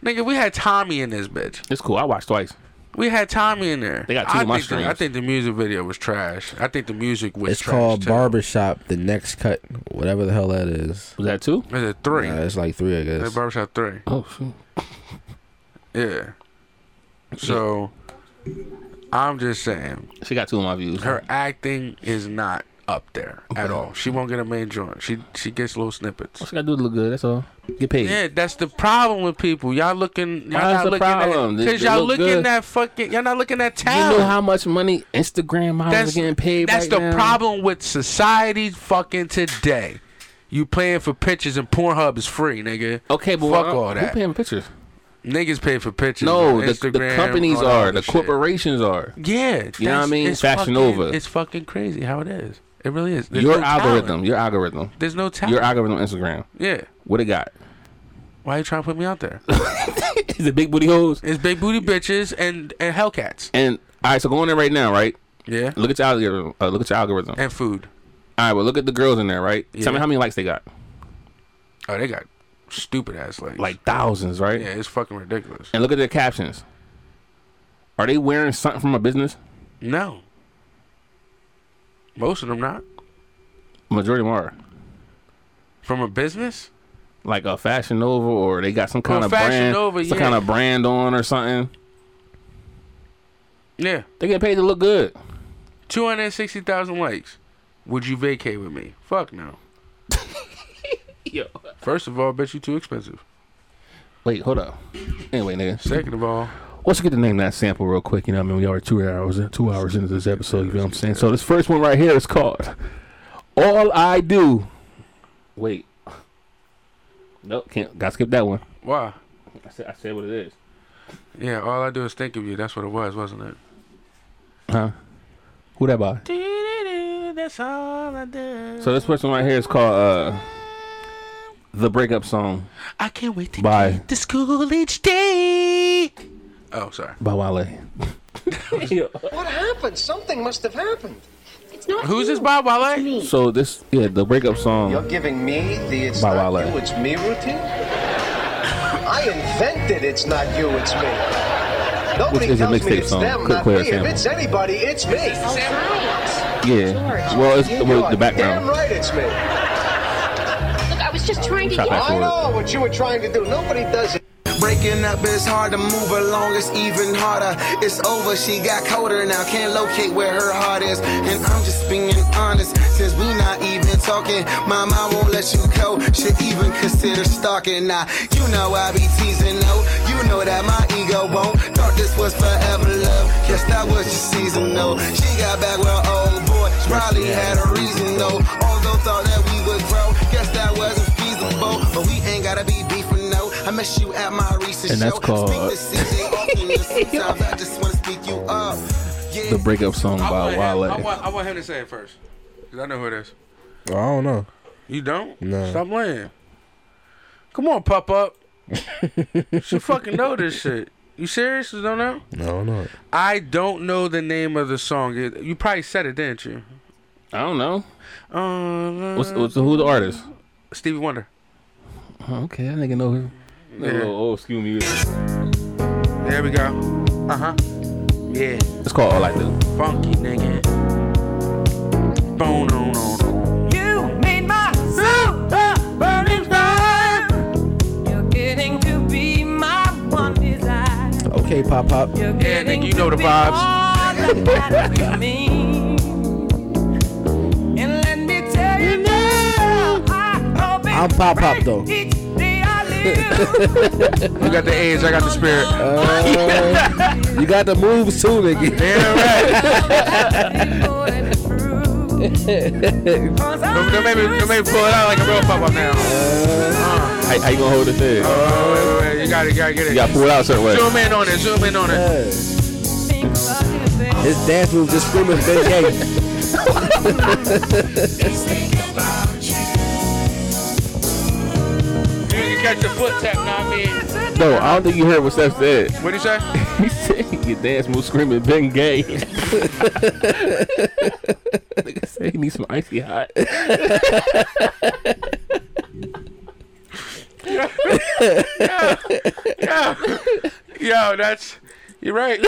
[SPEAKER 3] nigga, we had Tommy in this bitch.
[SPEAKER 2] It's cool. I watched twice.
[SPEAKER 3] We had Tommy in there.
[SPEAKER 2] They got two
[SPEAKER 3] I
[SPEAKER 2] of my
[SPEAKER 3] think the, I
[SPEAKER 2] streams.
[SPEAKER 3] think the music video was trash. I think the music was
[SPEAKER 4] It's
[SPEAKER 3] trash.
[SPEAKER 4] called
[SPEAKER 3] too.
[SPEAKER 4] Barbershop. The next cut, whatever the hell that is.
[SPEAKER 2] Was that two?
[SPEAKER 3] Is it three?
[SPEAKER 4] Nah, it's like three, I
[SPEAKER 3] That
[SPEAKER 4] guess.
[SPEAKER 3] barbershop three.
[SPEAKER 2] Oh shoot.
[SPEAKER 3] *laughs* Yeah. So, I'm just saying,
[SPEAKER 2] She got two of my views.
[SPEAKER 3] her acting is not up there at all. She won't get a main joint. She she gets little snippets.
[SPEAKER 2] She got to do look good. That's all. Get paid.
[SPEAKER 3] Yeah, that's the problem with people. Y'all looking, y'all
[SPEAKER 2] Why is
[SPEAKER 3] not
[SPEAKER 2] the
[SPEAKER 3] looking
[SPEAKER 2] problem?
[SPEAKER 3] at
[SPEAKER 2] They-
[SPEAKER 3] because
[SPEAKER 2] they
[SPEAKER 3] y'all
[SPEAKER 2] look
[SPEAKER 3] looking
[SPEAKER 2] good.
[SPEAKER 3] at fucking, y'all not looking at talent.
[SPEAKER 2] You know how much money Instagram models
[SPEAKER 3] that's
[SPEAKER 2] are getting paid
[SPEAKER 3] That's
[SPEAKER 2] right
[SPEAKER 3] the
[SPEAKER 2] now?
[SPEAKER 3] problem with society fucking today. You playing for pictures and Pornhub is free, nigga.
[SPEAKER 2] Okay, but
[SPEAKER 3] fuck
[SPEAKER 2] why-
[SPEAKER 3] all
[SPEAKER 2] Who
[SPEAKER 3] that.
[SPEAKER 2] paying for pictures?
[SPEAKER 3] Niggas pay for pictures.
[SPEAKER 2] No,
[SPEAKER 3] on
[SPEAKER 2] the, the
[SPEAKER 3] Instagram,
[SPEAKER 2] companies
[SPEAKER 3] all that
[SPEAKER 2] are,
[SPEAKER 3] other
[SPEAKER 2] the
[SPEAKER 3] shit.
[SPEAKER 2] corporations are.
[SPEAKER 3] Yeah,
[SPEAKER 2] You know what I
[SPEAKER 3] that's-
[SPEAKER 2] mean?
[SPEAKER 3] it's
[SPEAKER 2] Fashion
[SPEAKER 3] fucking-
[SPEAKER 2] Nova.
[SPEAKER 3] It's fucking crazy how it is. It really is. There's
[SPEAKER 2] your
[SPEAKER 3] no talent.
[SPEAKER 2] algorithm, your algorithm,
[SPEAKER 3] There's no talent.
[SPEAKER 2] your algorithm on Instagram.
[SPEAKER 3] Yeah.
[SPEAKER 2] What it
[SPEAKER 3] *laughs*
[SPEAKER 2] got?
[SPEAKER 3] Why you trying to put me out there?
[SPEAKER 2] Is it big booty hoes?
[SPEAKER 3] it's
[SPEAKER 2] *laughs*
[SPEAKER 3] big booty bitches and and Hellcats
[SPEAKER 2] And all right, so go in there right now, right?
[SPEAKER 3] Yeah.
[SPEAKER 2] Look at your algorithm. Uh, look at your algorithm.
[SPEAKER 3] and food.
[SPEAKER 2] All right, well, look at the girls in there, right?
[SPEAKER 3] Yeah.
[SPEAKER 2] Tell me how many likes they got.
[SPEAKER 3] Oh, they got stupid ass legs.
[SPEAKER 2] Like thousands, right?
[SPEAKER 3] yeah, it's fucking ridiculous.
[SPEAKER 2] And look at their captions. Are they wearing something from a business?
[SPEAKER 3] No. Most of them not
[SPEAKER 2] Majority of them are.
[SPEAKER 3] from a business.
[SPEAKER 2] Like a Fashion Nova, or they got some kind
[SPEAKER 3] Well,
[SPEAKER 2] of
[SPEAKER 3] Fashion
[SPEAKER 2] brand,
[SPEAKER 3] Nova,
[SPEAKER 2] some
[SPEAKER 3] yeah.
[SPEAKER 2] kind of brand on or something.
[SPEAKER 3] Yeah,
[SPEAKER 2] They get paid to look good.
[SPEAKER 3] two hundred sixty thousand likes. Would you vacate with me? Fuck no.
[SPEAKER 2] Yo.
[SPEAKER 3] First of all, bitch, you too expensive.
[SPEAKER 2] Wait, hold up. Anyway, nigga.
[SPEAKER 3] Second of all,
[SPEAKER 2] Let's get the name of that sample real quick. You know, what I mean, we already two hours in, two hours into this episode. You know what I'm saying? So this first one right here is called "All I Do." Wait, nope, can't. Got to skip that one.
[SPEAKER 3] why?
[SPEAKER 2] I said, I said what it is.
[SPEAKER 3] Yeah, all I do is think of you. That's what it was, wasn't it?
[SPEAKER 2] Huh? Who that by?
[SPEAKER 3] That's all I do.
[SPEAKER 2] So this person right here is called uh, "The Breakup Song"
[SPEAKER 3] I can't wait to
[SPEAKER 2] by
[SPEAKER 3] to school each day. Oh, sorry.
[SPEAKER 2] by Wale.
[SPEAKER 13] What happened? Something must have happened. It's not
[SPEAKER 3] Who's this Bob Wale?
[SPEAKER 2] So this, yeah, the breakup
[SPEAKER 13] You're
[SPEAKER 2] song.
[SPEAKER 13] giving me the it's
[SPEAKER 2] Bob
[SPEAKER 13] not
[SPEAKER 2] Wale.
[SPEAKER 13] you, it's me routine? I invented it's not you, it's me. Nobody
[SPEAKER 2] is a
[SPEAKER 13] tells me
[SPEAKER 2] mixtape
[SPEAKER 13] it's
[SPEAKER 2] song.
[SPEAKER 13] them,
[SPEAKER 2] Quick
[SPEAKER 13] not me.
[SPEAKER 2] player
[SPEAKER 13] If
[SPEAKER 2] sample.
[SPEAKER 13] it's anybody, it's me.
[SPEAKER 2] Yeah. Well, it's
[SPEAKER 13] You
[SPEAKER 2] well,
[SPEAKER 13] are
[SPEAKER 2] the
[SPEAKER 13] Damn
[SPEAKER 2] background.
[SPEAKER 13] right, it's me.
[SPEAKER 12] Look, I was
[SPEAKER 2] *laughs*
[SPEAKER 12] just trying
[SPEAKER 2] Try back
[SPEAKER 13] I
[SPEAKER 2] forward.
[SPEAKER 13] know what you were trying to do. Nobody does it.
[SPEAKER 11] Breaking up is hard to move along, it's even harder. It's over, she got colder now, can't locate where her heart is. And I'm just being honest, since we not even
[SPEAKER 13] talking. Mom, I won't let you go. Should even consider stalking. Nah, you know I be teasing. No, you know that my ego won't. Thought this was forever love. Guess that was just seasonal. She got back with her old boy. She Probably had a reason though. Although thought that we would grow. Guess that wasn't feasible. But we ain't gotta be beefing. No, I miss you at my recent
[SPEAKER 2] And that's
[SPEAKER 13] show.
[SPEAKER 2] called-
[SPEAKER 13] Speak to CJ often. and
[SPEAKER 2] *laughs*
[SPEAKER 13] Sometimes I just wanna speak you up.
[SPEAKER 2] The breakup song
[SPEAKER 3] I
[SPEAKER 2] by
[SPEAKER 3] want, him, I,
[SPEAKER 2] Wale.
[SPEAKER 3] want, I want him to say it first. Because I know who it is.
[SPEAKER 4] I don't know.
[SPEAKER 3] *laughs* You don't?
[SPEAKER 4] No.
[SPEAKER 3] Stop lying. Come on, pop up. you should
[SPEAKER 2] *laughs*
[SPEAKER 3] fucking know this shit. You serious? You don't know?
[SPEAKER 4] I don't know.
[SPEAKER 3] I don't know the name of the song. It- You probably said it, didn't you?
[SPEAKER 2] I don't know.
[SPEAKER 3] Uh,
[SPEAKER 2] What's, what's who's the artist?
[SPEAKER 3] Stevie Wonder.
[SPEAKER 2] Okay, I think I know him.
[SPEAKER 3] Yeah.
[SPEAKER 2] Oh, oh, excuse me.
[SPEAKER 3] There we go. Uh huh. Yeah.
[SPEAKER 2] It's called All I Do.
[SPEAKER 3] Funky nigga. Bone on on.
[SPEAKER 6] You made my soul a burning fire. You're getting to be my one desire.
[SPEAKER 4] Okay, pop pop.
[SPEAKER 6] You're
[SPEAKER 3] Yeah,
[SPEAKER 6] getting
[SPEAKER 3] nigga, you know
[SPEAKER 6] to
[SPEAKER 3] the
[SPEAKER 6] be
[SPEAKER 3] vibes.
[SPEAKER 6] all that
[SPEAKER 3] *laughs*
[SPEAKER 6] you mean. And let me tell you now, I hope it
[SPEAKER 4] I'm Pop Pop, though.
[SPEAKER 6] each day I
[SPEAKER 3] You got the age, I got the spirit.
[SPEAKER 4] Uh, *laughs* you got the moves too,
[SPEAKER 3] *laughs*
[SPEAKER 4] nigga.
[SPEAKER 3] Don't, don't, make me, don't make me pull it out like a real pop up now. Uh,
[SPEAKER 2] How, how you gonna hold this in?
[SPEAKER 3] oh, wait, wait, wait, you gotta, you gotta get it.
[SPEAKER 2] You gotta pull it out a certain way.
[SPEAKER 3] Zoom in on it. Zoom in on it.
[SPEAKER 4] *laughs* His dance moves just screaming Ben
[SPEAKER 3] *laughs* *laughs* You can catch the foot tap. Know what I mean?
[SPEAKER 2] No, I don't think you heard what Steph said.
[SPEAKER 3] What he say?
[SPEAKER 2] *laughs* he said your dance move screaming Ben Gay. *laughs* Nigga said he needs some icy hot. *laughs*
[SPEAKER 3] Yo, yo, that's you're right. *laughs*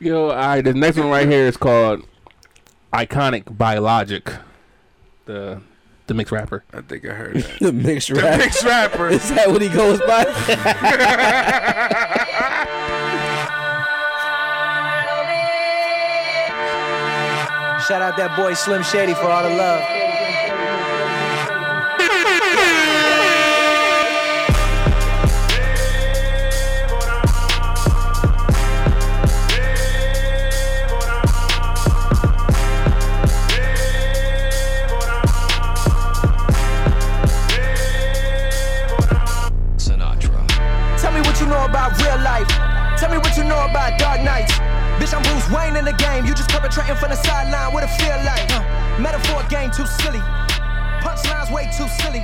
[SPEAKER 2] Yo, all right. The next one right here is called "Iconic by Logic," the the mixed rapper.
[SPEAKER 3] I think I heard
[SPEAKER 4] *laughs*
[SPEAKER 3] that.
[SPEAKER 4] the mixed
[SPEAKER 3] The
[SPEAKER 4] rap.
[SPEAKER 3] mixed rapper.
[SPEAKER 4] *laughs* Is that what he goes by?
[SPEAKER 14] Shout out that boy Slim Shady for all the love.
[SPEAKER 5] Sinatra.
[SPEAKER 14] Tell me what you know about real life. Tell me what you know about dark nights. Bitch, I'm Bruce Wayne in the game. You just perpetrating from the sideline. What it feel like? Huh. Metaphor game too silly. Punchlines way too silly.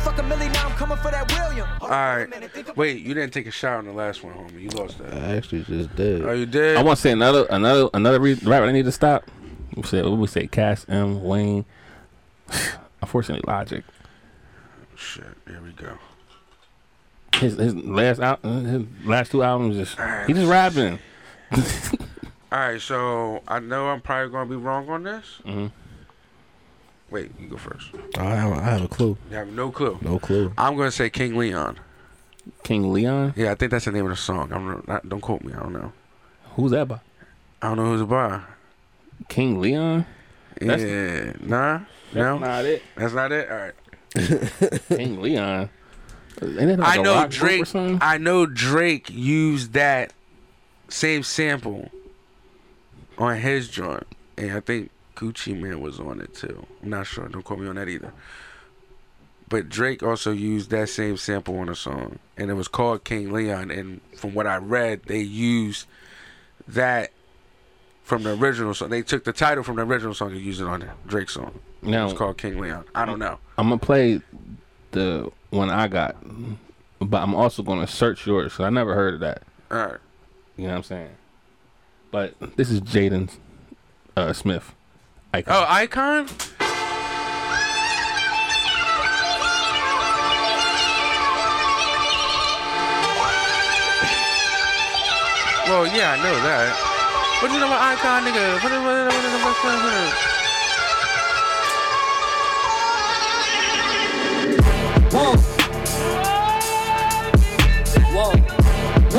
[SPEAKER 14] Fuck a milli now. I'm coming for that William.
[SPEAKER 3] All right. Wait, you didn't take a shower on the last one, homie. You lost that.
[SPEAKER 4] I actually just did.
[SPEAKER 3] Are you dead?
[SPEAKER 2] I want to say another another another re- rapper. I need to stop. We said we say Cass M Wayne. *sighs* Unfortunately, Logic.
[SPEAKER 3] Shit. Here we go.
[SPEAKER 2] His his last out his last two albums just he just
[SPEAKER 3] *laughs*
[SPEAKER 2] rapping.
[SPEAKER 3] All right. So I know I'm probably gonna be wrong on this.
[SPEAKER 2] Mhm.
[SPEAKER 3] Wait, you go first.
[SPEAKER 4] I have, I have a clue.
[SPEAKER 3] You have no clue.
[SPEAKER 4] No clue.
[SPEAKER 3] I'm gonna say King Leon.
[SPEAKER 2] King Leon.
[SPEAKER 3] Yeah, I think that's the name of the song. I'm not, don't quote me. I don't know.
[SPEAKER 2] Who's that by?
[SPEAKER 3] I don't know who's a bar.
[SPEAKER 2] King Leon. That's-
[SPEAKER 3] yeah, nah, no,
[SPEAKER 2] not it.
[SPEAKER 3] that's not it. All right.
[SPEAKER 2] *laughs* King Leon. Ain't that like
[SPEAKER 3] I
[SPEAKER 2] a
[SPEAKER 3] know
[SPEAKER 2] rock group or
[SPEAKER 3] Drake.
[SPEAKER 2] something?
[SPEAKER 3] I know Drake used that same sample on his joint, and I think Gucci Man was on it too. I'm not sure. Don't quote me on that either. But Drake also used that same sample on a song, and it was called King Leon. And from what I read, they used that from the original song. They took the title from the original song and used it on Drake's song.
[SPEAKER 2] Now-
[SPEAKER 3] it's called King Leon. I don't know.
[SPEAKER 2] I'm gonna play the one I got, but I'm also gonna search yours. 'cause I never heard of that.
[SPEAKER 3] All right.
[SPEAKER 2] You know what I'm saying? But this is Jaden uh, Smith. Icon.
[SPEAKER 3] Oh, Icon. Well, yeah, I know that. What you know about Icon, nigga? What, what, what, what, what,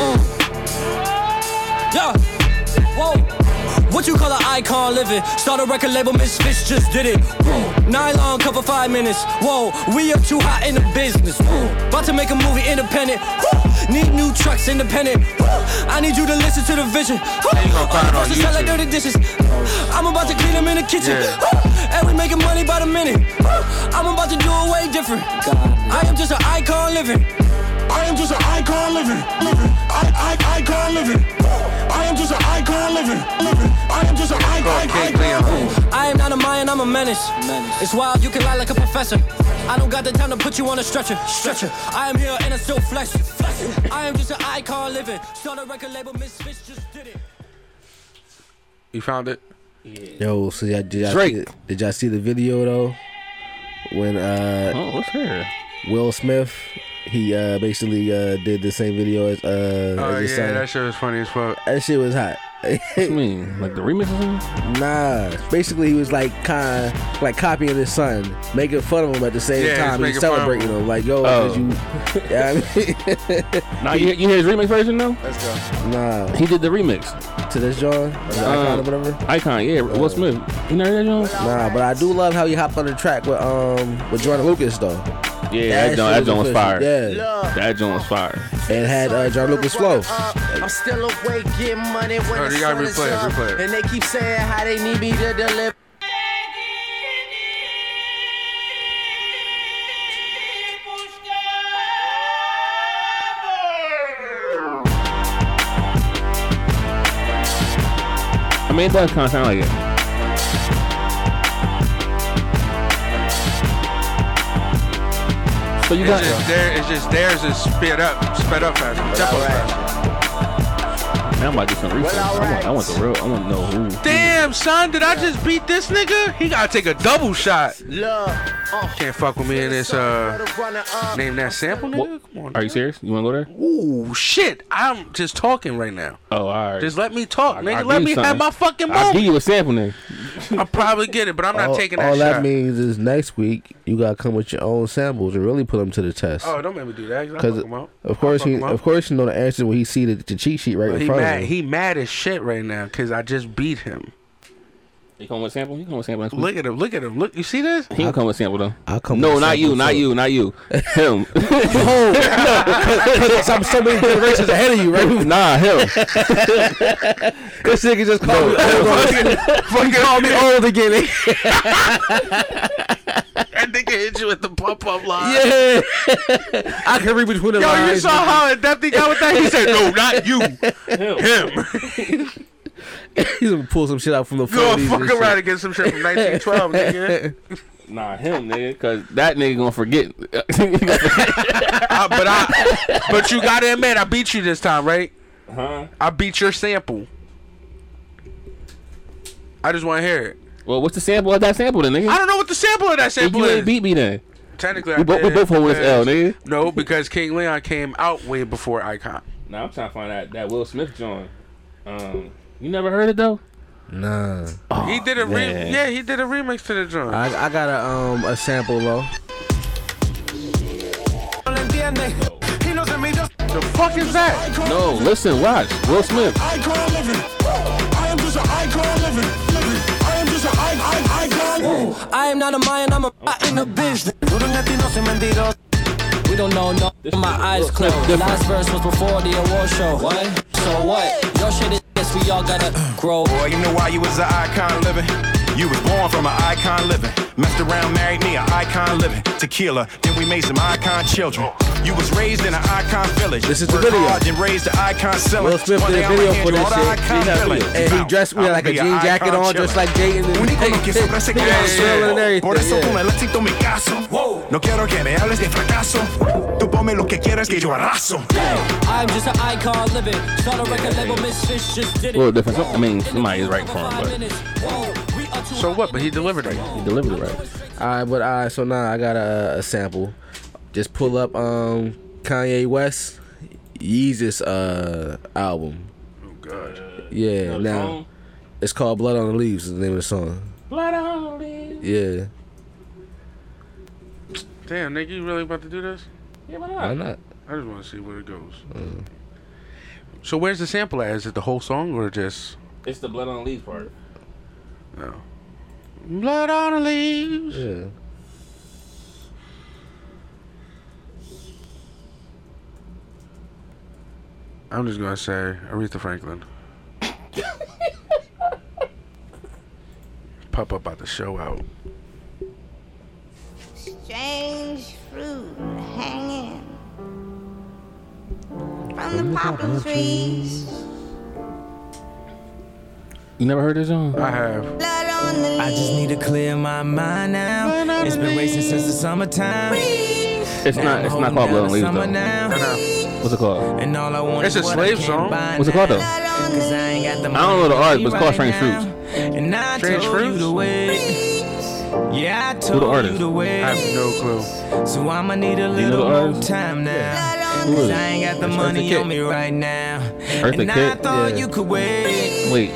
[SPEAKER 3] what, what, what?
[SPEAKER 14] Whoa. Whoa. Whoa. Yeah. Whoa.
[SPEAKER 6] What you call an icon living? Start a record label, Misfits just did it. Boom. Nylon cover five minutes. Whoa, we up too hot in the business. Boom. About to make a movie independent. Woo. Need new trucks independent. Woo. I need you to listen to the vision. Woo.
[SPEAKER 10] find it on
[SPEAKER 6] All the first is like
[SPEAKER 10] YouTube.
[SPEAKER 6] dirty dishes. I'm about to clean them in the kitchen.
[SPEAKER 10] Yeah.
[SPEAKER 6] Woo. And we making money by the minute. Woo. I'm about to do it way different. I am just an icon living. I am just an icon living. living. I, I, icon living. I am just an icon living. living. I am just an icon, living. I am not a Mayan, I'm a menace. It's wild, you can lie like a professor. I don't got the time to put you on a stretcher. Stretcher. I am here and I still flesh. flesh. I am just an icon living. Start a record label, Misfits just did it.
[SPEAKER 3] You found it?
[SPEAKER 4] Yo, so y'all, did y'all
[SPEAKER 3] Drake.
[SPEAKER 4] See, did y'all see the video though? When uh
[SPEAKER 2] Oh, what's here?
[SPEAKER 4] Will Smith, he uh basically uh did the same video as uh
[SPEAKER 3] Oh,
[SPEAKER 4] as his
[SPEAKER 3] yeah,
[SPEAKER 4] son.
[SPEAKER 3] that shit was funny as fuck.
[SPEAKER 4] That shit was hot. what you
[SPEAKER 2] mean? Like the remix
[SPEAKER 4] Nah. Basically he was like kinda like copying his son, making fun of him at the same
[SPEAKER 2] Yeah, he's
[SPEAKER 4] time. He's
[SPEAKER 2] making fun of
[SPEAKER 4] celebrating
[SPEAKER 2] him.
[SPEAKER 4] him. Like, yo,
[SPEAKER 2] Oh.
[SPEAKER 4] did you yeah, I mean *laughs*
[SPEAKER 2] Nah, you, you hear his remix version though?
[SPEAKER 4] Let's go. Nah.
[SPEAKER 2] He did the remix Uh,
[SPEAKER 4] to this John, Icon or whatever.
[SPEAKER 2] Icon, yeah. Will Smith. You know that John?
[SPEAKER 4] Nah, but I do love how he hopped on the track with um with Jordan Lucas though.
[SPEAKER 2] Yeah, that,
[SPEAKER 4] shit
[SPEAKER 2] joint, that joint was
[SPEAKER 4] official.
[SPEAKER 2] fire.
[SPEAKER 4] Yeah,
[SPEAKER 2] that joint was fire.
[SPEAKER 4] and had uh, Jordan Lucas flow.
[SPEAKER 15] I'm still awake, getting money when
[SPEAKER 4] Oh,
[SPEAKER 15] the
[SPEAKER 4] you gotta
[SPEAKER 15] sun is
[SPEAKER 4] replay it,
[SPEAKER 15] up.
[SPEAKER 4] replay it.
[SPEAKER 15] And they keep saying how they need me to deliver.
[SPEAKER 2] I mean, it does kind of sound like it. *laughs* So you got-
[SPEAKER 3] it's just there. It's just theirs is sped up, sped up faster, tempo faster.
[SPEAKER 2] Now I'm about to do some research. I, want, I want the real. I want to know who.
[SPEAKER 3] Damn, son, did I just beat this nigga? He gotta take a double shot.
[SPEAKER 15] Love, uh,
[SPEAKER 3] Can't fuck with me in this. Uh,
[SPEAKER 15] runner up.
[SPEAKER 3] name that sample, nigga.
[SPEAKER 2] Are you serious? You want to go there?
[SPEAKER 3] Ooh, shit! I'm just talking right now.
[SPEAKER 2] Oh, all right.
[SPEAKER 3] Just let me talk,
[SPEAKER 2] I-
[SPEAKER 3] nigga.
[SPEAKER 2] I'll
[SPEAKER 3] let
[SPEAKER 2] give
[SPEAKER 3] me
[SPEAKER 2] you
[SPEAKER 3] have
[SPEAKER 2] something.
[SPEAKER 3] my fucking
[SPEAKER 2] I'll give
[SPEAKER 3] moment.
[SPEAKER 2] you a sample nigga.
[SPEAKER 3] I'll probably get it, but I'm not
[SPEAKER 4] all,
[SPEAKER 3] taking
[SPEAKER 4] all
[SPEAKER 3] that
[SPEAKER 4] that
[SPEAKER 3] shot.
[SPEAKER 4] means is next week you gotta come with your own samples and really put them to the test.
[SPEAKER 3] Oh, don't make me do that. 'cause I'll fuck him up.
[SPEAKER 4] of course
[SPEAKER 3] I'll fuck
[SPEAKER 4] he,
[SPEAKER 3] him up.
[SPEAKER 4] of course you know the answer when he see the, the cheat sheet right in
[SPEAKER 3] he
[SPEAKER 4] front
[SPEAKER 3] mad.
[SPEAKER 4] of him.
[SPEAKER 3] He mad as shit right now because I just beat him.
[SPEAKER 2] You come with sample? You come with sample next week?
[SPEAKER 3] Look at him. Look at him. Look. You
[SPEAKER 2] *laughs*
[SPEAKER 3] see this?
[SPEAKER 2] He don't come with sample though.
[SPEAKER 4] I'll come
[SPEAKER 2] No,
[SPEAKER 4] with
[SPEAKER 2] not you,
[SPEAKER 4] sample,
[SPEAKER 2] not
[SPEAKER 4] too.
[SPEAKER 2] you, not you.
[SPEAKER 4] *laughs*
[SPEAKER 2] Him.
[SPEAKER 4] Because I'm so many generations ahead of you, *laughs* right?
[SPEAKER 2] Nah, him.
[SPEAKER 4] this nigga just called me old. Fucking called me old *laughs* again.
[SPEAKER 3] That nigga hit you with the pump up
[SPEAKER 4] *laughs*
[SPEAKER 3] line. *laughs*
[SPEAKER 4] Yeah. I can read between the
[SPEAKER 3] Yo,
[SPEAKER 4] lines.
[SPEAKER 3] you saw how in depth he got with that? He said, "No, not you, him."
[SPEAKER 4] *laughs* He's gonna pull some shit out from the
[SPEAKER 3] Go
[SPEAKER 4] phone.
[SPEAKER 3] fuck around and get some shit from 1912, nigga.
[SPEAKER 2] *laughs* Nah, him, nigga. Because that nigga gonna forget. *laughs*
[SPEAKER 3] I- Uh, but I, but you gotta admit, I beat you this time, right?
[SPEAKER 2] Huh?
[SPEAKER 3] I beat your sample. I just want to hear it.
[SPEAKER 2] well, what's the sample of that sample then, nigga?
[SPEAKER 3] I don't know what the sample of that sample
[SPEAKER 2] you
[SPEAKER 3] is.
[SPEAKER 2] ain't beat me then.
[SPEAKER 3] *laughs* Technically,
[SPEAKER 2] We
[SPEAKER 3] I
[SPEAKER 2] bo- we
[SPEAKER 3] did,
[SPEAKER 2] both holding this L, nigga.
[SPEAKER 3] because- No, because King Leon came out way before Icon.
[SPEAKER 2] Nah, I'm trying to find that that Will Smith joint. Um, you never heard it though.
[SPEAKER 4] *laughs* Nah. Oh,
[SPEAKER 3] he did a re-
[SPEAKER 4] man.
[SPEAKER 3] yeah, he did a remix to the joint.
[SPEAKER 4] I, I got a um a sample though.
[SPEAKER 3] The fuck is that?
[SPEAKER 2] No, listen, watch Will Smith.
[SPEAKER 10] Icon living. I am just an icon living. living. I am just an icon, icon living.
[SPEAKER 6] I am not a Mayan, I'm a in the business. We don't know no. My eyes closed. Last verse was before the award show. What? So what? Your shit is this. We all gotta grow.
[SPEAKER 16] Boy, you know why you was an icon living? You was born from an icon living. Messed around, married me, an icon living. Tequila, Uh, then we made some icon children. You was raised in an icon village. This
[SPEAKER 4] is the video.
[SPEAKER 16] Hard, then raised the icon selling.
[SPEAKER 4] Will Smith
[SPEAKER 16] One
[SPEAKER 4] did
[SPEAKER 16] day
[SPEAKER 4] a
[SPEAKER 16] I'ma
[SPEAKER 4] video
[SPEAKER 16] hand
[SPEAKER 4] for
[SPEAKER 16] you all
[SPEAKER 4] this
[SPEAKER 16] the
[SPEAKER 4] shit.
[SPEAKER 16] icon
[SPEAKER 4] He
[SPEAKER 16] village.
[SPEAKER 4] got- And he dressed with
[SPEAKER 16] I'ma
[SPEAKER 4] like a
[SPEAKER 16] be a
[SPEAKER 4] jean jacket
[SPEAKER 16] icon
[SPEAKER 4] on, just
[SPEAKER 16] chillin'.
[SPEAKER 4] like Jay.
[SPEAKER 16] Único que sobra que
[SPEAKER 4] Yeah,
[SPEAKER 16] hace.
[SPEAKER 4] yeah, yeah.
[SPEAKER 16] Por eso
[SPEAKER 4] Yeah.
[SPEAKER 16] con el éxito me caso. No quiero que me hables de fracaso. Tú ponme lo que quieras que yo arraso.
[SPEAKER 6] I'm just an icon living. Start a record label, Misfits just did
[SPEAKER 2] A
[SPEAKER 6] it.
[SPEAKER 2] little different. So- I mean, somebody is right for him,
[SPEAKER 3] So what? But he delivered it.
[SPEAKER 2] but he delivered it right.
[SPEAKER 4] All right, but all right. So now I got a, a sample. Just pull up um Kanye West Yeezus uh album.
[SPEAKER 3] Oh god.
[SPEAKER 4] Yeah.
[SPEAKER 2] Another
[SPEAKER 4] now
[SPEAKER 2] song?
[SPEAKER 4] it's called Blood on the Leaves. Is the name of the song.
[SPEAKER 2] Blood on the leaves.
[SPEAKER 4] Yeah.
[SPEAKER 3] Damn, nigga, you really about to do this?
[SPEAKER 2] Yeah,
[SPEAKER 4] Why not?
[SPEAKER 3] I
[SPEAKER 4] Mm.
[SPEAKER 3] just want to see where it goes. So where's the sample at? Is it the whole song or just
[SPEAKER 2] It's the blood on the leaves part.
[SPEAKER 3] No. Blood on the leaves.
[SPEAKER 4] Yeah.
[SPEAKER 3] I'm just gonna say Aretha Franklin.
[SPEAKER 1] *laughs*
[SPEAKER 3] Pop up about the show out.
[SPEAKER 17] Strange fruit hanging from the poplar trees.
[SPEAKER 2] You never heard this song?
[SPEAKER 3] I have.
[SPEAKER 6] I just need to clear my mind now. It's been racing since the summertime.
[SPEAKER 2] It's not. It's not called Blood on the Leaves though. What's it called?
[SPEAKER 6] Uh-huh. And all I want
[SPEAKER 3] It's a slave song.
[SPEAKER 2] What's it called though? I
[SPEAKER 6] Cause I ain't got the
[SPEAKER 2] don't know the artist, but it's called Strange Fruits.
[SPEAKER 6] And I
[SPEAKER 2] Strange
[SPEAKER 6] told
[SPEAKER 2] Fruits?
[SPEAKER 6] you to wait. Yeah, I
[SPEAKER 2] Who the
[SPEAKER 6] told you
[SPEAKER 2] artist?
[SPEAKER 6] to wait.
[SPEAKER 2] I
[SPEAKER 3] have no clue.
[SPEAKER 6] So I'ma need a
[SPEAKER 2] you know the
[SPEAKER 6] little more
[SPEAKER 2] artist?
[SPEAKER 6] time now.
[SPEAKER 2] Who is
[SPEAKER 6] Cause
[SPEAKER 2] it?
[SPEAKER 6] I ain't got the
[SPEAKER 2] It's Eartha
[SPEAKER 6] money
[SPEAKER 2] Kitt.
[SPEAKER 6] on me right now.
[SPEAKER 2] Eartha
[SPEAKER 6] And I
[SPEAKER 2] Kitt?
[SPEAKER 6] thought
[SPEAKER 2] Yeah.
[SPEAKER 6] you could wait.
[SPEAKER 2] Wait.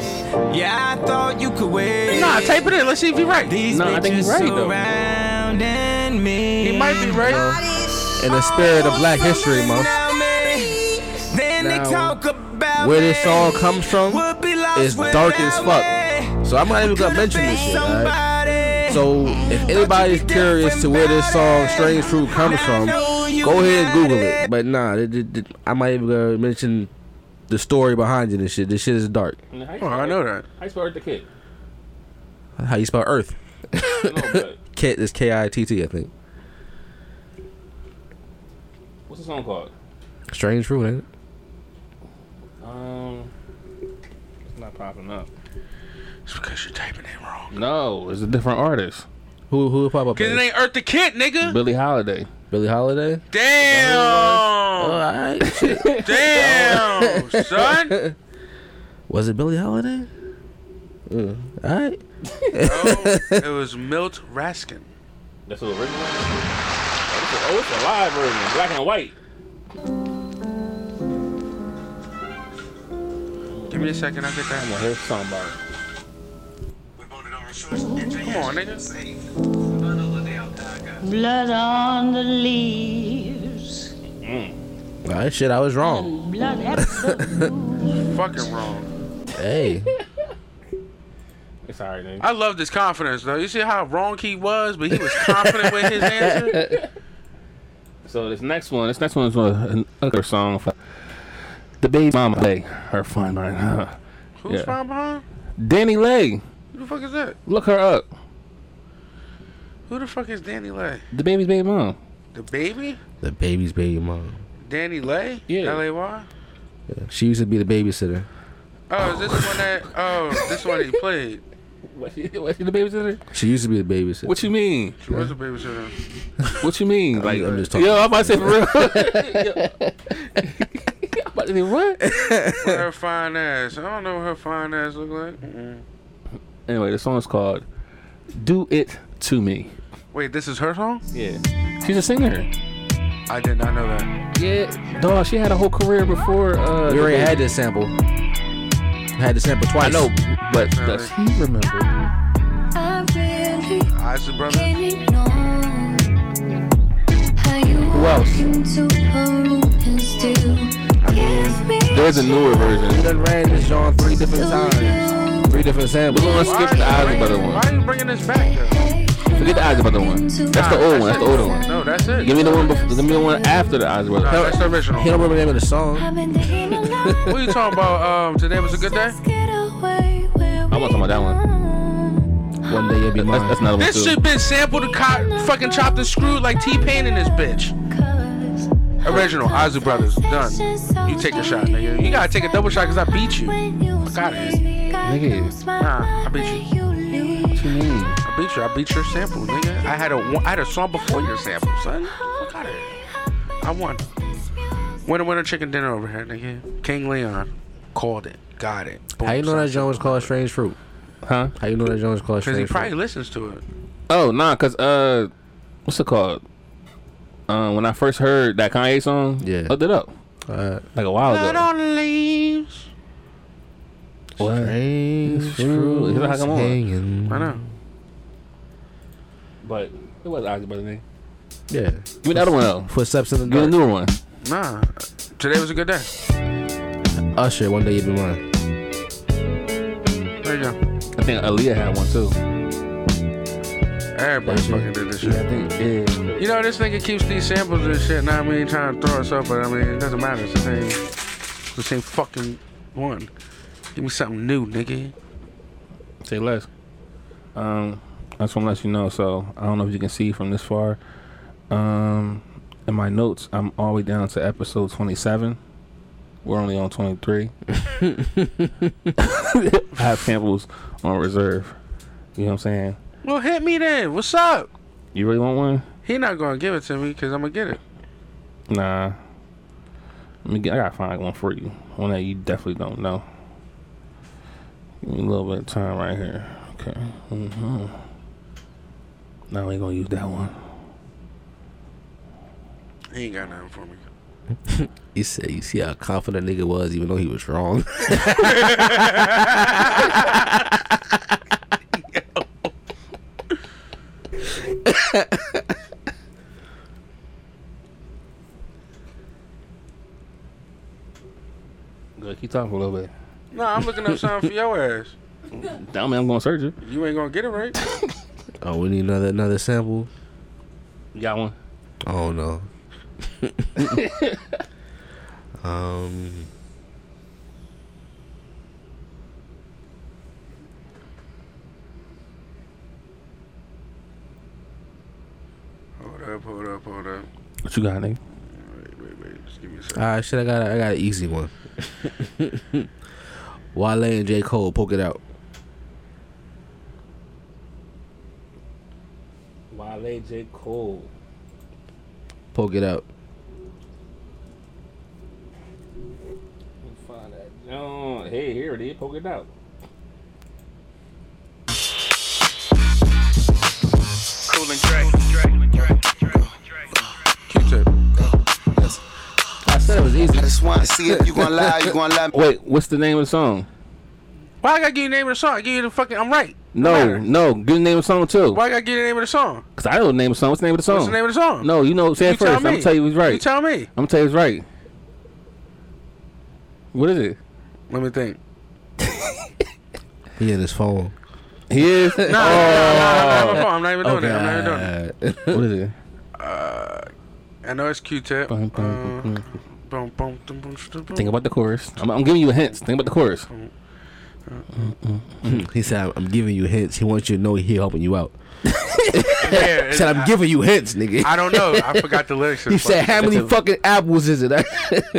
[SPEAKER 6] Yeah, I thought you could wait.
[SPEAKER 3] Nah, tape it in. Let's see if he right.
[SPEAKER 6] These
[SPEAKER 2] Nah, I think
[SPEAKER 6] bitches
[SPEAKER 2] he's right, though.
[SPEAKER 6] surrounding me.
[SPEAKER 3] He might be right.
[SPEAKER 4] In the spirit of Black History Month,
[SPEAKER 6] Then they
[SPEAKER 4] Now,
[SPEAKER 6] talk about
[SPEAKER 4] where this song comes from is dark as fuck. So I'm not even gonna mention this shit. alright? So if anybody's curious to where this song "Strange Fruit" comes from, go ahead and Google it. But nah, th- th- th- I'm not even gonna mention the story behind it and shit. This shit is dark.
[SPEAKER 3] Oh, I know that.
[SPEAKER 2] How you spell the kid?
[SPEAKER 4] How you spell Earth?
[SPEAKER 2] but-
[SPEAKER 4] Kit is K I T T, I think.
[SPEAKER 2] What's the song called?
[SPEAKER 4] Strange Fruit, ain't it?
[SPEAKER 2] Um, it's not popping up.
[SPEAKER 3] It's because you're typing it wrong.
[SPEAKER 2] No, it's a different artist.
[SPEAKER 4] Who who pop up?
[SPEAKER 3] Cause it ain't Earth the Kid, nigga.
[SPEAKER 2] Billie Holiday.
[SPEAKER 4] Billie Holiday.
[SPEAKER 3] Damn. Oh,
[SPEAKER 4] Oh,
[SPEAKER 2] *laughs*
[SPEAKER 3] Damn, son.
[SPEAKER 4] Was it Billie Holiday?
[SPEAKER 2] Mm.
[SPEAKER 4] Uh, all right.
[SPEAKER 3] No,
[SPEAKER 4] *laughs*
[SPEAKER 3] it was Milt Raskin.
[SPEAKER 2] That's the original. Oh, it's a live version, black and white.
[SPEAKER 3] Give me a second, I'll get that.
[SPEAKER 2] Well, here's something about it.
[SPEAKER 3] Come on, nigga.
[SPEAKER 18] Blood on the leaves.
[SPEAKER 4] All right, shit, I was wrong.
[SPEAKER 18] Blood at
[SPEAKER 3] Fucking wrong.
[SPEAKER 4] *laughs* Hey.
[SPEAKER 2] It's alright, nigga.
[SPEAKER 3] I love this confidence though. You see how wrong he was, but he was confident with
[SPEAKER 2] *laughs*
[SPEAKER 3] his answer.
[SPEAKER 2] So this next one, this next one is a- another song. For the baby mama play her fine right *laughs* now.
[SPEAKER 3] Who's from behind?
[SPEAKER 2] Danny Lay.
[SPEAKER 3] Who the fuck is that?
[SPEAKER 2] Look her up.
[SPEAKER 3] Who the fuck is Danny Lay?
[SPEAKER 2] The baby's baby mom.
[SPEAKER 3] The baby?
[SPEAKER 4] The baby's baby mom.
[SPEAKER 3] Danny Lay?
[SPEAKER 2] Yeah.
[SPEAKER 3] L A Y?
[SPEAKER 4] Yeah, She used to be the babysitter.
[SPEAKER 3] Oh, is this the one that? Oh, this one he played.
[SPEAKER 2] What, she, what she the babysitter?
[SPEAKER 4] She used to be the babysitter.
[SPEAKER 2] What you mean?
[SPEAKER 3] She was a babysitter.
[SPEAKER 2] What you mean?
[SPEAKER 4] I'm-
[SPEAKER 2] like,
[SPEAKER 4] I'm just talking.
[SPEAKER 2] yo, I'm about to say for
[SPEAKER 3] *laughs*
[SPEAKER 2] real. Yo. *laughs* I'm about to say what?
[SPEAKER 4] *laughs*
[SPEAKER 3] With her fine ass. I don't know what her fine ass look like. Mm-mm.
[SPEAKER 2] Anyway, the song is called "Do It to Me."
[SPEAKER 3] Wait, this is her song?
[SPEAKER 2] Yeah. She's a singer.
[SPEAKER 3] I did not know that.
[SPEAKER 2] Yeah, dog. She had a whole career before. Uh,
[SPEAKER 4] We already
[SPEAKER 2] the-
[SPEAKER 4] had this sample. Had this sample
[SPEAKER 2] I
[SPEAKER 4] twice.
[SPEAKER 2] know, but does he remember?
[SPEAKER 19] I really
[SPEAKER 3] Isaac brother.
[SPEAKER 19] can't ignore how you
[SPEAKER 2] Who else?
[SPEAKER 19] walk into a room and still give me
[SPEAKER 2] There's a newer version.
[SPEAKER 4] We done ran this song three different times. Three different samples.
[SPEAKER 2] We're gonna skip the Isaac Brother
[SPEAKER 3] Why
[SPEAKER 2] one.
[SPEAKER 3] are you bringing this back though?
[SPEAKER 2] Forget the Isaac Brother one. That's the old one. That's the older one.
[SPEAKER 3] No, that's it.
[SPEAKER 2] Give me the one. Before, give me the one after the Isaac
[SPEAKER 3] Nah,
[SPEAKER 2] Brother.
[SPEAKER 3] that's the original.
[SPEAKER 4] He don't remember the name of the song.
[SPEAKER 19] I've been thinking a lot.
[SPEAKER 3] *laughs* What are you talking about? Um, today was a good day.
[SPEAKER 19] Get away where
[SPEAKER 2] I want to talk about that one.
[SPEAKER 4] One day you'll be
[SPEAKER 2] That's,
[SPEAKER 4] mine.
[SPEAKER 2] that's another one
[SPEAKER 3] This
[SPEAKER 2] too.
[SPEAKER 3] shit been sampled and co- fucking chopped and screwed like T Pain in this bitch. Original, Ozzy Brothers, done. You take a shot, nigga. You gotta take a double shot because I beat you. Fuck out of here.
[SPEAKER 2] Nigga,
[SPEAKER 3] Nah, I beat you.
[SPEAKER 2] what you mean?
[SPEAKER 3] I beat you. I beat your sample, nigga. I had a one, I had a song before your sample, son. Fuck out of here. I won. Winner, winner, chicken dinner over here, nigga. King Leon called it, got it.
[SPEAKER 4] How you know that Jones called Strange Fruit?
[SPEAKER 2] Huh?
[SPEAKER 4] How you know that Jones called
[SPEAKER 3] Because he
[SPEAKER 4] Strange
[SPEAKER 3] probably
[SPEAKER 4] Fruit?
[SPEAKER 3] listens to it.
[SPEAKER 2] Oh nah, cause uh, what's it called? Um, when I first heard that Kanye song,
[SPEAKER 4] Yeah.
[SPEAKER 2] looked it up
[SPEAKER 4] Uh,
[SPEAKER 2] like a while
[SPEAKER 3] Blood
[SPEAKER 2] ago.
[SPEAKER 3] on the leaves.
[SPEAKER 2] What?
[SPEAKER 4] Strange Fruit.
[SPEAKER 2] He's like, come on.
[SPEAKER 4] hanging.
[SPEAKER 3] I know.
[SPEAKER 2] But it was Isaac Brother name.
[SPEAKER 4] Yeah.
[SPEAKER 2] Give me the other one though.
[SPEAKER 4] Footsteps in the
[SPEAKER 2] Give me the
[SPEAKER 4] dark.
[SPEAKER 2] newer one.
[SPEAKER 3] Nah, today was a good day.
[SPEAKER 4] Usher, one day you'll be mine.
[SPEAKER 3] there you go.
[SPEAKER 2] I think Aaliyah had one too.
[SPEAKER 3] Everybody fucking did this shit.
[SPEAKER 2] I think, yeah.
[SPEAKER 3] You know, this nigga keeps these samples and shit, now I mean, trying to throw us up, but I mean, it doesn't matter. It's the same, it's the same fucking one. Give me something new, nigga.
[SPEAKER 2] Say less. Um, I just want to let you know. So I don't know if you can see from this far. Um, in my notes, I'm all the way down to episode 27. We're only on 23. *laughs* I have samples on reserve. You know what I'm saying?
[SPEAKER 3] Well, hit me then. What's up?
[SPEAKER 2] You really want one?
[SPEAKER 3] He not gonna give it to me because I'm gonna get it.
[SPEAKER 2] Nah. Let me get, I gotta find one for you. One that you definitely don't know. Give me a little bit of time right here. Okay. hmm Now we gonna use that one.
[SPEAKER 3] He ain't got nothing for me.
[SPEAKER 4] *laughs* You said you see how confident nigga was, even though he was
[SPEAKER 3] *laughs*
[SPEAKER 4] wrong. *laughs*
[SPEAKER 2] Good, keep talking for a little bit.
[SPEAKER 3] No, I'm looking up
[SPEAKER 2] *laughs*
[SPEAKER 3] something for your ass.
[SPEAKER 2] Tell me I'm gonna search it.
[SPEAKER 3] You ain't gonna get it right.
[SPEAKER 4] oh, we need another another sample.
[SPEAKER 2] You got
[SPEAKER 3] *laughs*
[SPEAKER 2] one? *laughs*
[SPEAKER 4] Oh no. um.
[SPEAKER 3] Hold up, hold up, hold up.
[SPEAKER 2] What you got, nigga?
[SPEAKER 3] Just give me a
[SPEAKER 4] All right, shit. I got a, I got an easy one. Wale and J Cole poke it out.
[SPEAKER 2] Wale J. Cole.
[SPEAKER 4] Poke it out.
[SPEAKER 2] Find that. No, hey, here it is. Poke it out.
[SPEAKER 16] Cool and Dre.
[SPEAKER 3] Q-tip.
[SPEAKER 4] I said it was easy. I
[SPEAKER 16] just want to see if you gonna lie. You gonna lie?
[SPEAKER 2] Wait, what's the name of the song?
[SPEAKER 3] Why I gotta give you the name of the song? I give you the fucking. I'm right.
[SPEAKER 2] No, no, give the name of the song too.
[SPEAKER 3] Why I gotta give you the name of the song?
[SPEAKER 2] Cause I know the name of the song. What's the name of the song?
[SPEAKER 3] What's the name of the song?
[SPEAKER 2] No, you know. Say
[SPEAKER 3] You
[SPEAKER 2] it
[SPEAKER 3] tell
[SPEAKER 2] first. I'm gonna
[SPEAKER 3] me.
[SPEAKER 2] tell you it's
[SPEAKER 3] You
[SPEAKER 2] right.
[SPEAKER 3] tell me.
[SPEAKER 2] I'm gonna tell you it's right. What is it?
[SPEAKER 3] Let me think.
[SPEAKER 4] *laughs* He in his phone.
[SPEAKER 2] He is.
[SPEAKER 3] No, no, no, no, no, no, no, I'm not even doing
[SPEAKER 4] Okay.
[SPEAKER 3] that. I'm not even doing that.
[SPEAKER 2] what is it?
[SPEAKER 3] I know it's Q-tip.
[SPEAKER 2] Bum, bum,
[SPEAKER 3] Uh,
[SPEAKER 2] bum, bum.
[SPEAKER 3] bum, bum, dum, bum, sh- dum, bum.
[SPEAKER 2] Think about the chorus. I'm, I'm giving you hints. Think about the chorus.
[SPEAKER 4] He said, "I'm giving you hints." He wants you to know he helping you
[SPEAKER 3] *laughs*
[SPEAKER 4] out.
[SPEAKER 3] Yeah,
[SPEAKER 4] He said, "I'm giving you hints, nigga."
[SPEAKER 3] I don't know. I forgot the
[SPEAKER 4] *laughs*
[SPEAKER 3] lyrics.
[SPEAKER 4] He said, "How many fucking apples is it?" *laughs*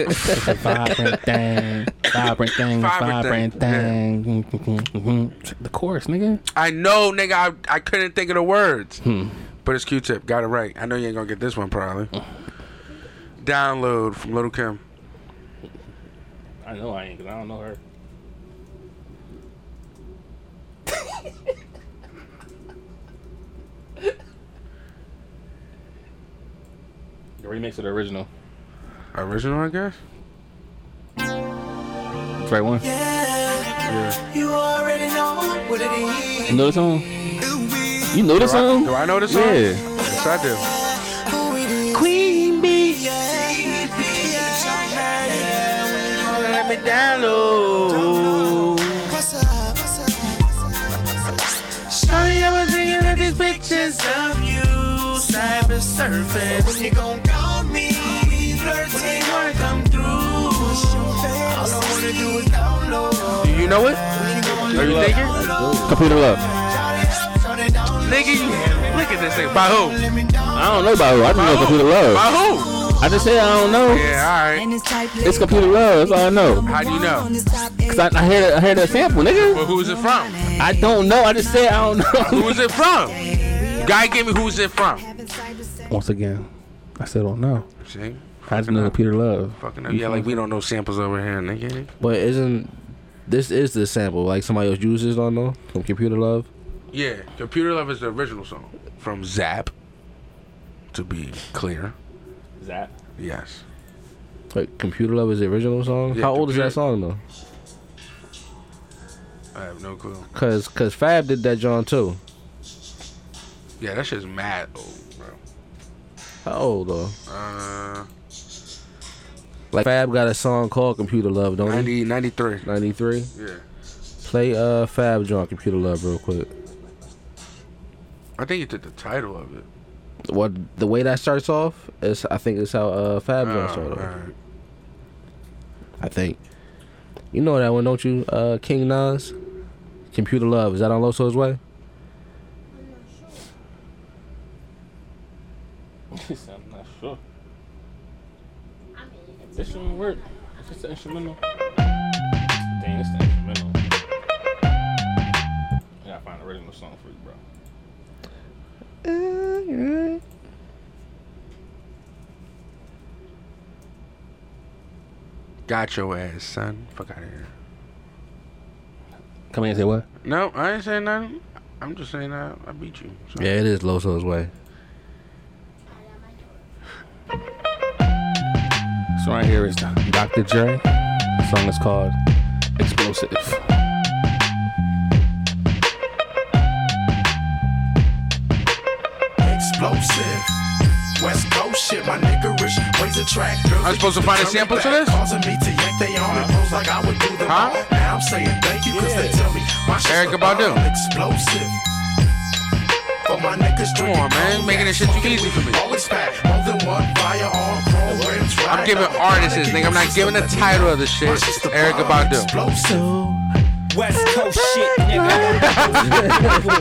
[SPEAKER 2] Vibrant thing, vibrant thing,
[SPEAKER 3] Vibrant
[SPEAKER 2] vibrant thing. Mm-hmm. The chorus, nigga.
[SPEAKER 3] I know, nigga. I, I couldn't think of the words.
[SPEAKER 2] Hmm.
[SPEAKER 3] But it's Q-Tip. Got it right. I know you ain't gonna get this one probably. Download from Little Kim.
[SPEAKER 2] I know I ain't, cause I don't know her. the remix of the original.
[SPEAKER 3] Original, I guess.
[SPEAKER 2] It's right one.
[SPEAKER 3] Yeah.
[SPEAKER 6] You already know what it is.
[SPEAKER 2] You know the song? You know the
[SPEAKER 3] Do I,
[SPEAKER 2] song?
[SPEAKER 3] do I know the song?
[SPEAKER 2] Yeah.
[SPEAKER 3] Yes, I do.
[SPEAKER 6] Queen Bee. Let me download. Shawty, I was thinking of these pictures of you cyber surfing. When you gon' call me, flirting, wanna come through. All I wanna do is download.
[SPEAKER 3] Do you know it? Are you thinking?
[SPEAKER 2] Computer Love.
[SPEAKER 3] Nigga, you look at this thing. By who?
[SPEAKER 2] I don't know about who. I just know Computer
[SPEAKER 3] By
[SPEAKER 2] Love.
[SPEAKER 3] who?
[SPEAKER 2] I just said I don't know.
[SPEAKER 3] Yeah, all right.
[SPEAKER 2] It's Computer Love. That's all I know.
[SPEAKER 3] How do you know?
[SPEAKER 2] Cause I, I heard I heard that sample, nigga.
[SPEAKER 3] Well, who's it from?
[SPEAKER 2] I don't know. I just said I don't know.
[SPEAKER 3] Who's it from? Guy gave me who's it from.
[SPEAKER 2] Once again, I still don't know.
[SPEAKER 3] See?
[SPEAKER 2] I just know Computer Love.
[SPEAKER 3] Fucking up. Oh, Yeah, like we don't know samples over here, nigga.
[SPEAKER 4] Mm-hmm. but isn't this is the sample? Like somebody else uses on though from Computer Love.
[SPEAKER 3] Yeah, Computer Love is the original song from Zap. To be clear,
[SPEAKER 2] Zap.
[SPEAKER 3] yes.
[SPEAKER 4] Like Computer Love is the original song.
[SPEAKER 3] Yeah,
[SPEAKER 4] How old is
[SPEAKER 3] Computer-
[SPEAKER 4] that song though?
[SPEAKER 3] I have no clue.
[SPEAKER 4] Cause cause Fab did that John too.
[SPEAKER 3] Yeah, that shit's mad old, bro.
[SPEAKER 4] How old though?
[SPEAKER 3] Uh,
[SPEAKER 4] Like Fab got a song called Computer Love, don't he?
[SPEAKER 3] 90, 93.
[SPEAKER 4] Ninety three.
[SPEAKER 3] Yeah.
[SPEAKER 4] Play uh Fab joint Computer Love real quick.
[SPEAKER 3] I think you took the title of it.
[SPEAKER 4] What the way that starts off is I think it's how uh Fab joint
[SPEAKER 3] Oh,
[SPEAKER 4] started off.
[SPEAKER 3] alright.
[SPEAKER 4] I think. You know that one, don't you? Uh King Nas? Computer Love. Is that on Loso's way?
[SPEAKER 2] I'm not sure. This shouldn't work. It's just an instrumental. Dang, it's the instrumental. I gotta find a original song for you, bro.
[SPEAKER 3] Got your ass, son. Fuck out of here.
[SPEAKER 2] Come in and say what?
[SPEAKER 3] No, I ain't saying nothing. I'm just saying I, I beat you. So.
[SPEAKER 4] Yeah, it is Loso's way.
[SPEAKER 2] So right here is Dr. Dre. The song is called Explosive.
[SPEAKER 10] Explosive. West Coast shit, my niggerish ways attract girls.
[SPEAKER 3] I'm supposed to find a sample to this?
[SPEAKER 10] Causing me to yank they on it, pose like I would do the huh? Now I'm saying thank you because they tell me my shit's
[SPEAKER 3] Eric Badu.
[SPEAKER 10] all explosive. For my niggas
[SPEAKER 3] Come on, man. Making this shit too easy for me.
[SPEAKER 10] always fat, more than one firearm, chrome rims,
[SPEAKER 3] I'm giving artists, nigga. I'm not giving the title of the shit. Eric Badu.
[SPEAKER 6] West Coast shit,
[SPEAKER 4] *laughs*
[SPEAKER 6] nigga.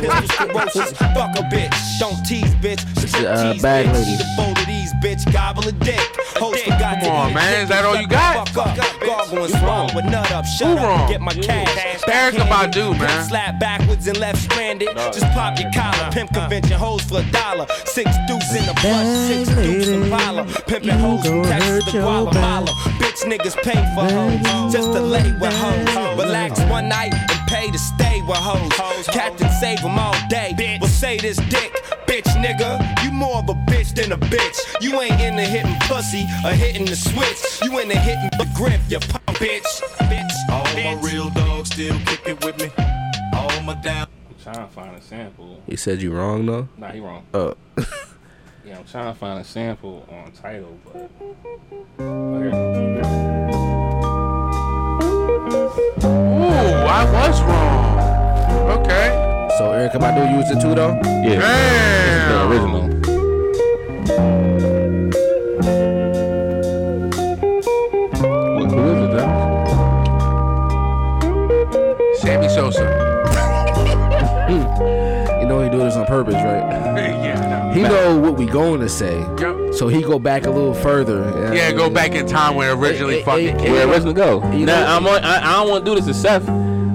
[SPEAKER 6] Pistols, ferocious, Fuck a bitch. Don't tease, bitch.
[SPEAKER 4] It's uh bag lady.
[SPEAKER 6] Both of these bitch gobble a dick. Hoes forgot to
[SPEAKER 3] Come on,
[SPEAKER 6] eat a
[SPEAKER 3] man.
[SPEAKER 6] dick.
[SPEAKER 3] Is that all you got?
[SPEAKER 6] Fuck up. Gargoyles wrong, but nut up. Shut up. and Get my cash.
[SPEAKER 3] Eric Badu,
[SPEAKER 6] Pimp
[SPEAKER 3] man.
[SPEAKER 6] Slap backwards and left stranded. Just pop your collar. Pimp convention hoes for a dollar. Six deuce in the bus, six deuce in Impala. Pimpin' hoes from Texas to Guatemala. Bitch niggas pay for hoes. Just to lay with hoes. Relax one night and pay to stay with hoes. Captain save them all day. Well, say this dick. Bitch nigga, you more of a bitch than a bitch. You ain't in the hitting pussy or hitting the switch. You in the hitting the grip, you pump bitch. Bitch.
[SPEAKER 16] All my real dogs still kick it with me. All my down.
[SPEAKER 2] I'm trying to find a sample.
[SPEAKER 4] He said you wrong though?
[SPEAKER 2] Nah, he wrong.
[SPEAKER 4] Oh.
[SPEAKER 2] Yeah, I'm trying to find a sample on title, but
[SPEAKER 3] Ooh, I was wrong. Okay.
[SPEAKER 4] so Eric Badu used it too though?
[SPEAKER 2] Yeah.
[SPEAKER 3] Damn.
[SPEAKER 2] original. What, who is it, though?
[SPEAKER 3] Sammy Sosa.
[SPEAKER 4] You know he do this on purpose, right?
[SPEAKER 3] *laughs* yeah.
[SPEAKER 4] He know what we going to say. So he go back a little further. Yeah,
[SPEAKER 3] Yeah, go back in time where it
[SPEAKER 4] Hey,
[SPEAKER 3] originally
[SPEAKER 4] hey,
[SPEAKER 3] fucking
[SPEAKER 4] hey,
[SPEAKER 2] Where
[SPEAKER 4] hey,
[SPEAKER 3] came.
[SPEAKER 2] original go?
[SPEAKER 4] You know-
[SPEAKER 2] Now, I'm on, I, I don't want to do this to Seth,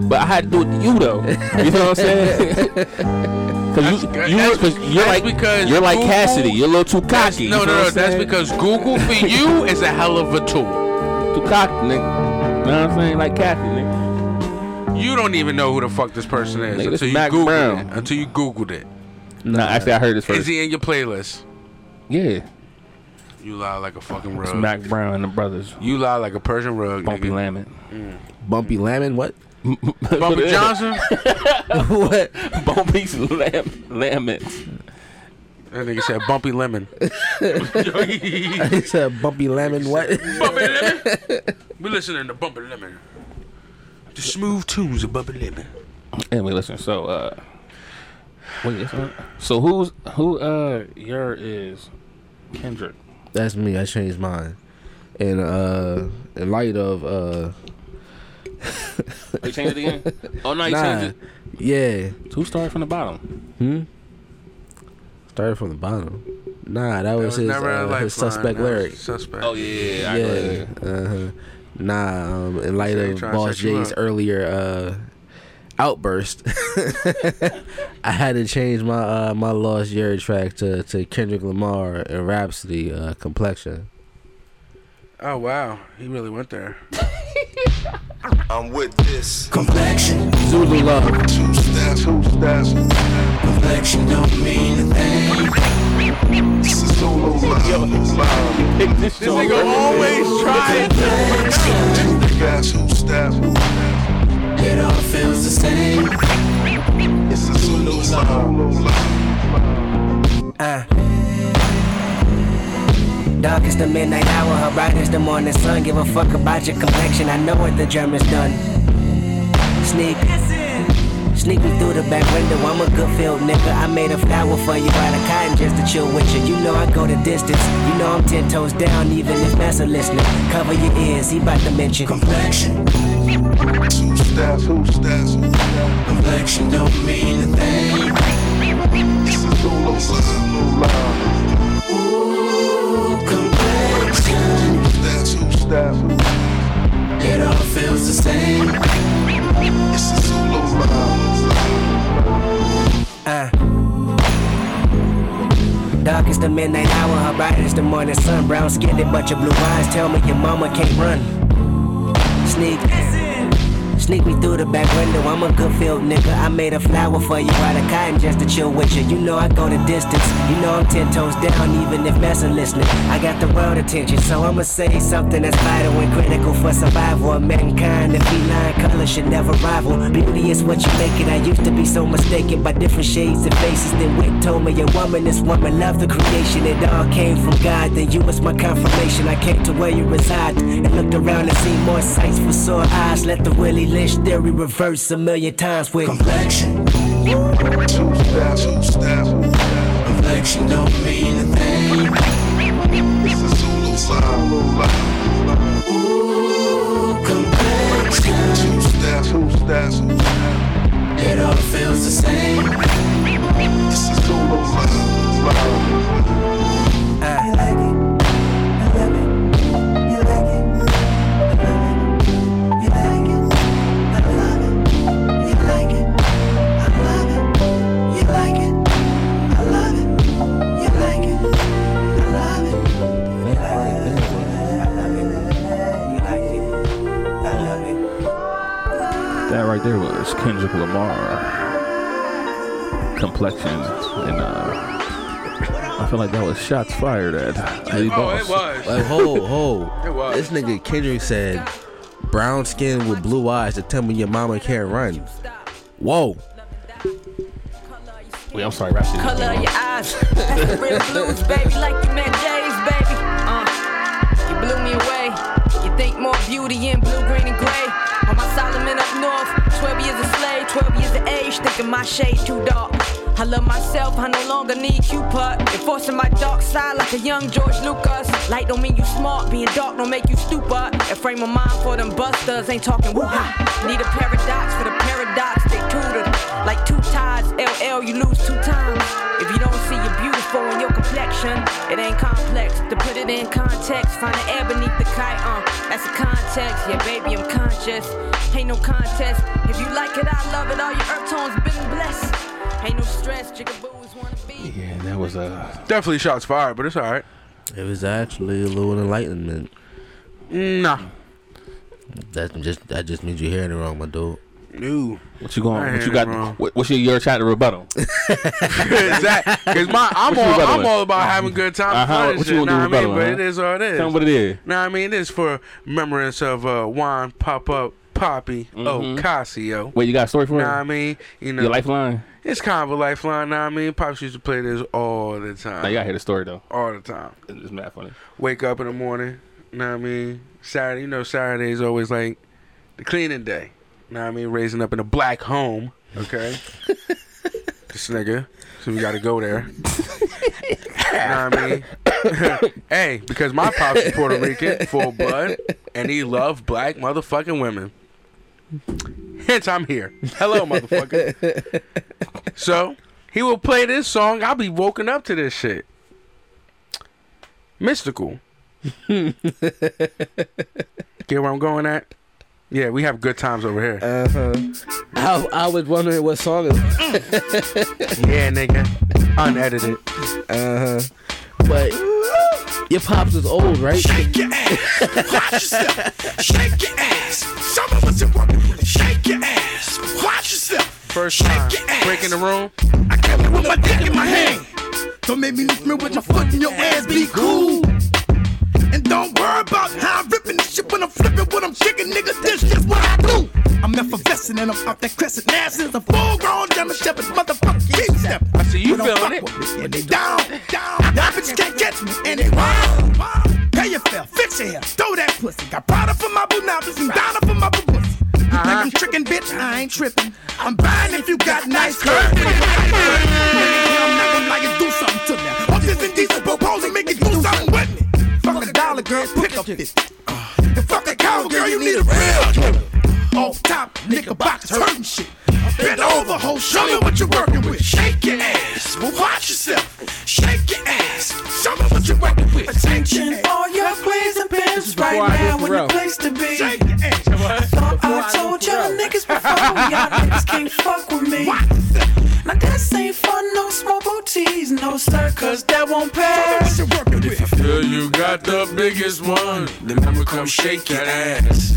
[SPEAKER 2] but I had to do it to you, though. You know what I'm saying? *laughs* Because you,
[SPEAKER 3] good.
[SPEAKER 2] you,
[SPEAKER 3] That's-
[SPEAKER 2] cause you're
[SPEAKER 3] that's
[SPEAKER 2] like
[SPEAKER 3] because
[SPEAKER 2] you're like
[SPEAKER 3] Google-
[SPEAKER 2] Cassidy. You're a little too cocky. you
[SPEAKER 3] No, no,
[SPEAKER 2] know what
[SPEAKER 3] no.
[SPEAKER 2] I'm
[SPEAKER 3] That's
[SPEAKER 2] saying?
[SPEAKER 3] because
[SPEAKER 2] *laughs*
[SPEAKER 3] Google for you is a hell of a tool.
[SPEAKER 2] too cocky, nigga. You know what I'm saying? Like Cassidy, nigga.
[SPEAKER 3] You don't even know who the fuck this person is
[SPEAKER 2] Nigga, this
[SPEAKER 3] until you
[SPEAKER 2] Mac
[SPEAKER 3] Googled
[SPEAKER 2] Brown.
[SPEAKER 3] it. Until you Googled it.
[SPEAKER 2] No, actually, I heard this
[SPEAKER 3] Is
[SPEAKER 2] first.
[SPEAKER 3] he in your playlist?
[SPEAKER 2] Yeah,
[SPEAKER 3] You lie like a fucking
[SPEAKER 2] it's
[SPEAKER 3] rug.
[SPEAKER 2] Mac Brown and the brothers.
[SPEAKER 3] You lie like a Persian rug,
[SPEAKER 2] Bumpy
[SPEAKER 3] nigga. Mm.
[SPEAKER 2] Lamin.
[SPEAKER 4] Bumpy Lamin, what?
[SPEAKER 3] Bumpy
[SPEAKER 2] *laughs*
[SPEAKER 3] Johnson? that
[SPEAKER 4] what?
[SPEAKER 2] Bumpy's lam- Laments.
[SPEAKER 3] nigga said
[SPEAKER 2] *laughs*
[SPEAKER 3] Bumpy Lemon.
[SPEAKER 4] *laughs*
[SPEAKER 3] *laughs*
[SPEAKER 4] He said Bumpy Lamin, what?
[SPEAKER 2] *laughs*
[SPEAKER 3] We listening to Bumpy Lemon. The smooth tunes of Bumpy Lemon.
[SPEAKER 2] Anyway, listen. So, uh, wait. This one? So who's who? Uh, your is Kendrick.
[SPEAKER 4] That's me. I changed mine. And uh, in light of uh, *laughs*
[SPEAKER 2] You changed it again. Oh no, you
[SPEAKER 4] nah,
[SPEAKER 2] changed
[SPEAKER 4] yeah, Hmm?
[SPEAKER 2] it. Two stars from the bottom.
[SPEAKER 4] started from the bottom. Nah, that was,
[SPEAKER 3] That
[SPEAKER 4] his,
[SPEAKER 3] never a
[SPEAKER 4] uh, his
[SPEAKER 3] lifeline.
[SPEAKER 4] suspect
[SPEAKER 3] That was
[SPEAKER 4] lyric.
[SPEAKER 3] Suspect.
[SPEAKER 2] Oh yeah, yeah. I got
[SPEAKER 4] Yeah.
[SPEAKER 2] it.
[SPEAKER 4] Uh-huh. Nah, um, in light
[SPEAKER 3] So they
[SPEAKER 4] of
[SPEAKER 3] trying to
[SPEAKER 4] Boss
[SPEAKER 3] set you
[SPEAKER 4] J's
[SPEAKER 3] up.
[SPEAKER 4] earlier uh, outburst, *laughs* I had to change my uh, my Lost Jerry track to, to Kendrick Lamar and Rhapsody uh, complexion.
[SPEAKER 3] Oh wow, he really went there.
[SPEAKER 10] *laughs* I'm with this complexion.
[SPEAKER 4] Zulu love.
[SPEAKER 10] Two steps, two steps. Complexion don't mean a thing. This is solo love.
[SPEAKER 3] This nigga always trying.
[SPEAKER 10] Two steps, two steps.
[SPEAKER 5] It all feels the same.
[SPEAKER 10] This is solo love.
[SPEAKER 5] Uh. Dark is the midnight hour, her bright is the morning sun. Give a fuck about your complexion, I know what the German's done.
[SPEAKER 20] sneak. Sneak me through the back window, I'm a good field nigga. I made a flower for you out of cotton just to chill with you. You know I go the distance, you know I'm ten toes down, even if Massa listening. Cover your ears, he bout to mention complexion.
[SPEAKER 21] Who steps, who steps, who steps? Complexion don't mean a thing. It's a Zulu, it's a Zulu line. Ooh, complexion. Who steps, who steps, who steps? It all feels the same. It's a Zulu line.
[SPEAKER 20] Uh. Dark is the midnight hour, her bright is the morning sun. Brown skinned, but your blue eyes tell me your mama can't run. Sneak. Sneak me through the back window, I'm a good field nigga. I made a flower for you out of cotton just to chill with you. You know I go the distance, you know I'm ten toes down, even if messing listening. I got the world attention, so I'ma say something that's vital and critical for survival of mankind. The feline color should never rival. Beauty is what you make it. I used to be so mistaken by different shades and faces. Then Wick told me a woman is woman, love the creation. It all came from God, then you was my confirmation. I came to where you reside and looked around and seen more sights for sore eyes. Let the Willie Lynch theory reverse a million times with complexion.
[SPEAKER 21] Two steps, two steps. Complexion don't mean a thing. It's a Zulu sign. Ooh, complexion. Two steps, two steps. It all feels the same. It's a Zulu sign.
[SPEAKER 20] I
[SPEAKER 21] like it.
[SPEAKER 2] That right there was Kendrick Lamar. Complexion and uh I feel like that was shots fired at Lady Boss.
[SPEAKER 4] Like, ho, ho.
[SPEAKER 2] Oh, *laughs* It was.
[SPEAKER 4] This nigga Kendrick said, brown skin with blue eyes to tell me your mama can't run. Whoa.
[SPEAKER 2] Wait, I'm sorry, rap shit.
[SPEAKER 1] Color your eyes. That's the *laughs* red blues, baby, like you met Jay's, baby. Uh, you blew me away. You think more beauty in blue, green, and gray. On my Solomon up north, 12 years a slave, 12 years of age, thinking my shade too dark. I love myself, I no longer need Cupid. Enforcing my dark side like a young George Lucas. Light don't mean you smart, being dark don't make you stupid. And frame of mind for them busters, ain't talking woo-ha. Need a paradox for the paradox, they tutored. Like two tides, LL, you lose two times. If you don't see your beautiful in your complexion, it ain't complex. To put it in context, find the air beneath the kite, uh, that's a context. Yeah, baby, I'm conscious. Ain't no contest. If you like it, I love it. All your earth tones been blessed. Ain't no stress, jigaboos wanna be.
[SPEAKER 2] Yeah, that was uh
[SPEAKER 3] Definitely shots fired, but it's all right.
[SPEAKER 4] It was actually a little enlightenment.
[SPEAKER 2] *laughs*
[SPEAKER 3] Nah.
[SPEAKER 4] That just that just means you're hearing it wrong, my dude.
[SPEAKER 3] No.
[SPEAKER 2] What you going? What you got? What, what's your your chat to rebuttal?
[SPEAKER 3] exactly. Cause my, I'm
[SPEAKER 2] What you
[SPEAKER 3] all,
[SPEAKER 2] rebeling?
[SPEAKER 3] I'm all about having good time.
[SPEAKER 2] Uh-huh.
[SPEAKER 3] fun and
[SPEAKER 2] What
[SPEAKER 3] shit,
[SPEAKER 2] you gonna do
[SPEAKER 3] know what I mean?
[SPEAKER 2] rebeling,
[SPEAKER 3] But
[SPEAKER 2] huh?
[SPEAKER 3] it is what it is.
[SPEAKER 2] Tell 'em what it is.
[SPEAKER 3] Now I mean, it's for remembrance of uh, Juan Pop Up Poppy Ocasio.
[SPEAKER 2] Wait, Mm-hmm. you got a story for
[SPEAKER 3] Know
[SPEAKER 2] me?
[SPEAKER 3] what I mean? You know,
[SPEAKER 2] Your lifeline.
[SPEAKER 3] It's kind of a lifeline. Know what I mean, pops used to play this all the time.
[SPEAKER 2] Now you gotta hear the story though.
[SPEAKER 3] All the time.
[SPEAKER 2] It's mad funny.
[SPEAKER 3] Wake up in the morning. Know what I mean? Saturday. You know, Saturday is always like the cleaning day. Know what I mean? Raising up in a black home. Okay. this nigga. So we gotta go there. know what I mean? hey, because my pops is Puerto Rican, full blood, and he loved black motherfucking women. Hence, I'm here. Hello,
[SPEAKER 16] *laughs*
[SPEAKER 3] motherfucker. so he will play this song. I'll be woken up to this shit.
[SPEAKER 7] *laughs*
[SPEAKER 3] Mystical. Get where I'm going at? Yeah, we have good times over here.
[SPEAKER 7] Uh-huh. I, I was wondering what song it was.
[SPEAKER 3] *laughs* yeah, nigga. Unedited.
[SPEAKER 7] Uh huh. But your pops was old, right?
[SPEAKER 10] Shake your ass, watch yourself. Shake your ass. Some of us are women. Shake your ass, watch yourself.
[SPEAKER 3] First
[SPEAKER 10] Shake
[SPEAKER 3] time.
[SPEAKER 10] your ass.
[SPEAKER 3] Breaking the room.
[SPEAKER 10] I kept it with my dick in my hand. Don't make me lick me with your foot in your ass. Be cool. And don't worry about how I'm ripping this shit when I'm flipping what I'm chicken, nigga. This is what I do. I'm effervescing and I'm out that crescent. Now since a full grown German Shepherd, motherfucking king step. I see
[SPEAKER 3] you
[SPEAKER 10] feeling it. And they down, down. Y'all bitches can't catch me. And they wild, wild. Pay your fare, fix your hair, throw that pussy. Got Prada for my boo nobbins and Donna for my boo pussy. You Like I'm tricking, bitch, I ain't tripping. I'm buying if you got nice curves. Nigga, I'm not gonna lie and do something to me. I'm just indecent, proposing, make it do something with me. Fuck a dollar, girl, pick up this. And fuck a cow, girl, you need a real dribble. Off top, nigga, box hurting shit. Bend over, ho, show me what you're working with. Shake your ass, well, watch yourself. Shake your ass, show me what you're working with. Attention, all your plays and pins
[SPEAKER 22] Before I hit the road.
[SPEAKER 10] to be.
[SPEAKER 22] I thought I told y'all niggas before, y'all niggas can't fuck with me. Now this ain't for no small booties, no sir, cause that won't pass.
[SPEAKER 8] Feel you got the biggest one, then I'ma come shake your ass.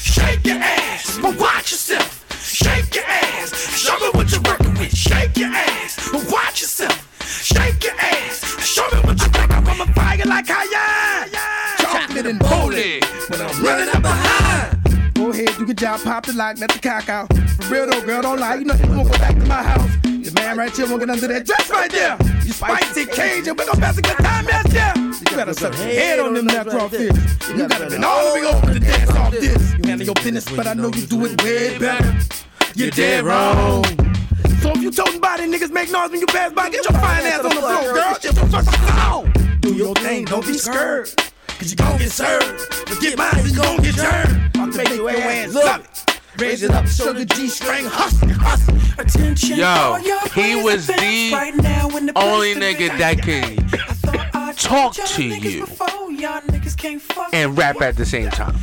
[SPEAKER 10] Shake your ass, but watch yourself. Shake your ass, show me what you're working with. Shake your ass, but watch yourself. Shake your ass, show me what you're working with. I'm a fire like high chocolate and bowling. When I'm running up behind, go ahead, do your job, pop the lock, let the cock out. For real though, girl, don't lie, you know you won't go back to my house. Your man right here won't get under that dress right there. You spicy Cajun, we gon' pass a good time out there. You better suck your head on them left raw fish. You gotta been all the way over the dance off this. Handle your business, but I know you do it way better. You're dead wrong. So if you toting body niggas make noise when you pass by, get your fine ass on the floor, girl. Just don't fuck the floor. Do your thing, don't be scared. Cause you gon' get served. Forget mine, you gon' get turned. I'm to make your ass look. Raise it up, show the G string, hustle, hustle. Attention,
[SPEAKER 3] Yo, he was the
[SPEAKER 22] Right now in the
[SPEAKER 3] only nigga that can talk to you
[SPEAKER 22] before, y'all niggas can't fuck
[SPEAKER 3] and rap at the same time.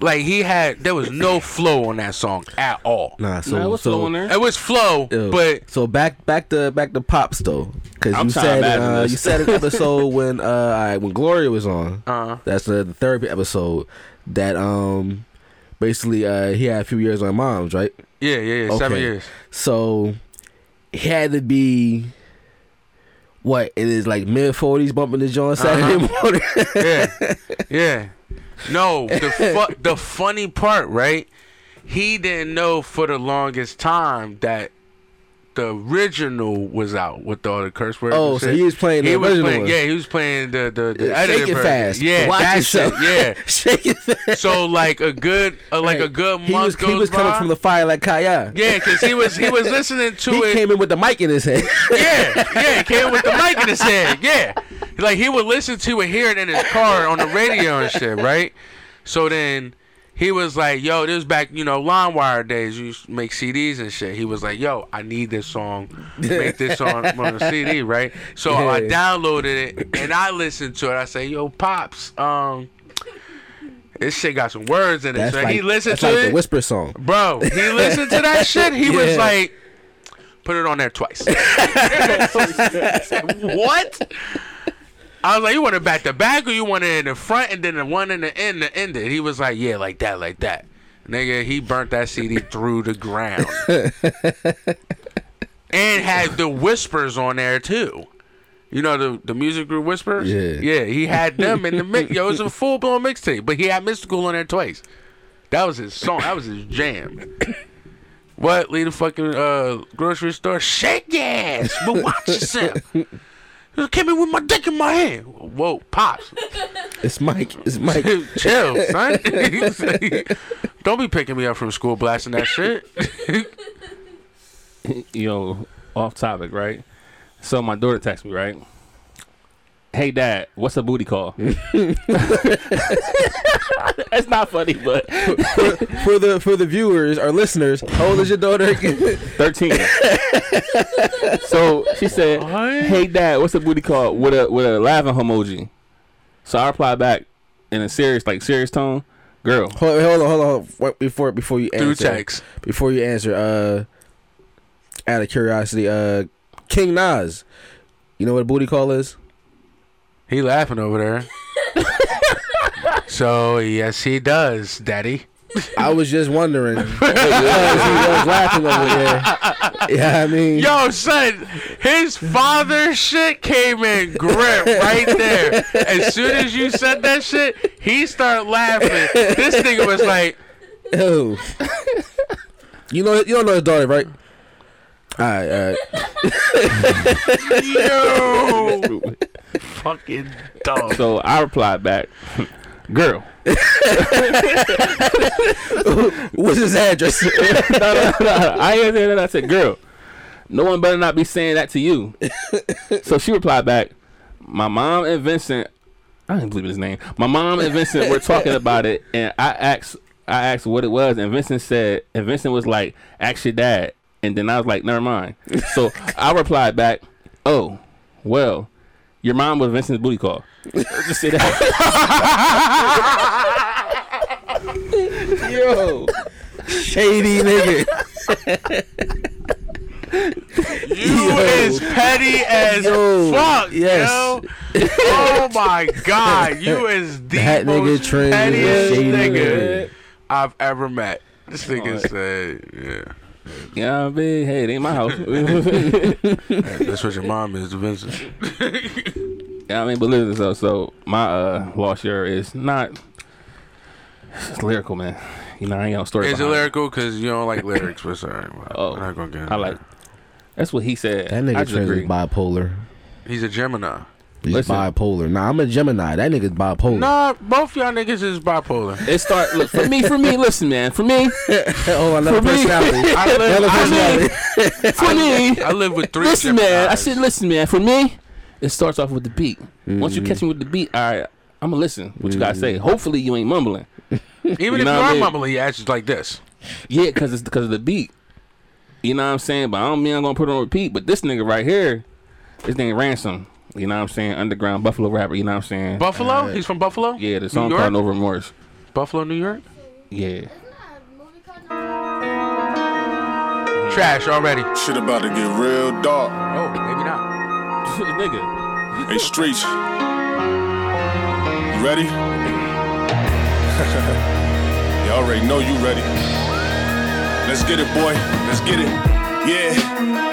[SPEAKER 3] Like he had, there was no flow on that song at all.
[SPEAKER 4] Nah, so so
[SPEAKER 3] It was flow,
[SPEAKER 4] Ew.
[SPEAKER 3] but
[SPEAKER 4] so back back to back to pops though, because
[SPEAKER 3] I'm
[SPEAKER 4] you
[SPEAKER 3] sorry,
[SPEAKER 4] said
[SPEAKER 3] I'm mad at
[SPEAKER 4] uh,
[SPEAKER 3] this.
[SPEAKER 4] you said
[SPEAKER 3] *laughs*
[SPEAKER 4] an episode when uh alright, when Gloria was on.
[SPEAKER 3] Uh-huh.
[SPEAKER 4] That's the, the therapy episode that um basically uh he had a few years on moms right.
[SPEAKER 3] yeah, yeah, yeah, seven
[SPEAKER 4] Okay.
[SPEAKER 3] years.
[SPEAKER 4] So he had to be what it is like mid forties bumping the joint Saturday
[SPEAKER 3] Uh-huh.
[SPEAKER 4] morning.
[SPEAKER 3] yeah, yeah.
[SPEAKER 4] *laughs*
[SPEAKER 3] No, the fu- the funny part, right? He didn't know for the longest time that the original was out with all the curse words.
[SPEAKER 4] Oh,
[SPEAKER 3] and
[SPEAKER 4] so
[SPEAKER 3] shit.
[SPEAKER 4] he was playing the
[SPEAKER 3] He was
[SPEAKER 4] original
[SPEAKER 3] playing-
[SPEAKER 4] one.
[SPEAKER 3] Yeah, he was playing the the, the
[SPEAKER 4] Yeah,
[SPEAKER 3] edited
[SPEAKER 4] Shake It
[SPEAKER 3] version.
[SPEAKER 4] Fast.
[SPEAKER 3] Yeah,
[SPEAKER 4] Watch
[SPEAKER 3] that
[SPEAKER 4] Yourself.
[SPEAKER 3] shit. Yeah,
[SPEAKER 4] *laughs* shake it fast.
[SPEAKER 3] So like a good, uh, like a good
[SPEAKER 4] *laughs* He
[SPEAKER 3] month
[SPEAKER 4] was
[SPEAKER 3] goes
[SPEAKER 4] he was
[SPEAKER 3] by.
[SPEAKER 4] coming from the fire like Kaya.
[SPEAKER 3] yeah, because he was he was listening to
[SPEAKER 4] he
[SPEAKER 3] it.
[SPEAKER 4] came in with the mic in his hand.
[SPEAKER 3] *laughs* yeah, he came with the mic in his hand. Yeah, like he would listen to it, hear it in his car on the radio and shit, right? So then he was like, "Yo, this was back, you know, line wire days. You used to make CDs and shit." He was like, "Yo, I need this song. Make this song on the CD, right?" So I
[SPEAKER 4] Yeah.
[SPEAKER 3] downloaded it and I listened to it. I say, "Yo, pops, um." This shit got some words in it.
[SPEAKER 4] That's
[SPEAKER 3] so
[SPEAKER 4] like,
[SPEAKER 3] he listened
[SPEAKER 4] that's
[SPEAKER 3] to
[SPEAKER 4] like
[SPEAKER 3] it.
[SPEAKER 4] the whisper song.
[SPEAKER 3] Bro, he listened to
[SPEAKER 5] *laughs*
[SPEAKER 3] that shit. He was
[SPEAKER 4] Yeah.
[SPEAKER 3] like, put it on there twice.
[SPEAKER 10] *laughs*
[SPEAKER 3] what? I was like, you want it back to back or you want it in the front and then the one in the end to end it? He was like, yeah, like that, like that. Nigga, he burnt that CD through the ground. and had the whispers on there too. You know the the music group Whispers.
[SPEAKER 4] Yeah.
[SPEAKER 3] yeah. He had them in the mix. Yo, it was a full blown mixtape, but he had Mystical on there twice. That was his song. That was his jam. What? Leave the fucking uh, grocery store. Shake your ass, but watch yourself. You came in with my dick in my hand. Whoa, pops.
[SPEAKER 4] *laughs* It's Mike.
[SPEAKER 2] *laughs*
[SPEAKER 4] It's Mike. *laughs*
[SPEAKER 3] *laughs* Chill, son. *laughs* Don't be picking me up from school blasting that shit.
[SPEAKER 2] *laughs* you know, off topic, right? So my daughter texts me, right? Hey dad, what's a booty
[SPEAKER 4] *laughs*
[SPEAKER 2] call? it's not funny, but
[SPEAKER 4] for, for the for the viewers or listeners, how old is your
[SPEAKER 2] *laughs*
[SPEAKER 4] daughter?
[SPEAKER 2] Thirteen. so she said, "Hey dad, what's a booty call?" With a with a laughing emoji. So I replied back in a serious, like serious tone, girl.
[SPEAKER 4] Hold, hold on, hold on. What, before before you
[SPEAKER 2] *laughs* Through
[SPEAKER 4] answer,
[SPEAKER 2] text.
[SPEAKER 4] before you answer, uh, out of curiosity, uh, King Nas, you know what a booty call *laughs* is?
[SPEAKER 3] He laughing over there.
[SPEAKER 4] *laughs*
[SPEAKER 3] so yes, he does, Daddy.
[SPEAKER 4] I was just
[SPEAKER 3] *laughs*
[SPEAKER 4] wondering. because he was laughing over there. Yeah, I mean,
[SPEAKER 3] Yo, son, his father shit came in grip right there. As soon as you said that shit, he started laughing. This nigga was like,
[SPEAKER 4] Ew. you know, you don't know his daughter, right? All right, all right.
[SPEAKER 3] yo, fucking dumb.
[SPEAKER 2] *laughs* So I replied back, Girl.
[SPEAKER 7] *laughs* What's his address?
[SPEAKER 2] *laughs* no, no, no. I ain't there. I said, girl, no one better not be saying that to you. so she replied back, my mom and Vincent, I didn't believe his name. My mom and Vincent were talking about it, and I asked, I asked what it was, and Vincent said, and Vincent was like, ask your dad. And then I was like, never mind. So I replied back, oh, well, your mom was Vincent's booty call. *laughs* Just say that.
[SPEAKER 7] Yo, shady nigga.
[SPEAKER 3] You is petty as
[SPEAKER 7] Yo,
[SPEAKER 3] fuck,
[SPEAKER 7] yes.
[SPEAKER 3] yo. Oh my god, you is the
[SPEAKER 7] That nigga
[SPEAKER 3] most
[SPEAKER 7] Trey is
[SPEAKER 3] pettiest
[SPEAKER 7] shady
[SPEAKER 3] nigga
[SPEAKER 7] nigga.
[SPEAKER 3] I've ever met. This nigga said,
[SPEAKER 2] Yeah, I mean, hey, it ain't my house. *laughs*
[SPEAKER 3] yeah. That's what your mom is, Vincent.
[SPEAKER 2] Yeah, I mean, but listen, so so my uh lost year is not it's just lyrical, man. You know, I ain't got no story.
[SPEAKER 3] Is it
[SPEAKER 2] behind *laughs* it.
[SPEAKER 3] lyrical? Because you don't like lyrics, but
[SPEAKER 2] *laughs*
[SPEAKER 3] sorry.
[SPEAKER 2] Oh,
[SPEAKER 3] we're not gonna get into
[SPEAKER 2] I like. That's what he said.
[SPEAKER 4] That nigga
[SPEAKER 2] I just
[SPEAKER 4] Trey is
[SPEAKER 2] agree.
[SPEAKER 4] bipolar.
[SPEAKER 3] that. He's a Gemini.
[SPEAKER 4] He's bipolar. Nah, I'm a Gemini. That nigga's bipolar.
[SPEAKER 3] Nah, both y'all niggas is bipolar.
[SPEAKER 2] It start look for me. For
[SPEAKER 4] *laughs*
[SPEAKER 3] *laughs*
[SPEAKER 2] me, listen, man. For me,
[SPEAKER 4] oh,
[SPEAKER 2] another personality. *laughs*
[SPEAKER 3] I live,
[SPEAKER 2] Another
[SPEAKER 3] I
[SPEAKER 2] personality.
[SPEAKER 3] live,
[SPEAKER 2] for me,
[SPEAKER 3] I live with three.
[SPEAKER 2] listen, man. I
[SPEAKER 3] Geminis.
[SPEAKER 2] said, listen, man. For me, it starts off with the beat. Once
[SPEAKER 3] Mm-hmm.
[SPEAKER 2] you catch me with the beat, all right, I'm gonna listen. What you gotta say? Hopefully, you ain't mumbling.
[SPEAKER 3] *laughs* Even
[SPEAKER 2] You
[SPEAKER 3] if you
[SPEAKER 2] know what I
[SPEAKER 3] are
[SPEAKER 2] mean?
[SPEAKER 3] mumbling, he acts like this.
[SPEAKER 2] Yeah, because it's because of the beat. You know what I'm saying? But I don't mean I'm gonna put it on repeat. But this nigga right here, this nigga ransom. You know what I'm saying? Underground Buffalo rapper. You know what I'm saying?
[SPEAKER 3] Buffalo?
[SPEAKER 2] Uh,
[SPEAKER 3] He's from Buffalo?
[SPEAKER 2] yeah, the
[SPEAKER 3] New
[SPEAKER 2] song
[SPEAKER 3] York?
[SPEAKER 2] called No Remorse.
[SPEAKER 3] Buffalo, New York?
[SPEAKER 2] Yeah.
[SPEAKER 3] Trash already.
[SPEAKER 23] Shit about to get real dark.
[SPEAKER 3] Oh, maybe not.
[SPEAKER 2] *laughs*
[SPEAKER 23] Nigga. Hey, streets. You ready? *laughs* you already know you ready. Let's get it, boy. Let's get it. Yeah.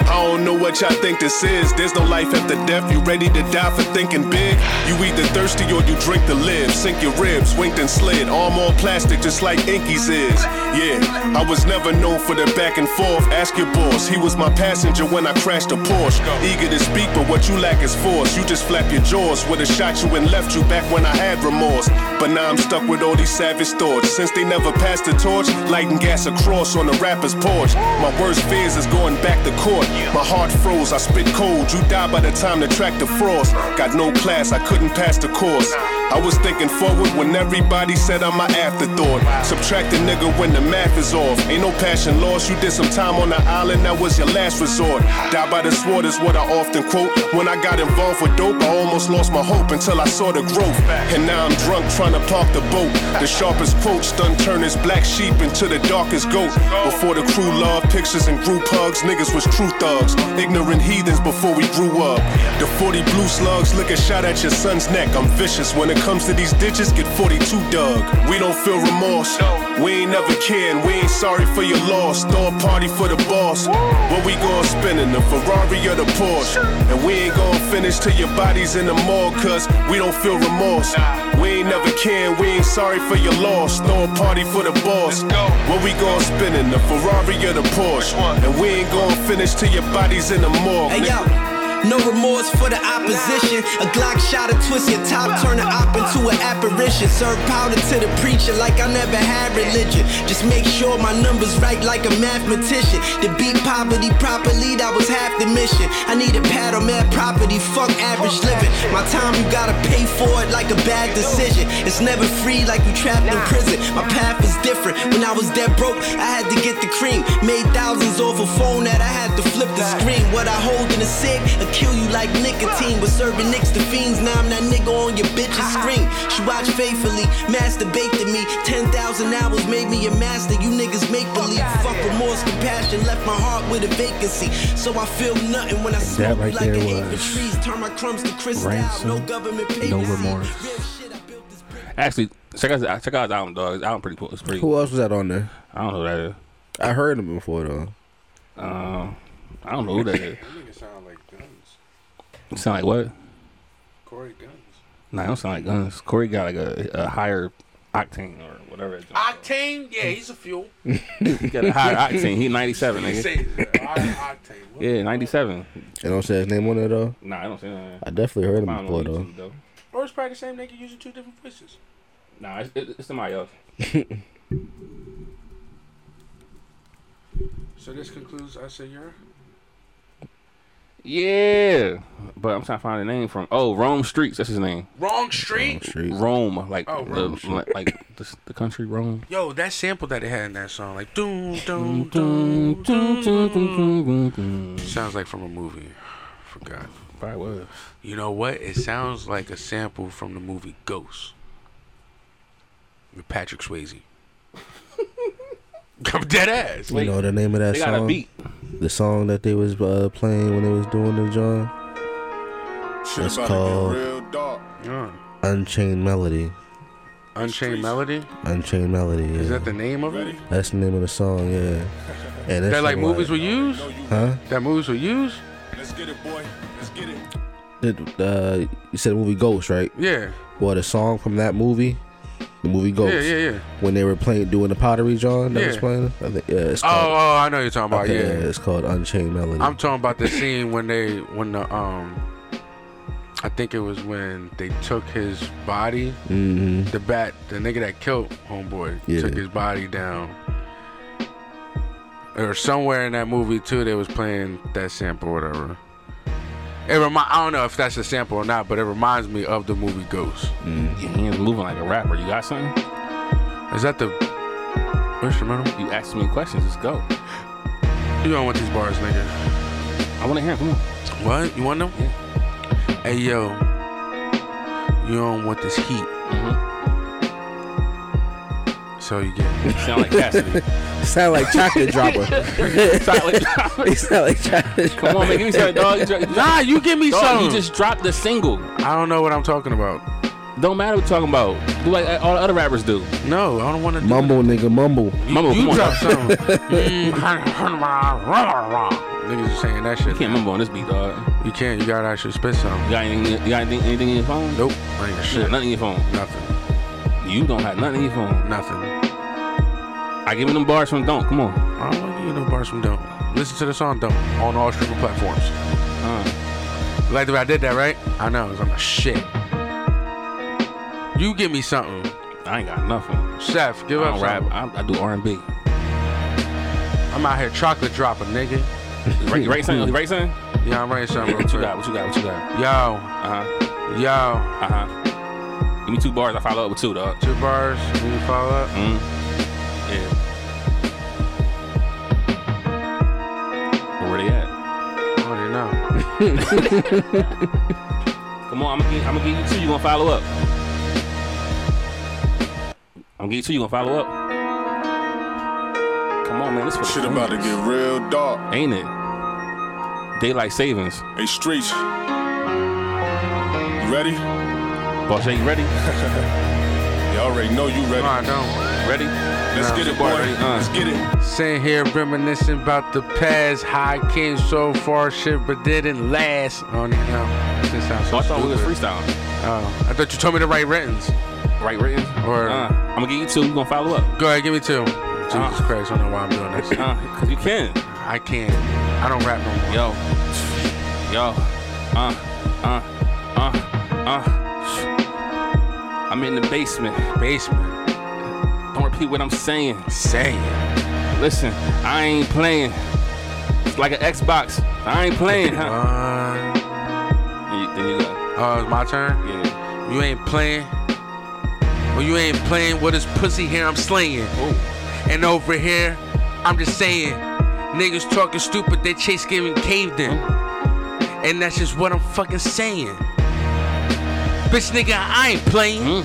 [SPEAKER 23] I don't know what y'all think this is. There's no life after death. You ready to die for thinking big? You either thirsty or you drink to live. Sink your ribs, winked and slid. Arm on plastic, just like Inky's is. Yeah. I was never known for the back and forth. Ask your boss. He was my passenger when I crashed a Porsche. Eager to speak, but what you lack is force. You just flap your jaws. Would've shot you and left you back when I had remorse. But now I'm stuck with all these savage thoughts. Since they never passed the torch, lighting gas across on the rapper's porch. My worst fears is going back to court. My heart froze, I spit cold. You die by the time the track the frost. Got no class, I couldn't pass the course. I was thinking forward when everybody said I'm my afterthought. Subtract the nigga when the math is off. Ain't no passion lost. You did some time on the island, that was your last resort. Die by the sword is what I often quote. When I got involved with dope, I almost lost my hope until I saw the growth. And now I'm drunk trying to park the boat. The sharpest quotes done turn his black sheep into the darkest goat. Before the crew loved pictures and group hugs, niggas was true thugs. Ignorant heathens before we grew up. The 40 blue slugs looking shot at your son's neck. I'm vicious when it comes to these ditches, get 42 dug. We don't feel remorse. We ain't never caring, we ain't sorry for your loss. Throw a party for the boss. What we gon' spin in the Ferrari or the Porsche? And we ain't gon' finish till your body's in the morgue, cause we don't feel remorse. We ain't never caring, we ain't sorry for your loss. Throw a party for the boss. What we gon' spin in the Ferrari or the Porsche? And we ain't gon' finish till your body's in the morgue.
[SPEAKER 14] Hey yo,
[SPEAKER 23] nigga.
[SPEAKER 14] no remorse for the opposition. A Glock shot a twist your top, turn an op into an apparition. Serve powder to the preacher like I never had religion. Just make sure my numbers right like a mathematician. To beat poverty properly, that was half the mission. I need a pad on mad property, fuck average living. My time you gotta pay for it like a bad decision. It's never free like you trapped in prison. My path is different. When I was dead broke, I had to get the cream. Made thousands off a phone that I had to flip the screen. What I hold in a sick, will kill you like nicotine. Was serving nicks to fiends, now I'm that nigga on your bitch's screen. She watched faithfully, masturbate to me. 10,000 hours made me a master. You niggas make believe. Fuck remorse, compassion. Left my heart with a vacancy. So I feel nothing when I
[SPEAKER 2] that
[SPEAKER 14] smoke
[SPEAKER 2] right
[SPEAKER 14] you like
[SPEAKER 2] there
[SPEAKER 14] an eight
[SPEAKER 2] was
[SPEAKER 14] trees. Turn my crumbs to crystal. No government paper.
[SPEAKER 2] No remorse. Actually, check out check out his album, dog. His album pretty cool. It's pretty.
[SPEAKER 4] Who else was that on there?
[SPEAKER 2] I don't know who that is.
[SPEAKER 4] I heard him before though.
[SPEAKER 2] Um, I don't know who that is. You sound like what?
[SPEAKER 3] Corey Guns.
[SPEAKER 2] Nah, I don't sound like guns. Corey got like a, a higher octane or whatever. It's
[SPEAKER 3] Octane? Yeah, he's a fuel.
[SPEAKER 2] he *laughs* got a higher octane. He 97,
[SPEAKER 3] He
[SPEAKER 2] nigga.
[SPEAKER 3] say, "High octane."
[SPEAKER 2] Yeah, 97.
[SPEAKER 4] It don't say his name on it though.
[SPEAKER 2] Nah, I don't say that.
[SPEAKER 4] I definitely heard him
[SPEAKER 2] Found
[SPEAKER 4] before
[SPEAKER 2] on
[SPEAKER 4] though.
[SPEAKER 2] YouTube, though.
[SPEAKER 3] Or it's probably the same nigga using two different voices.
[SPEAKER 2] Nah, it's, it- it's somebody else.
[SPEAKER 3] *laughs* So this concludes I Say Your.
[SPEAKER 2] Yeah, but I'm trying to find the name from. Oh, Rome Streets. That's his name.
[SPEAKER 3] Wrong street.
[SPEAKER 2] Rome, like
[SPEAKER 3] Oh,
[SPEAKER 2] the,
[SPEAKER 3] Rome Street.
[SPEAKER 2] like, like the, the country Rome.
[SPEAKER 3] Yo, that sample that they had in that song, like doom doom doom
[SPEAKER 2] Sounds
[SPEAKER 3] Sounds like from a movie. Forgot.
[SPEAKER 2] Probably was.
[SPEAKER 3] You know what? It sounds like a sample from the movie Ghost. With
[SPEAKER 2] *laughs*
[SPEAKER 3] Patrick Swayze. I'm dead ass.
[SPEAKER 4] You know the name of that
[SPEAKER 3] they
[SPEAKER 4] song?
[SPEAKER 3] got a beat.
[SPEAKER 4] The song that they was uh, playing when they was doing the John. It's called
[SPEAKER 3] Yeah.
[SPEAKER 4] Unchained Melody.
[SPEAKER 3] Unchained Melody.
[SPEAKER 4] Unchained Melody. Yeah.
[SPEAKER 3] Is that the name of it?
[SPEAKER 4] That's the name of the song.
[SPEAKER 3] *laughs*
[SPEAKER 4] Yeah. And
[SPEAKER 3] That like
[SPEAKER 4] shit
[SPEAKER 3] movies were used.
[SPEAKER 4] Huh?
[SPEAKER 3] That movies were used.
[SPEAKER 4] Did, uh, you said the movie Ghost, right?
[SPEAKER 3] Yeah.
[SPEAKER 4] Well, the song from that movie, the movie Ghost.
[SPEAKER 3] yeah, yeah.
[SPEAKER 4] When they were playing, doing the pottery, John, that was
[SPEAKER 3] Yeah.
[SPEAKER 4] playing. I think, yeah, it's
[SPEAKER 3] Oh,
[SPEAKER 4] called.
[SPEAKER 3] oh, I know you're talking about.
[SPEAKER 4] okay,
[SPEAKER 3] yeah.
[SPEAKER 4] it's called Unchained Melody.
[SPEAKER 3] I'm talking about the scene when they when the um I think it was when they took his body.
[SPEAKER 4] Mhm.
[SPEAKER 3] The bat the nigga that killed homeboy
[SPEAKER 4] Yeah.
[SPEAKER 3] took his body down. Or somewhere in that movie too they was playing that sample or whatever. It remind I don't know if that's a sample or not, but it reminds me of the movie Ghost.
[SPEAKER 2] Your hands moving like a rapper. You got something?
[SPEAKER 3] Is that the instrumental?
[SPEAKER 2] You asked me questions. Let's go.
[SPEAKER 3] You don't want these bars, nigga.
[SPEAKER 2] I want to hear them.
[SPEAKER 3] What? You want them? Hey yo, you don't want this heat.
[SPEAKER 2] Mm-hmm.
[SPEAKER 3] So you get
[SPEAKER 2] sound like
[SPEAKER 3] *laughs*
[SPEAKER 2] Cassidy.
[SPEAKER 4] sound like chocolate dropper.
[SPEAKER 2] Sound like dropper.
[SPEAKER 4] He *laughs* sound like chocolate dropper.
[SPEAKER 2] Come on, man, give me some, dog. You dro-
[SPEAKER 3] Nah, you give me
[SPEAKER 2] Dog,
[SPEAKER 3] some.
[SPEAKER 2] You just dropped the single.
[SPEAKER 3] I don't know what I'm talking about.
[SPEAKER 2] Don't matter what you're talking about. Do like all the other rappers do.
[SPEAKER 3] No, I don't want to.
[SPEAKER 4] Mumble, nigga, mumble.
[SPEAKER 2] Mumble, come
[SPEAKER 3] you
[SPEAKER 2] on.
[SPEAKER 3] drop
[SPEAKER 2] *laughs*
[SPEAKER 3] some.
[SPEAKER 4] *laughs*
[SPEAKER 3] Niggas are saying that shit. You
[SPEAKER 2] can't mumble on this beat, dog.
[SPEAKER 3] You can't. You gotta actually spit some.
[SPEAKER 2] You got anything? You got anything, anything in your phone?
[SPEAKER 3] Nope. I ain't got shit.
[SPEAKER 2] Nothing in your phone.
[SPEAKER 3] Nothing.
[SPEAKER 2] You don't have nothing in your phone.
[SPEAKER 3] Nothing.
[SPEAKER 2] I give him them bars from Don't. Come on.
[SPEAKER 3] I don't want you no bars from Don't. Listen to the song Don't on all streaming platforms.
[SPEAKER 2] Uh.
[SPEAKER 3] You like the way I did that, right? I know. It's like shit. You give me something.
[SPEAKER 2] I ain't got nothing.
[SPEAKER 3] Chef, give
[SPEAKER 2] I
[SPEAKER 3] up
[SPEAKER 2] don't rap.
[SPEAKER 3] something.
[SPEAKER 2] I, I do R and B.
[SPEAKER 3] I'm out here chocolate
[SPEAKER 2] *laughs*
[SPEAKER 3] dropping, nigga.
[SPEAKER 2] Right, right, son. Right, son.
[SPEAKER 3] Yeah, I'm writing something.
[SPEAKER 2] What you got? What you got? What you got?
[SPEAKER 3] Yo.
[SPEAKER 2] Uh
[SPEAKER 3] huh. Yo. Uh
[SPEAKER 2] huh. Give me two bars. I follow up with two, dog.
[SPEAKER 3] Two bars. Can you follow up?
[SPEAKER 2] Mm. Yeah. Where they at?
[SPEAKER 3] I already
[SPEAKER 2] *laughs*
[SPEAKER 3] know.
[SPEAKER 2] Come on, I'm gonna, give, I'm gonna give you two. You gonna follow up? I'm gonna give you two. You gonna follow up? Come on, man. This for shit
[SPEAKER 23] about to get real dark.
[SPEAKER 2] Ain't it? Daylight savings.
[SPEAKER 23] Hey, streets. You ready?
[SPEAKER 2] Boss, you
[SPEAKER 23] *laughs*
[SPEAKER 2] ready?
[SPEAKER 23] you already know you ready.
[SPEAKER 3] I don't.
[SPEAKER 2] Ready?
[SPEAKER 23] Let's
[SPEAKER 3] No. Uh,
[SPEAKER 23] get it, boy. Let's get it.
[SPEAKER 3] Sitting here reminiscing about the past, how I came so far, shit, but didn't last. I don't even know. This sounds so
[SPEAKER 2] I thought we was
[SPEAKER 3] stupid.
[SPEAKER 2] freestyling.
[SPEAKER 3] Oh, I thought you told me to write writtens.
[SPEAKER 2] Right written?
[SPEAKER 3] Or
[SPEAKER 2] Uh, I'm gonna give you two. You gonna follow up?
[SPEAKER 3] go ahead, give me two. Jesus Christ, I don't know why I'm doing this.
[SPEAKER 2] Uh, Cause you can.
[SPEAKER 3] I can't. I don't rap no more.
[SPEAKER 2] Yo, yo, uh, uh, uh, uh. I'm in the basement.
[SPEAKER 3] Basement.
[SPEAKER 2] Don't repeat what I'm saying.
[SPEAKER 3] Saying.
[SPEAKER 2] Listen, I ain't playing. It's like an Xbox. I ain't playing, huh? There you go.
[SPEAKER 3] Oh, it's my turn?
[SPEAKER 2] Yeah.
[SPEAKER 3] You ain't playing. Well, you ain't playing with this pussy here, I'm slaying. And over here, I'm just saying. Niggas talking stupid, they chase getting caved in. And that's just what I'm fucking saying. Bitch nigga, I ain't playing.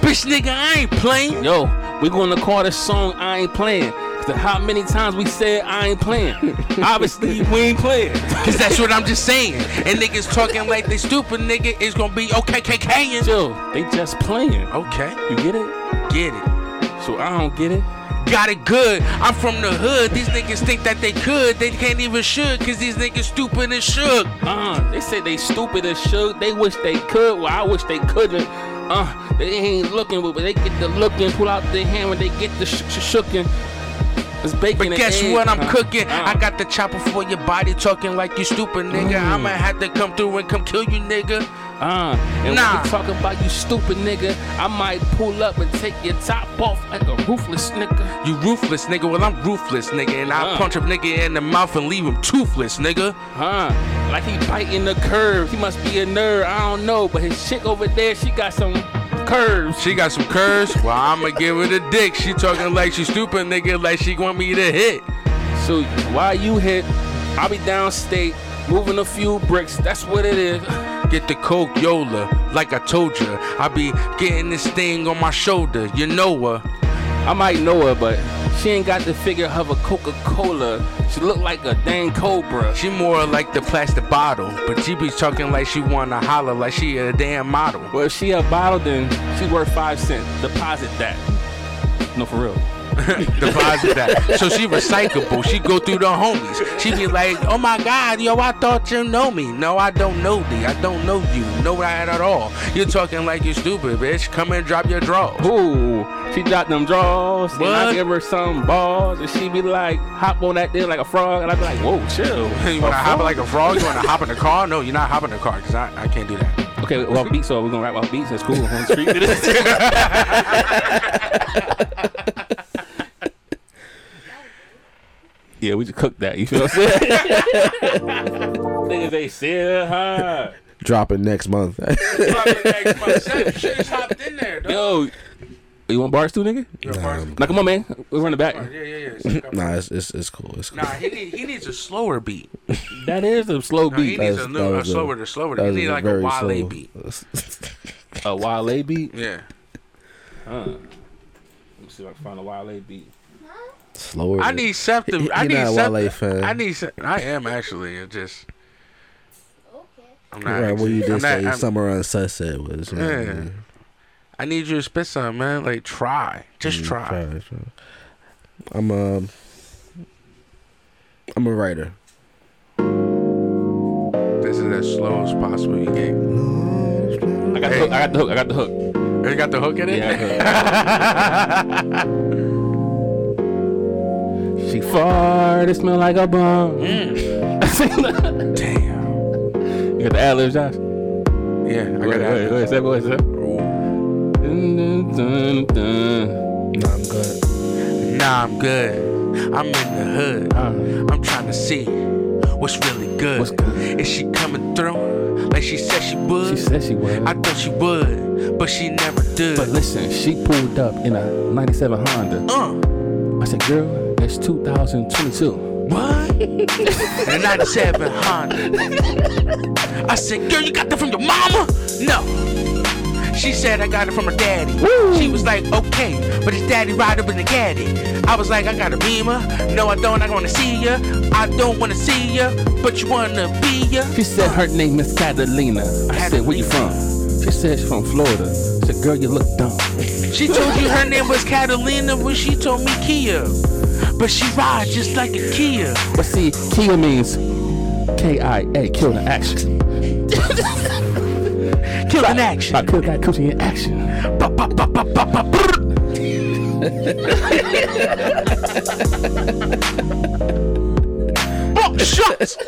[SPEAKER 3] Bitch nigga, I ain't playing.
[SPEAKER 2] Yo, we gonna call this song I ain't playing. 'Cause the- how many times we said I ain't playing?
[SPEAKER 3] *laughs*
[SPEAKER 2] Obviously, we ain't playing.
[SPEAKER 3] Cause that's what I'm just saying. And niggas talking like they stupid, nigga, is gonna be okay, KKing.
[SPEAKER 2] Yo, they just playing.
[SPEAKER 3] Okay.
[SPEAKER 2] You get it?
[SPEAKER 3] Get
[SPEAKER 2] it. So I don't get it.
[SPEAKER 3] Got it good. I'm from the hood. These niggas think that they could. They can't even should, cause these niggas stupid and shook.
[SPEAKER 2] Uh, they said they stupid as shook. They wish they could. Well, I wish they couldn't. Uh, they ain't looking, but they get the looking. Pull out the hammer, they get the sh- sh- shookin'. It's baking.
[SPEAKER 3] But
[SPEAKER 2] and
[SPEAKER 3] guess
[SPEAKER 2] egg.
[SPEAKER 3] what? I'm
[SPEAKER 2] Uh,
[SPEAKER 3] cooking.
[SPEAKER 2] uh.
[SPEAKER 3] I got the chopper for your body, talking like you stupid, nigga. I'ma have to come through and come kill you, nigga.
[SPEAKER 2] Mm. Uh, and
[SPEAKER 3] Nah.
[SPEAKER 2] when you talk about you stupid nigga, I might pull up and take your top off like a ruthless nigga. Uh.
[SPEAKER 3] You ruthless nigga, well I'm ruthless nigga, and I
[SPEAKER 2] Huh.
[SPEAKER 3] punch a nigga in the mouth and leave him toothless nigga.
[SPEAKER 2] Huh? Uh, Like he biting the curve. He must be a nerd. I don't know, but his chick over there, she got some curves.
[SPEAKER 3] She got some curves. Well, I'ma give her the dick. She talking like she stupid nigga, like she want me to hit.
[SPEAKER 2] So why you hit? I'll be downstate, moving a few bricks. That's what it is.
[SPEAKER 3] Get the coke yola, like I told ya. I be getting this thing on my shoulder. You know her.
[SPEAKER 2] I might know her, but she ain't got the figure of a Coca-Cola. She look like a dang cobra.
[SPEAKER 3] She more like the plastic bottle, but she be talking like she wanna holler like she a damn model.
[SPEAKER 2] Well, if she a bottle, then she worth five cents. Deposit that. No, for
[SPEAKER 3] *laughs*
[SPEAKER 2] real.
[SPEAKER 3] Deposit that. So she recyclable. She go through the homies. She be like, oh my god, yo, I thought you know me. No, I don't know thee. I don't know you. No, that at all. You're talking like you stupid, bitch. Come and drop your draw.
[SPEAKER 2] *laughs* Ooh, she dropped them draws. And I
[SPEAKER 3] What?
[SPEAKER 2] give her some balls, and she be like, hop on that thing like a frog, and I be like, whoa, chill.
[SPEAKER 3] *laughs* You wanna hop like a frog? You wanna
[SPEAKER 2] *laughs*
[SPEAKER 3] hop in the car? No, you're not hopping in the car because I, I can't do that.
[SPEAKER 2] Okay, well, beats. So we're gonna rap about beats. That's
[SPEAKER 3] *laughs*
[SPEAKER 2] cool. On the street. yeah, we just cooked that. You feel what I'm
[SPEAKER 3] *laughs*
[SPEAKER 2] saying? Niggas, they still high.
[SPEAKER 4] Dropping next month. *laughs*
[SPEAKER 2] Yo, you want bars too, nigga?
[SPEAKER 4] bars.
[SPEAKER 2] Nah, come on, man. We run it back.
[SPEAKER 4] nah, it's, it's it's cool. It's cool.
[SPEAKER 3] Nah, he, need, he needs a slower beat.
[SPEAKER 2] That is a slow
[SPEAKER 3] No,
[SPEAKER 2] beat.
[SPEAKER 3] he needs a, new, a slower, to slower. He need like a Wale beat.
[SPEAKER 2] A Wale beat?
[SPEAKER 3] Yeah.
[SPEAKER 2] Huh. Let me see if I can find a Wale beat.
[SPEAKER 4] Slower.
[SPEAKER 3] I need something. I
[SPEAKER 4] He- he
[SPEAKER 3] need
[SPEAKER 4] not a
[SPEAKER 3] something.
[SPEAKER 4] Wale fan.
[SPEAKER 3] I need. Some, I am actually. It just. I'm not.
[SPEAKER 4] Right, what you did
[SPEAKER 3] actually- I'm
[SPEAKER 4] say,
[SPEAKER 3] not- I'm-
[SPEAKER 4] summer on sunset was. mm-hmm.
[SPEAKER 3] Yeah. I need you to spit something, man. Like try, just
[SPEAKER 4] Mm,
[SPEAKER 3] try.
[SPEAKER 4] try. I'm a. I'm a writer.
[SPEAKER 3] This is as slow as possible you get.
[SPEAKER 2] I got, the hook, I got the hook. I got the hook.
[SPEAKER 3] You got the hook in it. *laughs*
[SPEAKER 2] She farted, it smell like a bomb.
[SPEAKER 3] Damn.
[SPEAKER 2] *laughs* You got the ad libs, Josh?
[SPEAKER 3] Yeah, I got the
[SPEAKER 2] Wait, wait, say, wait, say.
[SPEAKER 4] Nah, I'm good.
[SPEAKER 3] Nah, I'm good. I'm in the
[SPEAKER 2] Uh.
[SPEAKER 3] hood. I'm trying to see what's really good. Is she coming through like she said she would? She
[SPEAKER 2] said she would.
[SPEAKER 3] I thought she would, but she never did.
[SPEAKER 2] But listen, she pulled up in a 97 Honda.
[SPEAKER 3] Uh.
[SPEAKER 2] I said, girl, that's 2022.
[SPEAKER 4] *laughs*
[SPEAKER 3] A 97 Honda. I said, girl, you got that from your mama? No. She said I got it from her daddy. She was like, okay, but his daddy ride up in the caddy. I was like, I got a beamer. No, I don't. I wanna see ya. I don't wanna see ya, but you wanna be ya.
[SPEAKER 2] She said her name is Catalina. I said, where you from? She said she's from Florida. I said, girl, you look dumb.
[SPEAKER 3] She told you her name was Catalina when she told me Kia. But she ride just like a Kia.
[SPEAKER 2] But see, Kia means K-I-A, kill in action.
[SPEAKER 3] *laughs* kill in action.
[SPEAKER 2] I killed that coochie in action.
[SPEAKER 5] Oh,
[SPEAKER 3] Fuck the shots.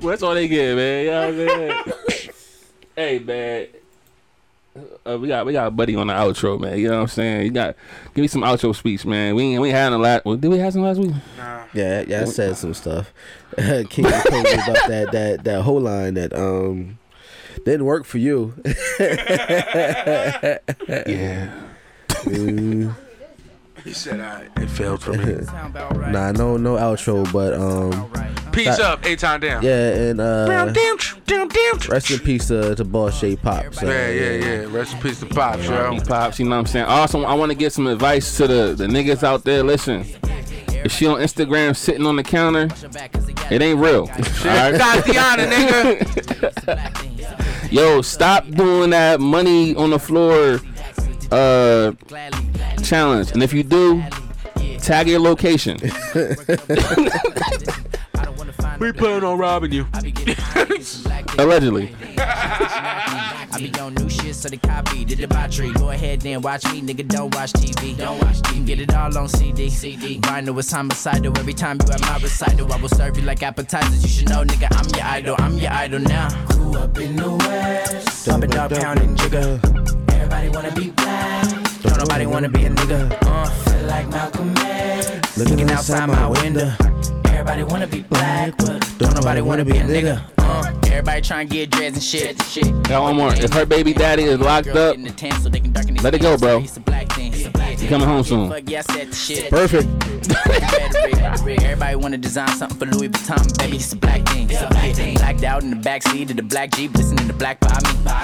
[SPEAKER 2] Well, that's all they get, man. You know what I'm saying? hey, man. Uh, we got we got a buddy on the outro, man. You know what I'm saying? You got give me some outro speech, man. We ain't- we ain't had a lot. Well, did we have some last week?
[SPEAKER 4] Yeah, yeah, I said some stuff. *laughs* King told me about that that that whole line that um didn't work for
[SPEAKER 3] *laughs*
[SPEAKER 4] you. yeah. Mm.
[SPEAKER 3] He said I it failed for me.
[SPEAKER 4] *laughs* Nah, no no outro, but um
[SPEAKER 3] Peace
[SPEAKER 4] that-
[SPEAKER 3] up, eight time down.
[SPEAKER 4] Yeah, and uh
[SPEAKER 3] Down, down, down, down.
[SPEAKER 4] rest in peace to, to boss Shay Pop. So,
[SPEAKER 3] Yeah, yeah, yeah. Rest in peace to Pop, yo.
[SPEAKER 2] These Pops, you know what I'm saying? Also, I want to give some advice to the, the niggas out there. Listen, if she on Instagram sitting on the counter, it ain't
[SPEAKER 3] *laughs*
[SPEAKER 2] real. All right?
[SPEAKER 3] Tatiana,
[SPEAKER 2] *laughs*
[SPEAKER 3] nigga. *laughs*
[SPEAKER 2] Yo, stop doing that money on the floor uh challenge. And if you do, tag your location.
[SPEAKER 12] *laughs*
[SPEAKER 3] We plan on robbing you.
[SPEAKER 2] Allegedly.
[SPEAKER 12] be on new shit, so they copy the debauchery. Go ahead then watch me, nigga. Don't watch TV. Don't watch TV. You can get it all on CD. CD. Vinyl is homicidal. Every time you at my recital, I will serve you like appetizers. You should know, nigga. I'm your idol. I'm your idol now. Grew up in the West. Bump it dog pounding jigger. Everybody wanna be black. Don't nobody wanna be a nigga. Uh, feel like Malcolm X. Looking outside my window. Everybody wanna be black, but don't nobody wanna be a nigga. Uh, everybody trying to get dreads and shit.
[SPEAKER 2] Got one more. If her baby daddy is locked up, let it go, bro. He coming home soon.
[SPEAKER 12] Fuck yeah, I said the shit.
[SPEAKER 2] Perfect.
[SPEAKER 12] Everybody wanna design something for Louis Vuitton, baby. It's a black thing. It's a black thing. Blacked out in the backseat of the black Jeep, listening to black by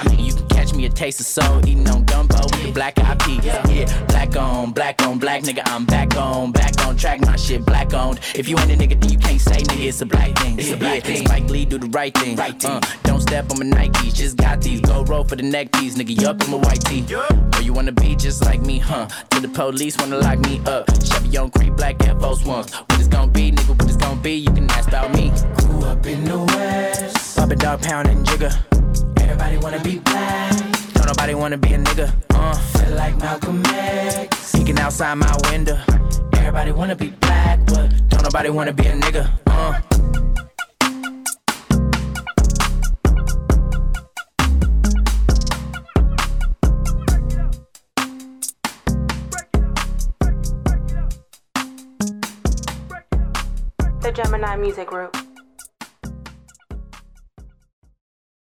[SPEAKER 12] me. You can catch me a taste of soul, eating on gumbo with the black eyed peas. Yeah, black on, black on, black nigga. I'm back on, back on track. My shit black owned. If you ain't a nigga, then you can't say nigga. It's a black thing. It's a black thing. Spike Lee do the right thing. Right uh, don't step on my Nikes, just got these. Go roll for the neck piece, nigga. Yup, I'm a white tee. Or you wanna be just like me, huh? Till the police wanna lock me up. Chevy on creep, black Air Force Ones. What it's gonna be, nigga? What it's gonna be? You can ask about me. Grew up in the West. Papa dog pounding jigger. Everybody wanna be black. Don't nobody wanna be a nigga. Uh, feel like Malcolm X. Peeking outside my window. Everybody wanna be black, but don't nobody wanna be a nigga. Uh.
[SPEAKER 13] The Gemini Music Group.